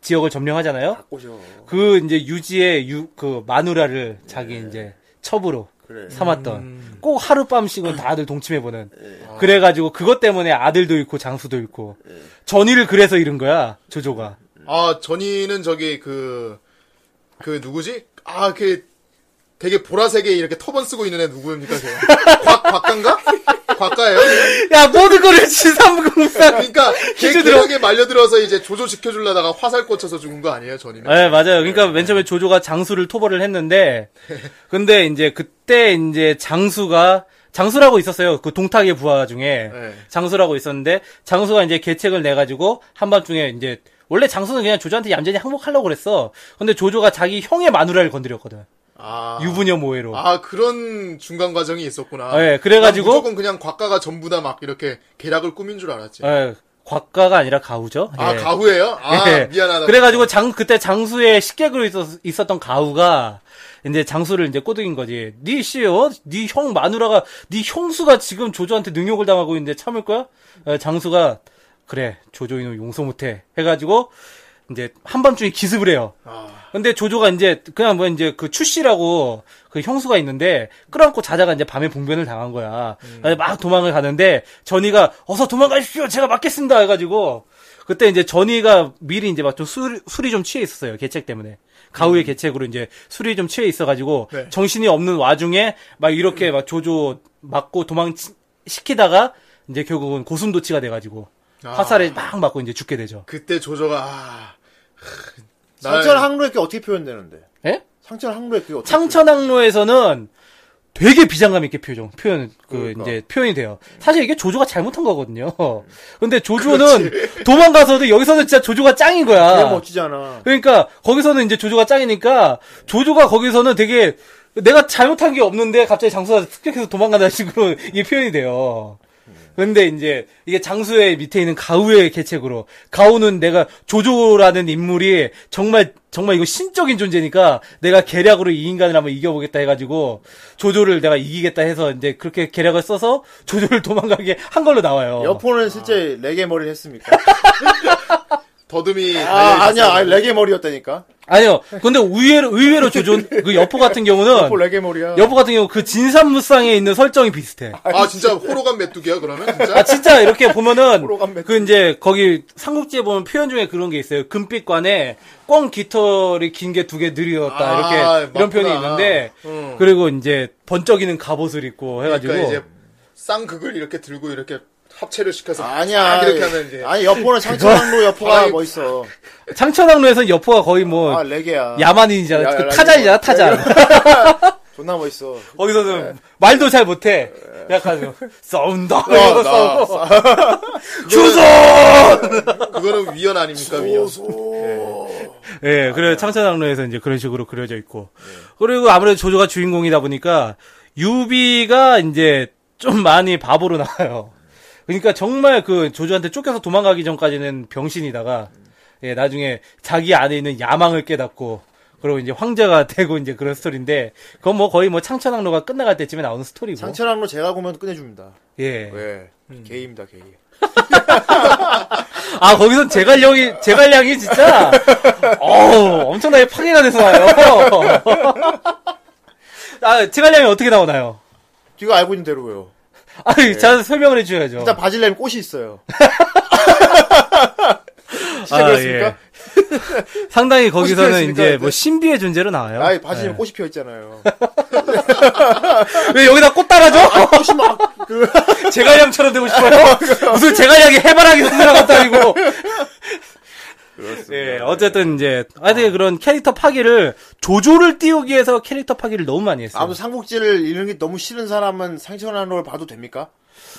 Speaker 4: 지역을 점령하잖아요
Speaker 2: 꼬셔.
Speaker 4: 그 이제 유지의 유 그 마누라를 자기 이제 첩으로
Speaker 2: 네. 그래.
Speaker 4: 삼았던 꼭 하룻밤씩은 다들 동침해보는
Speaker 2: 네.
Speaker 4: 그래가지고 그것 때문에 아들도 잃고 장수도 잃고 전의를 그래서 잃은 거야 조조가
Speaker 2: 네.
Speaker 3: 아, 전이는 저기 그, 그 누구지? 아, 그 되게 보라색에 이렇게 터번 쓰고 있는 애 누구입니까? 걔? 곽, 곽가인가? 곽가예요?
Speaker 4: 야 모든 거를 (laughs) 지삼공사 (laughs)
Speaker 3: 그러니까 걔
Speaker 4: 퀴즈 들어.
Speaker 3: 기력에 말려들어서 이제 조조 지켜주려다가 화살 꽂혀서 죽은 거 아니에요, 전이는?
Speaker 4: 네 맞아요 그러니까 맨 처음에 조조가 장수를 토벌을 했는데 근데 이제 그때 이제 장수가 장수라고 있었어요 그 동탁의 부하 중에
Speaker 3: 네.
Speaker 4: 장수라고 있었는데 장수가 이제 계책을 내 가지고 한밤중에 이제 원래 장수는 그냥 조조한테 얌전히 항복하려고 그랬어 근데 조조가 자기 형의 마누라를 건드렸거든
Speaker 3: 아,
Speaker 4: 유부녀 모해로
Speaker 3: 아 그런 중간 과정이 있었구나.
Speaker 4: 아, 예, 그래가지고-
Speaker 3: 난 무조건 그냥 곽가가 전부 다 막 이렇게 계략을 꾸민 줄 알았지.
Speaker 4: 예, 곽가가 아니라 가우죠.
Speaker 3: 아,
Speaker 4: 예.
Speaker 3: 가후예요? 아,
Speaker 4: 예.
Speaker 3: 미안하다.
Speaker 4: 그래가지고 장 그때 장수의 식객으로 있었, 있었던 가우가 이제 장수를 이제 꼬드긴 거지. 네 씨, 어, 네 형 마누라가 네 형수가 지금 조조한테 능욕을 당하고 있는데 참을 거야? 어, 장수가 그래 조조 이놈 용서 못해 해가지고 이제 한밤중에 기습을 해요. 근데 조조가 이제 그냥 뭐 이제 그 출씨라고 그 형수가 있는데 끌어안고 자다가 이제 밤에 봉변을 당한 거야. 그래서 막 도망을 가는데 전이가 어서 도망가십시오. 제가 막겠습니다. 해가지고 그때 이제 전이가 미리 이제 막 좀 술, 술이 좀 취해 있었어요. 개책 때문에. 가후의 개책으로 이제 술이 좀 취해 있어가지고
Speaker 3: 네.
Speaker 4: 정신이 없는 와중에 막 이렇게 막 조조 맞고 도망 치- 시키다가 이제 결국은 고슴도치가 돼가지고 화살에 막 맞고 이제 죽게 되죠.
Speaker 7: 그때 조조가 아,
Speaker 2: 상처는 항로에 그게 어떻게 표현되는데?
Speaker 4: 예?
Speaker 2: 상처는 항로에 그게 어떻게
Speaker 4: 창천항로에서는 되게 비장감 있게 표정 표현 그
Speaker 2: 그러니까.
Speaker 4: 이제 표현이 돼요. 사실 이게 조조가 잘못한 거거든요. (laughs) 근데 조조는 도망가서도 여기서는 진짜 조조가 짱인
Speaker 2: 표현- 그게 뭐
Speaker 4: 거야.
Speaker 2: 멋지잖아.
Speaker 4: 그러니까 거기서는 이제 조조가 짱이니까 조조가 거기서는 되게 내가 잘못한 게 없는데 갑자기 장수가 습격해서 도망간다는 (laughs) 식으로 이게 표현이 돼요. 근데 이제 이게 장수의 밑에 있는 가우의 개책으로 가우는 내가 조조라는 인물이 정말 정말 이거 신적인 존재니까 내가 계략으로 이 인간을 한번 이겨보겠다 해가지고 조조를 내가 이기겠다 해서 이제 그렇게 계략을 써서 조조를 (laughs) 도망가게 한 걸로
Speaker 2: 어.
Speaker 4: 나와요.
Speaker 2: 여포는 실제 레게 머리를 했습니까?
Speaker 7: 더듬이
Speaker 2: 아, 아니야. 아니, 레게 머리였다니까.
Speaker 4: 아니요. 근데 의외로 의외로 조조 그 여포 같은 경우는
Speaker 2: 여포 레게 머리야.
Speaker 4: 여보 같은 경우 그 진산무쌍에 있는 설정이 비슷해.
Speaker 7: 아 진짜 호로간 메뚜기야 그러면
Speaker 4: 아
Speaker 7: 진짜
Speaker 4: 진짜 이렇게
Speaker 7: (laughs)
Speaker 4: 보면은
Speaker 2: 호로간 메뚜기.
Speaker 4: 그 이제 거기 삼국지에 보면 표현 중에 그런 게 있어요. 금빛관에 꽝 깃털이 긴 게 두 개 느렸다
Speaker 7: 아,
Speaker 4: 이렇게
Speaker 7: 맞구나.
Speaker 4: 이런 표현이 있는데
Speaker 7: 음.
Speaker 4: 그리고 이제 번쩍이는 갑옷을 입고 해가지고
Speaker 7: 그러니까 이제 쌍극을 이렇게 들고 이렇게 합체를 시켜서
Speaker 2: 아니야.
Speaker 7: 막 이렇게 하면 이제
Speaker 2: 아니, 여포는 상처항로 여포가
Speaker 7: 아이,
Speaker 2: 멋있어.
Speaker 4: 창천항로에서는 여포가 거의 뭐
Speaker 2: 아, 레게야.
Speaker 4: 야만인이잖아.
Speaker 2: 야,
Speaker 4: 그
Speaker 2: 야,
Speaker 4: 타잔이잖아
Speaker 2: 야,
Speaker 4: 타잔.
Speaker 2: 존나 멋있어.
Speaker 7: 네.
Speaker 4: 거기서는 말도 잘 못해. 약간 좀
Speaker 7: 어,
Speaker 4: 싸운다. 이러고 싸우고
Speaker 7: (laughs)
Speaker 4: 주소.
Speaker 7: 그거는 위연 아닙니까 위연
Speaker 4: 예, 그래 창천항로에서 이제 그런 식으로 그려져 있고 그리고 아무래도 조조가 주인공이다 보니까 유비가 이제 좀 많이 바보로 나와요. 그러니까 정말 그 조조한테 쫓겨서 도망가기 전까지는 병신이다가 예, 나중에 자기 안에 있는 야망을 깨닫고 그리고 이제 황제가 (laughs) 되고 이제 그런 스토리인데 그건 뭐 거의 뭐 창천항로가 끝나갈 때쯤에 나오는 스토리고
Speaker 2: 상처항로 제가 보면 끝내줍니다.
Speaker 4: 예.
Speaker 2: 왜?
Speaker 7: 음.
Speaker 2: 게이입니다, 게이.
Speaker 4: 아, 거기선 제갈량이, 제갈량이 진짜, 어우, 엄청나게 파괴가 돼서 나요. 아, 제갈량이 어떻게 나오나요?
Speaker 2: 네가 알고 있는 대로요.
Speaker 4: 아, 제가 설명을 해줘야죠.
Speaker 2: 일단 바질렘 꽃이 (laughs) 있어요.
Speaker 4: 아,
Speaker 2: 그렇습니까?
Speaker 4: 예. 상당히 거기서는
Speaker 2: 그렇습니까?
Speaker 4: 이제 뭐 신비의 존재로 나와요.
Speaker 2: 아이, 바질렘
Speaker 4: 예.
Speaker 2: 꽃이 피어 있잖아요.
Speaker 4: 왜 여기다 꽃 달아줘? (laughs) 제갈량처럼 되고 싶어요? 무슨 제갈량이 해바라기 선수랑 같다, 이거. 예, 어쨌든 이제, 하여튼 그런 캐릭터 파기를, 조조를 띄우기 위해서 캐릭터 파기를 너무 많이 했어요.
Speaker 2: 아무 상복지를 잃는 게 너무 싫은 사람은 상처항로를 봐도 됩니까?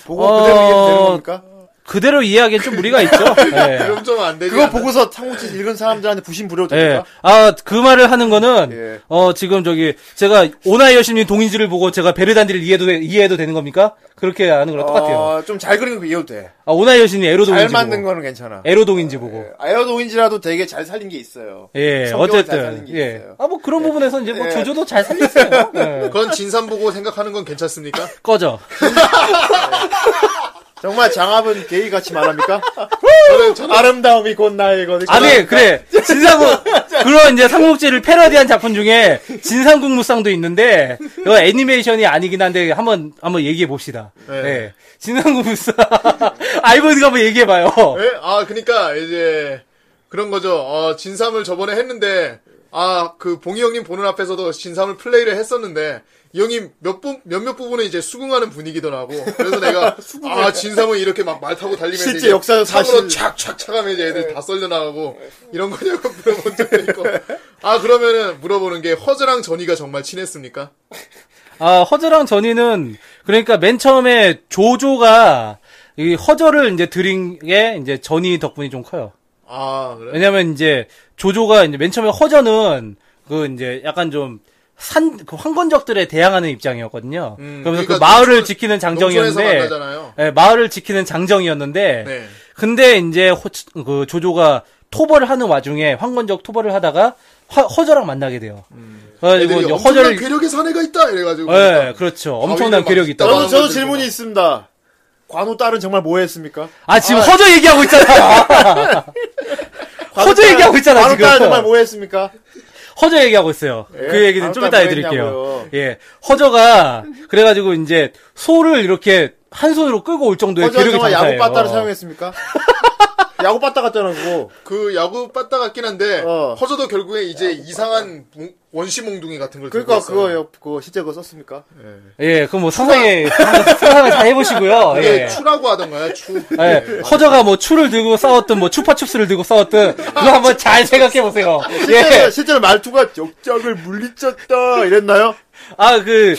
Speaker 2: 보고
Speaker 4: 어,
Speaker 2: 그대로 이해하면 되는 겁니까?
Speaker 4: 그대로 이해하기엔 좀 무리가 있죠. 예.
Speaker 7: 그럼 좀 안 되지
Speaker 2: 그거
Speaker 7: 않나?
Speaker 2: 보고서 삼국지 읽은 사람들한테 부심 부려도
Speaker 4: 예.
Speaker 2: 됩니까?
Speaker 4: 아, 그 말을 하는 거는,
Speaker 2: 예.
Speaker 4: 어, 지금 저기, 제가, 오나이 여신님 동인지를 보고 제가 베르단디를 이해도, 돼- 이해해도 되는 겁니까? 그렇게 하는 거랑 똑같아요.
Speaker 2: 좀잘 그리는 거 이해도 돼.
Speaker 4: 아, 오나이 여신이 에로
Speaker 2: 어, 잘
Speaker 4: 동인지.
Speaker 2: 만든
Speaker 4: 보고. 예.
Speaker 2: 거는 괜찮아.
Speaker 4: 에로 동인지 보고.
Speaker 2: 아이어도인지라도 되게 잘 살린 게 있어요.
Speaker 4: 예,
Speaker 2: 성격을 잘 살린
Speaker 4: 어쨌든.
Speaker 2: 게
Speaker 4: 예.
Speaker 2: 있어요. 예.
Speaker 4: 아, 뭐 그런 부분에서 이제 뭐 조조도
Speaker 2: (laughs)
Speaker 4: 잘 살렸어요. 예.
Speaker 7: 그런 진산 보고 생각하는 건 괜찮습니까?
Speaker 4: 꺼져.
Speaker 2: 정말 장합은 게이 같이
Speaker 4: (laughs)
Speaker 2: 말합니까?
Speaker 7: 저는 저는
Speaker 2: 아름다움이 곧 나이거든.
Speaker 4: 아니, 그래.
Speaker 2: (laughs)
Speaker 4: 진상국, 그런 이제 삼국지를 패러디한 작품 중에 진상국 무쌍도 있는데, 이거 애니메이션이 아니긴 한데, 한번, 한번 얘기해 봅시다.
Speaker 2: 네.
Speaker 4: 예. 진상국 (laughs) 무쌍. 알고 있는 거 한번 얘기해 봐요.
Speaker 7: 예? 아 그러니까 이제 그런 거죠 어, 진삼을 저번에 했는데 아 그 봉이 형님 보는 앞에서도 진삼을 플레이를 했었는데 이 형님 몇 부, 몇몇 부분은 이제 수긍하는 분위기도 나고 그래서
Speaker 2: (laughs)
Speaker 7: 내가 아 진삼은 이렇게 막 말 타고 달리면서
Speaker 2: 실제
Speaker 7: 이제
Speaker 2: 역사는
Speaker 7: 창으로
Speaker 2: 사실- 네.
Speaker 7: 착착 차가면 이제 애들 다 썰려 나가고 이런 거냐고 물어본 적도 있고 아 그러면은 물어보는 게 허즈랑 전이가 정말 친했습니까?
Speaker 4: 아, 허저랑 전이는, 그러니까 맨 처음에 조조가, 이 허저를 이제 들인 게, 이제 전이 덕분이 좀 커요.
Speaker 7: 아 그래
Speaker 4: 왜냐면 이제 조조가 이제 맨 처음에 허저는 그 이제 약간 좀 산, 그 황건적들에 대항하는 입장이었거든요.
Speaker 7: 음,
Speaker 4: 그러면서 그
Speaker 7: 그러니까
Speaker 4: 마을을
Speaker 7: 농촌-
Speaker 4: 지키는
Speaker 7: 농촌에서
Speaker 4: 장정이었는데,
Speaker 7: 만나잖아요.
Speaker 4: 예, 마을을 지키는 장정이었는데,
Speaker 7: 네.
Speaker 4: 근데 이제 호, 그 조조가 토벌을 하는 와중에 황건적 토벌을 하다가 허, 허저랑 만나게 돼요. 그래가지고
Speaker 7: 음. 애들이
Speaker 4: 이제
Speaker 7: 엄청난
Speaker 4: 허저를,
Speaker 7: 괴력의 사내가 있다 이래가지고
Speaker 4: 예, 그렇죠.
Speaker 7: 가위를
Speaker 4: 엄청난 괴력이
Speaker 7: 막
Speaker 4: 있다.
Speaker 2: 저도 저도 질문이 있습니다. 관우 딸은 정말 뭐했습니까?
Speaker 4: 아 지금 허저
Speaker 2: (laughs)
Speaker 4: 얘기하고 있잖아. 허저 얘기하고 있잖아
Speaker 2: 관우
Speaker 4: 지금.
Speaker 2: 딸은 정말 뭐했습니까?
Speaker 4: (laughs) 허저 얘기하고 있어요. 그 얘기는 좀
Speaker 2: 아무튼
Speaker 4: 이따
Speaker 2: 뭐
Speaker 4: 해드릴게요.
Speaker 2: 했냐고요.
Speaker 4: 예. 허저가, 그래가지고 이제 소를 이렇게 한 손으로 끌고 올 정도의
Speaker 2: 허전
Speaker 4: 괴력이
Speaker 2: 어, 정말 야구
Speaker 4: 장사예요. 어.
Speaker 2: 빠따를 사용했습니까? (laughs) 야구 빠따 같잖아 그거.
Speaker 3: 그 야구 빠따 같긴 한데
Speaker 2: 어.
Speaker 3: 허저도 결국에 이제 이상한 몽- 원시 몽둥이 같은 걸
Speaker 2: 그러니까
Speaker 3: 들고 왔어요.
Speaker 2: 그거요. 그거 실제 그거 썼습니까?
Speaker 4: 예, 그럼 뭐 상상에 상상을 다
Speaker 2: (laughs)
Speaker 4: 해보시고요.
Speaker 3: 그게
Speaker 4: 예.
Speaker 3: 추라고 하던가요? 추. 네.
Speaker 4: 예, 허저가 뭐 추를 들고 싸웠든 뭐 추파춥스를 들고 싸웠든 그거 한번 잘 생각해 보세요.
Speaker 2: 아, 실제로
Speaker 4: 예,
Speaker 2: 실제로 말투가 역작을 물리쳤다 이랬나요?
Speaker 4: 아 그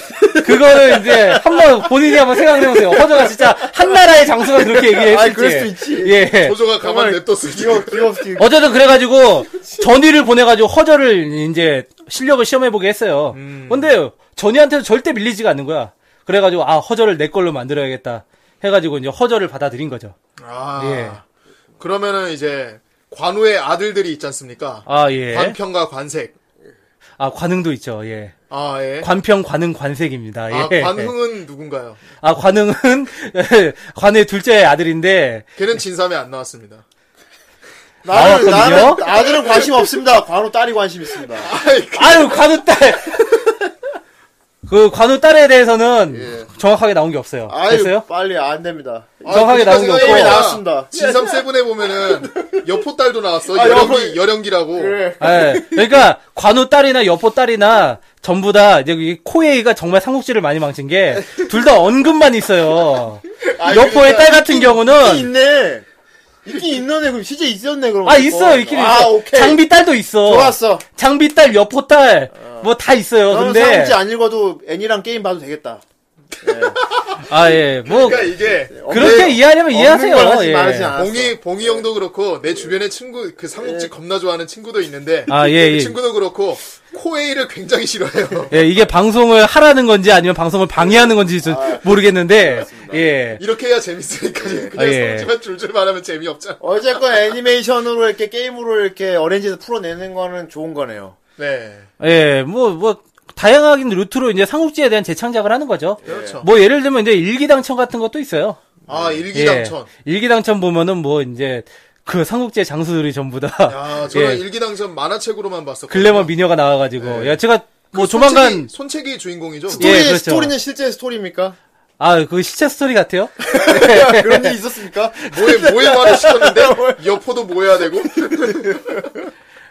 Speaker 4: 그거를 이제 한번 본인이 한번 생각해 보세요. 허저가 진짜 한 나라의 장수가 그렇게 얘기했을지.
Speaker 2: 아이, 그럴 수 있지.
Speaker 4: 예.
Speaker 3: 호조가 가만
Speaker 2: 기업
Speaker 3: 냅뒀으니까.
Speaker 2: 기업 씨.
Speaker 4: 어쨌든 그래가지고 전위를 보내가지고 허저를 이제 실력을 시험해보게 했어요. 근데 전위한테도 절대 밀리지가 않는 거야. 그래가지고 아 허저를 내 걸로 만들어야겠다 해가지고 이제 허저를 받아들인 거죠.
Speaker 3: 아.
Speaker 4: 예.
Speaker 3: 그러면은 이제 관우의 아들들이 있지 않습니까?
Speaker 4: 아 예.
Speaker 3: 관평과 관색.
Speaker 4: 아 관흥도 있죠. 예.
Speaker 3: 아 예.
Speaker 4: 관평 관흥 관색입니다.
Speaker 3: 아
Speaker 4: 예.
Speaker 3: 관흥은 누군가요?
Speaker 4: 아 관흥은 (laughs) 관의 둘째 아들인데
Speaker 3: 걔는 진삼에 안 나왔습니다.
Speaker 2: 나는
Speaker 4: 나왔거든요?
Speaker 2: 나는 아들은 관심 없습니다. 관우 딸이 관심 있습니다.
Speaker 4: (laughs) 아유
Speaker 3: (laughs)
Speaker 4: 관우 딸. 그 관우 딸에 대해서는
Speaker 3: 예.
Speaker 4: 정확하게 나온 게 없어요. 됐어요?
Speaker 2: 빨리 안 됩니다.
Speaker 4: 정확하게 나온
Speaker 3: 아,
Speaker 4: 게
Speaker 3: 그렇게
Speaker 4: 없고.
Speaker 2: 게임이
Speaker 3: 그러니까 생각해보니까
Speaker 2: 나왔습니다.
Speaker 3: 진삼 세븐에 보면은 여포 딸도 나왔어.
Speaker 2: 아,
Speaker 3: 여령기
Speaker 2: 여포-
Speaker 3: 여령기라고.
Speaker 4: 예. 그러니까 관우 딸이나 여포 딸이나 전부 다 이제 이 코에이가 정말 삼국지를 많이 망친 게 둘 다 언급만 있어요. 여포의 딸 같은
Speaker 2: 아, 그러니까. 있긴
Speaker 4: 경우는
Speaker 2: 있네. 있긴 있네. 그럼 실제 있었네 그럼.
Speaker 4: 아 있어요 있긴
Speaker 2: 아,
Speaker 4: 있어.
Speaker 2: 오케이.
Speaker 4: 장비 딸도 있어.
Speaker 2: 좋았어.
Speaker 4: 장비 딸 여포 딸 뭐 다 있어요.
Speaker 2: 너는
Speaker 4: 근데
Speaker 2: 삼국지 안 읽어도 애니랑 게임 봐도 되겠다.
Speaker 4: 아 예. 뭐
Speaker 3: 그러니까 이게
Speaker 2: 어,
Speaker 4: 그렇게 이해하려면 이해하세요.
Speaker 2: 없는 걸 하지
Speaker 4: 예.
Speaker 2: 말지 않아. 알았어.
Speaker 3: 봉이
Speaker 2: 네.
Speaker 3: 봉이 형도 그렇고 내 주변에 친구 그 삼국지 겁나 좋아하는 친구도 있는데
Speaker 4: 아, 예, 예.
Speaker 3: 그 친구도 그렇고 코에이를 굉장히 싫어해요.
Speaker 4: 예, 이게 방송을 하라는 건지 아니면 방송을 방해하는 건지 저-
Speaker 2: 아.
Speaker 4: 모르겠는데 예.
Speaker 3: 이렇게 해야 재밌으니까 그냥
Speaker 4: 아, 예.
Speaker 3: 삼국지만 줄줄 말하면 재미없잖아.
Speaker 2: 어쨌건 애니메이션으로 이렇게 게임으로 이렇게 어렌지에서 풀어내는 거는 좋은 거네요.
Speaker 3: 네.
Speaker 4: 예, 뭐, 뭐, 다양한 루트로 이제 상국지에 대한 재창작을 하는 거죠.
Speaker 3: 그렇죠.
Speaker 4: 뭐, 예를 들면 이제 일기당천 같은 것도 있어요.
Speaker 2: 네.
Speaker 3: 아 일기당천.
Speaker 4: 예, 일기당천 보면은 뭐, 이제, 그 삼국지의 장수들이 전부 다.
Speaker 3: 야 아, 저는
Speaker 4: 예,
Speaker 3: 일기당천 네. 만화책으로만 봤어.
Speaker 4: 글래머 미녀가 나와가지고. 야, 제가
Speaker 3: 그
Speaker 4: 뭐 조만간,
Speaker 3: 손책이, 손책이 주인공이죠.
Speaker 2: 스토리
Speaker 4: 예, 그렇죠.
Speaker 2: 스토리는 실제 스토리입니까?
Speaker 4: 아, 그 시체
Speaker 3: (laughs)
Speaker 4: 스토리 같아요?
Speaker 2: (laughs)
Speaker 4: 네.
Speaker 2: 그런 일 있었습니까?
Speaker 3: 뭐에 뭐에 말을
Speaker 4: (laughs)
Speaker 3: 시켰는데 여포도 뭐해야 되고.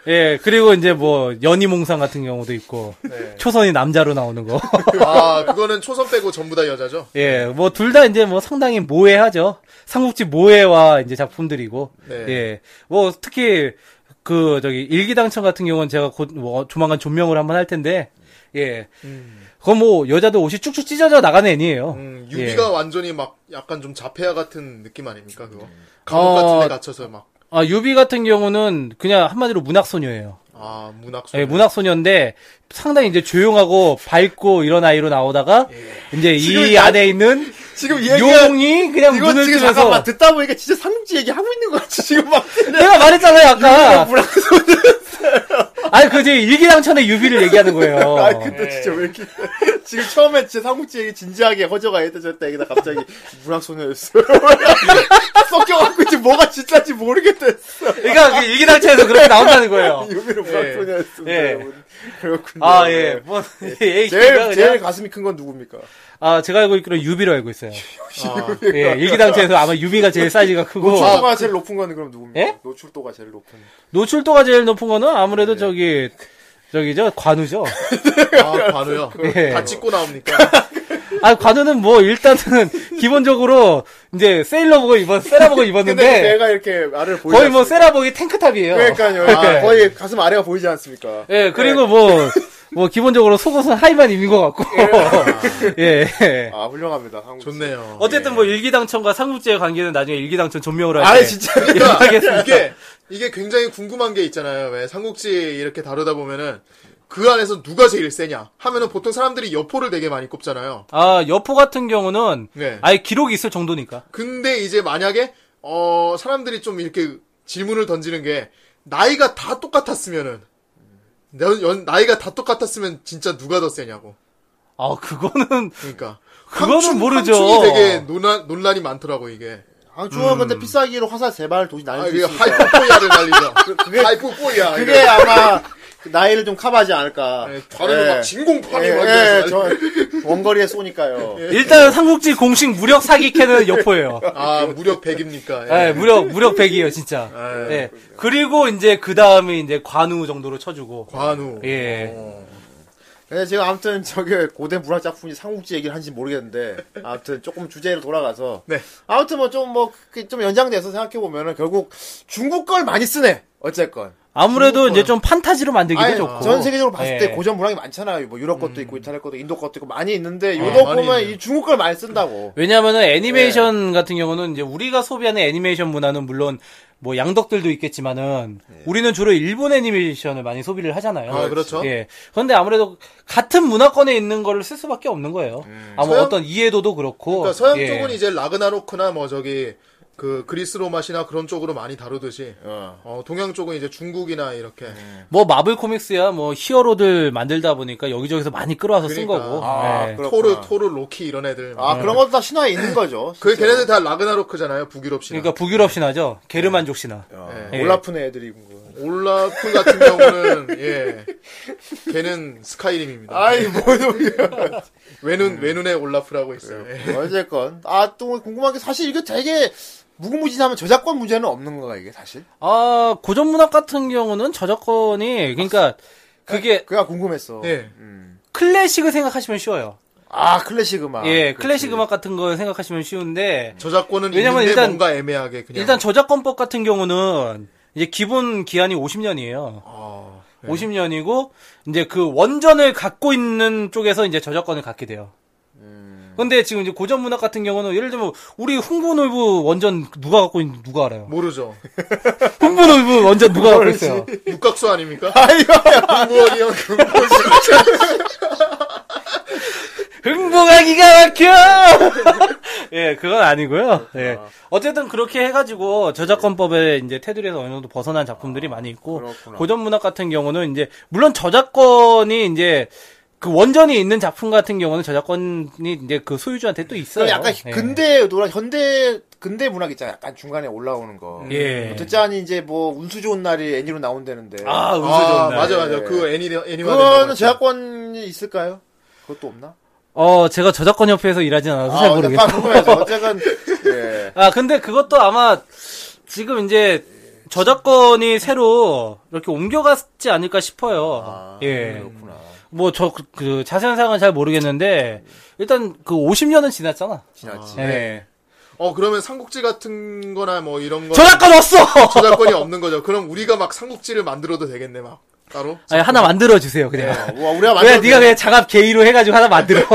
Speaker 4: 예, 그리고 이제 뭐, 연희몽상 같은 경우도 있고.
Speaker 3: 네.
Speaker 4: 초선이 남자로
Speaker 3: (laughs)
Speaker 4: 나오는 거.
Speaker 3: 아 그거는 초선 빼고 전부 다 여자죠.
Speaker 4: 예, 뭐, 둘 다 이제 뭐 상당히 모해하죠. 삼국지 모해와 이제 작품들이고.
Speaker 3: 네.
Speaker 4: 예. 뭐, 특히, 그, 저기, 일기당천 같은 경우는 제가 곧, 뭐, 조만간 존명을 한번 할 텐데, 예. 그건 뭐, 여자들 옷이 쭉쭉 찢어져 나가는 애니에요.
Speaker 3: 음,
Speaker 4: 예.
Speaker 3: 유비가 완전히 막 약간 좀 자폐아 같은 느낌 아닙니까 그거? 감옥 같은 데
Speaker 4: 음. 어.
Speaker 3: 갇혀서 막.
Speaker 4: 아, 유비 같은 경우는 그냥 한마디로 문학소녀예요.
Speaker 3: 아 문학 소녀.
Speaker 4: 예, 문학소녀인데, 상당히 이제 조용하고 밝고 이런 아이로 나오다가, 이제 이 안에 있는
Speaker 2: 지금 얘기가
Speaker 4: 용이 그냥
Speaker 2: 이거
Speaker 4: 문을
Speaker 2: 지금
Speaker 4: 뜨면서
Speaker 2: 잠깐만 듣다 보니까 진짜 삼국지 얘기 하고 있는 것 같지 지금 막.
Speaker 4: 내가 말했잖아요, 아까. 아니, 그, 이제, 일기당천의 유비를 얘기하는 거예요.
Speaker 2: (laughs) 아 근데 진짜 왜 이렇게 (laughs) 지금 처음에 진짜 삼국지 얘기 진지하게 허저가 했다 저랬다 얘기다 갑자기 문학소녀였어. (laughs) 섞여갖고 이제 뭐가 진짜인지 모르겠댔어.
Speaker 4: 그러니까, 그 일기당천에서 그렇게 나온다는 거예요.
Speaker 2: 유비로 문학소녀였습니다.
Speaker 4: 예.
Speaker 2: 여러분. 그렇군요. 네.
Speaker 4: 네. 아, 예, 뭐, (laughs) 예, 이
Speaker 2: 제일
Speaker 4: 그냥-
Speaker 2: 제일 가슴이 큰 건 누굽니까?
Speaker 4: 아, 제가 알고 있기로 유비로 알고 있어요.
Speaker 3: 아,
Speaker 4: 예, 일기당천에서 아마 유비가 제일 사이즈가 크고,
Speaker 2: 노출도가 제일 높은 건 그럼 누굽니까?
Speaker 4: 뭐. 예?
Speaker 2: 노출도가 제일
Speaker 4: (laughs)
Speaker 2: 높은.
Speaker 4: 노출도가 제일 높은 거는
Speaker 2: 예.
Speaker 4: 아무래도 저기, 저기죠,
Speaker 2: (laughs)
Speaker 4: 관우죠.
Speaker 3: 아
Speaker 4: (laughs)
Speaker 3: 관우요.
Speaker 4: 예.
Speaker 3: 다 찍고 나옵니까?
Speaker 4: 아, 관우는 뭐, 일단은, (laughs) 기본적으로, 이제, 세일러복을 입었, 세라복을
Speaker 2: 근데
Speaker 4: 입었는데,
Speaker 2: 내가 이렇게 아래를 보이지
Speaker 4: 거의 뭐,
Speaker 2: 않습니까?
Speaker 4: 세라복이 탱크탑이에요.
Speaker 2: 그러니까요.
Speaker 4: (laughs) 아,
Speaker 2: 거의 가슴 아래가 보이지 않습니까?
Speaker 4: 예, 그리고 뭐, 뭐, 기본적으로 속옷은 하의만 입는 것 같고. 예. (laughs) 예.
Speaker 2: 아 훌륭합니다. 한국.
Speaker 3: 좋네요.
Speaker 4: 어쨌든 뭐, 일기당천과 삼국지의 관계는 나중에 일기당천 존명으로
Speaker 2: 아
Speaker 4: 할 때.
Speaker 2: 진짜.
Speaker 3: 예. 그러니까 이게 이게 굉장히 궁금한 게 있잖아요. 왜 삼국지 이렇게 다루다 보면은 그 안에서 누가 제일 세냐 하면은 보통 사람들이 여포를 되게 많이 꼽잖아요.
Speaker 4: 아, 여포 같은 경우는,
Speaker 3: 네.
Speaker 4: 아예 기록이 있을 정도니까.
Speaker 3: 근데 이제 만약에 어 사람들이 좀 이렇게 질문을 던지는 게 나이가 다 똑같았으면은 연- 연- 나이가 다 똑같았으면 진짜 누가 더 세냐고.
Speaker 4: 아, (laughs) 그거는,
Speaker 3: 그러니까
Speaker 4: 그거는 모르죠.
Speaker 3: 이 되게 논란 논란이 많더라고 이게.
Speaker 2: 항중은 근데 피싸기로 화살 세발 도시
Speaker 3: 아,
Speaker 2: 날릴 수
Speaker 3: 이게
Speaker 2: 있어요.
Speaker 3: 하이퍼포이아를 날리죠. 하이퍼포이아.
Speaker 2: 그게 아마 나이를 좀 커버하지 않을까.
Speaker 3: 발음을
Speaker 2: 예.
Speaker 3: 네, 막 진공팔이
Speaker 2: 예,
Speaker 3: 막
Speaker 2: 예,
Speaker 3: 이래서
Speaker 2: 저 원거리에 쏘니까요.
Speaker 4: 일단은 삼국지 공식 무력 사기캐는 여포예요.
Speaker 3: 아 무력 100입니까?
Speaker 4: 예, 무력, 무력 100이에요, 진짜. 예. 그리고 이제 그 다음에 이제 관우 정도로 쳐주고.
Speaker 3: 관우.
Speaker 4: 예.
Speaker 2: 네, 제가 아무튼 저게 고대 문학 작품이 삼국지 얘기를 한지 모르겠는데 아무튼 조금 주제를 돌아가서
Speaker 3: 네.
Speaker 2: 아무튼 뭐 좀 뭐 좀 연장돼서 생각해 보면은 결국 중국 걸 많이 쓰네 어쨌건
Speaker 4: 아무래도 이제 좀 판타지로 만들기도
Speaker 2: 아니,
Speaker 4: 좋고.
Speaker 2: 전 세계적으로 봤을
Speaker 4: 예. 음.
Speaker 2: 때 고전 문학이 많잖아요 뭐 유럽 것도 있고 이탈리아 것도 인도 것도 있고 많이 있는데
Speaker 3: 아,
Speaker 2: 요거
Speaker 3: 많이
Speaker 2: 보면
Speaker 3: 있네요.
Speaker 2: 이 중국 걸 많이 쓴다고
Speaker 4: 왜냐면은
Speaker 3: 네.
Speaker 4: 애니메이션 같은 경우는 이제 우리가 소비하는 애니메이션 문화는 물론 뭐 양덕들도 있겠지만은 우리는 주로 일본 애니메이션을 많이 소비를 하잖아요.
Speaker 3: 네. 아, 그렇죠.
Speaker 4: 예. 그런데 아무래도 같은 문화권에 있는 거를 쓸 수밖에 없는 거예요. 아무
Speaker 3: 음. 서양-
Speaker 4: 어떤 이해도도 그렇고.
Speaker 3: 그러니까 서양
Speaker 4: 예.
Speaker 3: 쪽은 이제 라그나로크나 뭐 저기 그 그리스 로마시나 그런 쪽으로 많이 다루듯이
Speaker 4: 음.
Speaker 2: 어.
Speaker 3: 어, 동양 쪽은 이제 중국이나 이렇게
Speaker 4: 뭐 마블 코믹스야 뭐 히어로들 만들다 보니까 여기저기서 많이 끌어와서 쓴
Speaker 3: 그러니까.
Speaker 4: 거고.
Speaker 2: 아,
Speaker 4: 예.
Speaker 2: 그렇구나.
Speaker 3: 토르 토르 로키 이런 애들.
Speaker 2: 아 그런 것도 다 신화에 있는
Speaker 4: 음.
Speaker 2: 거죠
Speaker 3: 그
Speaker 2: 진짜.
Speaker 3: 걔네들 다 라그나로크잖아요. 북유럽 시나.
Speaker 4: 그러니까 북유럽 신화죠.
Speaker 3: 네.
Speaker 4: 게르만족 신화.
Speaker 2: 어,
Speaker 4: 예.
Speaker 2: 올라프네 애들이 입은 거
Speaker 3: 올라프 같은 경우는 예. 걔는 스카이림입니다.
Speaker 2: 아이 뭐, 뭘 소리야
Speaker 3: 외눈 외눈에 올라프라고 있어요. 예.
Speaker 4: 네.
Speaker 2: 어쨌건 아 또 궁금한 게 사실 이게 되게 무궁무진하면 저작권 문제는 없는 거야 이게 사실
Speaker 4: 아 고전 문학 같은 경우는 저작권이 그러니까 그게
Speaker 2: 그가 궁금했어
Speaker 3: 예.
Speaker 2: 음.
Speaker 4: 클래식을 생각하시면 쉬워요.
Speaker 2: 아 클래식 음악
Speaker 4: 예, 클래식
Speaker 2: 그렇지.
Speaker 4: 음악 같은 거 생각하시면 쉬운데
Speaker 3: 예. 저작권은
Speaker 4: 왜냐면
Speaker 3: 있는데
Speaker 4: 일단-
Speaker 3: 뭔가 애매하게 그냥
Speaker 4: 일단 저작권법 같은 경우는 이제 기본 기한이 50년이에요. 50년이고 이제 그 원전을 갖고 있는 쪽에서 이제 저작권을 갖게 돼요. 근데 지금 이제 고전 문학 같은 경우는 예를 들면 우리 흥부놀부 원전 누가 갖고 있는지 누가 알아요?
Speaker 3: 모르죠.
Speaker 4: 흥부놀부 원전 (laughs) 누가 갖고 있어요?
Speaker 3: 육각수
Speaker 4: (laughs)
Speaker 3: 아닙니까? 공무원이 형 공무원 진짜.
Speaker 4: 흥부가 기가 막혀! (laughs) 예, 그건 아니고요. 예.
Speaker 2: 그렇죠.
Speaker 4: 어쨌든 그렇게 해가지고 저작권법의 이제 테두리에서 어느 정도 벗어난 작품들이
Speaker 2: 아,
Speaker 4: 많이 있고, 고전 문학 같은 경우는 이제, 물론 저작권이 이제, 그 원전이 있는 작품 같은 경우는 저작권이 이제 그 소유주한테 또 있어요.
Speaker 2: 그럼 약간
Speaker 4: 예.
Speaker 2: 근대 노라 현대 근대 문학 있잖아 약간 중간에 올라오는 거
Speaker 4: 예.
Speaker 2: 듣자니 이제 뭐 운수 좋은 날이 애니로 나온다는데
Speaker 4: 아, 네. 운수 좋은
Speaker 3: 아,
Speaker 4: 날.
Speaker 3: 맞아 맞아. 그 애니 애니화
Speaker 2: 그거는 저작권이 있을까요? 그것도 없나?
Speaker 4: 어, 제가 저작권 협회에서 일하진 않아서 잘 모르겠어요.
Speaker 2: 약간 뭐- 궁금해서 어쨌건 예.
Speaker 4: (laughs) 아, 근데 그것도 아마 지금 이제 저작권이 새로 이렇게 옮겨갔지 않을까 싶어요.
Speaker 2: 아,
Speaker 4: 예. 뭐, 저, 그, 그 자세한 사항은 잘 모르겠는데, 일단 그 50년은 지났잖아.
Speaker 2: 지났지.
Speaker 4: 예.
Speaker 3: 어 그러면 삼국지 같은 거나 뭐 이런 거
Speaker 4: 저작권 없어! (laughs)
Speaker 3: 저작권이 없는 거죠. 그럼 우리가 막 삼국지를 만들어도 되겠네 막 따로.
Speaker 4: 아니, 하나 네. 만들어주세요, 그냥.
Speaker 2: 와, 우리가
Speaker 4: 왜
Speaker 2: 만든
Speaker 4: 네가 그냥 장갑 게이로 해가지고 하나 (laughs) 만들어.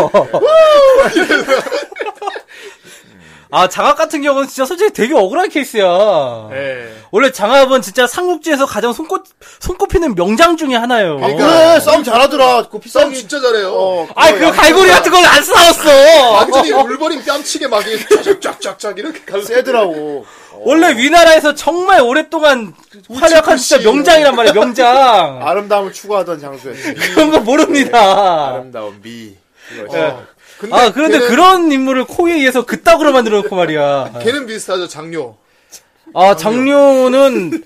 Speaker 4: 아, 장갑 같은 경우는 진짜 솔직히 되게 억울한 케이스야.
Speaker 3: 예.
Speaker 4: 원래 장갑은 진짜 삼국지에서 가장 손꼽, 손꼽히는 명장 중에 하나예요.
Speaker 2: 그래 싸움 잘하더라. 그
Speaker 3: 어. 싸움
Speaker 2: 비싸기
Speaker 3: 진짜 잘해요. 어,
Speaker 4: 아이, 그 갈고리 같은 걸 안 싸웠어!
Speaker 3: 완전히 울버린 뺨치게 막 이렇게 쫙쫙쫙 이렇게 갈
Speaker 2: 네. 세더라고. 어,
Speaker 4: 원래 위나라에서 정말 오랫동안 활약한 진짜 명장이란 말이야,
Speaker 3: (laughs)
Speaker 4: 명장.
Speaker 2: 아름다움을 추구하던 장소였지.
Speaker 4: (laughs) 그런 거 모릅니다.
Speaker 2: 아름다운 미. 그것이.
Speaker 3: 어. 근데
Speaker 4: 아, 그런데
Speaker 3: 걔는,
Speaker 4: 그런 인물을 코에 의해서 그따구로 만들어 놓고 말이야.
Speaker 3: 걔는 비슷하죠 장료
Speaker 4: 아, 장료는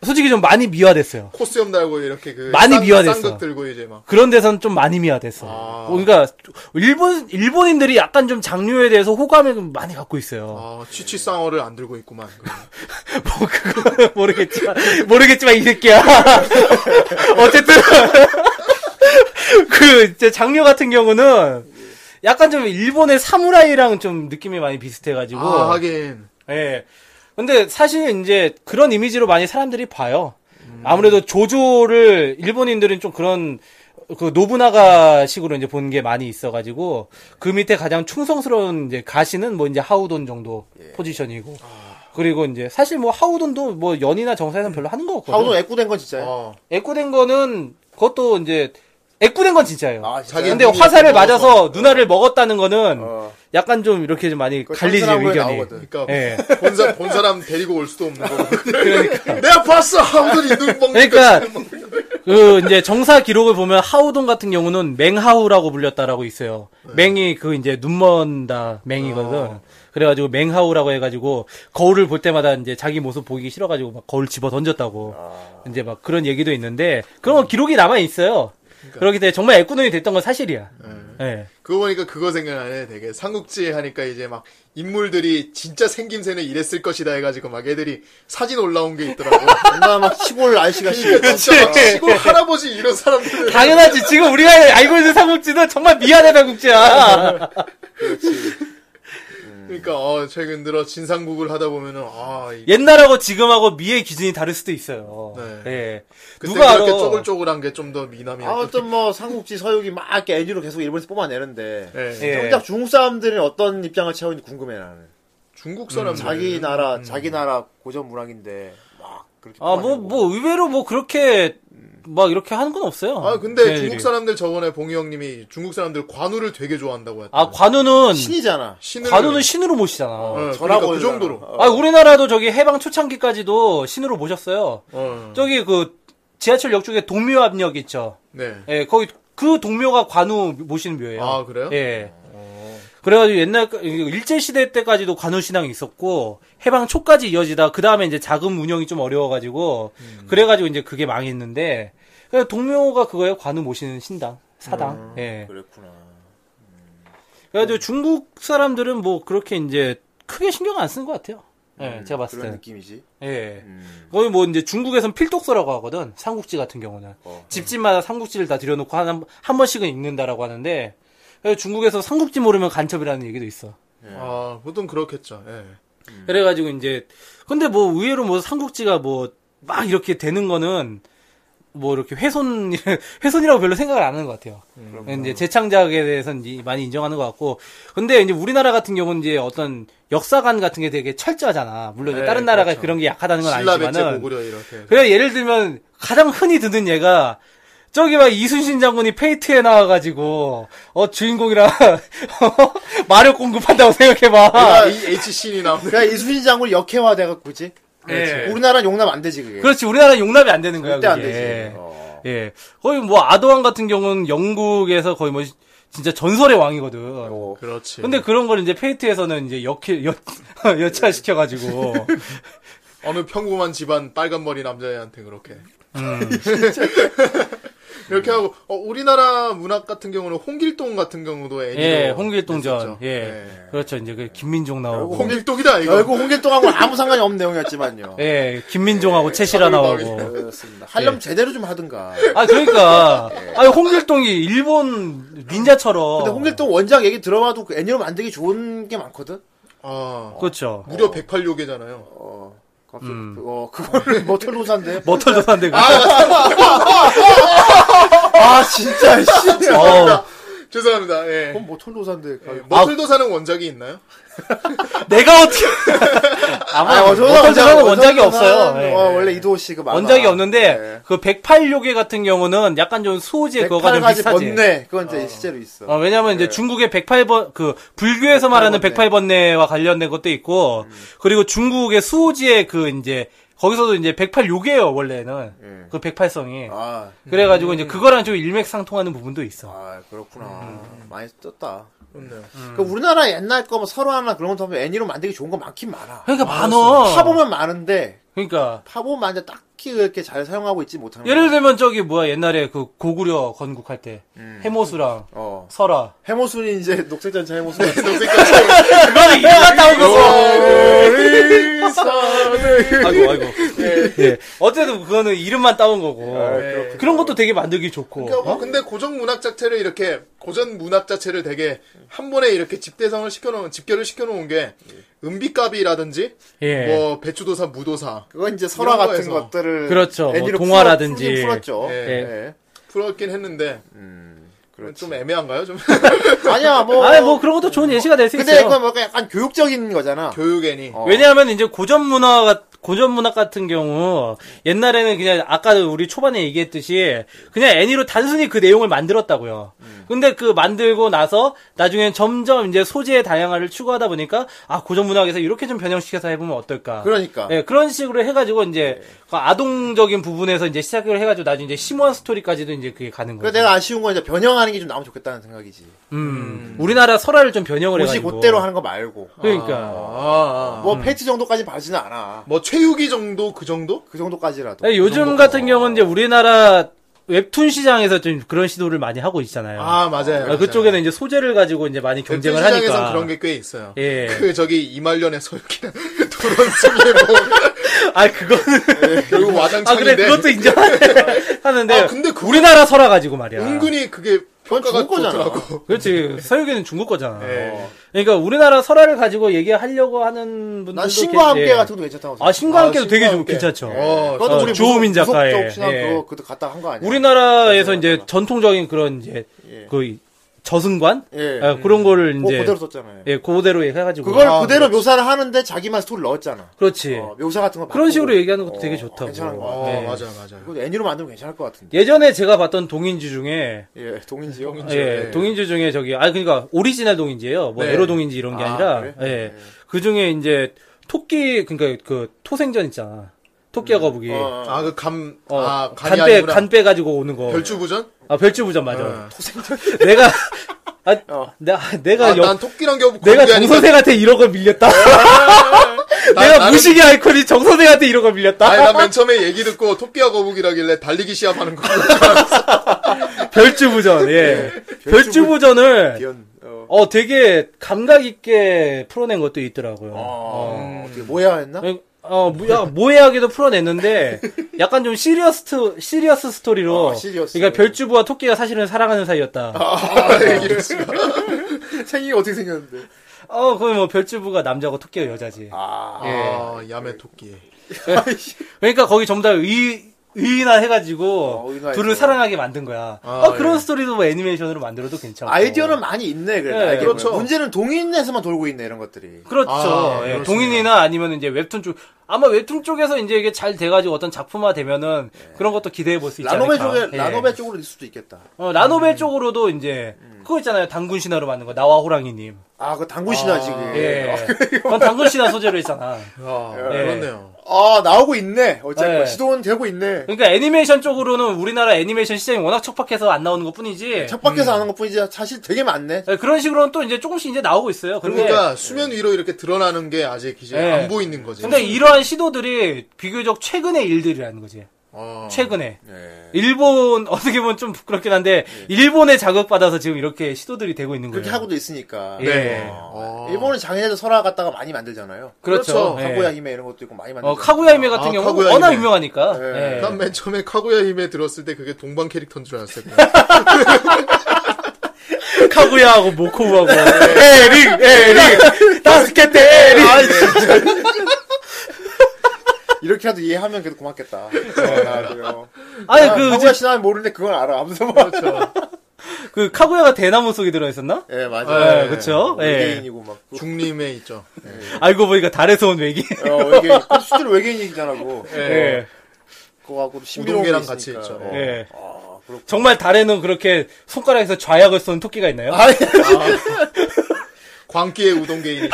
Speaker 4: 솔직히 좀 많이 미화됐어요.
Speaker 3: 코스염 달고 이렇게 그
Speaker 4: 많이
Speaker 3: 쌍-
Speaker 4: 미화됐어.
Speaker 3: 쌍극 들고 이제 막
Speaker 4: 그런 데선 좀 많이 미화됐어.
Speaker 3: 아.
Speaker 4: 그러니까 일본 일본인들이 약간 좀 장료에 대해서 호감을 좀 많이 갖고 있어요.
Speaker 3: 아, 취취 쌍어를 안 들고 있구만.
Speaker 4: 뭐 그거 모르겠지만 모르겠지만 이 새끼야. (laughs) 어쨌든 (laughs) 그 이제 장르 같은 경우는 약간 좀 일본의 사무라이랑 좀 느낌이 많이 비슷해가지고
Speaker 3: 아, 하긴.
Speaker 4: 예. 근데 사실 이제 그런 이미지로 많이 사람들이 봐요. 아무래도 조조를 일본인들은 좀 그런 그 노부나가식으로 이제 본 게 많이 있어가지고 그 밑에 가장 충성스러운 이제 가시는 뭐 이제 하우돈 정도 포지션이고 그리고 이제 사실 뭐 하우돈도 뭐 연이나 정사에서는 별로 하는 거 없거든요.
Speaker 2: 하우도 애꾸된 건 진짜야.
Speaker 3: 어.
Speaker 4: 애꾸된 거는 그것도 이제 애꾸된 건 진짜예요.
Speaker 2: 아,
Speaker 3: 자기
Speaker 4: 근데
Speaker 3: 눈이
Speaker 4: 화살을
Speaker 3: 이렇게
Speaker 4: 맞아서
Speaker 3: 먹어서.
Speaker 4: 누나를 먹었다는 거는
Speaker 2: 어.
Speaker 4: 약간 좀 이렇게 좀 많이
Speaker 2: 그거
Speaker 4: 갈리지
Speaker 2: 짠짠한 거에
Speaker 4: 의견이.
Speaker 2: 나오거든.
Speaker 3: 그러니까
Speaker 4: 예.
Speaker 3: 본, 사, 본 사람 데리고 올 수도 없는 거. 그러니까. 내가 봤어. 하우들이 눈 먹는
Speaker 4: 그러니까
Speaker 3: 거.
Speaker 4: 그 이제 정사 기록을 보면 하우동 같은
Speaker 3: 네. 아.
Speaker 4: 경우는 맹하우라고 불렸다라고 있어요. 맹이 그 이제 눈먼다 맹이거든. 그래가지고 맹하우라고 해가지고 거울을 볼 때마다 이제 자기 모습 보기 싫어가지고 막 거울 집어 던졌다고
Speaker 3: 아.
Speaker 4: 이제 막 그런 얘기도 있는데 그런
Speaker 3: 음.
Speaker 4: 건 기록이 남아 있어요.
Speaker 3: 그러니까.
Speaker 4: 그렇기 때문에 정말 애꾸눈이 됐던 건 사실이야.
Speaker 3: 네.
Speaker 4: 예.
Speaker 3: 그거 보니까 그거 생각나네. 되게 삼국지 하니까 이제 막 인물들이 진짜 생김새는 이랬을 것이다 해가지고 막 애들이 사진 올라온 게 있더라고.
Speaker 2: 얼마나 막 시골
Speaker 4: (laughs)
Speaker 2: 아저씨가 씨.
Speaker 3: 그러니까 진짜 막 시골 할아버지 이런 사람들.
Speaker 4: 당연하지. 지금 우리가 알고 있는 삼국지는 정말 미안해
Speaker 3: 네.
Speaker 4: 삼국지야.
Speaker 3: 그러니까 어, 최근 들어 진상국을 하다 보면은 아 이-
Speaker 4: 옛날하고 지금하고 미의 기준이 다를 수도 있어요.
Speaker 3: 네.
Speaker 4: 예.
Speaker 3: 그때
Speaker 4: 누가 알아?
Speaker 3: 그렇게 쪼글쪼글한 게 좀 더 미남이야.
Speaker 2: 아무튼 뭐 삼국지 서유기 막 이렇게 애니로 계속 일본에서 뽑아내는데
Speaker 3: 네.
Speaker 4: 예.
Speaker 2: 정작 중국 사람들은 어떤 입장을 채우는지 궁금해 나는.
Speaker 3: 중국 사람
Speaker 2: 음,
Speaker 4: 음.
Speaker 2: 자기 나라 자기 나라 고전 문학인데 막 그렇게.
Speaker 4: 아, 뭐,
Speaker 2: 뽑아내고.
Speaker 4: 뭐, 의외로 뭐, 그렇게, 막, 이렇게 하는 건 없어요.
Speaker 3: 아 근데
Speaker 4: 걔네들이.
Speaker 3: 중국 사람들 저번에 봉희 형님이 중국 사람들 관우를 되게 좋아한다고 했다.
Speaker 4: 아, 관우는,
Speaker 2: 신이잖아.
Speaker 3: 음. 신을
Speaker 4: 관우는 신으로 모시잖아.
Speaker 3: 어,
Speaker 2: 전하고
Speaker 3: 그러니까 그
Speaker 2: 오잖아.
Speaker 3: 정도로.
Speaker 2: 어.
Speaker 4: 아, 우리나라도 저기 해방 초창기까지도 신으로 모셨어요.
Speaker 3: 어.
Speaker 4: 저기 그, 지하철역 쪽에 동묘압역 있죠.
Speaker 3: 네.
Speaker 4: 예, 거기, 그 동묘가 관우 모시는 묘예요.
Speaker 3: 아 그래요?
Speaker 4: 예. 그래가지고 옛날 일제 시대 때까지도 관우 신앙이 있었고 해방 초까지 이어지다 그 다음에 이제 자금 운영이 좀 어려워가지고
Speaker 2: 음.
Speaker 4: 그래가지고 이제 그게 망했는데 그래서 동묘가 그거예요 관우 모시는 신당 사당.
Speaker 2: 음.
Speaker 4: 예.
Speaker 2: 그랬구나. 음.
Speaker 4: 그래가지고 중국 사람들은 뭐 그렇게 이제 크게 신경 안 쓰는 것 같아요. 예, 제가
Speaker 2: 음,
Speaker 4: 봤을
Speaker 2: 그런
Speaker 4: 때.
Speaker 2: 느낌이지.
Speaker 4: 예.
Speaker 2: 음.
Speaker 4: 거의 뭐 이제 중국에선 필독서라고 하거든. 삼국지 같은 경우는
Speaker 2: 어.
Speaker 4: 집집마다 삼국지를 다 들여놓고 한, 한- 한 번씩은 읽는다라고 하는데 그래서 중국에서 삼국지 모르면 간첩이라는 얘기도 있어.
Speaker 3: 아 보통 그렇겠죠. 예.
Speaker 4: 그래가지고 이제 근데 뭐 의외로 뭐 삼국지가 뭐 막 이렇게 되는 거는 뭐 이렇게 훼손 (laughs) 훼손이라고 별로 생각을 안 하는 것 같아요.
Speaker 3: 음,
Speaker 4: 네, 이제 재창작에 대해서는 이- 많이 인정하는 것 같고 근데 이제 우리나라 같은 경우는 이제 어떤 역사관 같은 게 되게 철저하잖아. 물론 이제
Speaker 3: 네,
Speaker 4: 다른 나라가
Speaker 3: 그렇죠.
Speaker 4: 그런 게 약하다는 건
Speaker 3: 신라백제
Speaker 4: 아니지만은
Speaker 3: 고구려 이렇게.
Speaker 4: 그래 예를 들면 가장 흔히 드는 예가 저기 막 이순신 장군이 페이트에 나와가지고 어 주인공이랑 (laughs) 어, 마력 공급한다고
Speaker 3: 아,
Speaker 4: 생각해봐.
Speaker 3: 이 HC이 나오는.
Speaker 2: 그러니까 이순신 장군 역해화 돼가 그지. 예. 우리나라 는 용납 안 되지 그게.
Speaker 4: 그렇지 우리나라 용납이 안 되는 거야.
Speaker 2: 예. 절대 안
Speaker 4: 그게.
Speaker 2: 되지. 어.
Speaker 4: 예 거의 뭐 아도왕 같은 경우는 영국에서 거의 뭐 진짜 전설의 왕이거든.
Speaker 3: 어, 그렇지.
Speaker 4: 어. 근데 그런 걸 이제 페이트에서는 이제 역해 여, (laughs) 여차시켜가지고 그-
Speaker 3: 어느 평범한 집안 빨간 머리 남자애한테 그렇게.
Speaker 4: 음.
Speaker 3: (laughs) 이렇게 하고 어, 우리나라 문학 같은 경우는 홍길동 같은 경우도 애니로
Speaker 4: 예 홍길동전
Speaker 3: 했었죠.
Speaker 4: 예 그렇죠 이제 그 김민종 나오고
Speaker 3: 홍길동이다 이거.
Speaker 2: 결국 홍길동하고는 아무 상관이 없는 내용이었지만요. 예,
Speaker 4: 예 김민종하고 채시라 나오고 예.
Speaker 2: 그렇습니다. 하려면 제대로 좀 하든가.
Speaker 4: (laughs) 아 그러니까 아니 홍길동이 일본 닌자처럼
Speaker 2: 근데 홍길동 원작 얘기 들어봐도 그 애니로 만들기 좋은 게 많거든.
Speaker 3: 아,
Speaker 4: 그렇죠
Speaker 3: 무려 108요괴잖아요.
Speaker 2: 어, 갑자기
Speaker 4: 음.
Speaker 2: 그, 어
Speaker 4: (laughs)
Speaker 2: 그거를 뭐 털고 산대.
Speaker 4: 머털도 산데 그
Speaker 2: 아 진짜 씨.
Speaker 4: 어,
Speaker 3: 죄송합니다. 예.
Speaker 2: 그건 뭐 털고 산대.
Speaker 3: 예, 머슬도
Speaker 4: 아.
Speaker 3: 사는 원작이 있나요?
Speaker 4: 내가 어떻게 (laughs) 아마 뭐 머털도 사는 원작이 없어요 예.
Speaker 2: 어, 원래 이도호 네. 씨그
Speaker 4: 원작이 없는데 그 108요괴 같은 경우는 약간 좀 수호제 그거가 좀
Speaker 2: 108가지
Speaker 4: 비슷하지
Speaker 2: 번뇌 그건 이제 실제로 있어.
Speaker 4: 어, 왜냐면 이제 중국의 108번, 그, 불교에서 말하는 108번뇌와 음. 관련된 것도 있고, 그리고 중국의 수호지의 그, 이제, 거기서도 이제 108요괴예요 음. 원래는. 그 108성이.
Speaker 2: 아,
Speaker 4: 그래가지고 이제 그거랑 좀 일맥상통하는 부분도 있어.
Speaker 2: 아 그렇구나.
Speaker 4: 음,
Speaker 2: 많이 떴다.
Speaker 3: 그렇네요.
Speaker 2: 그 우리나라 옛날 거뭐 설화나 그런 것도 하면 애니로 만들기 좋은 거 많긴 많아.
Speaker 4: 그러니까 많어.
Speaker 2: 파보면 많은데
Speaker 4: 그러니까.
Speaker 2: 파보면 많은데 딱히 그렇게 잘 사용하고 있지 못하는.
Speaker 4: 음. 예를
Speaker 2: 거야.
Speaker 4: 들면 저기 뭐야 옛날에 그 고구려 건국할 때
Speaker 3: 음.
Speaker 4: 해모수랑
Speaker 2: 어
Speaker 4: 설아
Speaker 2: 해모순이
Speaker 4: (laughs)
Speaker 2: 이제 녹색 전차 해모순.
Speaker 3: 그러니까
Speaker 4: 그거는 이름 같다 온 네. 거고 아이고 아이고 예. 어쨌든 그거는 이름만 따온 거고 그런 것도 되게 만들기 좋고
Speaker 3: 아, 네.
Speaker 4: 어?
Speaker 3: 그러니까 뭐 근데 고전 문학 자체를 이렇게 고전 문학 자체를 되게 한 번에 이렇게 집대성을 시켜놓은 집결을 시켜놓은 게 은비갑이라든지
Speaker 4: 예.
Speaker 3: 뭐 배추도사 무도사
Speaker 2: 그건 이제 설화 같은
Speaker 3: 거에서.
Speaker 2: 것들을
Speaker 4: 그렇죠. 뭐
Speaker 2: 애니로
Speaker 4: 동화라든지.
Speaker 2: 풀- 풀긴 풀었죠.
Speaker 3: 예.
Speaker 2: 예.
Speaker 3: 풀었긴 했는데 좀 애매한가요? 좀 (laughs)
Speaker 2: 아니야 뭐.
Speaker 4: 예. 아니 뭐 그런 것도 좋은 예시가 될 수
Speaker 2: 근데 뭐
Speaker 4: 있어요.
Speaker 2: 그건 뭔가 약간 교육적인 거잖아.
Speaker 3: 교육애니
Speaker 2: 어.
Speaker 4: 왜냐하면 이제 고전 문화가 고전 문학 같은 경우 옛날에는 그냥 아까 우리 초반에 얘기했듯이 그냥 애니로 단순히 그 내용을 만들었다고요.
Speaker 2: 음.
Speaker 4: 근데 그 만들고 나서 나중엔 점점 이제 소재의 다양화를 추구하다 보니까 아 고전 문학에서 이렇게 좀 변형시켜서 해보면 어떨까.
Speaker 2: 그러니까. 네.
Speaker 4: 예, 그런 식으로 해가지고 이제 그 아동적인 부분에서 이제 시작을 해가지고 나중에 이제 심오한 스토리까지도 이제 그게 가는 거예요.
Speaker 2: 그래 내가 아쉬운 건 이제 변형하는 게 좀 나오면 좋겠다는 생각이지.
Speaker 4: 음, 우리나라 설화를 좀 변형을
Speaker 2: 옷이
Speaker 4: 해가지고.
Speaker 2: 곧대로 아. 하는 거 말고.
Speaker 3: 아,
Speaker 4: 그러니까
Speaker 2: 뭐 패치 정도까지 봐지는 않아.
Speaker 7: 뭐 최유기 정도 그 정도?
Speaker 2: 그 정도까지라도.
Speaker 4: 아니, 네, 요즘 같은 경우는 이제 우리나라 웹툰 시장에서 좀 그런 시도를 많이 하고 있잖아요.
Speaker 7: 아 맞아요.
Speaker 4: 아, 그쪽에는 이제 소재를 가지고 이제 많이 경쟁을
Speaker 7: 웹툰 시장에선
Speaker 4: 하니까.
Speaker 7: 그런 게 꽤 있어요.
Speaker 4: 예.
Speaker 7: 그 저기 이말년의
Speaker 3: (laughs)
Speaker 7: 서유기나
Speaker 4: (laughs)
Speaker 7: 도런승의 뭐
Speaker 4: 아 그거는
Speaker 7: 결국
Speaker 4: 아
Speaker 7: (laughs) 와장창인데
Speaker 4: 그래 그것도
Speaker 7: (laughs)
Speaker 4: 인정하는데
Speaker 7: 아, 근데 그거-
Speaker 4: 우리나라 설화 가지고 말이야.
Speaker 7: 은근히 그게 평가가
Speaker 2: 중국 거잖아.
Speaker 7: 좋더라고.
Speaker 4: 그렇지 서유기는 중국 거잖아.
Speaker 7: 예.
Speaker 4: 그러니까 우리나라 설화를 가지고 얘기하려고 하는 분들도
Speaker 2: 난 신과 함께
Speaker 4: 계-
Speaker 2: 같은 것도 괜찮다고 생각.
Speaker 4: 아 신과 함께도 되게
Speaker 7: 신과
Speaker 4: 좋-
Speaker 7: 함께.
Speaker 4: 괜찮죠.
Speaker 7: 어,
Speaker 2: 그것도
Speaker 4: 어,
Speaker 2: 우리
Speaker 4: 조우민
Speaker 2: 무속- 무속적
Speaker 4: 작가의,
Speaker 2: 신앙
Speaker 4: 예.
Speaker 2: 그거 그것도 갔다 한 거 아니야?
Speaker 4: 우리나라에서
Speaker 2: 맞아요,
Speaker 4: 이제
Speaker 2: 맞아요.
Speaker 4: 전통적인 그런 이제 그 저승관
Speaker 2: 예.
Speaker 4: 아, 그런 거를
Speaker 2: 그거
Speaker 4: 이제
Speaker 2: 그대로 썼잖아요.
Speaker 4: 예, 그대로 해가지고. 네.
Speaker 2: 그걸
Speaker 7: 아,
Speaker 2: 그대로 묘사를 하는데 자기만 스토리 넣었잖아.
Speaker 4: 그렇지.
Speaker 2: 어, 묘사 같은 거
Speaker 4: 그런
Speaker 2: 바꾸고.
Speaker 4: 식으로 얘기하는 것도
Speaker 2: 어,
Speaker 4: 되게 좋다고.
Speaker 2: 괜찮은 거
Speaker 7: 어
Speaker 2: 같아.
Speaker 4: 예.
Speaker 7: 맞아 맞아.
Speaker 2: 그거 애니로 만들면 괜찮을 것 같은데.
Speaker 4: 예전에 제가 봤던 동인지 중에
Speaker 2: 예, 동인지요.
Speaker 4: 예, 동인지 중에 저기 아 그러니까 오리지널 동인지예요. 뭐
Speaker 7: 네.
Speaker 4: 에로 동인지 이런 게
Speaker 2: 아,
Speaker 4: 아, 니라
Speaker 2: 그래?
Speaker 4: 예. 그 중에 이제 토끼 그러니까 그 토생전 있잖아. 토끼와 거북이. 어.
Speaker 2: 어,
Speaker 7: 아그감 아, 간이
Speaker 4: 간빼
Speaker 7: 아니구나.
Speaker 4: 간빼 가지고 오는 거.
Speaker 7: 별주부전?
Speaker 4: 아 별주부전
Speaker 2: 어.
Speaker 4: 맞아.
Speaker 2: (laughs)
Speaker 4: 토생전. 내가 아, 나, 내가
Speaker 7: 아,
Speaker 4: 역-
Speaker 7: 난 토끼랑 겨우
Speaker 4: 내가
Speaker 7: 공개하니까
Speaker 4: 정 선생한테 이런 걸 밀렸다.
Speaker 7: 나-
Speaker 4: 내가
Speaker 7: 나는-
Speaker 4: 무식의 아이콘이 정 선생한테 이런 걸 밀렸다.
Speaker 7: 아니
Speaker 3: 뭐-
Speaker 7: 난맨 처음에 얘기 듣고 토끼와 거북이라길래 달리기
Speaker 4: (laughs)
Speaker 7: 시합하는 거 같아.
Speaker 4: 별주부전, 예. 별주부전을,
Speaker 2: 기현. 어.
Speaker 4: 어, 되게 감각 있게 풀어낸 것도 있더라고요.
Speaker 2: 어. 어떻게 뭐야 했나?
Speaker 4: 어, 어, 뭐, 야, 모해하게도 풀어냈는데, 약간 좀 시리어스, 시리어스 스토리로.
Speaker 2: 아, 시리어스. 아.
Speaker 4: 그러니까 별주부와 토끼가 사실은 사랑하는 사이였다.
Speaker 2: (laughs) 생이 어떻게 생겼는데?
Speaker 4: 어, 그럼 뭐 별주부가 남자고 토끼가 여자지. 예.
Speaker 7: 아, 야매 토끼.
Speaker 4: 그러니까 거기 전부 다 의, 의인화 해가지고,
Speaker 2: 어, 의인화해서. 아, 예.
Speaker 4: 둘을 사랑하게 만든 거야. 어, 그런 스토리도 뭐 애니메이션으로 만들어도 괜찮고.
Speaker 2: 아이디어는 많이 있네, 그래.
Speaker 4: 예,
Speaker 2: 아이디어는.
Speaker 7: 그렇죠.
Speaker 2: 문제는 동인에서만 돌고 있네, 이런 것들이.
Speaker 4: 그렇죠.
Speaker 7: 아,
Speaker 4: 예,
Speaker 7: 그렇습니다.
Speaker 4: 동인이나 아니면 이제 웹툰 쪽 아마 웹툰 쪽에서 이제 이게 잘 돼가지고 어떤 작품화 되면은 그런 것도 기대해 볼 수 있지
Speaker 2: 예. 라노베
Speaker 4: 않을까.
Speaker 2: 쪽에, 음.
Speaker 4: 예.
Speaker 2: 라노베 쪽으로 있을 수도 있겠다.
Speaker 4: 어, 라노벨 쪽으로도 이제
Speaker 2: 음.
Speaker 4: 그거 있잖아요. 당군 신화로 만든 거 나와 호랑이님.
Speaker 2: 아, 그 당군 신화지, 그게.
Speaker 4: 예. 그건 당군 신화 소재로 했잖아.
Speaker 7: 아,
Speaker 4: 예.
Speaker 7: 그렇네요.
Speaker 2: 아, 나오고 있네. 어쨌든
Speaker 4: 예.
Speaker 2: 시도는 되고 있네.
Speaker 4: 그러니까 애니메이션 쪽으로는 우리나라 애니메이션 시장이 워낙 척박해서 안 나오는 것뿐이지.
Speaker 2: 책밖에서 하는 것뿐이지 사실 되게 많네.
Speaker 4: 예, 그런 식으로는 또 이제 조금씩 이제 나오고 있어요. 근데
Speaker 7: 그러니까 수면 위로 이렇게 드러나는 게 아직 이제
Speaker 4: 예.
Speaker 7: 안 보이는
Speaker 2: 네.
Speaker 7: 거지.
Speaker 4: 근데 이러한 시도들이 비교적 최근의 일들이라는 거지.
Speaker 7: 아,
Speaker 4: 최근에.
Speaker 2: 어. 예.
Speaker 4: 일본 (laughs) 어떻게 보면 좀 부끄럽긴 한데 일본에 자극받아서 지금 이렇게 시도들이 되고 있는 거예요. 어,
Speaker 2: 그렇게 하고도 있으니까.
Speaker 4: 네. 예.
Speaker 2: 어. 일본은 장애인들 설화 갖다가 많이 만들잖아요.
Speaker 4: 그렇죠. 예.
Speaker 2: 카고야 히메 이런 것도 있고 많이 만들죠.
Speaker 4: 어, 카구야 히메 같은
Speaker 7: 아,
Speaker 4: 경우 는
Speaker 7: 카구야
Speaker 4: 워낙
Speaker 7: 히메.
Speaker 4: 유명하니까.
Speaker 2: 예.
Speaker 4: 예.
Speaker 7: 난 맨 처음에 카구야 힘에 들었을 때 그게 동방 캐릭터인 줄 알았어요.
Speaker 4: (laughs) (laughs) 카구야하고 모코우하고
Speaker 2: 예.
Speaker 4: 에릭 에릭 다스케테 에릭. 아, 진짜.
Speaker 2: 네. (laughs) 이렇게라도 이해하면 그래도 고맙겠다. 어,
Speaker 4: 아니
Speaker 2: 아,
Speaker 4: 그
Speaker 2: 카고야
Speaker 4: 이제 그렇죠.
Speaker 2: 신화는 모르는데 그건 알아. 아무튼 뭐.
Speaker 4: 그 카구야가 대나무 속에 들어 있었나?
Speaker 2: 예,
Speaker 4: 예,
Speaker 2: 맞아요.
Speaker 4: 그렇죠. 예.
Speaker 2: 외계인이고 막. 그-
Speaker 7: 중림에 있죠.
Speaker 2: 예.
Speaker 4: 알고 보니까 달에서 온 외계.
Speaker 2: 어, 외계인. 그 수들 외계인이잖아, 그거.
Speaker 4: (laughs) 예.
Speaker 2: 그거 하고 신비로운 게
Speaker 7: 우동계랑 같이
Speaker 2: 있으니까.
Speaker 7: 있죠.
Speaker 2: 어.
Speaker 4: 예.
Speaker 2: 아, 그렇고.
Speaker 4: 정말 달에는 그렇게 손가락에서 좌약을 쏜 토끼가 있나요? 예,
Speaker 7: 광기의 우동계인.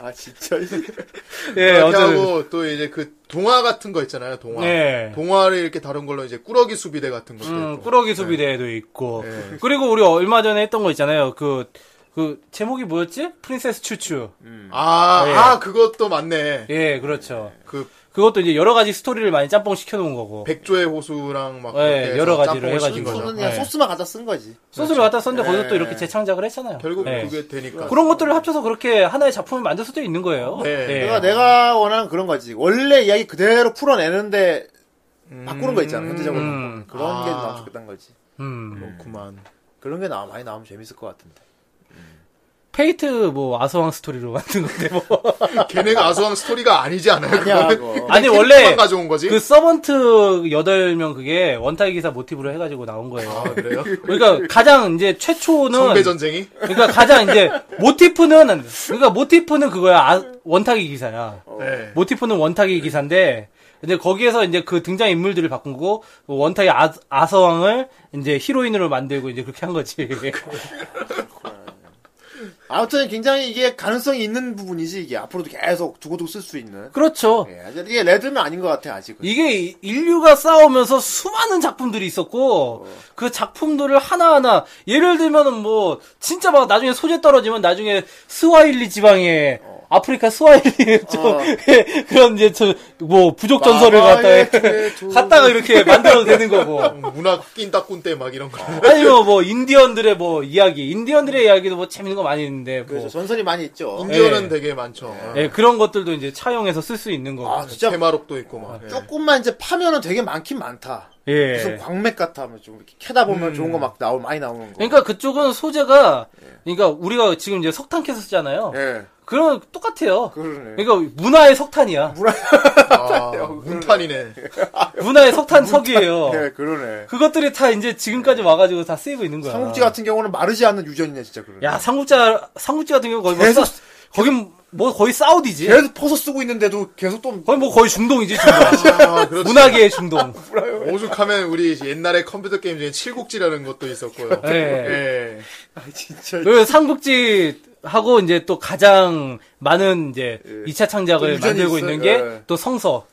Speaker 2: 아,
Speaker 7: (laughs)
Speaker 2: 진짜.
Speaker 4: 예.
Speaker 7: 그렇게
Speaker 4: 어쨌든.
Speaker 7: 하고 또 이제 그 동화 같은 거 있잖아요. 동화.
Speaker 4: 예.
Speaker 7: 동화를 이렇게 다룬 걸로 이제 꾸러기 수비대 같은 것도
Speaker 4: 음,
Speaker 7: 있고.
Speaker 4: 꾸러기 수비대도 있고.
Speaker 7: 네.
Speaker 4: 그리고 우리 얼마 전에 했던 거 있잖아요. 그, 그, 제목이 뭐였지? 프린세스 추추.
Speaker 7: 아,
Speaker 4: 예.
Speaker 7: 아 그것도 맞네.
Speaker 4: 예, 그렇죠.
Speaker 7: 그
Speaker 4: 그것도 이제 여러 가지 스토리를 많이 짬뽕 시켜놓은 거고.
Speaker 7: 백조의 호수랑 막
Speaker 4: 예,
Speaker 7: 그렇게 해서
Speaker 4: 여러 가지로
Speaker 7: 짬뽕을
Speaker 4: 해가지고.
Speaker 7: 씌운
Speaker 2: 소스는
Speaker 7: 거죠.
Speaker 2: 그냥
Speaker 4: 네.
Speaker 2: 소스만 갖다 쓴 거지.
Speaker 4: 소스를 갖다 썼는데
Speaker 2: 예.
Speaker 4: 거기서 또 이렇게 재창작을 했잖아요.
Speaker 7: 네. 결국
Speaker 4: 예.
Speaker 7: 그게 되니까.
Speaker 4: 그런 것들을 합쳐서 그렇게 하나의 작품을 만들 수도 있는 거예요.
Speaker 7: 네.
Speaker 4: 예.
Speaker 2: 내가 내가 원하는 그런 거지. 원래 이야기 그대로 풀어내는데
Speaker 4: 음.
Speaker 2: 바꾸는 거 있잖아. 현대적으로 바꾸는 그런 게
Speaker 7: 아.
Speaker 2: 나면 좋겠다는 거지.
Speaker 4: 음.
Speaker 7: 그렇구만.
Speaker 2: 그런 게 나, 많이 나오면 재밌을 것 같은데.
Speaker 4: 페이트 뭐 아서왕 스토리로 (laughs) 만든 건데 뭐.
Speaker 7: 걔네가 아수왕 스토리가 아니지 않아요?
Speaker 2: 아니야,
Speaker 7: 그거는?
Speaker 2: 그거.
Speaker 7: 그냥
Speaker 4: 아니,
Speaker 7: 캐릭터만
Speaker 4: 원래
Speaker 7: 가져온 거지.
Speaker 4: 그 서번트 여덟 명 그게 원타이 기사 모티브로 해가지고 나온 거예요.
Speaker 7: 아,
Speaker 4: (laughs)
Speaker 7: 그래요?
Speaker 4: 그러니까 가장 이제 최초는
Speaker 7: 성배 전쟁이?
Speaker 4: 그러니까 가장 이제 모티프는 그러니까 모티프는 그거야 아- 원타기 기사야.
Speaker 7: 네.
Speaker 4: 모티프는 원타기 기사인데 이제 거기에서 이제 그 등장 인물들을 바꾼 거고 원타기 아, 아서왕을 이제 히로인으로 만들고 이제 그렇게 한 거지.
Speaker 2: 아무튼 굉장히 이게 가능성이 있는 부분이지 이게 앞으로도 계속 두고두고 쓸 수 있는.
Speaker 4: 그렇죠.
Speaker 2: 예, 아직 이게 레드는 아닌 것 같아 아직은.
Speaker 4: 이게 인류가 싸우면서 수많은 작품들이 있었고
Speaker 2: 어.
Speaker 4: 그 작품들을 하나하나 예를 들면은 뭐 진짜 막 나중에 소재 떨어지면 나중에 스와일리 지방에
Speaker 2: 어.
Speaker 4: 아프리카 스와일리 (laughs) 좀 그런 이제 저뭐 부족 전설을
Speaker 2: 마마의
Speaker 4: 갖다가
Speaker 2: 태도.
Speaker 4: 갖다가 이렇게 만들어도 되는 거고
Speaker 7: 문화 낀다꾼 때 막 이런 거.
Speaker 4: 뭐- 아니면 뭐 인디언들의 뭐 이야기 인디언들의 이야기도 뭐 재밌는 거 많이 있는데 뭐
Speaker 2: 그래서 전선이 많이 있죠.
Speaker 7: 인디언은
Speaker 4: 예.
Speaker 7: 되게 많죠. 예.
Speaker 4: 예, 그런 것들도 이제 차용해서 쓸 수 있는 거고
Speaker 2: 아 진짜
Speaker 7: 테마록도 있고
Speaker 4: 아,
Speaker 7: 막. 예.
Speaker 2: 조금만 이제 파면은 되게 많긴 많다.
Speaker 4: 예. 음.
Speaker 2: 무슨 광맥 같아 하면 좀 이렇게 캐다 보면 좋은 거 막 나오 많이 나오는 거.
Speaker 4: 그러니까 그쪽은 소재가 그러니까 우리가 지금 이제 석탄 캐서 쓰잖아요.
Speaker 2: 예.
Speaker 4: 그럼 똑같아요.
Speaker 2: 그러네.
Speaker 4: 그러니까 문화의 석탄이야.
Speaker 7: 아,
Speaker 4: (laughs)
Speaker 7: 문탄이네.
Speaker 4: 문화의 석탄 석이에요.
Speaker 2: 예, 그러네.
Speaker 4: 그것들이 다 이제 지금까지 와가지고 다 쓰이고 있는 거야.
Speaker 2: 삼국지 같은 경우는 마르지 않는 유전이네 진짜 그러네.
Speaker 4: 그러니까. 야 삼국자 삼국지 같은 경우 거의 뭐
Speaker 2: 계속-
Speaker 4: 사- 거긴 뭐 거의 사우디지.
Speaker 2: 계속 예. 퍼서 쓰고 있는데도 계속 또
Speaker 4: 거의 뭐 거의 중동이지 중동.
Speaker 2: (laughs)
Speaker 7: 아, 그렇죠.
Speaker 4: 문화계의 중동.
Speaker 7: 오죽하면 우리 옛날에 컴퓨터 게임 중에 칠곡지라는 것도 있었고요.
Speaker 4: 예.
Speaker 7: 예.
Speaker 4: 그 삼국지 하고 이제 또 가장 많은 이제 2차 창작을
Speaker 2: 예. 유전이
Speaker 4: 만들고
Speaker 2: 있어요.
Speaker 4: 있는 게
Speaker 2: 예.
Speaker 4: 또 성서,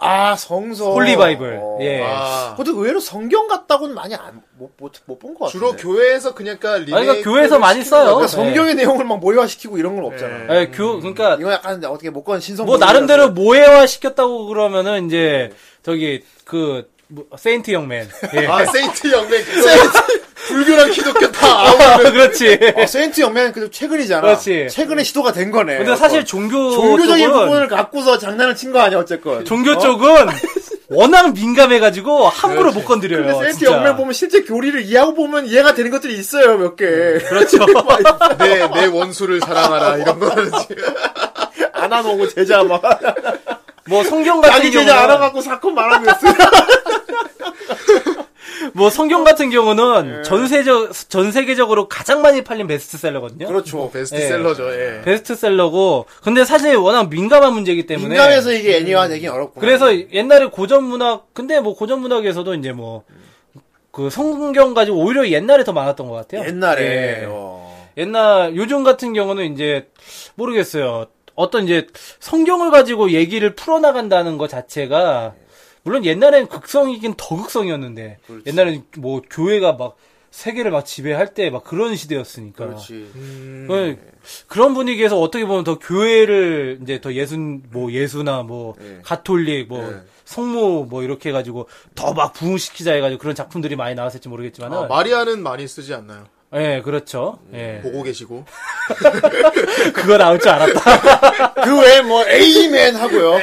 Speaker 2: 아 성서
Speaker 4: 홀리 바이블.
Speaker 2: 어.
Speaker 4: 예.
Speaker 7: 아,
Speaker 2: 그것도 의외로 성경 같다고는 많이 안못못본것 같아.
Speaker 7: 주로 교회에서 그냥 그러니까 리메이크.
Speaker 4: 아니, 그러니까 교회에서 많이 써요.
Speaker 2: 그러니까 성경의 내용을 막 모의화시키고 이런 건 없잖아.
Speaker 4: 예, 교 그러니까
Speaker 2: 이건 약간 어떻게 못건 신성
Speaker 4: 뭐 나름대로 모해화 시켰다고 그러면은 이제 저기 그 뭐,
Speaker 2: (laughs)
Speaker 4: 세인트 영맨. 예.
Speaker 7: 아, 세인트
Speaker 4: (laughs)
Speaker 7: 영맹. 세인트. 불교랑 기독교 다 아우.
Speaker 4: 아, 그렇지.
Speaker 2: 어, 세인트 영맨 그래도 최근이잖아.
Speaker 4: 그렇지.
Speaker 2: 최근에 시도가 된 거네.
Speaker 4: 근데
Speaker 2: 어떤
Speaker 4: 사실 종교
Speaker 2: 종교적인
Speaker 4: 쪽은,
Speaker 2: 부분을 갖고서 장난을 친 거 아니야 어쨌건. (laughs)
Speaker 4: 종교 쪽은 워낙 민감해가지고 함부로 못 건드려요.
Speaker 2: 근데 세인트
Speaker 4: 진짜.
Speaker 2: 영맨 보면 실제 교리를 이해하고 보면 이해가 되는 것들이 있어요 몇 개. (laughs)
Speaker 4: 그렇죠.
Speaker 7: 내, 내 원수를 사랑하라. 이런 거는 지금.
Speaker 2: 안아먹고 제자 막
Speaker 4: 뭐 성경 같은
Speaker 2: 자기 제자
Speaker 4: 경우는
Speaker 2: 안아갖고 사건 말하고 있어.
Speaker 4: 뭐 성경 같은 경우는
Speaker 2: 네.
Speaker 4: 전세적 전 세계적으로 가장 많이 팔린 베스트셀러거든요.
Speaker 7: 그렇죠. 베스트셀러죠. 예.
Speaker 4: 베스트셀러고 근데 사실 워낙 민감한 문제이기 때문에
Speaker 2: 민감해서 이게 애니화 되긴 어렵고.
Speaker 4: 네. 그래서 옛날에 고전 문학 근데 뭐 고전 문학에서도 이제 뭐 그 성경 가지고 오히려 옛날에 더 많았던 것 같아요.
Speaker 2: 옛날에
Speaker 4: 예.
Speaker 2: 어.
Speaker 4: 옛날 요즘 같은 경우는 이제 모르겠어요. 어떤 이제 성경을 가지고 얘기를 풀어나간다는 것 자체가 물론 옛날엔 극성이긴 더 극성이었는데 옛날엔 뭐 교회가 막 세계를 막 지배할 때 막 그런 시대였으니까
Speaker 2: 그렇지.
Speaker 7: 음.
Speaker 4: 그- 그런 분위기에서 어떻게 보면 더 교회를 이제 더 예순 뭐 예수나 뭐 가톨릭 뭐
Speaker 7: 예.
Speaker 4: 성모 뭐 이렇게 해가지고 더 막 부흥시키자 해가지고 그런 작품들이 많이 나왔을지 모르겠지만은
Speaker 7: 아, 마리아는 많이 쓰지 않나요?
Speaker 4: 예 그렇죠 예
Speaker 7: 보고 계시고.
Speaker 4: 그거 나올
Speaker 7: (laughs)
Speaker 4: 줄 알았다
Speaker 2: 그 외에 뭐 에이맨
Speaker 4: (laughs)
Speaker 2: 하고요.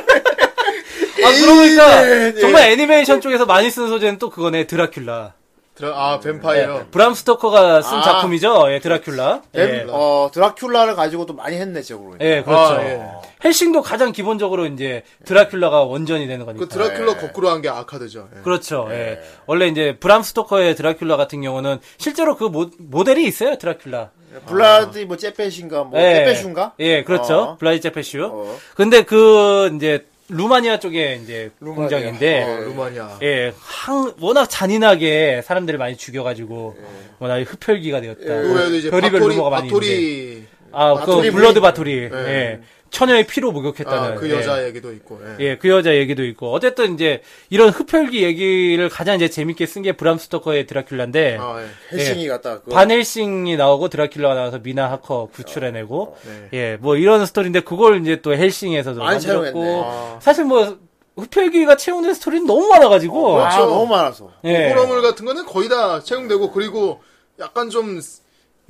Speaker 4: 아
Speaker 7: 예,
Speaker 4: 그러니까 정말 애니메이션 쪽에서 많이 쓰는 소재는 또 그거네 드라큘라
Speaker 7: 드라, 아, 뱀파이어.
Speaker 4: 브람 스토커가 쓴
Speaker 2: 아.
Speaker 4: 작품이죠 예 드라큘라 예,
Speaker 2: 뱀, 어, 드라큘라를 가지고도 많이 했네, 적으로.
Speaker 4: 예, 그렇죠
Speaker 7: 아, 예.
Speaker 4: 헬싱도 가장 기본적으로 이제 드라큘라가 원전이 되는 거니까
Speaker 7: 그 드라큘라
Speaker 4: 예.
Speaker 7: 거꾸로 한 게 아카드죠. 예.
Speaker 4: 그렇죠. 예. 원래 이제 브람 스토커의 드라큘라 같은 경우는 실제로 그 모, 모델이 있어요,
Speaker 7: 뭐,
Speaker 4: 드라큘라.
Speaker 2: 블라디 뭐 째빼신가 뭐
Speaker 4: 예.
Speaker 2: 째빼슈인가?
Speaker 4: 예, 그렇죠.
Speaker 2: 어.
Speaker 4: 블라디 제페슈.
Speaker 2: 어.
Speaker 4: 근데 그 이제 루마니아 쪽에 이제 공장인데
Speaker 7: 어, 루마니아.
Speaker 4: 예, 항, 워낙 잔인하게 사람들을 많이 죽여가지고 워낙 흡혈귀가 되었다.
Speaker 7: 예. 그 외에도 이제
Speaker 4: 별의별
Speaker 7: 바토리,
Speaker 4: 루머가 많이 있는데.
Speaker 7: 바토리,
Speaker 4: 아,
Speaker 7: 바토리
Speaker 4: 그 블러드
Speaker 7: 부인.
Speaker 4: 바토리. 예.
Speaker 7: 예.
Speaker 4: 처녀의 피로 목욕했다는.
Speaker 7: 아, 그
Speaker 4: 예.
Speaker 7: 여자 얘기도 있고. 예.
Speaker 4: 예, 그 여자 얘기도 있고. 어쨌든 이제 이런 흡혈귀 얘기를 가장 이제 재밌게 쓴 게 브람 스토커의 드라큘라인데
Speaker 7: 아, 예.
Speaker 2: 헬싱이 갔다. 그
Speaker 4: 반헬싱이 나오고 드라큘라가 나와서 미나 하커 구출해내고
Speaker 7: 네.
Speaker 4: 예 뭐 이런 스토리인데 그걸 이제 또 헬싱에서도
Speaker 2: 어, 많이
Speaker 4: 만들었고
Speaker 2: 사용했네.
Speaker 7: 아.
Speaker 4: 사실 뭐 흡혈귀가 채우는 스토리는 너무 많아가지고
Speaker 2: 아, 너무 많아서.
Speaker 4: 예.
Speaker 7: 호러물 같은 거는 거의 다 채용되고 그리고 약간 좀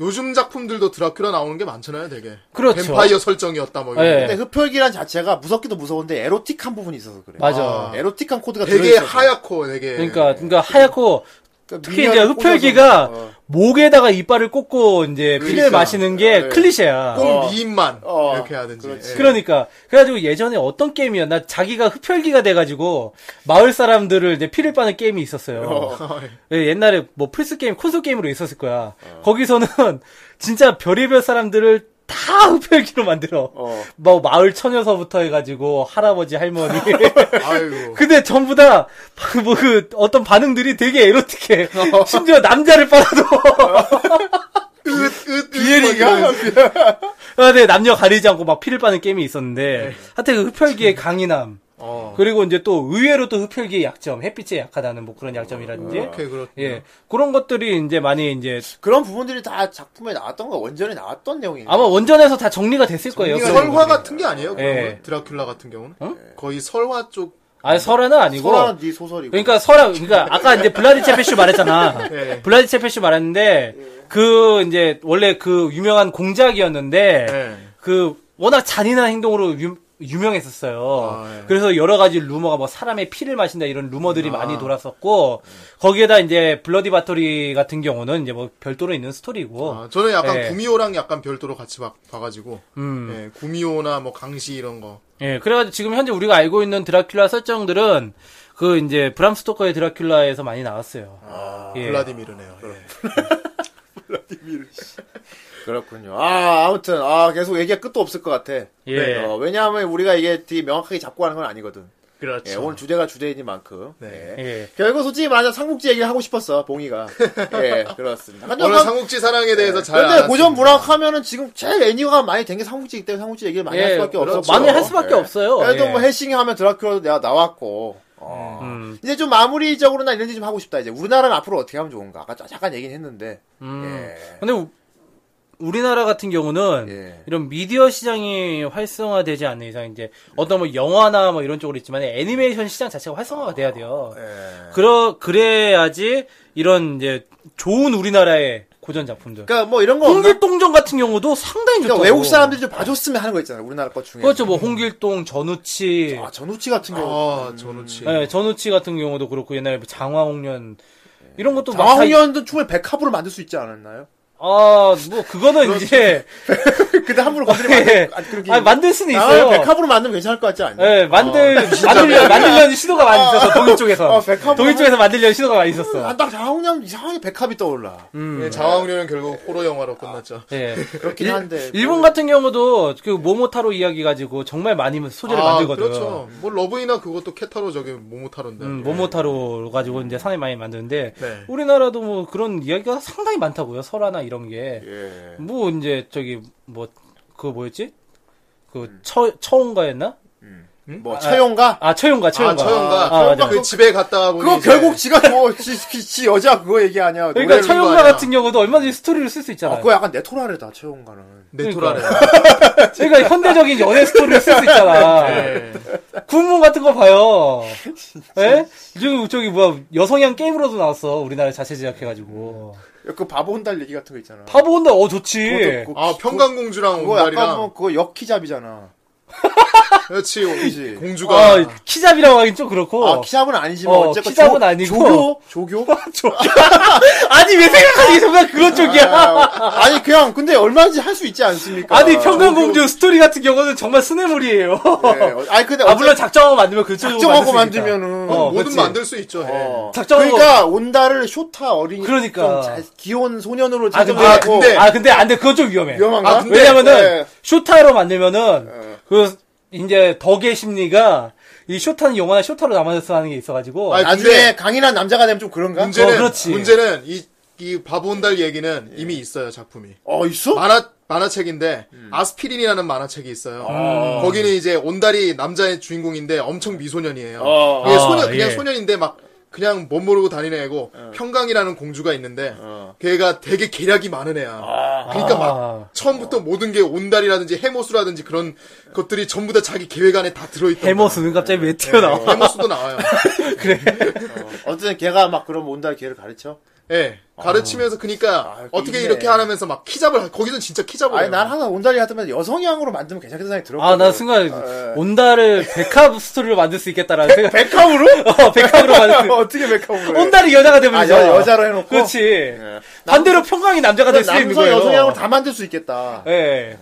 Speaker 7: 요즘 작품들도 드라큘라 나오는 게 많잖아요, 되게.
Speaker 4: 그렇죠.
Speaker 7: 뱀파이어 설정이었다 뭐 이런.
Speaker 4: 예.
Speaker 7: 거.
Speaker 2: 근데 흡혈기란 자체가 무섭기도 무서운데 에로틱한 부분이 있어서 그래.
Speaker 4: 맞아
Speaker 2: 에로틱한 코드가
Speaker 7: 되게
Speaker 2: 들어있어서.
Speaker 7: 하얗고 되게
Speaker 4: 그러니까 그러니까 하얗고
Speaker 2: 그러니까
Speaker 4: 특히 이제
Speaker 2: 미녀를
Speaker 4: 흡혈귀가
Speaker 2: 꽂아서, 어.
Speaker 4: 목에다가 이빨을 꽂고 이제 피를
Speaker 2: 그러니까.
Speaker 4: 마시는 게
Speaker 2: 네.
Speaker 4: 클리셰야.
Speaker 3: 꼭 미인만
Speaker 2: 어.
Speaker 3: 이렇게 하든지.
Speaker 2: 그렇지.
Speaker 3: 예.
Speaker 4: 그러니까 그래가지고 예전에 어떤 게임이었나 자기가 흡혈귀가 돼가지고 마을 사람들을 이제 피를 빠는 게임이 있었어요. 예, 옛날에 뭐 플스 게임 콘솔 게임으로 있었을 거야. 거기서는 (laughs) 진짜 별의별 사람들을 다 흡혈귀로 만들어.
Speaker 2: 어.
Speaker 4: 뭐 마을 처녀서부터 해가지고 할아버지 할머니. (laughs)
Speaker 3: (laughs) 아이고.
Speaker 4: 근데 전부 다 뭐 그 어떤 반응들이 되게 에로틱해. 심지어 남자를 빨아도.
Speaker 3: 그,
Speaker 4: (laughs)
Speaker 2: 비엘이가
Speaker 4: 아, 네, 남녀 가리지 않고 막 피를 빠는 게임이 있었는데, 하여튼 그 흡혈귀의 강인함,
Speaker 3: 어.
Speaker 4: 그리고 이제 또 의외로 또 흡혈귀의 약점, 햇빛에 약하다는 뭐 그런 약점이라든지,
Speaker 3: 오케이 그렇.
Speaker 4: 예, 그런 것들이 이제 많이 이제,
Speaker 2: 그런 부분들이 다 작품에 나왔던 거 원전에 나왔던 내용이에요.
Speaker 4: 아마 원전에서 다 정리가 됐을 거예요.
Speaker 3: 이게
Speaker 4: 그런
Speaker 3: 설화
Speaker 4: 것들이.
Speaker 3: 같은 게 아니에요. 그런
Speaker 4: 예.
Speaker 3: 건? 드라큘라 같은 경우는
Speaker 4: 어?
Speaker 3: 네. 거의 설화 쪽.
Speaker 4: 아니, 설화는 아니고,
Speaker 2: 소라는 네 소설이고.
Speaker 4: 그러니까 설화, 그러니까 아까 이제
Speaker 2: (laughs)
Speaker 4: 블라디체페슈 말했잖아.
Speaker 2: 네.
Speaker 3: 예.
Speaker 4: 블라디체페슈 말했는데, 그 이제 원래 그 유명한 공작이었는데,
Speaker 2: 네.
Speaker 3: 예.
Speaker 4: 그 워낙 잔인한 행동으로 유, 유명했었어요.
Speaker 3: 아,
Speaker 2: 네.
Speaker 3: 예.
Speaker 4: 그래서 여러 가지 루머가 뭐 사람의 피를 마신다 이런
Speaker 2: 아.
Speaker 4: 루머들이 많이 돌았었고 거기에다 이제 블러디 바토리 같은 경우는 이제 뭐 별도로 있는 스토리고
Speaker 3: 아, 저는 약간
Speaker 4: 예.
Speaker 3: 구미호랑 약간 별도로 같이 봐, 가지고
Speaker 4: 음.
Speaker 3: 예, 구미호나 뭐 강시 이런 거.
Speaker 4: 예, 그래가지고 지금 현재 우리가 알고 있는 드라큘라 설정들은 그 이제 브람 스토커의 드라큘라에서 많이 나왔어요.
Speaker 3: 아,
Speaker 2: 아.
Speaker 4: 예.
Speaker 3: 블라디미르네요. 예.
Speaker 2: 그렇군요. 아, 아무튼, 아, 계속 얘기가 끝도 없을 것 같아.
Speaker 4: 예.
Speaker 2: 어, 왜냐하면 우리가 이게 되게 명확하게 잡고 하는 건 아니거든.
Speaker 3: 그렇죠.
Speaker 2: 예, 오늘 주제가 주제이니만큼.
Speaker 3: 네.
Speaker 2: 예.
Speaker 4: 예.
Speaker 2: 결국 솔직히 말하자 상국지 얘기를 하고 싶었어,
Speaker 4: (laughs)
Speaker 2: 봉이가. 예, 그렇습니다.
Speaker 3: 오늘 상욱지 사랑에 대해서 잘.
Speaker 2: 근데
Speaker 3: 알았습니다.
Speaker 2: 고전 문학하면은 지금 제일 애니가 많이 된 게 상국지이기 때문에 상국지 얘기를 많이 할 수밖에
Speaker 4: 그렇죠.
Speaker 2: 없었고.
Speaker 4: 많이 할 수밖에
Speaker 2: 예.
Speaker 4: 없어요.
Speaker 2: 그래도
Speaker 4: 예.
Speaker 2: 뭐 해싱이 하면 드라큘라도 내가 나왔고. 어.
Speaker 4: 음.
Speaker 2: 이제 좀 마무리적으로나 이런 얘기 좀 하고 싶다 이제 우리나라는 앞으로 어떻게 하면 좋은가 아까 잠깐 얘기는 했는데
Speaker 4: 음.
Speaker 2: 예.
Speaker 4: 근데 우- 우리나라 같은 경우는
Speaker 2: 예.
Speaker 4: 이런 미디어 시장이 활성화되지 않는 이상 이제 어떤 뭐 영화나 뭐 이런 쪽으로 있지만 애니메이션 시장 자체가 활성화가 돼야 돼요.
Speaker 2: 예.
Speaker 4: 그러 그래야지 이런 이제 좋은 우리나라의 고전 작품들.
Speaker 2: 그러니까 뭐 이런 거 없나?
Speaker 4: 홍길동전 같은 경우도 상당히 좋다.
Speaker 2: 그러니까 외국 사람들이 좀 봐줬으면 하는 거 있잖아요 우리나라 것 중에
Speaker 4: 그렇죠. 뭐 홍길동, 전우치,
Speaker 2: 아 네. 전우치 같은 경우
Speaker 3: 아, 전우치.
Speaker 4: 예, 전우치 같은 경우도 그렇고 옛날에 뭐 장화홍련 이런 것도 막 다-
Speaker 2: 장학년도 충분히 백합으로 만들 수 있지 않았나요?
Speaker 4: 아, 뭐 그거는 이제
Speaker 2: 근데 그, 함부로 건드리면 안
Speaker 4: (laughs)
Speaker 2: 돼. 아, 그렇죠. 그렇게
Speaker 4: 아, 만들 수는
Speaker 2: 아,
Speaker 4: 있어요.
Speaker 2: 백합으로 만들면 괜찮을 것 같지 않냐?
Speaker 4: 예, 만들, 만들려, 만들려는 시도가 많이 있었어, 동일 쪽에서.
Speaker 2: 아, 백합으로
Speaker 4: 동일 쪽에서 만들려는 시도가 많이 있었어.
Speaker 2: 아, 딱 장학년 이상하게 백합이 떠올라
Speaker 4: 음.
Speaker 3: 예, 장화홍련은 결국 호러 영화로 끝났죠.
Speaker 4: 예.
Speaker 2: 그렇긴 한데 뭐
Speaker 4: 일본 같은 경우도 그 모모타로 이야기 가지고 정말 많이 소재를
Speaker 3: 아,
Speaker 4: 만들거든.
Speaker 3: 그렇죠. 뭐 러브이나 그것도 케타로 저기 모모타로인데.
Speaker 4: 음, 모모타로 가지고 이제 상당히 많이 만드는데
Speaker 3: 네.
Speaker 4: 우리나라도 뭐 그런 이야기가 상당히 많다고요. 설화나 이런 게.
Speaker 2: 예.
Speaker 4: 뭐 이제 저기 뭐 그거 뭐였지? 그 처, 처온가였나?
Speaker 2: 뭐 처용가?
Speaker 4: 아, 처용가,
Speaker 3: 아,
Speaker 4: 처용가.
Speaker 3: 처형가.
Speaker 4: 아, 맞아.
Speaker 3: 그 집에 갔다 보니.
Speaker 2: 그거
Speaker 3: 이제
Speaker 2: 결국 지가 뭐 지, 지- 지 여자 그거 얘기하냐
Speaker 4: 그러니까
Speaker 2: 노래를
Speaker 3: 처용-
Speaker 4: 처용가
Speaker 3: 거야.
Speaker 4: 같은 경우도 얼마든지 스토리를 쓸 수
Speaker 2: 아,
Speaker 4: 있잖아요.
Speaker 2: 그거 약간 내토라르다 처용가는
Speaker 3: 네토라네.
Speaker 4: 그러니까 현대적인 연애 스토리를 쓸 수 있잖아.
Speaker 2: 네.
Speaker 4: 군문 같은 거 봐요. 예? 저기, 저기, 뭐야, 여성향 게임으로도 나왔어. 우리나라 자체 제작해가지고.
Speaker 2: 그 바보 혼달 얘기 같은 거 있잖아
Speaker 4: 바보 온다, 어, 좋지.
Speaker 2: 그것도-
Speaker 3: 아, 평강공주랑
Speaker 2: 그거 약간
Speaker 3: 온달이랑.
Speaker 2: 뭐 그거 역키잡이잖아
Speaker 3: 그렇지,
Speaker 2: 그지?
Speaker 3: 공주가.
Speaker 4: 아, 키잡이라고 하긴 좀 그렇고.
Speaker 2: 아 키잡은 아니지만
Speaker 4: 어,
Speaker 2: 어쨌건
Speaker 4: 키잡은
Speaker 2: 조-
Speaker 4: 아니고.
Speaker 2: 조교? 조교?
Speaker 4: 아니, 왜 생각하니? 이 정말 그런
Speaker 2: (laughs)
Speaker 4: 쪽이야.
Speaker 2: 아, 아니 그냥 근데 얼마든지 할 수 있지 않습니까?
Speaker 4: 아니, 평강공주 스토리 같은 경우는 정말 스네물이에요.
Speaker 2: 예, 어, 아니 근데
Speaker 4: 아,
Speaker 2: 어째-
Speaker 4: 물론 작정하고 만들면 그쪽으로.
Speaker 2: 작정하고
Speaker 4: 만들 수 있다.
Speaker 2: 만들면은
Speaker 4: 어,
Speaker 3: 뭐든
Speaker 4: 그렇지.
Speaker 3: 만들 수 있죠. 예.
Speaker 2: 어.
Speaker 4: 작정하고-
Speaker 2: 그러니까 온다를 쇼타 어린이 좀
Speaker 4: 그러니까.
Speaker 2: 잘- 귀여운 소년으로
Speaker 4: 아, 근데,
Speaker 2: 지정하고
Speaker 4: 아, 근데, 안 돼. 그건 좀 위험해.
Speaker 2: 위험한가?
Speaker 3: 아, 근데-
Speaker 4: 왜냐면은
Speaker 2: 예.
Speaker 4: 쇼타로 만들면은
Speaker 2: 예.
Speaker 4: 그 이제 덕의 심리가 이 쇼타는 영화나 쇼타로 남아서 하는 게 있어가지고
Speaker 3: 아니,
Speaker 2: 나중에
Speaker 3: 근데-
Speaker 2: 강인한 남자가 되면 좀 그런가?
Speaker 3: 문제는,
Speaker 4: 어, 그렇지.
Speaker 3: 문제는 이, 이 바보 온달 얘기는 이미 있어요, 작품이.
Speaker 2: 어 있어?
Speaker 3: 만화, 만화책인데,
Speaker 2: 음.
Speaker 3: 아스피린이라는 만화책이 있어요.
Speaker 2: 아.
Speaker 3: 거기는 이제 온달이 남자의 주인공인데 엄청 미소년이에요.
Speaker 2: 어.
Speaker 3: 그게
Speaker 4: 아,
Speaker 3: 소년, 그냥
Speaker 4: 예.
Speaker 3: 소년인데 막, 그냥 못 모르고 다니는 애고,
Speaker 2: 어.
Speaker 3: 평강이라는 공주가 있는데, 걔가 되게 계략이 많은 애야.
Speaker 2: 아.
Speaker 3: 그러니까
Speaker 4: 아.
Speaker 3: 막, 처음부터 모든 게 온달이라든지 해모수라든지 그런 것들이 전부 다 자기 계획 안에 다 들어있던
Speaker 4: 해머스는 갑자기
Speaker 2: 네.
Speaker 4: 왜 튀어나와? (laughs)
Speaker 3: 해모수도 나와요.
Speaker 2: 어쨌든 걔가 막 그런 온달 걔를 가르쳐.
Speaker 7: 예. 가르치면서
Speaker 3: 그러니까
Speaker 7: 그니까
Speaker 2: 아,
Speaker 7: 어떻게
Speaker 2: 있네.
Speaker 7: 이렇게 하라면서 막 키잡을 하- 거기는 진짜 키잡을
Speaker 2: 아니
Speaker 7: 해요.
Speaker 2: 난 항상 온다리 하더만 여성향으로 만들면 괜찮겠다 생각이 들었거든.
Speaker 4: 아, 나 순간
Speaker 2: 예.
Speaker 4: 온다를 백합 스토리로 만들 수 있겠다라는 생각.
Speaker 2: 백합으로?
Speaker 4: (laughs) 어, 백합으로 만들 수.
Speaker 2: (laughs) 어떻게 백합으로? 해?
Speaker 4: 온다를 여자가 되면
Speaker 2: 아,
Speaker 4: 되잖아.
Speaker 2: 여- 여자로 해놓고?
Speaker 4: 그렇지.
Speaker 2: 예.
Speaker 4: 반대로 평강이 남자가 될 수 있는
Speaker 2: 남성
Speaker 4: 거예요.
Speaker 2: 여성향으로 다 만들 수 있겠다.
Speaker 4: 예.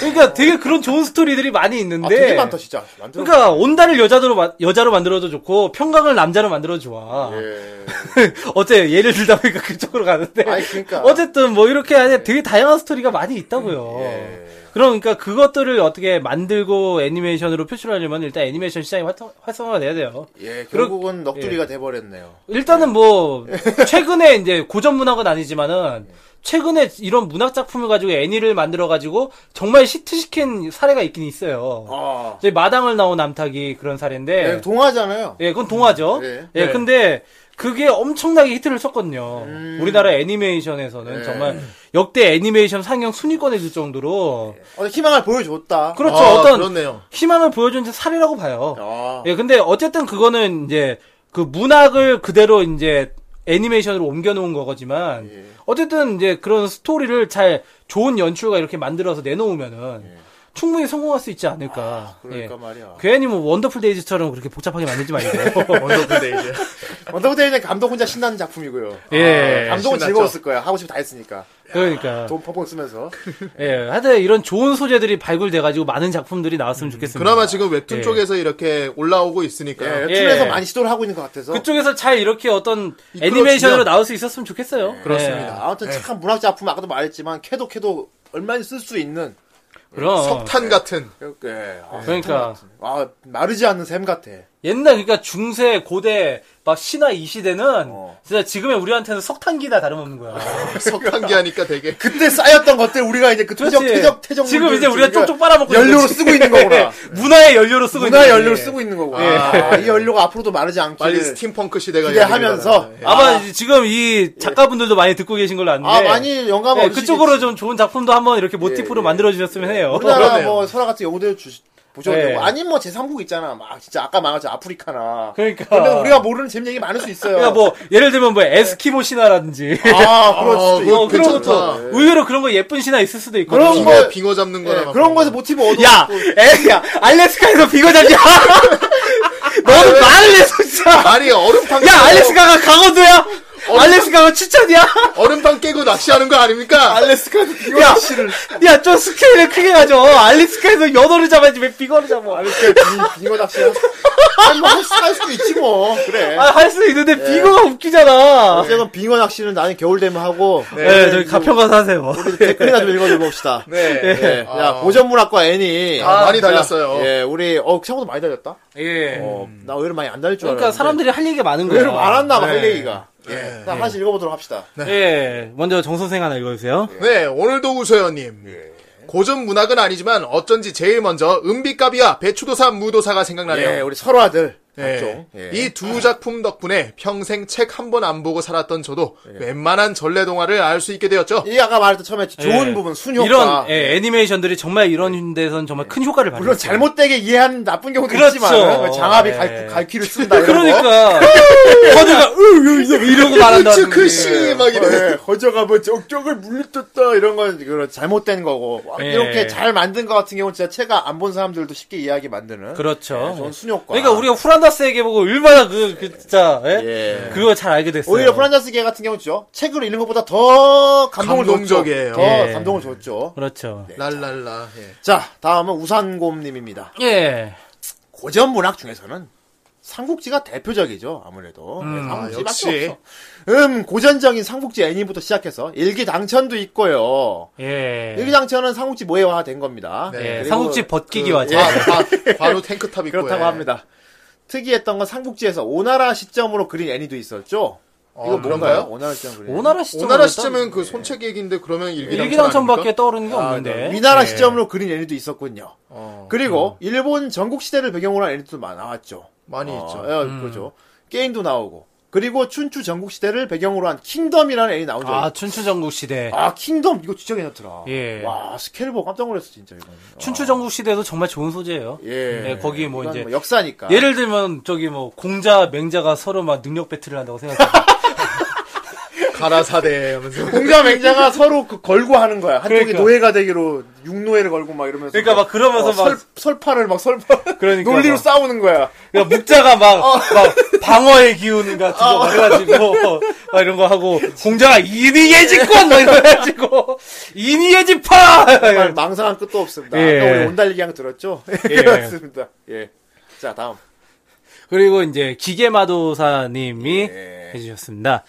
Speaker 4: 그러니까 되게 그런 좋은 스토리들이 많이
Speaker 2: 아,
Speaker 4: 있는데.
Speaker 2: 되게 많다 진짜. 만들어.
Speaker 4: 그러니까 온다를 여자로 마- 여자로 만들어도 좋고 평강을 남자로 만들어도 좋아.
Speaker 2: 예.
Speaker 4: (laughs) 어째 예를 들다 보니까 그쪽으로 가는데.
Speaker 2: 아니, 그러니까. 예.
Speaker 4: 어쨌든 뭐 이렇게 아니, 되게 다양한 스토리가 많이 있다고요. 그러니까 그것들을 어떻게 만들고 애니메이션으로 표출하려면 일단 애니메이션 시장이 활성, 활성화가 돼야 돼요.
Speaker 2: 예,
Speaker 4: 그러-
Speaker 2: 결국은 넋두리가 돼버렸네요.
Speaker 4: 일단은 뭐
Speaker 2: 예.
Speaker 4: 최근에 이제 고전 문학은 아니지만은 최근에 이런 문학 작품을 가지고 애니를 만들어 가지고 정말 히트시킨 사례가 있긴 있어요.
Speaker 2: 아,
Speaker 4: 저희 마당을 나온 남탁이 그런 사례인데
Speaker 2: 예, 동화잖아요.
Speaker 4: 예, 그건 동화죠.
Speaker 2: 예.
Speaker 4: 예, 근데 그게 엄청나게 히트를 쳤거든요.
Speaker 2: 음.
Speaker 4: 우리나라 애니메이션에서는
Speaker 2: 네.
Speaker 4: 정말 역대 애니메이션 상영 순위권에 들 정도로
Speaker 2: 어, 희망을 보여줬다.
Speaker 4: 예. 그렇죠.
Speaker 7: 아,
Speaker 4: 어떤
Speaker 7: 그렇네요.
Speaker 4: 희망을 보여준 사례라고 봐요.
Speaker 2: 아,
Speaker 4: 예, 근데 어쨌든 그거는 이제 그 문학을 그대로 이제 애니메이션으로 옮겨놓은 거지만
Speaker 2: 예.
Speaker 4: 어쨌든 이제 그런 스토리를 잘 좋은 연출과 이렇게 만들어서 내놓으면은 충분히 성공할 수 있지 않을까.
Speaker 2: 예. 그러니까
Speaker 4: 예.
Speaker 2: 말이야.
Speaker 4: 괜히 뭐 원더풀 데이즈처럼 그렇게 복잡하게 만들지 말고.
Speaker 7: 원더풀데이 이제.
Speaker 2: 원더부터 이제 감독 혼자 신나는 작품이고요.
Speaker 4: 예.
Speaker 2: 아, 감독은
Speaker 7: 신났죠.
Speaker 2: 즐거웠을 거야. 하고 싶은 다 했으니까.
Speaker 4: 그러니까.
Speaker 2: 돈 펑펑 쓰면서.
Speaker 4: 예. 하여튼 이런 좋은 소재들이 발굴돼가지고 많은 작품들이 나왔으면
Speaker 2: 음,
Speaker 4: 좋겠습니다.
Speaker 7: 그나마 지금 웹툰
Speaker 4: 예.
Speaker 7: 쪽에서 이렇게 올라오고 있으니까요.
Speaker 2: 예, 웹툰에서
Speaker 4: 예.
Speaker 2: 많이 시도를 하고 있는 것 같아서.
Speaker 4: 그쪽에서 잘 이렇게 어떤
Speaker 7: 이끌어주면-
Speaker 4: 애니메이션으로 나올 수 있었으면 좋겠어요.
Speaker 7: 그렇습니다.
Speaker 2: 아,
Speaker 4: 예.
Speaker 2: 아무튼 착한 문학 작품 아까도 말했지만 캐도 캐도 얼마나 쓸 수 있는.
Speaker 4: 예. 그럼.
Speaker 7: 석탄 같은.
Speaker 2: (laughs) 예. 아,
Speaker 4: 그러니까
Speaker 2: 아, 마르지 않는 샘 같아.
Speaker 4: 옛날 그러니까 중세 고대 막 신화 이 시대는
Speaker 2: 어.
Speaker 4: 진짜 지금의 우리한테는 석탄기나 다름없는 거야.
Speaker 2: 아,
Speaker 7: 석탄기 하니까 되게.
Speaker 2: 그때 쌓였던 것들 우리가 이제 그 퇴적
Speaker 4: 그렇지.
Speaker 2: 퇴적 퇴적
Speaker 4: 지금
Speaker 2: 물들을
Speaker 4: 이제 우리가 쪽쪽 빨아먹고 있는
Speaker 2: 연료로
Speaker 4: 거지. 예,
Speaker 2: 쓰고 있는
Speaker 4: (laughs)
Speaker 2: 거구나.
Speaker 4: 문화의 연료로 쓰고
Speaker 2: 문화
Speaker 4: 있는
Speaker 2: 연료를
Speaker 4: 거지. 예.
Speaker 2: 쓰고 있는 거구나. 아, 이 연료가 앞으로도 마르지 않기를
Speaker 7: 빨리 스팀펑크 시대가
Speaker 2: 기대하면서
Speaker 7: 열리길 바라요. 예.
Speaker 4: 아마 지금 이 작가분들도 많이 듣고 계신 걸로 아는데
Speaker 2: 아 많이 영감
Speaker 4: 예,
Speaker 2: 얻으시겠지. 예,
Speaker 4: 그쪽으로 좀 좋은 작품도 한번 이렇게 모티프로 만들어 주셨으면 해요.
Speaker 2: 우리나라
Speaker 7: 그러네요.
Speaker 2: 뭐 설화 같은 영웅들 주 보셔도
Speaker 4: 예.
Speaker 2: 되고 아니면 뭐 제3국 있잖아. 막 진짜 아까 말한 아프리카나.
Speaker 4: 그러니까.
Speaker 2: 근데 우리가 모르는 재밌는 얘기 많을 수 있어요.
Speaker 4: 그러니까 뭐 예를 들면 뭐 에스키모 신화라든지
Speaker 2: 네. 아, 그럴
Speaker 7: 아,
Speaker 2: 수도
Speaker 7: 그거
Speaker 2: 있고.
Speaker 4: 어, 그런 것도
Speaker 7: 괜찮다.
Speaker 4: 의외로 그런 거 예쁜 신화 있을 수도 있고
Speaker 2: 그런
Speaker 7: 빙어,
Speaker 2: 거-
Speaker 7: 빙어 잡는 거나
Speaker 3: 네.
Speaker 2: 예,
Speaker 7: 막
Speaker 2: 그런 거에서 모티브 얻어.
Speaker 4: 야, 에, 야, 알래스카에서 빙어 잡냐? (laughs)
Speaker 2: 아,
Speaker 4: 너는 말을 해서 진짜.
Speaker 7: 말이 얼음판
Speaker 4: 야, 알래스카가 강원도야?
Speaker 2: 어,
Speaker 4: 알래스카가 춘천이야?
Speaker 7: 얼음판 깨고 낚시하는 거 아닙니까?
Speaker 2: 알래스카
Speaker 4: 야, 야, 좀 스케일을 크게 가져. 알래스카에서 연어를 잡아야지 왜 빙어를 잡아?
Speaker 2: 알래스카 빙어 낚시. 할할 수도 있지 뭐. 그래.
Speaker 4: 아, 할 수 있는데 빙어가 웃기잖아.
Speaker 2: 네. 어쨌든 빙어 낚시는 나는 겨울 되면 하고.
Speaker 4: 네, 저기 가평 가서 하세요. 뭐.
Speaker 2: 댓글이나 좀 읽어줘봅시다.
Speaker 7: 네.
Speaker 2: 예. 야, 고전문학과 애니.
Speaker 7: 아, 많이
Speaker 2: 자,
Speaker 7: 달렸어요.
Speaker 2: 예, 우리, 어, 생각보다 많이 달렸다?
Speaker 4: 예.
Speaker 2: 어, 나 의외로 많이 안 달릴 줄
Speaker 4: 그러니까
Speaker 2: 알았는데.
Speaker 4: 사람들이 할 얘기가 많은 거야.
Speaker 2: 의외로 많았나 봐, 할
Speaker 4: 예.
Speaker 2: 얘기가. 예. 자, 하나씩 읽어보도록 합시다.
Speaker 4: 예. 먼저 정선생 하나 읽어주세요.
Speaker 7: 네, 오늘도 우서연님.
Speaker 2: 예.
Speaker 7: 고전 문학은 아니지만 어쩐지 제일 먼저 은비까비와 배추도사 무도사가 생각나네요.
Speaker 2: 예, 우리 설화들.
Speaker 3: 네.
Speaker 7: 예.
Speaker 2: 각종. 예.
Speaker 7: 이 두 작품 덕분에 평생 책 한 번 안 보고 살았던 저도
Speaker 2: 예.
Speaker 7: 웬만한 전래 동화를 알 수 있게 되었죠.
Speaker 2: 이 아까 말했던 처음에 좋은
Speaker 4: 예.
Speaker 2: 부분, 순효과. 예.
Speaker 4: 이런 예, 애니메이션들이 정말 이런 데선 정말 큰 효과를 발휘했어요.
Speaker 2: 물론 잘못되게 이해하는 나쁜 경우도
Speaker 4: 그렇죠.
Speaker 2: 있지만 장압이
Speaker 4: 예.
Speaker 2: 갈, 갈퀴를 쓴다 이런
Speaker 4: (laughs) 그러니까
Speaker 2: 예.
Speaker 4: 허드가 으, 으, 이러고
Speaker 2: 그렇죠,
Speaker 4: 말한다는
Speaker 7: 그 씨, 막
Speaker 2: 거.
Speaker 7: 이래.
Speaker 2: 예, 허저가 뭐 적적을 물리쳤다 이런 건 그런 잘못된 거고 와,
Speaker 4: 예.
Speaker 2: 이렇게 잘 만든 것 같은 경우는 진짜 책가 안 본 사람들도 쉽게 이해하기 만드는
Speaker 4: 그렇죠.
Speaker 2: 전 순효과
Speaker 4: 그러니까 우리가 후란다스에게 보고 얼마나 그, 그 진짜 예?
Speaker 2: 예.
Speaker 4: 그거 잘 알게 됐어요.
Speaker 2: 오히려 프란자스 개 같은 경우죠 책으로 읽는 것보다 더 감동을
Speaker 7: 감동적이에요.
Speaker 2: 줬죠 더
Speaker 4: 예.
Speaker 2: 감동을 줬죠
Speaker 4: 그렇죠.
Speaker 7: 랄랄라. 예.
Speaker 2: 자 다음은 우산곰님입니다
Speaker 4: 예.
Speaker 2: 고전 문학 중에서는 삼국지가 대표적이죠 아무래도 네,
Speaker 7: 아,
Speaker 2: 삼국지밖에
Speaker 7: 역시.
Speaker 2: 없어 음 고전적인 삼국지 애니부터 시작해서 일기당천도 있고요
Speaker 4: 예.
Speaker 2: 일기당천은 삼국지 모해화 된 겁니다
Speaker 7: 네.
Speaker 4: 예,
Speaker 2: 그리고
Speaker 4: 삼국지 벗기기와죠.
Speaker 7: 과, 과, 과로 탱크탑 입고.
Speaker 2: 예. 그렇다고
Speaker 7: 예.
Speaker 2: 합니다 특이했던 건 삼국지에서 오나라 시점으로 그린 애니도 있었죠
Speaker 7: 어,
Speaker 2: 이거 뭔가요?
Speaker 7: 그런가요?
Speaker 2: 오나라 시점 그린
Speaker 4: 오나라 시점
Speaker 7: 오나라 시점은 그 손책 얘기인데 그러면 일기당천
Speaker 4: 일기당천밖에
Speaker 7: 아닙니까?
Speaker 4: 떠오르는 게
Speaker 2: 아,
Speaker 4: 없는데.
Speaker 2: 네. 위나라
Speaker 4: 예.
Speaker 2: 시점으로 그린 애니도 있었군요.
Speaker 7: 어,
Speaker 2: 그리고 일본 전국 시대를 배경으로 한 애니도 많- 나왔죠.
Speaker 7: 많이
Speaker 2: 어,
Speaker 7: 있죠.
Speaker 2: 예,
Speaker 3: 음.
Speaker 2: 그렇죠. 게임도 나오고 그리고 춘추 전국 시대를 배경으로 한 킹덤이라는 애니 나온 적
Speaker 4: 아
Speaker 2: 있죠.
Speaker 4: 춘추전국 시대.
Speaker 2: 아, 킹덤 이거 진짜 괜찮더라.
Speaker 4: 예.
Speaker 2: 와 스케일 보고 깜짝 놀랐어 진짜 이거.
Speaker 4: 춘추전국 시대도 정말 좋은 소재예요.
Speaker 2: 예.
Speaker 4: 예, 거기 뭐
Speaker 2: 이건
Speaker 4: 이제
Speaker 2: 역사니까.
Speaker 4: 예를 들면 저기 뭐 공자 맹자가 서로 막 능력 배틀을 한다고 생각해.
Speaker 7: 가라사대 하면서
Speaker 2: 공자
Speaker 4: (laughs)
Speaker 2: 맹자가 서로 그 걸고 하는 거야. 한쪽이
Speaker 4: 그러니까.
Speaker 2: 노예가 되기로 육노예를 걸고 막 이러면서.
Speaker 4: 그러니까 막 그러면서
Speaker 2: 어,
Speaker 4: 막-
Speaker 2: 설, 파를막 설파.
Speaker 4: 그러니까
Speaker 2: 논리로
Speaker 4: 막.
Speaker 2: 싸우는 거야.
Speaker 4: 그러니까 묵자가 막,
Speaker 2: 어.
Speaker 4: 막 방어의 기운 같은 거 막 해가지고 막 이런 거 하고 공자가 인의의 집권 막 이래가지고 인의의 집파
Speaker 2: 정말 망상한 끝도 없습니다.
Speaker 4: 예.
Speaker 2: 아까 우리 온달 얘기한 거 들었죠?
Speaker 4: 예.
Speaker 2: (laughs) 그렇습니다. 예. 자, 다음.
Speaker 4: 그리고 이제 기계마도사님이
Speaker 2: 예.
Speaker 4: 해주셨습니다.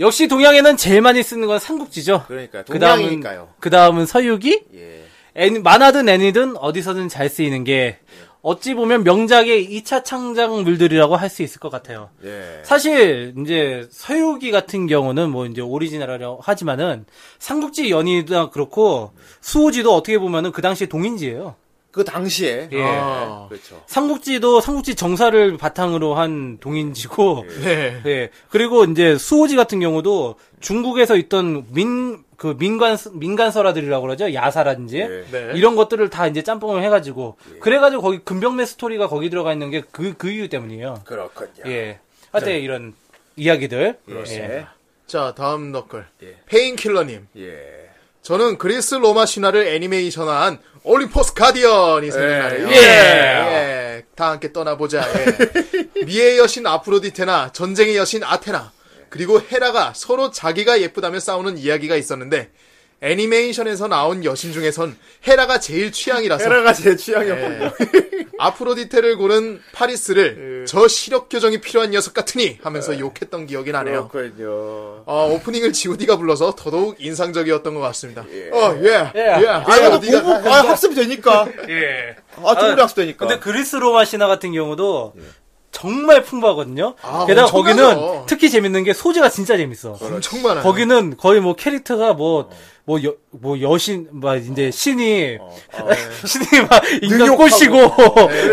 Speaker 4: 역시 동양에는 제일 많이 쓰는 건 삼국지죠.
Speaker 2: 그러니까
Speaker 4: 그다음은
Speaker 2: 동양이니까요.
Speaker 4: 그다음은 서유기.
Speaker 2: 예.
Speaker 4: 애니, 만화든 애니든 어디서든 잘 쓰이는 게 어찌 보면 명작의 2차 창작물들이라고 할 수 있을 것 같아요.
Speaker 2: 예.
Speaker 4: 사실 이제 서유기 같은 경우는 뭐 이제 오리지널이라고 하지만은 삼국지 연이나 그렇고 수호지도 어떻게 보면은 그 당시 동인지예요.
Speaker 2: 그 당시에.
Speaker 4: 예.
Speaker 2: 아, 그렇죠.
Speaker 4: 삼국지도 삼국지 정사를 바탕으로 한 동인지고
Speaker 3: 네.
Speaker 4: 예. 그리고 이제 수호지 같은 경우도 중국에서 있던 민, 그 민간, 민간설화들이라고 그러죠. 야사라든지.
Speaker 2: 예.
Speaker 3: 네.
Speaker 4: 이런 것들을 다 이제 짬뽕을 해가지고. 그래가지고 거기 금병매 스토리가 거기 들어가 있는 게 그, 그 이유 때문이에요.
Speaker 2: 그렇군요.
Speaker 4: 예. 하여튼 이런 이야기들.
Speaker 2: 네. 예.
Speaker 3: 자, 다음 너클. 페인킬러님.
Speaker 2: 예.
Speaker 3: 저는 그리스 로마 신화를 애니메이션화한 올림포스 가디언이 생각나네요.
Speaker 2: 예.
Speaker 3: 예. 다 함께 떠나보자. 예. 미의 여신 아프로디테나 전쟁의 여신 아테나 그리고 헤라가 서로 자기가 예쁘다며 싸우는 이야기가 있었는데 애니메이션에서 나온 여신 중에선 헤라가 제일 취향이라서
Speaker 2: 헤라가 제 취향이었군요.
Speaker 3: 예. 아프로디테를 고른 파리스를 저 시력 교정이 필요한 녀석 같으니 하면서 욕했던 기억이 나네요.
Speaker 2: 그렇군요.
Speaker 3: 어, 오프닝을 GOD가 불러서 더더욱 인상적이었던 것 같습니다. 어, 예. 예.
Speaker 2: 아,
Speaker 3: 예,
Speaker 2: 이거
Speaker 3: 어디가-
Speaker 2: 공부, 아, 학습이 되니까.
Speaker 4: 예.
Speaker 2: 아, 충분히
Speaker 4: 아,
Speaker 2: 학습되니까.
Speaker 4: 근데 그리스 로마 신화 같은
Speaker 2: 예.
Speaker 4: 경우도 정말 풍부하거든요.
Speaker 3: 아,
Speaker 4: 게다가 거기는
Speaker 3: 엄청나죠.
Speaker 4: 특히 재밌는 게 소재가 진짜
Speaker 2: 그렇죠.
Speaker 4: 재밌어.
Speaker 3: 엄청 많아요.
Speaker 4: 거기는 거의 뭐 캐릭터가
Speaker 3: 어.
Speaker 4: 뭐, 뭐, 여, 뭐 여신, 막 이제 신이,
Speaker 3: 어.
Speaker 4: (laughs) 신이 막 인간
Speaker 2: 능욕하고.
Speaker 4: 꼬시고,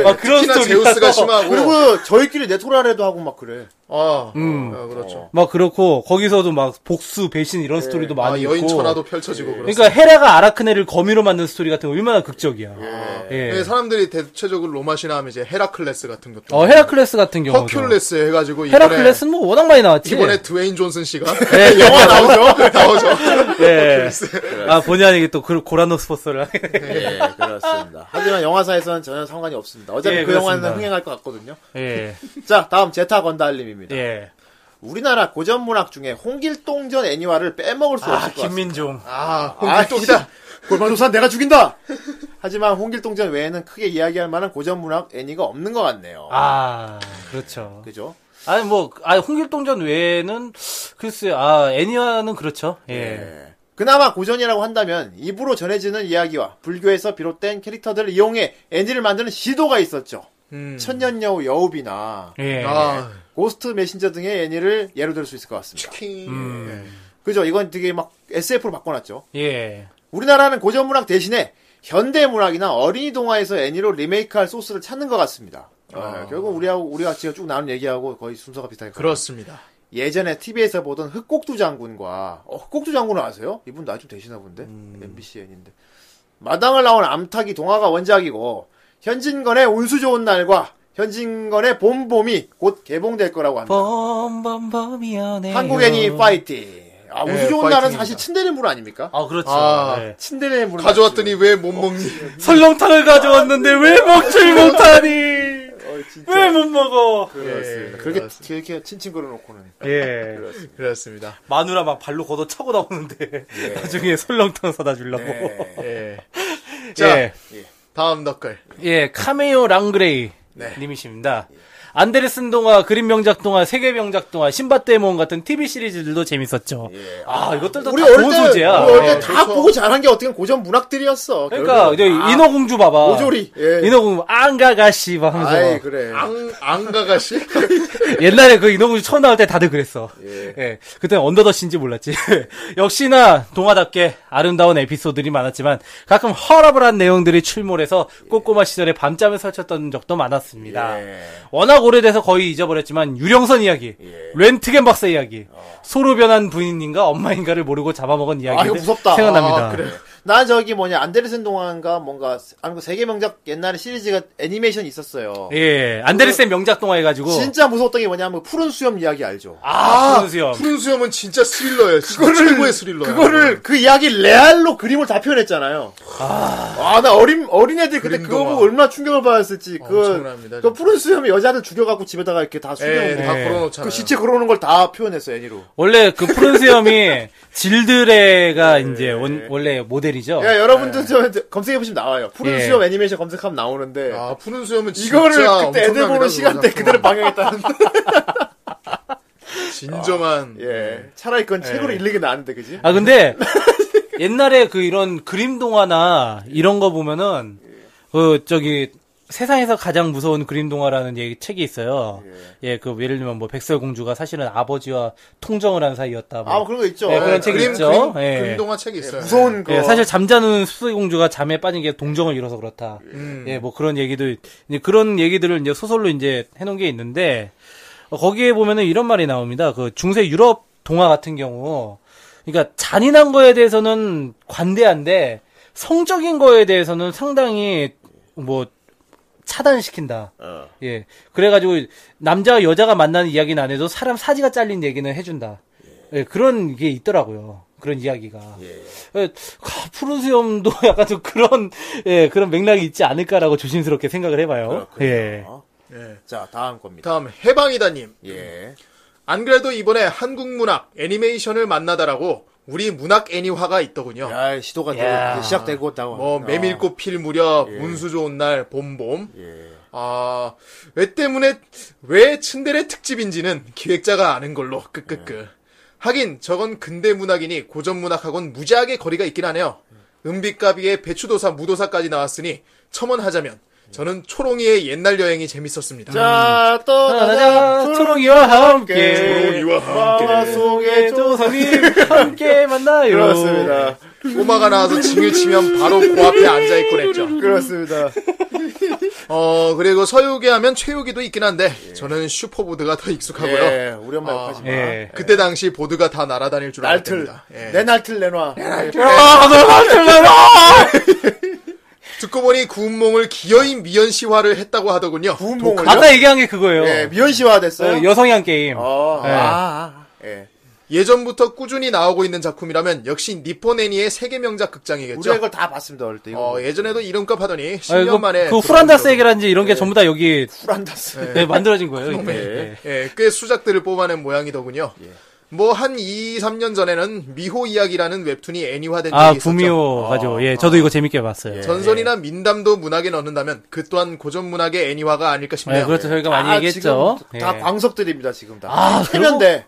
Speaker 4: 막 그런
Speaker 3: 특히나 네. 제우스가
Speaker 4: 스토리라서.
Speaker 3: 심하고.
Speaker 2: 그리고 저희끼리 내토라레도 하고 막 그래.
Speaker 3: 어,
Speaker 4: 음.
Speaker 3: 어, 그렇죠.
Speaker 4: 막 그렇고, 거기서도 막 복수, 배신 이런 스토리도
Speaker 3: 아,
Speaker 4: 많이
Speaker 3: 여인
Speaker 4: 있고.
Speaker 3: 천하도 펼쳐지고 그렇습니다.
Speaker 4: 그러니까 헤라가 아라크네를 거미로 만든 스토리 같은 거 얼마나 극적이야. 예.
Speaker 3: 예, 사람들이 대체적으로 로마 신화 하면 이제 헤라클레스 같은 것도.
Speaker 4: 어, 헤라클레스 같은 경우도.
Speaker 3: 허큘레스 해가지고 이번에
Speaker 4: 헤라클레스는 뭐 워낙 많이 나왔지.
Speaker 3: 이번에 드웨인 존슨 씨가
Speaker 4: 예,
Speaker 3: (laughs) 영화 나오죠? (laughs) 나오죠.
Speaker 4: 예. 아, 본의 아니게 또 그- 고라노 스포츠를.
Speaker 2: 예, 그렇습니다. 하지만 영화사에서는 전혀 상관이 없습니다. 어차피
Speaker 4: 예,
Speaker 2: 그 영화는
Speaker 4: 그렇습니다.
Speaker 2: 흥행할 것 같거든요.
Speaker 3: 네.
Speaker 4: 예.
Speaker 2: 자, 다음 제타 건달님입니다.
Speaker 4: 예.
Speaker 2: 우리나라 고전 문학 중에 홍길동전 애니화를 빼먹을 수
Speaker 4: 아,
Speaker 2: 없을 것 같습니다.
Speaker 4: 김민종.
Speaker 3: (laughs) 아,
Speaker 2: 아,
Speaker 3: 홍길동이다.
Speaker 2: (laughs) 골반조산 내가 죽인다. 하지만 홍길동전 외에는 크게 이야기할 만한 고전 문학 애니가 없는 것 같네요.
Speaker 4: 아, 그렇죠.
Speaker 2: 그죠?
Speaker 4: 아니 뭐, 아 홍길동전 외에는 글쎄, 아 애니화는 그렇죠. 예.
Speaker 2: 예. 그나마 고전이라고 한다면 입으로 전해지는 이야기와 불교에서 비롯된 캐릭터들을 이용해 애니를 만드는 시도가 있었죠.
Speaker 4: 음.
Speaker 2: 천년여우 여우비나
Speaker 4: 예.
Speaker 3: 아,
Speaker 2: 고스트 메신저 등의 애니를 예로 들 수 있을 것 같습니다.
Speaker 3: 킹.
Speaker 2: 음,
Speaker 3: 예.
Speaker 2: 그죠? 이건 되게 막 SF로 바꿔놨죠.
Speaker 4: 예.
Speaker 2: 우리나라는 고전 문학 대신에 현대 문학이나 어린이 동화에서 애니로 리메이크할 소스를 찾는 것 같습니다. 예, 결국 우리하고 우리가 지금 쭉 나눈 얘기하고 거의 순서가 비슷하게
Speaker 3: 아. 그렇습니다.
Speaker 2: 예전에 TV에서 보던 흑곡두 장군과 어, 흑곡두 장군을 아세요? 이분 나이 좀 되시나 본데
Speaker 3: 음.
Speaker 2: MBC N인데 마당을 나온 암탉이 동화가 원작이고 현진건의 운수 좋은 날과 현진건의 봄봄이 곧 개봉될 거라고 합니다.
Speaker 4: 범범범이 연애.
Speaker 2: 한국 애니 파이팅. 아 운수
Speaker 3: 예,
Speaker 2: 좋은 날은
Speaker 3: 파이팅입니다.
Speaker 2: 사실 친데레 물 아닙니까?
Speaker 4: 아 그렇죠.
Speaker 3: 아.
Speaker 4: 예.
Speaker 2: 친데레 물
Speaker 3: 가져왔더니 왜 못
Speaker 2: (laughs)
Speaker 3: 먹니?
Speaker 4: 설렁탕을 가져왔는데 왜 먹질 못하니? 왜 못 먹어?
Speaker 2: 그렇습니다. 그렇게 이렇게 친친거려 놓고는
Speaker 4: 예.
Speaker 3: 그렇습니다.
Speaker 4: 마누라 막 발로 걷어 차고 나오는데 (laughs) 나중에 설렁탕 사다 주려고. 예.
Speaker 3: 예. 자,
Speaker 4: 자,
Speaker 3: 다음 댓글.
Speaker 4: 예, 카메오 랑그레이
Speaker 2: 네.
Speaker 4: 님이십니다. 안데르슨 동화, 그림 명작 동화, 세계 명작 동화, 신밧데몬 같은 TV 시리즈들도 재밌었죠. 아, 이것들도
Speaker 2: 예. 우리
Speaker 4: 다
Speaker 2: 어릴
Speaker 4: 좋은
Speaker 2: 때
Speaker 4: 소재야.
Speaker 2: 우리 어릴
Speaker 4: 예.
Speaker 2: 때뭐 다 보고 잘한 게 어떻게 고전 문학들이었어.
Speaker 4: 그러니까 이제
Speaker 2: 결국은. 아,
Speaker 4: 인어공주 봐봐.
Speaker 2: 오조리. 예.
Speaker 4: 인어공주 안가가씨 막 하면서
Speaker 2: 아이 그래.
Speaker 3: 앙,
Speaker 2: (laughs)
Speaker 3: 앙가가씨?
Speaker 4: (laughs) 옛날에 그 인어공주 처음 나올 때 다들 그랬어. 예. 그때 언더더신지 몰랐지. (laughs) 역시나 동화답게 아름다운 에피소드들이 많았지만 가끔 허라벌한 내용들이 출몰해서
Speaker 2: 예.
Speaker 4: 꼬꼬마 시절에 밤잠을 설쳤던 적도 많았습니다. 워낙 오래돼서 거의 잊어버렸지만 유령선 이야기,
Speaker 2: 예.
Speaker 4: 렌트겐 박사
Speaker 2: 어.
Speaker 4: 이야기, 소로 변한 부인인가 엄마인가를 모르고 잡아먹은
Speaker 2: 이거
Speaker 4: 이야기
Speaker 2: 무섭다.
Speaker 4: 생각납니다.
Speaker 2: 아, 그래. 나 저기 뭐냐 안데르센 동화인가 뭔가 아무튼 세계 명작 옛날에 시리즈가 애니메이션 있었어요.
Speaker 4: 예, 안데르센 명작 동화 해가지고.
Speaker 2: 진짜 무서웠던 게 뭐냐면 푸른 수염 이야기 알죠?
Speaker 4: 아, 푸른수염.
Speaker 3: 푸른 수염은 진짜 스릴러예요. 진짜 최고의 스릴러.
Speaker 2: 그거를 그 이야기 레알로 그림으로 다 표현했잖아요. 아, 나 어린 어린애들 그때
Speaker 3: 그림
Speaker 2: 그거
Speaker 3: 동화.
Speaker 2: 보고 얼마나 충격을 받았을지. 그,
Speaker 3: 어, 엄청납니다,
Speaker 2: 그 푸른 수염이 여자들 죽여갖고 집에다가 이렇게 다
Speaker 3: 예,
Speaker 2: 숨겨놓은
Speaker 3: 다
Speaker 2: 거.
Speaker 3: 걸어놓잖아요.
Speaker 2: 그 시체 걸어오는 걸 다 표현했어요 애니로.
Speaker 4: 원래 그 푸른수염이 질드레가 이제 원- 원래 모델이죠.
Speaker 2: 야
Speaker 3: 예.
Speaker 2: 여러분들 저 검색해 보시면 나와요. 푸른
Speaker 4: 예.
Speaker 2: 수염 애니메이션 검색하면 나오는데
Speaker 3: 아 푸른 수염은 진짜
Speaker 2: 이거를 그때 애들
Speaker 3: 엄청납니다,
Speaker 2: 보는 시간대
Speaker 3: 그거 (laughs)
Speaker 2: 그대로 방영했다는.
Speaker 3: 진정한
Speaker 2: 예. 차라리 그건 책으로 읽는 게 나은데 그지?
Speaker 4: 아 근데 옛날에 그 이런 그림 동화나 이런 거 보면은 그 저기 세상에서 가장 무서운 그림 동화라는 얘기 책이 있어요. 예, 그 예를 들면 뭐 백설 공주가 사실은 아버지와 통정을 한 사이였다. 뭐.
Speaker 2: 아 그런 거 있죠.
Speaker 4: 네, 그런
Speaker 2: 예.
Speaker 4: 책이
Speaker 3: 그림,
Speaker 4: 있죠.
Speaker 3: 그림,
Speaker 4: 예.
Speaker 3: 그림 동화 책이 있어요.
Speaker 2: 무서운 거.
Speaker 4: 예, 사실 잠자는 수세 공주가 잠에 빠진 게 동정을 잃어서 그렇다. 예, 뭐 그런 얘기도 이제 그런 얘기들을 이제 소설로 이제 해놓은 게 있는데 어, 거기에 보면은 이런 말이 나옵니다. 그 중세 유럽 동화 같은 경우, 그러니까 잔인한 거에 대해서는 관대한데 성적인 거에 대해서는 상당히 뭐 차단시킨다. 예, 그래가지고 남자와 여자가 만나는 이야기는 안 해도 사람 사지가 잘린 얘기는 해준다. 예, 그런 게 있더라고요. 그런 이야기가. 예, 가- 푸른 수염도 약간 좀 그런, 예, 그런 맥락이 있지 않을까라고 조심스럽게 생각을 해봐요. 예.
Speaker 2: 어? 자 다음 겁니다.
Speaker 3: 다음 해방이다님.
Speaker 2: 예.
Speaker 3: 안 그래도 이번에 한국 문학 애니메이션을 만나다라고 우리 문학 애니화가 있더군요.
Speaker 2: 야 시도가
Speaker 4: 야.
Speaker 2: 되고 시작되고 있다고. 어.
Speaker 3: 뭐
Speaker 2: 합니다.
Speaker 3: 메밀꽃 필 무렵 운수 좋은 날 봄봄.
Speaker 2: 예.
Speaker 3: 아, 왜 때문에 왜 츤데레 특집인지는 기획자가 아는 걸로
Speaker 2: 예.
Speaker 3: 끄끄끄. 하긴 저건 근대 문학이니 고전 문학하고는 무지하게 거리가 있긴 하네요. 은비가비의 배추도사 무도사까지 나왔으니 첨언하자면 저는 초롱이의 옛날 여행이 재밌었습니다.
Speaker 2: 자
Speaker 4: 음. 하나,
Speaker 2: 떠나자
Speaker 4: 초롱이와 함께.
Speaker 2: 초롱이와 마마 속에 조
Speaker 4: 조선님 함께 만나요.
Speaker 2: 그렇습니다.
Speaker 3: 꼬마가 나와서 징을 치면 바로 그 앞에 앉아 있곤 했죠.
Speaker 4: 예.
Speaker 2: 그렇습니다.
Speaker 3: 어 그리고 서유기 하면 최유기도 있긴 한데 저는 슈퍼보드가 더 익숙하고요.
Speaker 2: 예. 우리 엄마
Speaker 3: 아,
Speaker 2: 욕하지 마.
Speaker 4: 예.
Speaker 3: 그때 당시 보드가 다 날아다닐 줄
Speaker 2: 날틀
Speaker 3: 알았습니다. 예.
Speaker 4: 네.
Speaker 3: 네,
Speaker 2: 내 날틀 내놔. 예,
Speaker 3: 듣고 보니 구운몽을 기어이 미연시화를 했다고 하더군요.
Speaker 2: 구운몽을요?
Speaker 4: 아까 얘기한 게 그거예요.
Speaker 3: 네.
Speaker 2: 예. 미연시화 됐어요.
Speaker 4: 어, 여성향 게임.
Speaker 2: 어,
Speaker 4: 예.
Speaker 2: 아, 아, 아. 예.
Speaker 3: 예전부터 꾸준히 나오고 있는 작품이라면 역시 니폰 애니의 세계 명작 극장이겠죠.
Speaker 2: 우리가 이걸 다 봤습니다 어릴 때. 이거 뭐.
Speaker 3: 어, 예전에도 이름값 하더니
Speaker 4: 아,
Speaker 3: 10년
Speaker 4: 이거
Speaker 3: 만에
Speaker 4: 그 후란다스 얘기라든지 이런
Speaker 2: 네.
Speaker 4: 게 전부 다 여기
Speaker 2: 프란다스.
Speaker 4: 네, 만들어진 거예요. 이게.
Speaker 2: 네.
Speaker 4: 예.
Speaker 3: 예, 꽤 수작들을 뽑아낸 모양이더군요. 뭐 한 2, 3년 전에는 미호 이야기라는 웹툰이 애니화된
Speaker 4: 아,
Speaker 2: 네.
Speaker 3: 적이 있었죠.
Speaker 4: 구미호
Speaker 2: 아.
Speaker 4: 가죠. 예, 저도 이거 재밌게 봤어요.
Speaker 3: 전설이나 민담도 문학에 넣는다면 그 또한 고전 문학의 애니화가 아닐까 싶네요.
Speaker 4: 예, 그렇죠. 저희가 많이
Speaker 2: 아,
Speaker 4: 얘기했죠.
Speaker 2: 지금 다
Speaker 4: 예.
Speaker 2: 광석들입니다 지금 다.
Speaker 4: 아,
Speaker 2: 캐면 돼.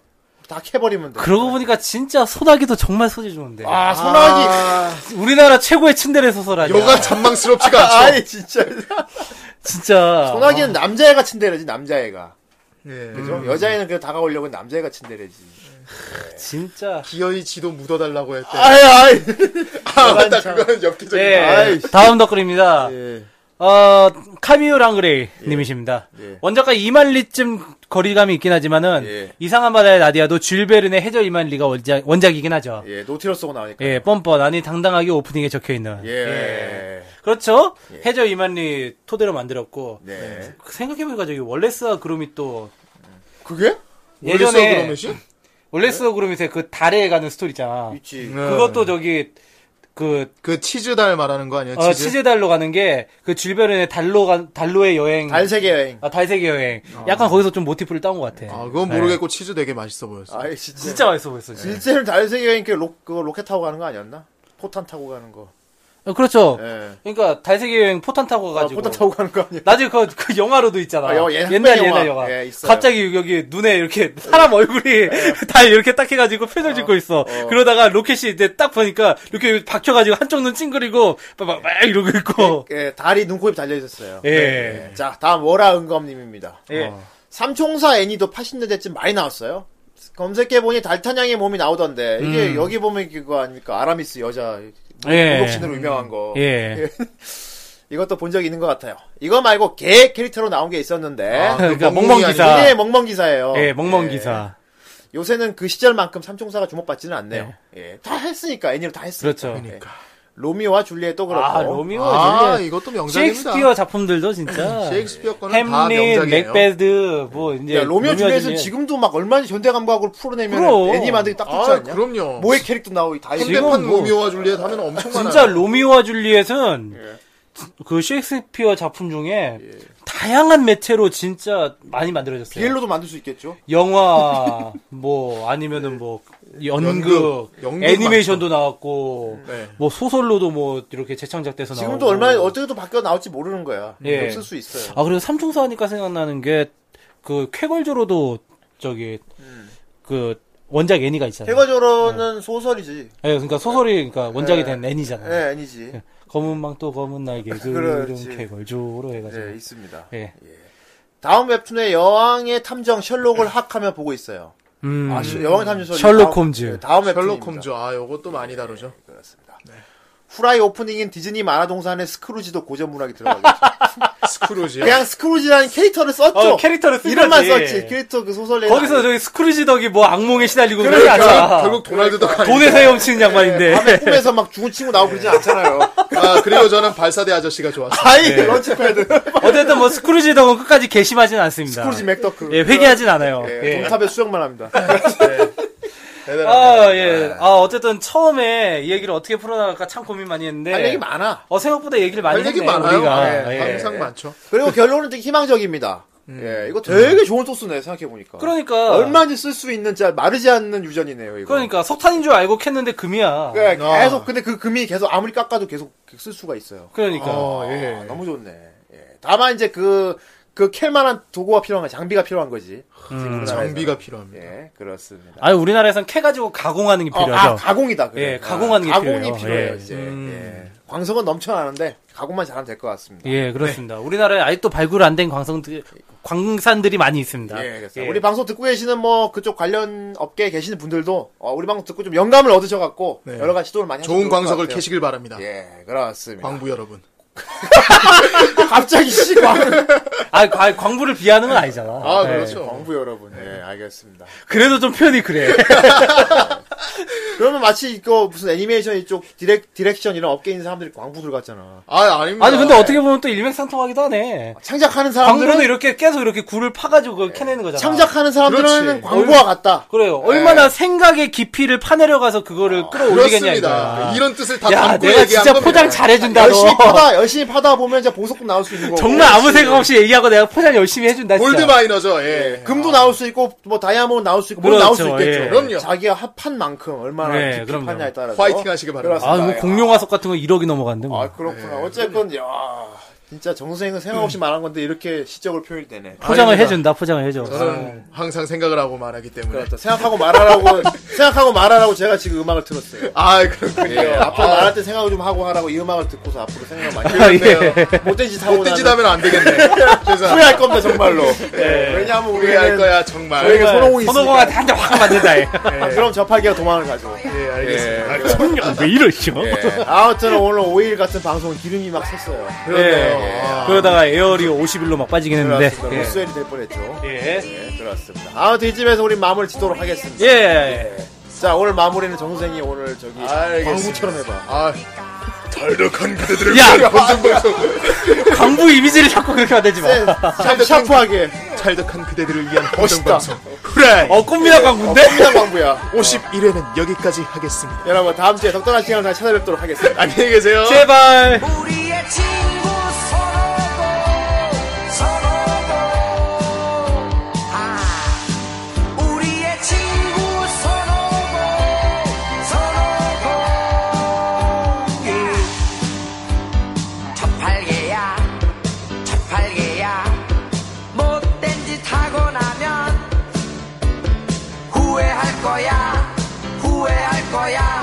Speaker 2: 다 캐버리면 돼.
Speaker 4: 그러고 보니까 진짜 소나기도 정말 소재 좋은데.
Speaker 2: 아 소나기.
Speaker 4: 우리나라 최고의 츤데레 소설 아니야.
Speaker 3: 여간 잔망스럽지가
Speaker 4: (laughs)
Speaker 3: 않죠.
Speaker 2: 아, 아니 (laughs) 진짜.
Speaker 4: 진짜.
Speaker 2: 소나기는 남자애가 친데레지 남자애가.
Speaker 3: 예.
Speaker 2: 그죠? 여자애는 그래 다가오려고 남자애가 친데레지.
Speaker 4: 아, 진짜.
Speaker 3: 기어이 지도 묻어달라고 했대.
Speaker 2: 아이 (laughs) 아이.
Speaker 3: 아, 맞다. 그거는 엽기적이다.
Speaker 4: 예.
Speaker 2: 아이씨. 예.
Speaker 4: 다음 덧글입니다. 어, 카미오 랑그레이 님이십니다.
Speaker 2: 예.
Speaker 4: 원작가 이만리쯤 거리감이 있긴 하지만은
Speaker 2: 예.
Speaker 4: 이상한 바다의 나디아도 줄베른의 해저 이만리가 원작, 원작이긴 하죠.
Speaker 2: 예 노티로 쓰고 나오니까.
Speaker 4: 예, 뻔뻔 아니 당당하게 오프닝에 적혀 있는.
Speaker 2: 예.
Speaker 4: 그렇죠. 해저 이만리 토대로 만들었고
Speaker 2: 네.
Speaker 4: 생각해보니까 저기 월레스와 그루미 또
Speaker 2: 그게?
Speaker 4: 예전에
Speaker 3: 그러면시?
Speaker 4: 월레스와 그루미의 그 달에 가는 스토리 있잖아.
Speaker 2: 있지.
Speaker 4: 그것도 저기 그
Speaker 3: 그 치즈달 말하는 거 아니에요?
Speaker 4: 어,
Speaker 3: 치즈?
Speaker 4: 치즈 달로 가는 게 그 줄베른의 달로 간 달로의 여행
Speaker 2: 달세계 여행.
Speaker 4: 아, 달세계 여행 약간 거기서 좀 모티프를 따온 것 같아. 네.
Speaker 3: 아, 그건 모르겠고 치즈 되게 맛있어 보였어.
Speaker 2: 아이 진짜.
Speaker 4: 진짜 맛있어 보였어. 진짜.
Speaker 2: 실제로 달세계 여행 그 로, 그거 로켓 타고 가는 거 아니었나? 포탄 타고 가는 거.
Speaker 4: 어, 그렇죠.
Speaker 2: 예.
Speaker 4: 그러니까 달세계 여행 포탄 타고
Speaker 2: 아,
Speaker 4: 가지고
Speaker 2: 포탄 타고 가는 거 아니야?
Speaker 4: 나중에 그, 그 영화로도 있잖아.
Speaker 2: 아, 영화, 옛날
Speaker 4: 옛날
Speaker 2: 영화.
Speaker 4: 옛날 영화.
Speaker 2: 예, 있어요.
Speaker 4: 갑자기 여기 눈에 이렇게 사람 얼굴이 (laughs) 다 이렇게 딱 해가지고 표정 짓고 있어. 그러다가 로켓이 이제 딱 보니까 이렇게 박혀가지고 한쪽 눈 찡그리고 막, 막, 막 이러고 있고.
Speaker 2: 예, 달이 눈코입 달려 있었어요.
Speaker 4: 예.
Speaker 2: 예. 자, 다음 월화은검님입니다. 어.
Speaker 4: 예.
Speaker 2: 삼총사 애니도 80년대쯤 많이 나왔어요. 검색해보니 달탄양의 몸이 나오던데, 이게 여기 보면 그거 아닙니까? 아라미스 여자,
Speaker 4: 예.
Speaker 2: 무독신으로 유명한 거.
Speaker 4: 예.
Speaker 2: 이것도 본 적이 있는 것 같아요. 이거 말고 개 캐릭터로 나온 게 있었는데,
Speaker 3: 아, 그
Speaker 4: 그러니까
Speaker 3: 멍멍이
Speaker 4: 멍멍기사.
Speaker 2: 이게 뭐. 멍멍기사예요.
Speaker 4: 예, 멍멍기사.
Speaker 2: 요새는 그 시절만큼 삼총사가 주목받지는 않네요. 예. 다 했으니까, 애니로 다 했으니까.
Speaker 4: 네. 그렇죠.
Speaker 2: 예. 로미오와 줄리엣도 그렇고.
Speaker 4: 아, 로미오와
Speaker 3: 아,
Speaker 4: 줄리엣.
Speaker 3: 이것도
Speaker 4: 셰익스피어
Speaker 3: 명작입니다.
Speaker 4: 작품들도 진짜.
Speaker 3: 셰익스피어 거는 다
Speaker 4: 햄릿,
Speaker 3: 명작이에요.
Speaker 4: 맥베드, 뭐 이제
Speaker 2: 야, 예, 로미오 줄리엣은
Speaker 4: 줄리엣.
Speaker 2: 지금도 막 얼마나 현대 감각으로 풀어내면
Speaker 4: 그럼.
Speaker 2: 애니 만들기 딱 좋지
Speaker 3: 아,
Speaker 2: 않냐?
Speaker 3: 그럼요.
Speaker 2: 모의 캐릭터 나오고 다 있어.
Speaker 4: 지금
Speaker 3: 현대판
Speaker 4: 뭐-
Speaker 3: 로미오와 줄리엣 하면 엄청 많아요.
Speaker 4: 진짜 로미오와 줄리엣은
Speaker 2: 예.
Speaker 4: 그 셰익스피어 작품 중에 다양한 매체로 진짜 많이 만들어졌어요.
Speaker 2: 비엘로도 만들 수 있겠죠.
Speaker 4: 영화 뭐 아니면은 뭐 연극,
Speaker 3: 연극, 연극
Speaker 4: 애니메이션도 나왔고
Speaker 3: 네.
Speaker 4: 뭐 소설로도 뭐 이렇게 재창작돼서 나오고
Speaker 2: 지금도 얼마나 어떻게 또 바뀌어 나올지 모르는 거야.
Speaker 4: 예.
Speaker 2: 쓸 수 있어요.
Speaker 4: 아 그리고 삼총사 하니까 생각나는 게 그 쾌걸조로도 저기
Speaker 2: 음.
Speaker 4: 그 원작 애니가 있잖아요.
Speaker 2: 해과조로는 소설이지.
Speaker 4: 예, 그러니까 소설이 그러니까
Speaker 2: 네.
Speaker 4: 원작이 된
Speaker 2: 예,
Speaker 4: 애니잖아요.
Speaker 2: 아니지.
Speaker 4: 검은 망토
Speaker 2: (laughs)
Speaker 4: 검은 날개 그런
Speaker 2: 그렇지.
Speaker 4: 쾌걸조로 해가지고
Speaker 2: 예, 있습니다.
Speaker 4: 예.
Speaker 2: 다음 웹툰에 여왕의 탐정 셜록을 학하며 보고 있어요.
Speaker 4: 음.
Speaker 2: 아, 시- 여왕의 탐정 셜록.
Speaker 4: 셜록
Speaker 2: 다음-
Speaker 4: 홈즈.
Speaker 2: 네, 다음 웹툰.
Speaker 3: 셜록 홈즈. 아, 요것도 많이 다루죠.
Speaker 2: 그렇습니다. 후라이 오프닝인 디즈니 만화 동산에 스크루지도 고전문학이 들어가겠죠.
Speaker 3: (laughs) 스크루지.
Speaker 2: 그냥 스크루지라는 캐릭터를 썼죠.
Speaker 4: 어, 캐릭터를 쓴
Speaker 2: 이름만
Speaker 4: 거지. 예.
Speaker 2: 썼지. 캐릭터 그 소설에
Speaker 4: 거기서 저기 스크루지 덕이 뭐 악몽에 시달리고 그러지
Speaker 3: 그러니까
Speaker 4: 않잖아.
Speaker 3: 결국 도날드 덕 아니.
Speaker 4: (laughs) 돈에 사염치는 양반인데.
Speaker 2: 밤에 꿈에서 막 죽은 친구 나오고 그러진 않잖아요.
Speaker 3: 아, 그리고 저는 발사대 아저씨가 좋았어요.
Speaker 2: 아이 런치패드
Speaker 4: (laughs) 어쨌든 뭐 스크루지 덕은 끝까지 개심하진 않습니다.
Speaker 2: 스크루지 맥더크.
Speaker 4: 예, 회개하진 않아요.
Speaker 2: 예,
Speaker 4: 예.
Speaker 2: 동탑에 수영만 합니다.
Speaker 3: 대단합니다.
Speaker 4: 아, 예. 아, 어쨌든 처음에 이 얘기를 어떻게 풀어나갈까 참 고민 많이 했는데.
Speaker 2: 할 얘기 많아.
Speaker 4: 어, 생각보다 얘기를 많이
Speaker 3: 할 얘기
Speaker 4: 했네,
Speaker 3: 많아요.
Speaker 4: 우리가.
Speaker 3: 예,
Speaker 4: 예.
Speaker 3: 항상 많죠.
Speaker 2: 그리고 결론은 되게 희망적입니다. 예, 이거 되게 좋은 소스네 생각해 보니까.
Speaker 4: 음. 그러니까.
Speaker 2: 얼마든지 쓸 수 있는 짜 마르지 않는 유전이네요. 이거.
Speaker 4: 그러니까 석탄인 줄 알고 캤는데 금이야.
Speaker 2: 예,
Speaker 3: 아.
Speaker 2: 계속 근데 그 금이 계속 아무리 깎아도 계속 쓸 수가 있어요.
Speaker 4: 그러니까.
Speaker 3: 어, 예.
Speaker 2: 아, 너무 좋네. 예. 다만 이제 그 그 캘만한 도구가 필요한 거, 장비가 필요한 거지.
Speaker 3: 예.
Speaker 4: 음.
Speaker 3: 장비가 필요합니다.
Speaker 2: 예, 그렇습니다.
Speaker 4: 아니, 우리나라에선 캐가지고 가공하는 게
Speaker 2: 어,
Speaker 4: 필요하죠.
Speaker 2: 아, 가공이다. 그래.
Speaker 4: 예, 가공하는 게
Speaker 2: 아, 가공이
Speaker 4: 필요해요.
Speaker 2: 필요해요,
Speaker 4: 예.
Speaker 2: 이제.
Speaker 4: 음.
Speaker 2: 예. 광석은 넘쳐나는데 가공만 잘하면 될 것 같습니다.
Speaker 4: 예, 그렇습니다. 우리나라에 아직도 발굴 안 된 광성들, 광산들이 많이 있습니다.
Speaker 2: 예, 알겠어요. 우리 방송 듣고 계시는 뭐 그쪽 관련 업계에 계시는 분들도 어, 우리 방송 듣고 좀 영감을 얻으셔 갖고
Speaker 3: 네.
Speaker 2: 여러 가지 시도를 많이 하시면
Speaker 3: 좋은
Speaker 2: 좋을 것
Speaker 3: 광석을
Speaker 2: 같아요.
Speaker 3: 캐시길 바랍니다.
Speaker 2: 예, 그렇습니다.
Speaker 3: 광부 여러분.
Speaker 2: 갑자기 씨 광.
Speaker 4: 아, 과- 광부를 비하는 건 아니잖아.
Speaker 3: 아,
Speaker 4: 예.
Speaker 3: 그렇죠.
Speaker 2: 네, 광부 여러분. 예, 알겠습니다.
Speaker 4: 그래도 좀 표현이 그래.
Speaker 2: 그러면 마치 이거 무슨 애니메이션 이쪽 디렉 디렉션 이런 업계에 있는 사람들이 광부들 같잖아.
Speaker 3: 아, 아닙니다.
Speaker 4: (laughs) 아니, 근데 어떻게 보면 또 일맥상통하기도 하네.
Speaker 2: 창작하는
Speaker 4: 광부는
Speaker 2: 사람들은
Speaker 4: 이렇게 계속 이렇게 굴을 파가지고 그걸 캐내는 거잖아.
Speaker 2: 창작하는 사람들은
Speaker 3: 그렇지.
Speaker 2: 광부와 같다.
Speaker 4: 그래요. 얼마나 생각의 깊이를 파내려 가서 그거를 끌어올리겠냐
Speaker 3: 예, 그렇습니다.
Speaker 4: 이거야.
Speaker 3: 이런 뜻을 다
Speaker 4: 야,
Speaker 3: 담고
Speaker 4: 내가
Speaker 3: 얘기한
Speaker 4: 진짜
Speaker 3: 겁니다.
Speaker 4: 포장 잘해준다 너.
Speaker 2: 열심히 파다 열심히 파다 보면 이제 보석도 나올 수 있는 거고.
Speaker 4: (laughs) 정말 아무 생각 없이 얘기하고 내가 포장 열심히 해준다. 진짜.
Speaker 3: 골드 마이너죠. 예.
Speaker 2: 금도 나올 수 있고 뭐 다이아몬드 나올 수 있고 뭐 나올 수
Speaker 4: 그렇죠,
Speaker 2: 있겠죠.
Speaker 4: 예.
Speaker 3: 그럼요.
Speaker 2: 자기가 합한 만큼 얼마나
Speaker 4: 네,
Speaker 2: 깊이
Speaker 4: 그럼요.
Speaker 2: 파냐에 따라서 예.
Speaker 3: 화이팅 하시길 바랍니다. 예.
Speaker 4: 아, 뭐 공룡화석 같은 거 1억이 넘어갔는데. 뭐.
Speaker 2: 아 그렇구나. 어쨌건 야 진짜 정수생은 생각
Speaker 4: 음.
Speaker 2: 없이 말한 건데 이렇게 시적으로 표현이 되네.
Speaker 4: 포장을
Speaker 3: 아닙니다.
Speaker 4: 해준다. 포장을 해줘.
Speaker 3: 저는 항상 생각을 하고 말하기 때문에.
Speaker 2: 그렇다. 그렇죠. 생각하고 말하라고 (laughs) 생각하고 말하라고 제가 지금 음악을 틀었어요.
Speaker 3: 아, 그렇군요.
Speaker 2: 예, 앞으로
Speaker 3: 아,
Speaker 2: 말할 때 생각을 좀 하고 하라고 이 음악을 듣고서 앞으로 생각 많이
Speaker 4: 아,
Speaker 2: 해요.
Speaker 4: 예.
Speaker 2: 못된 짓 하고
Speaker 3: 못된 짓 하면 안 되겠네. 죄송합니다.
Speaker 2: 후회할 겁니다
Speaker 3: (laughs)
Speaker 2: 정말로. 예, 왜냐하면
Speaker 3: 우리 할
Speaker 2: 우리는
Speaker 3: 거야, 정말.
Speaker 2: 저희가 손오공이
Speaker 4: 선호공한테 한 대 확 맞는다. 얘.
Speaker 2: 있으니까. 그럼 접하기가 도망을 가죠.
Speaker 3: 예, 알겠습니다.
Speaker 2: 예.
Speaker 3: 아,
Speaker 4: 공룡 왜 이러시오?
Speaker 2: 예. 아무튼 오늘 5일 같은 방송은 기름이 막 샜어요. 예.
Speaker 3: 그렇네요. 네. 아.
Speaker 4: 그러다가 에어리 51로 막 빠지긴 했는데.
Speaker 2: 그렇습니다.
Speaker 4: 예.
Speaker 2: 로스웰이 될 뻔했죠.
Speaker 4: 예.
Speaker 2: 네, 그렇습니다. 아무튼 이쯤에서 우리 마무리 짓도록 하겠습니다.
Speaker 4: 예.
Speaker 2: 자, 오늘 마무리는 정선생이 오늘 저기
Speaker 3: 예. 알겠습니다.
Speaker 2: 광고처럼 해봐.
Speaker 3: 아, 달력한 그대들을
Speaker 4: 예. 야!
Speaker 2: (laughs)
Speaker 3: 위하여 번성번성.
Speaker 4: 광부 이미지를 자꾸 그렇게 만들지 마.
Speaker 3: 아,
Speaker 2: 참
Speaker 3: 네.
Speaker 2: 샤프하게.
Speaker 3: 잘득한 그대들을 위한
Speaker 2: 멋있다.
Speaker 3: 번성방송 후라이
Speaker 4: 어, 꽃미남
Speaker 3: 네.
Speaker 4: 광부인데?
Speaker 2: 겁니다, 광부야.
Speaker 3: 51회는 여기까지 하겠습니다
Speaker 2: 여러분, 다음 주에 적당한 시간을 다시 찾아뵙도록 하겠습니다.
Speaker 3: 안녕히 계세요
Speaker 4: 제발.
Speaker 6: 우리의 친구 선호도 선호도 아 우리의 친구 선호도 선호도 예. 첫팔계야 첫팔계야 못된 짓 하고 나면 후회할 거야 후회할 거야 예.